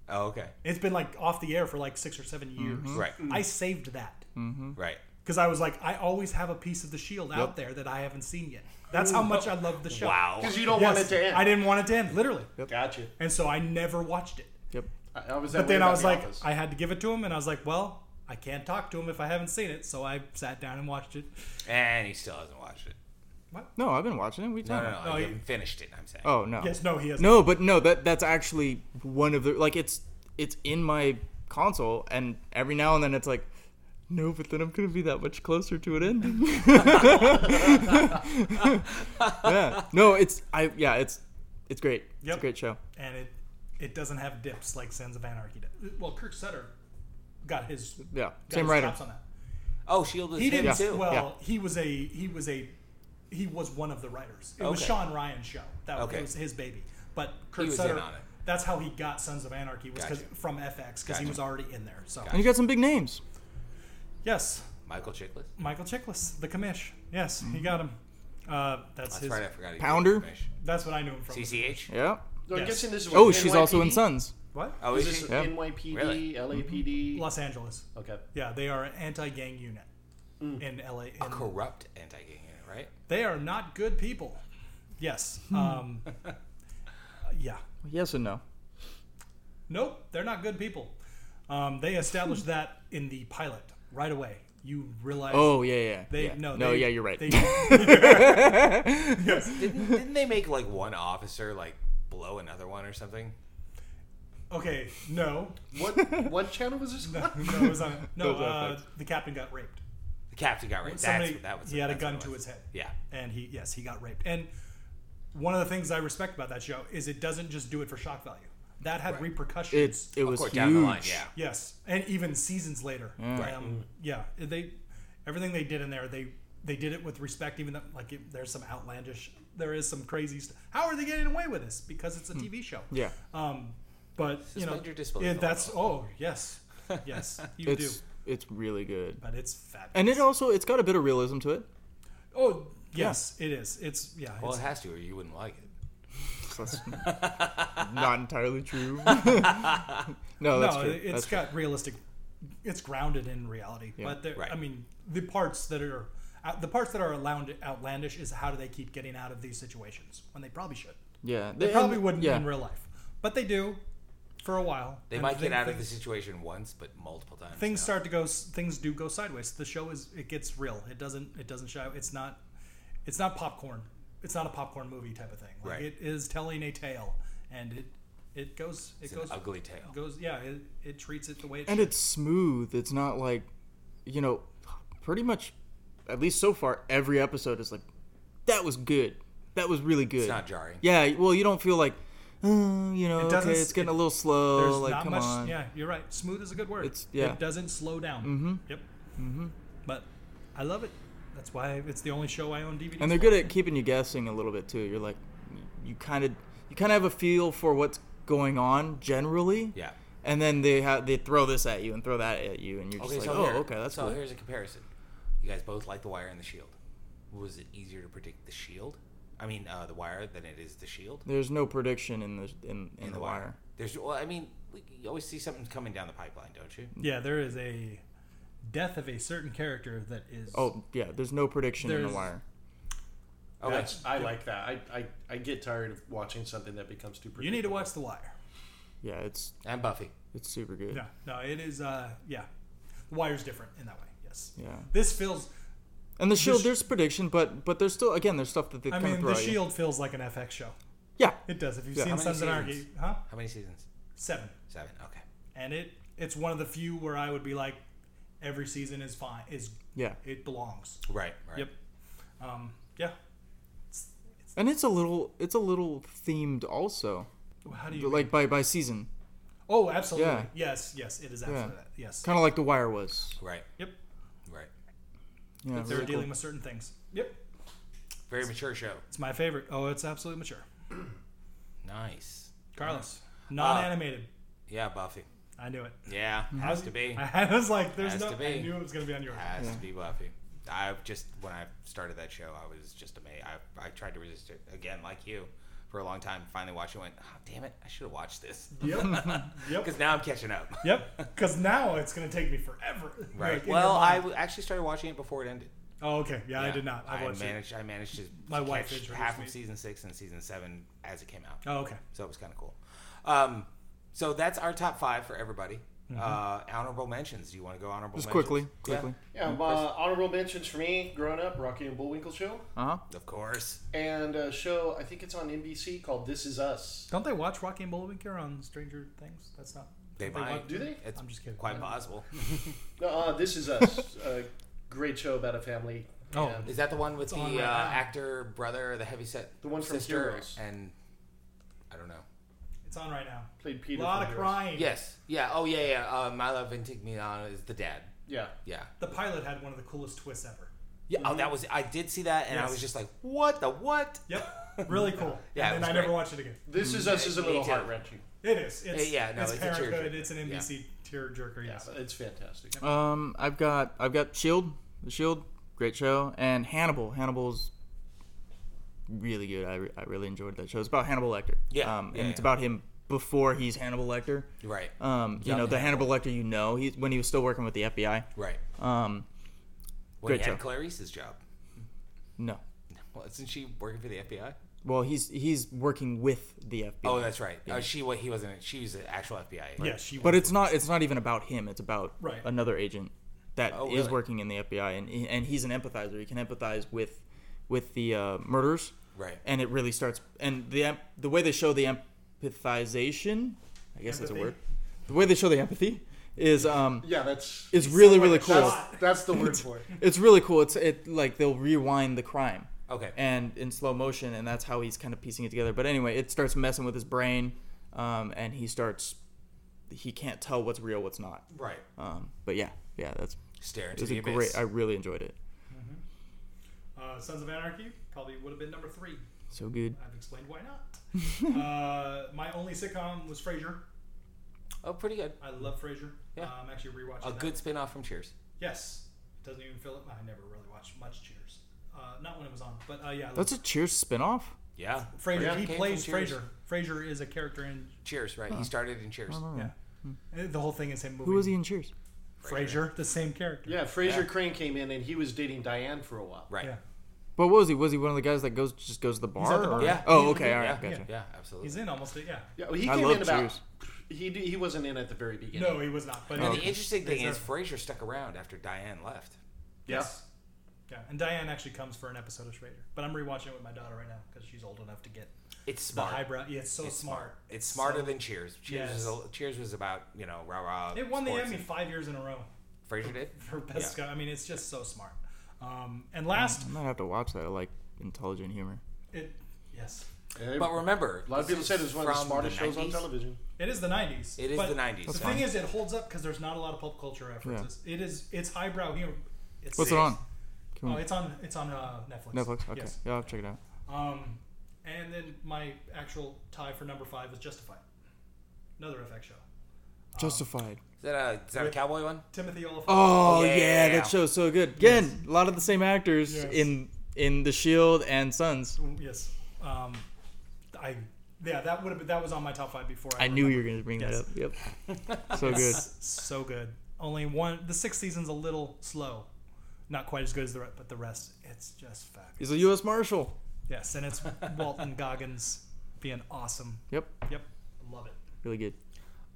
[SPEAKER 1] Oh, okay.
[SPEAKER 2] It's been like off the air for like six or seven years.
[SPEAKER 3] Mm-hmm.
[SPEAKER 1] Right.
[SPEAKER 2] I saved that.
[SPEAKER 3] Mm.
[SPEAKER 1] Right.
[SPEAKER 2] because I was like, I always have a piece of the shield out there that I haven't seen yet. That's how much I love the show.
[SPEAKER 1] Wow.
[SPEAKER 4] Because you don't
[SPEAKER 2] Yes,
[SPEAKER 4] want it to end.
[SPEAKER 2] I didn't want it to end, literally.
[SPEAKER 4] Gotcha.
[SPEAKER 2] And so I never watched it.
[SPEAKER 3] Yep.
[SPEAKER 4] I, I was that
[SPEAKER 2] But
[SPEAKER 4] way
[SPEAKER 2] then I
[SPEAKER 4] about
[SPEAKER 2] was
[SPEAKER 4] The
[SPEAKER 2] like,
[SPEAKER 4] Office.
[SPEAKER 2] I had to give it to him, and I was like, well, I can't talk to him if I haven't seen it. So I sat down and watched it.
[SPEAKER 1] And he still hasn't watched it.
[SPEAKER 3] No, I've been watching it. We
[SPEAKER 1] No, no,
[SPEAKER 3] talking about?
[SPEAKER 1] no.
[SPEAKER 2] No,
[SPEAKER 1] I
[SPEAKER 2] you-
[SPEAKER 1] haven't finished it, I'm saying.
[SPEAKER 3] Oh, no.
[SPEAKER 2] Yes, no, he has
[SPEAKER 3] No, but no, that that's actually one of the like it's it's in my console and every now and then it's like no, but then I'm gonna be that much closer to it ending. yeah. No, it's I yeah, it's it's great. It's
[SPEAKER 2] Yep.
[SPEAKER 3] a great show.
[SPEAKER 2] And it it doesn't have dips like Sons of Anarchy does. Well, Kirk Sutter got his.
[SPEAKER 3] Yeah.
[SPEAKER 2] Got
[SPEAKER 3] Same
[SPEAKER 2] his
[SPEAKER 3] writer.
[SPEAKER 2] chops on that.
[SPEAKER 1] Oh, Shield was
[SPEAKER 2] He
[SPEAKER 1] him
[SPEAKER 2] didn't.
[SPEAKER 1] too.
[SPEAKER 2] Well,
[SPEAKER 3] Yeah.
[SPEAKER 2] he was a he was a he was one of the writers. It was
[SPEAKER 1] Okay.
[SPEAKER 2] Sean Ryan's show. That was,
[SPEAKER 1] Okay.
[SPEAKER 2] it was his baby. But Kurt
[SPEAKER 1] was in
[SPEAKER 2] Sutter.
[SPEAKER 1] on it.
[SPEAKER 2] That's how he got Sons of Anarchy was 'cause-
[SPEAKER 1] Gotcha.
[SPEAKER 2] from FX because
[SPEAKER 1] Gotcha.
[SPEAKER 2] he was already in there. So
[SPEAKER 3] And you got some big names.
[SPEAKER 2] yes,
[SPEAKER 1] Michael Chiklis.
[SPEAKER 2] Michael Chiklis, the commish. Yes, he got him. Uh, that's,
[SPEAKER 1] That's
[SPEAKER 2] his.
[SPEAKER 1] right. I forgot. he did
[SPEAKER 3] Pounder?
[SPEAKER 1] information.
[SPEAKER 2] That's what I knew him from.
[SPEAKER 1] CCH.
[SPEAKER 3] Yeah.
[SPEAKER 4] So I'm
[SPEAKER 2] Yes.
[SPEAKER 4] guessing this is
[SPEAKER 3] Oh,
[SPEAKER 4] what,
[SPEAKER 3] she's also in
[SPEAKER 4] NYPD?
[SPEAKER 3] Sons.
[SPEAKER 2] What?
[SPEAKER 1] Oh,
[SPEAKER 4] Is
[SPEAKER 1] is
[SPEAKER 4] this
[SPEAKER 1] she?
[SPEAKER 3] Yeah.
[SPEAKER 4] NYPD,
[SPEAKER 1] Really?
[SPEAKER 4] LAPD?
[SPEAKER 2] Los Angeles.
[SPEAKER 4] Okay.
[SPEAKER 2] Yeah, they are an anti-gang unit in LA.
[SPEAKER 1] A
[SPEAKER 2] in-
[SPEAKER 1] corrupt anti-gang unit, right?
[SPEAKER 2] they are not good people. Yes. Um, yeah.
[SPEAKER 3] Yes and no.
[SPEAKER 2] Nope, they're not good people. Um, they established that in the pilot right away. You realize
[SPEAKER 3] Oh yeah, yeah.
[SPEAKER 2] they
[SPEAKER 3] yeah.
[SPEAKER 2] no
[SPEAKER 3] no,
[SPEAKER 2] they-
[SPEAKER 3] yeah, you're right.
[SPEAKER 2] They,
[SPEAKER 1] Didn't, didn't they make like one officer like blow another one or something?
[SPEAKER 2] okay, no,
[SPEAKER 4] What what channel was this?
[SPEAKER 2] no, no, it was on, no.
[SPEAKER 3] Those are
[SPEAKER 2] Uh,
[SPEAKER 3] facts.
[SPEAKER 2] the captain got raped.
[SPEAKER 1] The captain got raped.
[SPEAKER 2] Somebody,
[SPEAKER 1] that's that was.
[SPEAKER 2] he had a
[SPEAKER 1] that's what
[SPEAKER 2] gun
[SPEAKER 1] it
[SPEAKER 2] to
[SPEAKER 1] was.
[SPEAKER 2] his head.
[SPEAKER 1] Yeah.
[SPEAKER 2] and he yes he got raped and one of the things i respect about that show is it doesn't just do it for shock value that had repercussions
[SPEAKER 3] It it
[SPEAKER 1] Of
[SPEAKER 3] was
[SPEAKER 1] course,
[SPEAKER 3] huge.
[SPEAKER 1] down the line. Yeah.
[SPEAKER 2] yes and even seasons later
[SPEAKER 3] Mm.
[SPEAKER 2] um, yeah they everything they did in there they they did it with respect even though like it, there's some outlandish there is some crazy stuff how are they getting away with this because it's a tv show
[SPEAKER 3] Hmm. Yeah.
[SPEAKER 2] um but you know
[SPEAKER 1] Suspend your disbelief
[SPEAKER 2] yeah,
[SPEAKER 1] a
[SPEAKER 2] that's oh yes yes you do
[SPEAKER 3] It's it's really good.
[SPEAKER 2] but it's fabulous
[SPEAKER 3] And it also it's got a bit of realism to it.
[SPEAKER 2] oh yes it is it's yeah
[SPEAKER 1] Well,
[SPEAKER 2] it's,
[SPEAKER 1] it has to, or you wouldn't like it.
[SPEAKER 3] So that's not entirely true. no, that's
[SPEAKER 2] no,
[SPEAKER 3] true.
[SPEAKER 2] it-
[SPEAKER 3] That's
[SPEAKER 2] it's got realistic. It's grounded in reality, but there,
[SPEAKER 1] Right.
[SPEAKER 2] I mean, the parts that are uh, the parts that are outland- outlandish is how do they keep getting out of these situations when they probably should.
[SPEAKER 3] true. yeah.
[SPEAKER 2] They probably wouldn't
[SPEAKER 3] Yeah.
[SPEAKER 2] in real life, but they do for a while.
[SPEAKER 1] They
[SPEAKER 2] And
[SPEAKER 1] might
[SPEAKER 2] then
[SPEAKER 1] get out of the
[SPEAKER 2] things-
[SPEAKER 1] situation once, but multiple times.
[SPEAKER 2] Things
[SPEAKER 1] now.
[SPEAKER 2] start to go. s- Things do go sideways. The show is it gets real. It doesn't. It doesn't shy. It's not. It's not popcorn. It's not a popcorn movie type of thing. Like
[SPEAKER 1] Right.
[SPEAKER 2] It is telling a tale, and it it goes. It
[SPEAKER 1] It's an
[SPEAKER 2] goes.
[SPEAKER 1] ugly tale.
[SPEAKER 2] Goes. Yeah. It, it treats it the way it
[SPEAKER 3] and
[SPEAKER 2] should.
[SPEAKER 3] it's smooth. It's not like, you know, pretty much, at least so far, every episode is like, that was good. That was really good.
[SPEAKER 1] It's not jarring.
[SPEAKER 3] Yeah. Well, you don't feel like, "Uh, you know,
[SPEAKER 2] It
[SPEAKER 3] okay,
[SPEAKER 2] doesn't-
[SPEAKER 3] it's getting
[SPEAKER 2] it-
[SPEAKER 3] a little
[SPEAKER 2] There's
[SPEAKER 3] slow. Oh, Like,
[SPEAKER 2] not
[SPEAKER 3] come
[SPEAKER 2] much.
[SPEAKER 3] on.
[SPEAKER 2] Yeah, you're right. Smooth is a good word.
[SPEAKER 3] It's- yeah.
[SPEAKER 2] It doesn't slow down. Mm-hmm. Yep. Mm-hmm. But I love it. That's why it's the only show I own DVD.
[SPEAKER 3] And they're good at keeping you guessing a little bit too. You're like, you kind of, you kind of have a feel for what's going on generally.
[SPEAKER 1] Yeah.
[SPEAKER 3] And then they have they throw this at you and throw that at you, and you're
[SPEAKER 1] Okay,
[SPEAKER 3] just
[SPEAKER 1] so
[SPEAKER 3] like, oh,
[SPEAKER 1] here,
[SPEAKER 3] okay, that's
[SPEAKER 1] so
[SPEAKER 3] cool.
[SPEAKER 1] here's a comparison. You guys both like The Wire and The Shield. Was it easier to predict The Shield? I mean, uh, The Wire than it is The Shield.
[SPEAKER 3] There's no prediction in the in, in, the, wire.
[SPEAKER 1] There's, well, I mean, we- you always see something coming down the pipeline, don't you?
[SPEAKER 2] Yeah, there is a death of a certain character that is.
[SPEAKER 3] Oh yeah, there's no prediction in
[SPEAKER 2] There's-
[SPEAKER 3] the wire. Oh,
[SPEAKER 1] Okay.
[SPEAKER 4] That's, I like that. I, I, I get tired of watching something that becomes too predictable.
[SPEAKER 2] you need to watch The Wire.
[SPEAKER 3] Yeah, it's
[SPEAKER 1] and Buffy.
[SPEAKER 3] it's super good.
[SPEAKER 2] No, no, it is. Uh, yeah, The Wire's different in that way. Yes.
[SPEAKER 3] Yeah.
[SPEAKER 2] This feels.
[SPEAKER 3] And the shield,
[SPEAKER 2] sh-
[SPEAKER 3] there's prediction, but but there's still again there's stuff that they
[SPEAKER 2] I
[SPEAKER 3] kind
[SPEAKER 2] mean,
[SPEAKER 3] of
[SPEAKER 2] The
[SPEAKER 3] throw at you.
[SPEAKER 2] Shield feels like an FX show.
[SPEAKER 3] Yeah,
[SPEAKER 2] It does. If you've
[SPEAKER 3] Yeah.
[SPEAKER 2] seen
[SPEAKER 3] How
[SPEAKER 1] many
[SPEAKER 2] Sons of Anarchy,
[SPEAKER 1] seasons?
[SPEAKER 2] huh?
[SPEAKER 1] How many seasons?
[SPEAKER 2] Seven.
[SPEAKER 1] Seven. Okay.
[SPEAKER 2] and it it's one of the few where I would be like, every season is fine, is
[SPEAKER 3] yeah.
[SPEAKER 2] it belongs.
[SPEAKER 1] Right. Right.
[SPEAKER 2] Yep. Um, yeah.
[SPEAKER 3] And it's a little it's a little themed also,
[SPEAKER 2] How do you?
[SPEAKER 3] like by by season,
[SPEAKER 2] oh, absolutely.
[SPEAKER 3] Yeah.
[SPEAKER 2] Yes, yes, it is absolutely that. Yes.
[SPEAKER 3] kind of like the wire was.
[SPEAKER 1] Right.
[SPEAKER 2] Yep.
[SPEAKER 1] Right.
[SPEAKER 3] Yeah,
[SPEAKER 2] They're
[SPEAKER 3] really cool.
[SPEAKER 2] dealing with certain things. Yep.
[SPEAKER 1] Very mature show.
[SPEAKER 2] It's my favorite. Oh, it's absolutely mature.
[SPEAKER 1] Nice.
[SPEAKER 2] Carlos,
[SPEAKER 1] Uh,
[SPEAKER 2] non-animated.
[SPEAKER 1] Yeah, Buffy.
[SPEAKER 2] I knew it.
[SPEAKER 1] Yeah, has to be.
[SPEAKER 2] Mm-hmm. I was like, there's
[SPEAKER 1] Has
[SPEAKER 2] no.
[SPEAKER 1] to be. Uh,
[SPEAKER 2] I knew it was gonna be on your.
[SPEAKER 1] Has to be Buffy. I've just when I started that show, I was just amazed. I, I tried to resist it again, like you, for a long time. Finally, watched it. and Went, oh, damn it! I should have watched this
[SPEAKER 2] Yep. yep.
[SPEAKER 1] because now I'm catching up.
[SPEAKER 2] Yep. Because now it's gonna take me forever.
[SPEAKER 1] Right.
[SPEAKER 2] Like, in your
[SPEAKER 1] well, I
[SPEAKER 2] mind.
[SPEAKER 1] w- actually started watching it before it ended.
[SPEAKER 2] Oh, okay. Yeah, I
[SPEAKER 1] Yeah.
[SPEAKER 2] did not. I,
[SPEAKER 1] I,
[SPEAKER 2] watched it.
[SPEAKER 1] managed. I managed to
[SPEAKER 2] My wife
[SPEAKER 1] catch
[SPEAKER 2] introduced
[SPEAKER 1] half
[SPEAKER 2] me.
[SPEAKER 1] of season six and season seven as it came out.
[SPEAKER 2] Oh, okay.
[SPEAKER 1] So it was kind of cool. Um, so that's our top five for everybody. Uh, honorable mentions. Do you want to go honorable?
[SPEAKER 3] Just
[SPEAKER 1] mentions?
[SPEAKER 3] quickly,
[SPEAKER 1] Yeah.
[SPEAKER 3] quickly.
[SPEAKER 4] Yeah,
[SPEAKER 2] Mm-hmm.
[SPEAKER 4] uh, honorable mentions for me growing up Rocky and Bullwinkle show.
[SPEAKER 3] Uh huh.
[SPEAKER 1] Of course.
[SPEAKER 4] And a show, I think it's on NBC called This Is Us.
[SPEAKER 2] Don't they watch Rocky and Bullwinkle on Stranger Things? That's not.
[SPEAKER 1] They
[SPEAKER 2] don't
[SPEAKER 1] might.
[SPEAKER 2] watch-
[SPEAKER 4] Do they?
[SPEAKER 1] It's
[SPEAKER 2] I'm just kidding.
[SPEAKER 1] Quite possible.
[SPEAKER 4] No, uh, This Is Us. a great show about a family.
[SPEAKER 2] Oh.
[SPEAKER 4] And
[SPEAKER 1] Is that the one with the
[SPEAKER 2] on
[SPEAKER 1] uh,
[SPEAKER 2] right now.
[SPEAKER 1] actor brother, the heavyset
[SPEAKER 4] The one from
[SPEAKER 1] sister,
[SPEAKER 4] Heroes.
[SPEAKER 1] and I don't know.
[SPEAKER 2] It's on right now.
[SPEAKER 4] played Peter.
[SPEAKER 2] a lot
[SPEAKER 4] from
[SPEAKER 2] of
[SPEAKER 4] Heroes.
[SPEAKER 2] crying.
[SPEAKER 1] Yes. Yeah. Oh yeah. Yeah. Uh, Milo Ventimiglia is the dad.
[SPEAKER 4] Yeah.
[SPEAKER 1] Yeah.
[SPEAKER 2] The pilot had one of the coolest twists ever.
[SPEAKER 1] Yeah. Oh, that was. I did see that, and I
[SPEAKER 2] Yes.
[SPEAKER 1] was just like, "What the what?"
[SPEAKER 2] Yep, really cool.
[SPEAKER 1] Yeah, it
[SPEAKER 2] and
[SPEAKER 1] was
[SPEAKER 2] then I never
[SPEAKER 1] great.
[SPEAKER 2] watched it again.
[SPEAKER 4] This is us is a
[SPEAKER 1] Me
[SPEAKER 4] little
[SPEAKER 1] too.
[SPEAKER 4] heart wrenching.
[SPEAKER 2] It is. It's,
[SPEAKER 1] Yeah, no,
[SPEAKER 2] it's,
[SPEAKER 1] it's a
[SPEAKER 2] parenthood.
[SPEAKER 1] tearjerker.
[SPEAKER 2] It's an NBC tearjerker.
[SPEAKER 4] Yeah,
[SPEAKER 2] Yes.
[SPEAKER 4] it's fantastic.
[SPEAKER 3] Um, I've got I've got Shield, E The Shield, great show, and Hannibal. Hannibal's really good. I, re- I really enjoyed that show. It's about Hannibal Lecter.
[SPEAKER 1] Yeah,
[SPEAKER 3] Um,
[SPEAKER 1] yeah,
[SPEAKER 3] and it's
[SPEAKER 1] yeah.
[SPEAKER 3] about him before he's Hannibal Lecter.
[SPEAKER 1] Right.
[SPEAKER 3] Um, you
[SPEAKER 1] Young
[SPEAKER 3] know the Hannibal Lecter you know he when he was still working with the FBI.
[SPEAKER 1] right.
[SPEAKER 3] Um,
[SPEAKER 1] When
[SPEAKER 3] great
[SPEAKER 1] he had
[SPEAKER 3] show.
[SPEAKER 1] Clarice's job.
[SPEAKER 3] no.
[SPEAKER 1] Well, isn't she working for the FBI?
[SPEAKER 3] Well, he's he's working with the FBI.
[SPEAKER 1] Oh, that's right. Oh, she what? He wasn't. She was an actual FBI.
[SPEAKER 2] Yeah, she.
[SPEAKER 3] But it's not it's not even about him. It's about
[SPEAKER 2] Right.
[SPEAKER 3] another agent that is
[SPEAKER 1] Oh, really?
[SPEAKER 3] working in the FBI, and and he's an empathizer. He can empathize with with the uh, murderers,
[SPEAKER 1] Right.
[SPEAKER 3] and it really starts. And the em- the way they show the empathization, I guess that's a
[SPEAKER 2] Empathy.
[SPEAKER 3] word. The way they show the empathy is um
[SPEAKER 4] Yeah, that's
[SPEAKER 3] is really really
[SPEAKER 2] like a
[SPEAKER 3] cool.
[SPEAKER 2] shot.
[SPEAKER 4] that's the word for it.
[SPEAKER 3] It's really cool. It's it like they'll rewind the crime
[SPEAKER 1] Okay.
[SPEAKER 3] and in slow motion, and that's how he's kind of piecing it together. But anyway, it starts messing with his brain, um, and he starts he can't tell what's real, what's not.
[SPEAKER 1] right.
[SPEAKER 3] Um, but yeah, yeah, that's
[SPEAKER 1] Staring
[SPEAKER 3] it
[SPEAKER 1] to
[SPEAKER 3] was
[SPEAKER 1] the
[SPEAKER 3] a
[SPEAKER 1] abyss.
[SPEAKER 3] great. I really enjoyed it.
[SPEAKER 2] Uh, Sons of Anarchy probably would have been number three.
[SPEAKER 3] So good.
[SPEAKER 2] I've explained why not. uh, my only sitcom was Frasier.
[SPEAKER 1] oh, pretty good.
[SPEAKER 2] I love Frasier.
[SPEAKER 1] Yeah.
[SPEAKER 2] Uh, I'm actually
[SPEAKER 1] A
[SPEAKER 2] rewatching. that.
[SPEAKER 1] good spin off from Cheers.
[SPEAKER 2] Yes. It doesn't even fill it. I never really watched much Cheers. Uh, not when it was on, but uh, yeah. I
[SPEAKER 3] That's
[SPEAKER 2] love
[SPEAKER 3] a Cheers spinoff.
[SPEAKER 1] Yeah.
[SPEAKER 2] Frasier.
[SPEAKER 1] Yeah,
[SPEAKER 2] he
[SPEAKER 1] came from
[SPEAKER 2] plays
[SPEAKER 1] Cheers.
[SPEAKER 2] Frasier. Frasier is a character in.
[SPEAKER 1] Cheers. Right.
[SPEAKER 4] Uh-huh.
[SPEAKER 1] He started in Cheers.
[SPEAKER 3] Oh.
[SPEAKER 2] Yeah. And The whole thing is him moving.
[SPEAKER 3] Who was he in Cheers?
[SPEAKER 2] Frasier, the same character.
[SPEAKER 4] Yeah, Fraser
[SPEAKER 1] Yeah.
[SPEAKER 4] Crane came in and he was dating Diane for a while.
[SPEAKER 1] Right.
[SPEAKER 2] Yeah.
[SPEAKER 1] Yeah.
[SPEAKER 3] But what was he? Was he one of the guys that goes just goes to the bar?
[SPEAKER 2] at the bar.
[SPEAKER 3] or-
[SPEAKER 1] Yeah.
[SPEAKER 3] Oh,
[SPEAKER 2] He's-
[SPEAKER 3] okay. All right.
[SPEAKER 1] yeah.
[SPEAKER 3] Gotcha.
[SPEAKER 1] Absolutely.
[SPEAKER 2] He's in almost it. Yeah.
[SPEAKER 4] Yeah, well, he
[SPEAKER 3] I
[SPEAKER 4] came
[SPEAKER 3] love
[SPEAKER 4] in about.
[SPEAKER 3] Cheers.
[SPEAKER 4] He d- he wasn't in at the very beginning.
[SPEAKER 2] No, he was not. But
[SPEAKER 1] and
[SPEAKER 2] it-
[SPEAKER 1] the interesting thing
[SPEAKER 2] Yes,
[SPEAKER 1] is,
[SPEAKER 2] sir.
[SPEAKER 1] Frasier stuck around after Diane left.
[SPEAKER 4] Yes.
[SPEAKER 2] Yeah, and Diane actually comes for an episode of Schrader, but I'm rewatching it with my daughter right now because she's old enough to get
[SPEAKER 1] It's
[SPEAKER 2] the
[SPEAKER 1] smart.
[SPEAKER 2] highbrow. Yeah, it's so
[SPEAKER 1] It's
[SPEAKER 2] smart.
[SPEAKER 1] smart. It's smarter
[SPEAKER 2] So-
[SPEAKER 1] than Cheers. Cheers,
[SPEAKER 2] Yes.
[SPEAKER 1] is a, Cheers was about you know rah rah.
[SPEAKER 2] It won the
[SPEAKER 1] sports
[SPEAKER 2] Emmy
[SPEAKER 1] and-
[SPEAKER 2] five years in a row
[SPEAKER 1] Frasier did.
[SPEAKER 2] for best.
[SPEAKER 1] Yeah.
[SPEAKER 2] sco- I mean, it's just so smart. Um, and last,
[SPEAKER 3] I might have to watch that. I like intelligent humor.
[SPEAKER 2] it yes,
[SPEAKER 4] Yeah,
[SPEAKER 1] But remember,
[SPEAKER 4] a lot of
[SPEAKER 1] this
[SPEAKER 4] people said it was one of the
[SPEAKER 1] from
[SPEAKER 4] smartest shows on
[SPEAKER 1] 90s.
[SPEAKER 4] television.
[SPEAKER 2] it is the '90s.
[SPEAKER 1] It is
[SPEAKER 2] but
[SPEAKER 1] the 90s,
[SPEAKER 2] The
[SPEAKER 1] that's
[SPEAKER 2] thing
[SPEAKER 1] fine.
[SPEAKER 2] is, it holds up because there's not a lot of pop culture references. It is it's highbrow humor. It's
[SPEAKER 3] What's it on? Can
[SPEAKER 2] Oh,
[SPEAKER 3] we-
[SPEAKER 2] it's on it's on uh, Netflix.
[SPEAKER 3] Netflix. Okay.
[SPEAKER 2] Yes.
[SPEAKER 3] Yeah, I'll check it out.
[SPEAKER 2] Um, and then my actual tie for number five was Justified, another FX show.
[SPEAKER 3] Justified.
[SPEAKER 1] Is that a is that a
[SPEAKER 2] With-
[SPEAKER 1] cowboy one?
[SPEAKER 2] Timothy Oliphant.
[SPEAKER 3] Oh yeah,
[SPEAKER 1] yeah, yeah.
[SPEAKER 3] that show's so good. Again, a lot of the same actors
[SPEAKER 2] Yes.
[SPEAKER 3] in in The Shield and Sons.
[SPEAKER 2] Yes. Um, I yeah, that would have been that was on my top five before.
[SPEAKER 3] I knew you were gonna bring
[SPEAKER 2] Yes.
[SPEAKER 3] that up. Yep. so good.
[SPEAKER 2] so good. Only one. The sixth season's a little slow, not quite as good as the rest, but the rest, it's just fabulous.
[SPEAKER 3] He's a U.S. Marshal.
[SPEAKER 2] Yes, and it's Walton Goggins being awesome.
[SPEAKER 3] Yep.
[SPEAKER 2] Yep, love it.
[SPEAKER 3] Really good.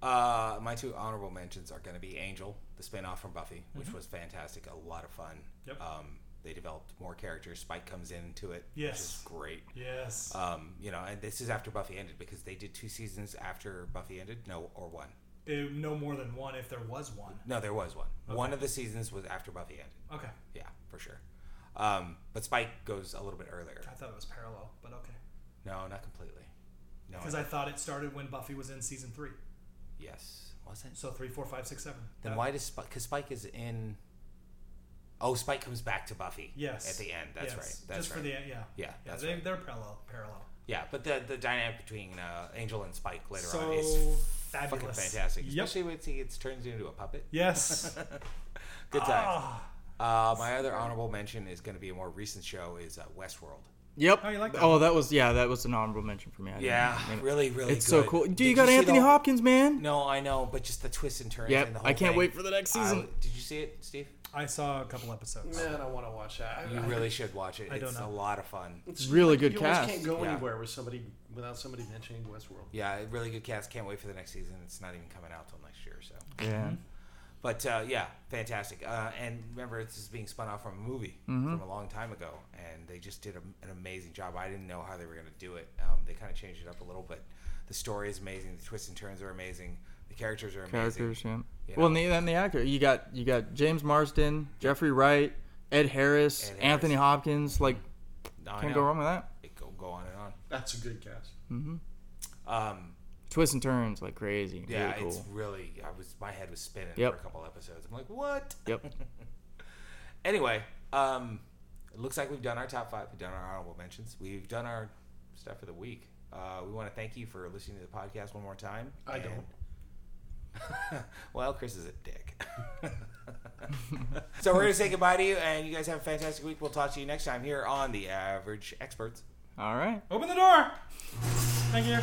[SPEAKER 1] Uh, my two honorable mentions are going to be Angel, the spin-off from Buffy, which was fantastic, a lot of fun.
[SPEAKER 2] Mm-hmm. Yep.
[SPEAKER 1] Um, they developed more characters. Spike comes into it, which
[SPEAKER 2] Yes.
[SPEAKER 1] is great.
[SPEAKER 2] Yes.
[SPEAKER 3] Uh,
[SPEAKER 1] Um, you know, and this is after Buffy ended because they did two seasons after Buffy ended. No, or one.
[SPEAKER 2] Eh, no more than one, if there was one.
[SPEAKER 1] No, there was one. One of the seasons was after Buffy ended.
[SPEAKER 2] Okay,
[SPEAKER 1] Yeah, for sure. Um, but Spike goes a little bit earlier.
[SPEAKER 2] I thought it was parallel, but okay.
[SPEAKER 1] No, not completely. No.
[SPEAKER 2] Because I thought it started when Buffy was in season three,
[SPEAKER 1] yes, was it?
[SPEAKER 2] so three, four, five, six, seven.
[SPEAKER 1] Then
[SPEAKER 2] That-
[SPEAKER 1] why does Spike? Because Spike is in. Oh, Spike comes back to Buffy.
[SPEAKER 2] Yes.
[SPEAKER 1] At the end. That's
[SPEAKER 2] yes,
[SPEAKER 1] right. That's
[SPEAKER 2] just
[SPEAKER 1] right.
[SPEAKER 2] for the yeah.
[SPEAKER 1] Yeah, that's
[SPEAKER 2] they,
[SPEAKER 1] right.
[SPEAKER 2] They're parallel. Parallel.
[SPEAKER 1] Yeah, but the the dynamic between uh, Angel and Spike later
[SPEAKER 2] so
[SPEAKER 1] on is
[SPEAKER 2] fabulous.
[SPEAKER 1] fucking fantastic,
[SPEAKER 2] Yep.
[SPEAKER 1] especially when he gets turns into a puppet.
[SPEAKER 2] Yes.
[SPEAKER 1] Good times.
[SPEAKER 2] Ah,
[SPEAKER 1] Uh, my other honorable mention is going to be a more recent show is uh, Westworld.
[SPEAKER 3] Yep.
[SPEAKER 2] Oh, you like that
[SPEAKER 3] Oh, that was yeah, that was an honorable mention for me. I didn't-
[SPEAKER 1] Yeah,
[SPEAKER 3] I mean,
[SPEAKER 1] really, really.
[SPEAKER 3] It's
[SPEAKER 1] good.
[SPEAKER 3] so cool. Dude,
[SPEAKER 1] Did
[SPEAKER 3] you got
[SPEAKER 1] see
[SPEAKER 3] Anthony
[SPEAKER 1] the-
[SPEAKER 3] Hopkins, man.
[SPEAKER 1] No, I know, but just the twists and turns.
[SPEAKER 3] Yep,
[SPEAKER 1] and the whole
[SPEAKER 3] I can't
[SPEAKER 1] thing.
[SPEAKER 3] wait for the next
[SPEAKER 1] I-
[SPEAKER 3] season.
[SPEAKER 1] did you see it, Steve?
[SPEAKER 2] I saw a couple episodes.
[SPEAKER 4] Man, I want to watch that. I-
[SPEAKER 1] You
[SPEAKER 4] I-
[SPEAKER 1] really should watch it.
[SPEAKER 2] I don't
[SPEAKER 1] it's
[SPEAKER 2] know.
[SPEAKER 1] a lot of fun.
[SPEAKER 4] it's
[SPEAKER 3] Really good
[SPEAKER 4] you
[SPEAKER 3] cast.
[SPEAKER 4] You can't go
[SPEAKER 1] Yeah.
[SPEAKER 4] anywhere with somebody without somebody mentioning Westworld.
[SPEAKER 1] Yeah, a really good cast. Can't wait for the next season. It's not even coming out till next year, so.
[SPEAKER 3] Yeah.
[SPEAKER 1] But uh, yeah, fantastic. Uh, and remember, this is being spun off from a movie
[SPEAKER 3] Mm-hmm.
[SPEAKER 1] from a long time ago, and they just did a, an amazing job. I didn't know how they were going to do it. Um, they kind of changed it up a little, but the story is amazing. The twists and turns are amazing. The characters are amazing.
[SPEAKER 3] Characters, yeah.
[SPEAKER 1] You
[SPEAKER 3] Well, and
[SPEAKER 1] know.
[SPEAKER 3] the, and the actor you got you got James Marsden, Jeffrey Wright, Ed Harris,
[SPEAKER 1] Ed
[SPEAKER 3] Anthony
[SPEAKER 1] Harris.
[SPEAKER 3] Hopkins. Like,
[SPEAKER 1] No, I
[SPEAKER 3] can't
[SPEAKER 1] know.
[SPEAKER 3] go wrong with that.
[SPEAKER 1] It go, go on and on.
[SPEAKER 4] That's a good cast.
[SPEAKER 1] Um,
[SPEAKER 3] twists and turns like crazy.
[SPEAKER 1] Yeah,
[SPEAKER 3] really cool.
[SPEAKER 1] it's really. I was my head was spinning
[SPEAKER 3] Yep.
[SPEAKER 1] for a couple episodes. I'm like, what?
[SPEAKER 3] Yep.
[SPEAKER 1] Anyway, um, it looks like we've done our top five. We've done our honorable mentions. We've done our stuff for the week. Uh, we want to thank you for listening to the podcast one more time.
[SPEAKER 4] I
[SPEAKER 1] and-
[SPEAKER 4] don't.
[SPEAKER 1] well, Chris is a dick. so we're gonna say goodbye to you, and you guys have a fantastic week. We'll talk to you next time here on the Average Experts.
[SPEAKER 3] All right.
[SPEAKER 2] Open the door. Thank you.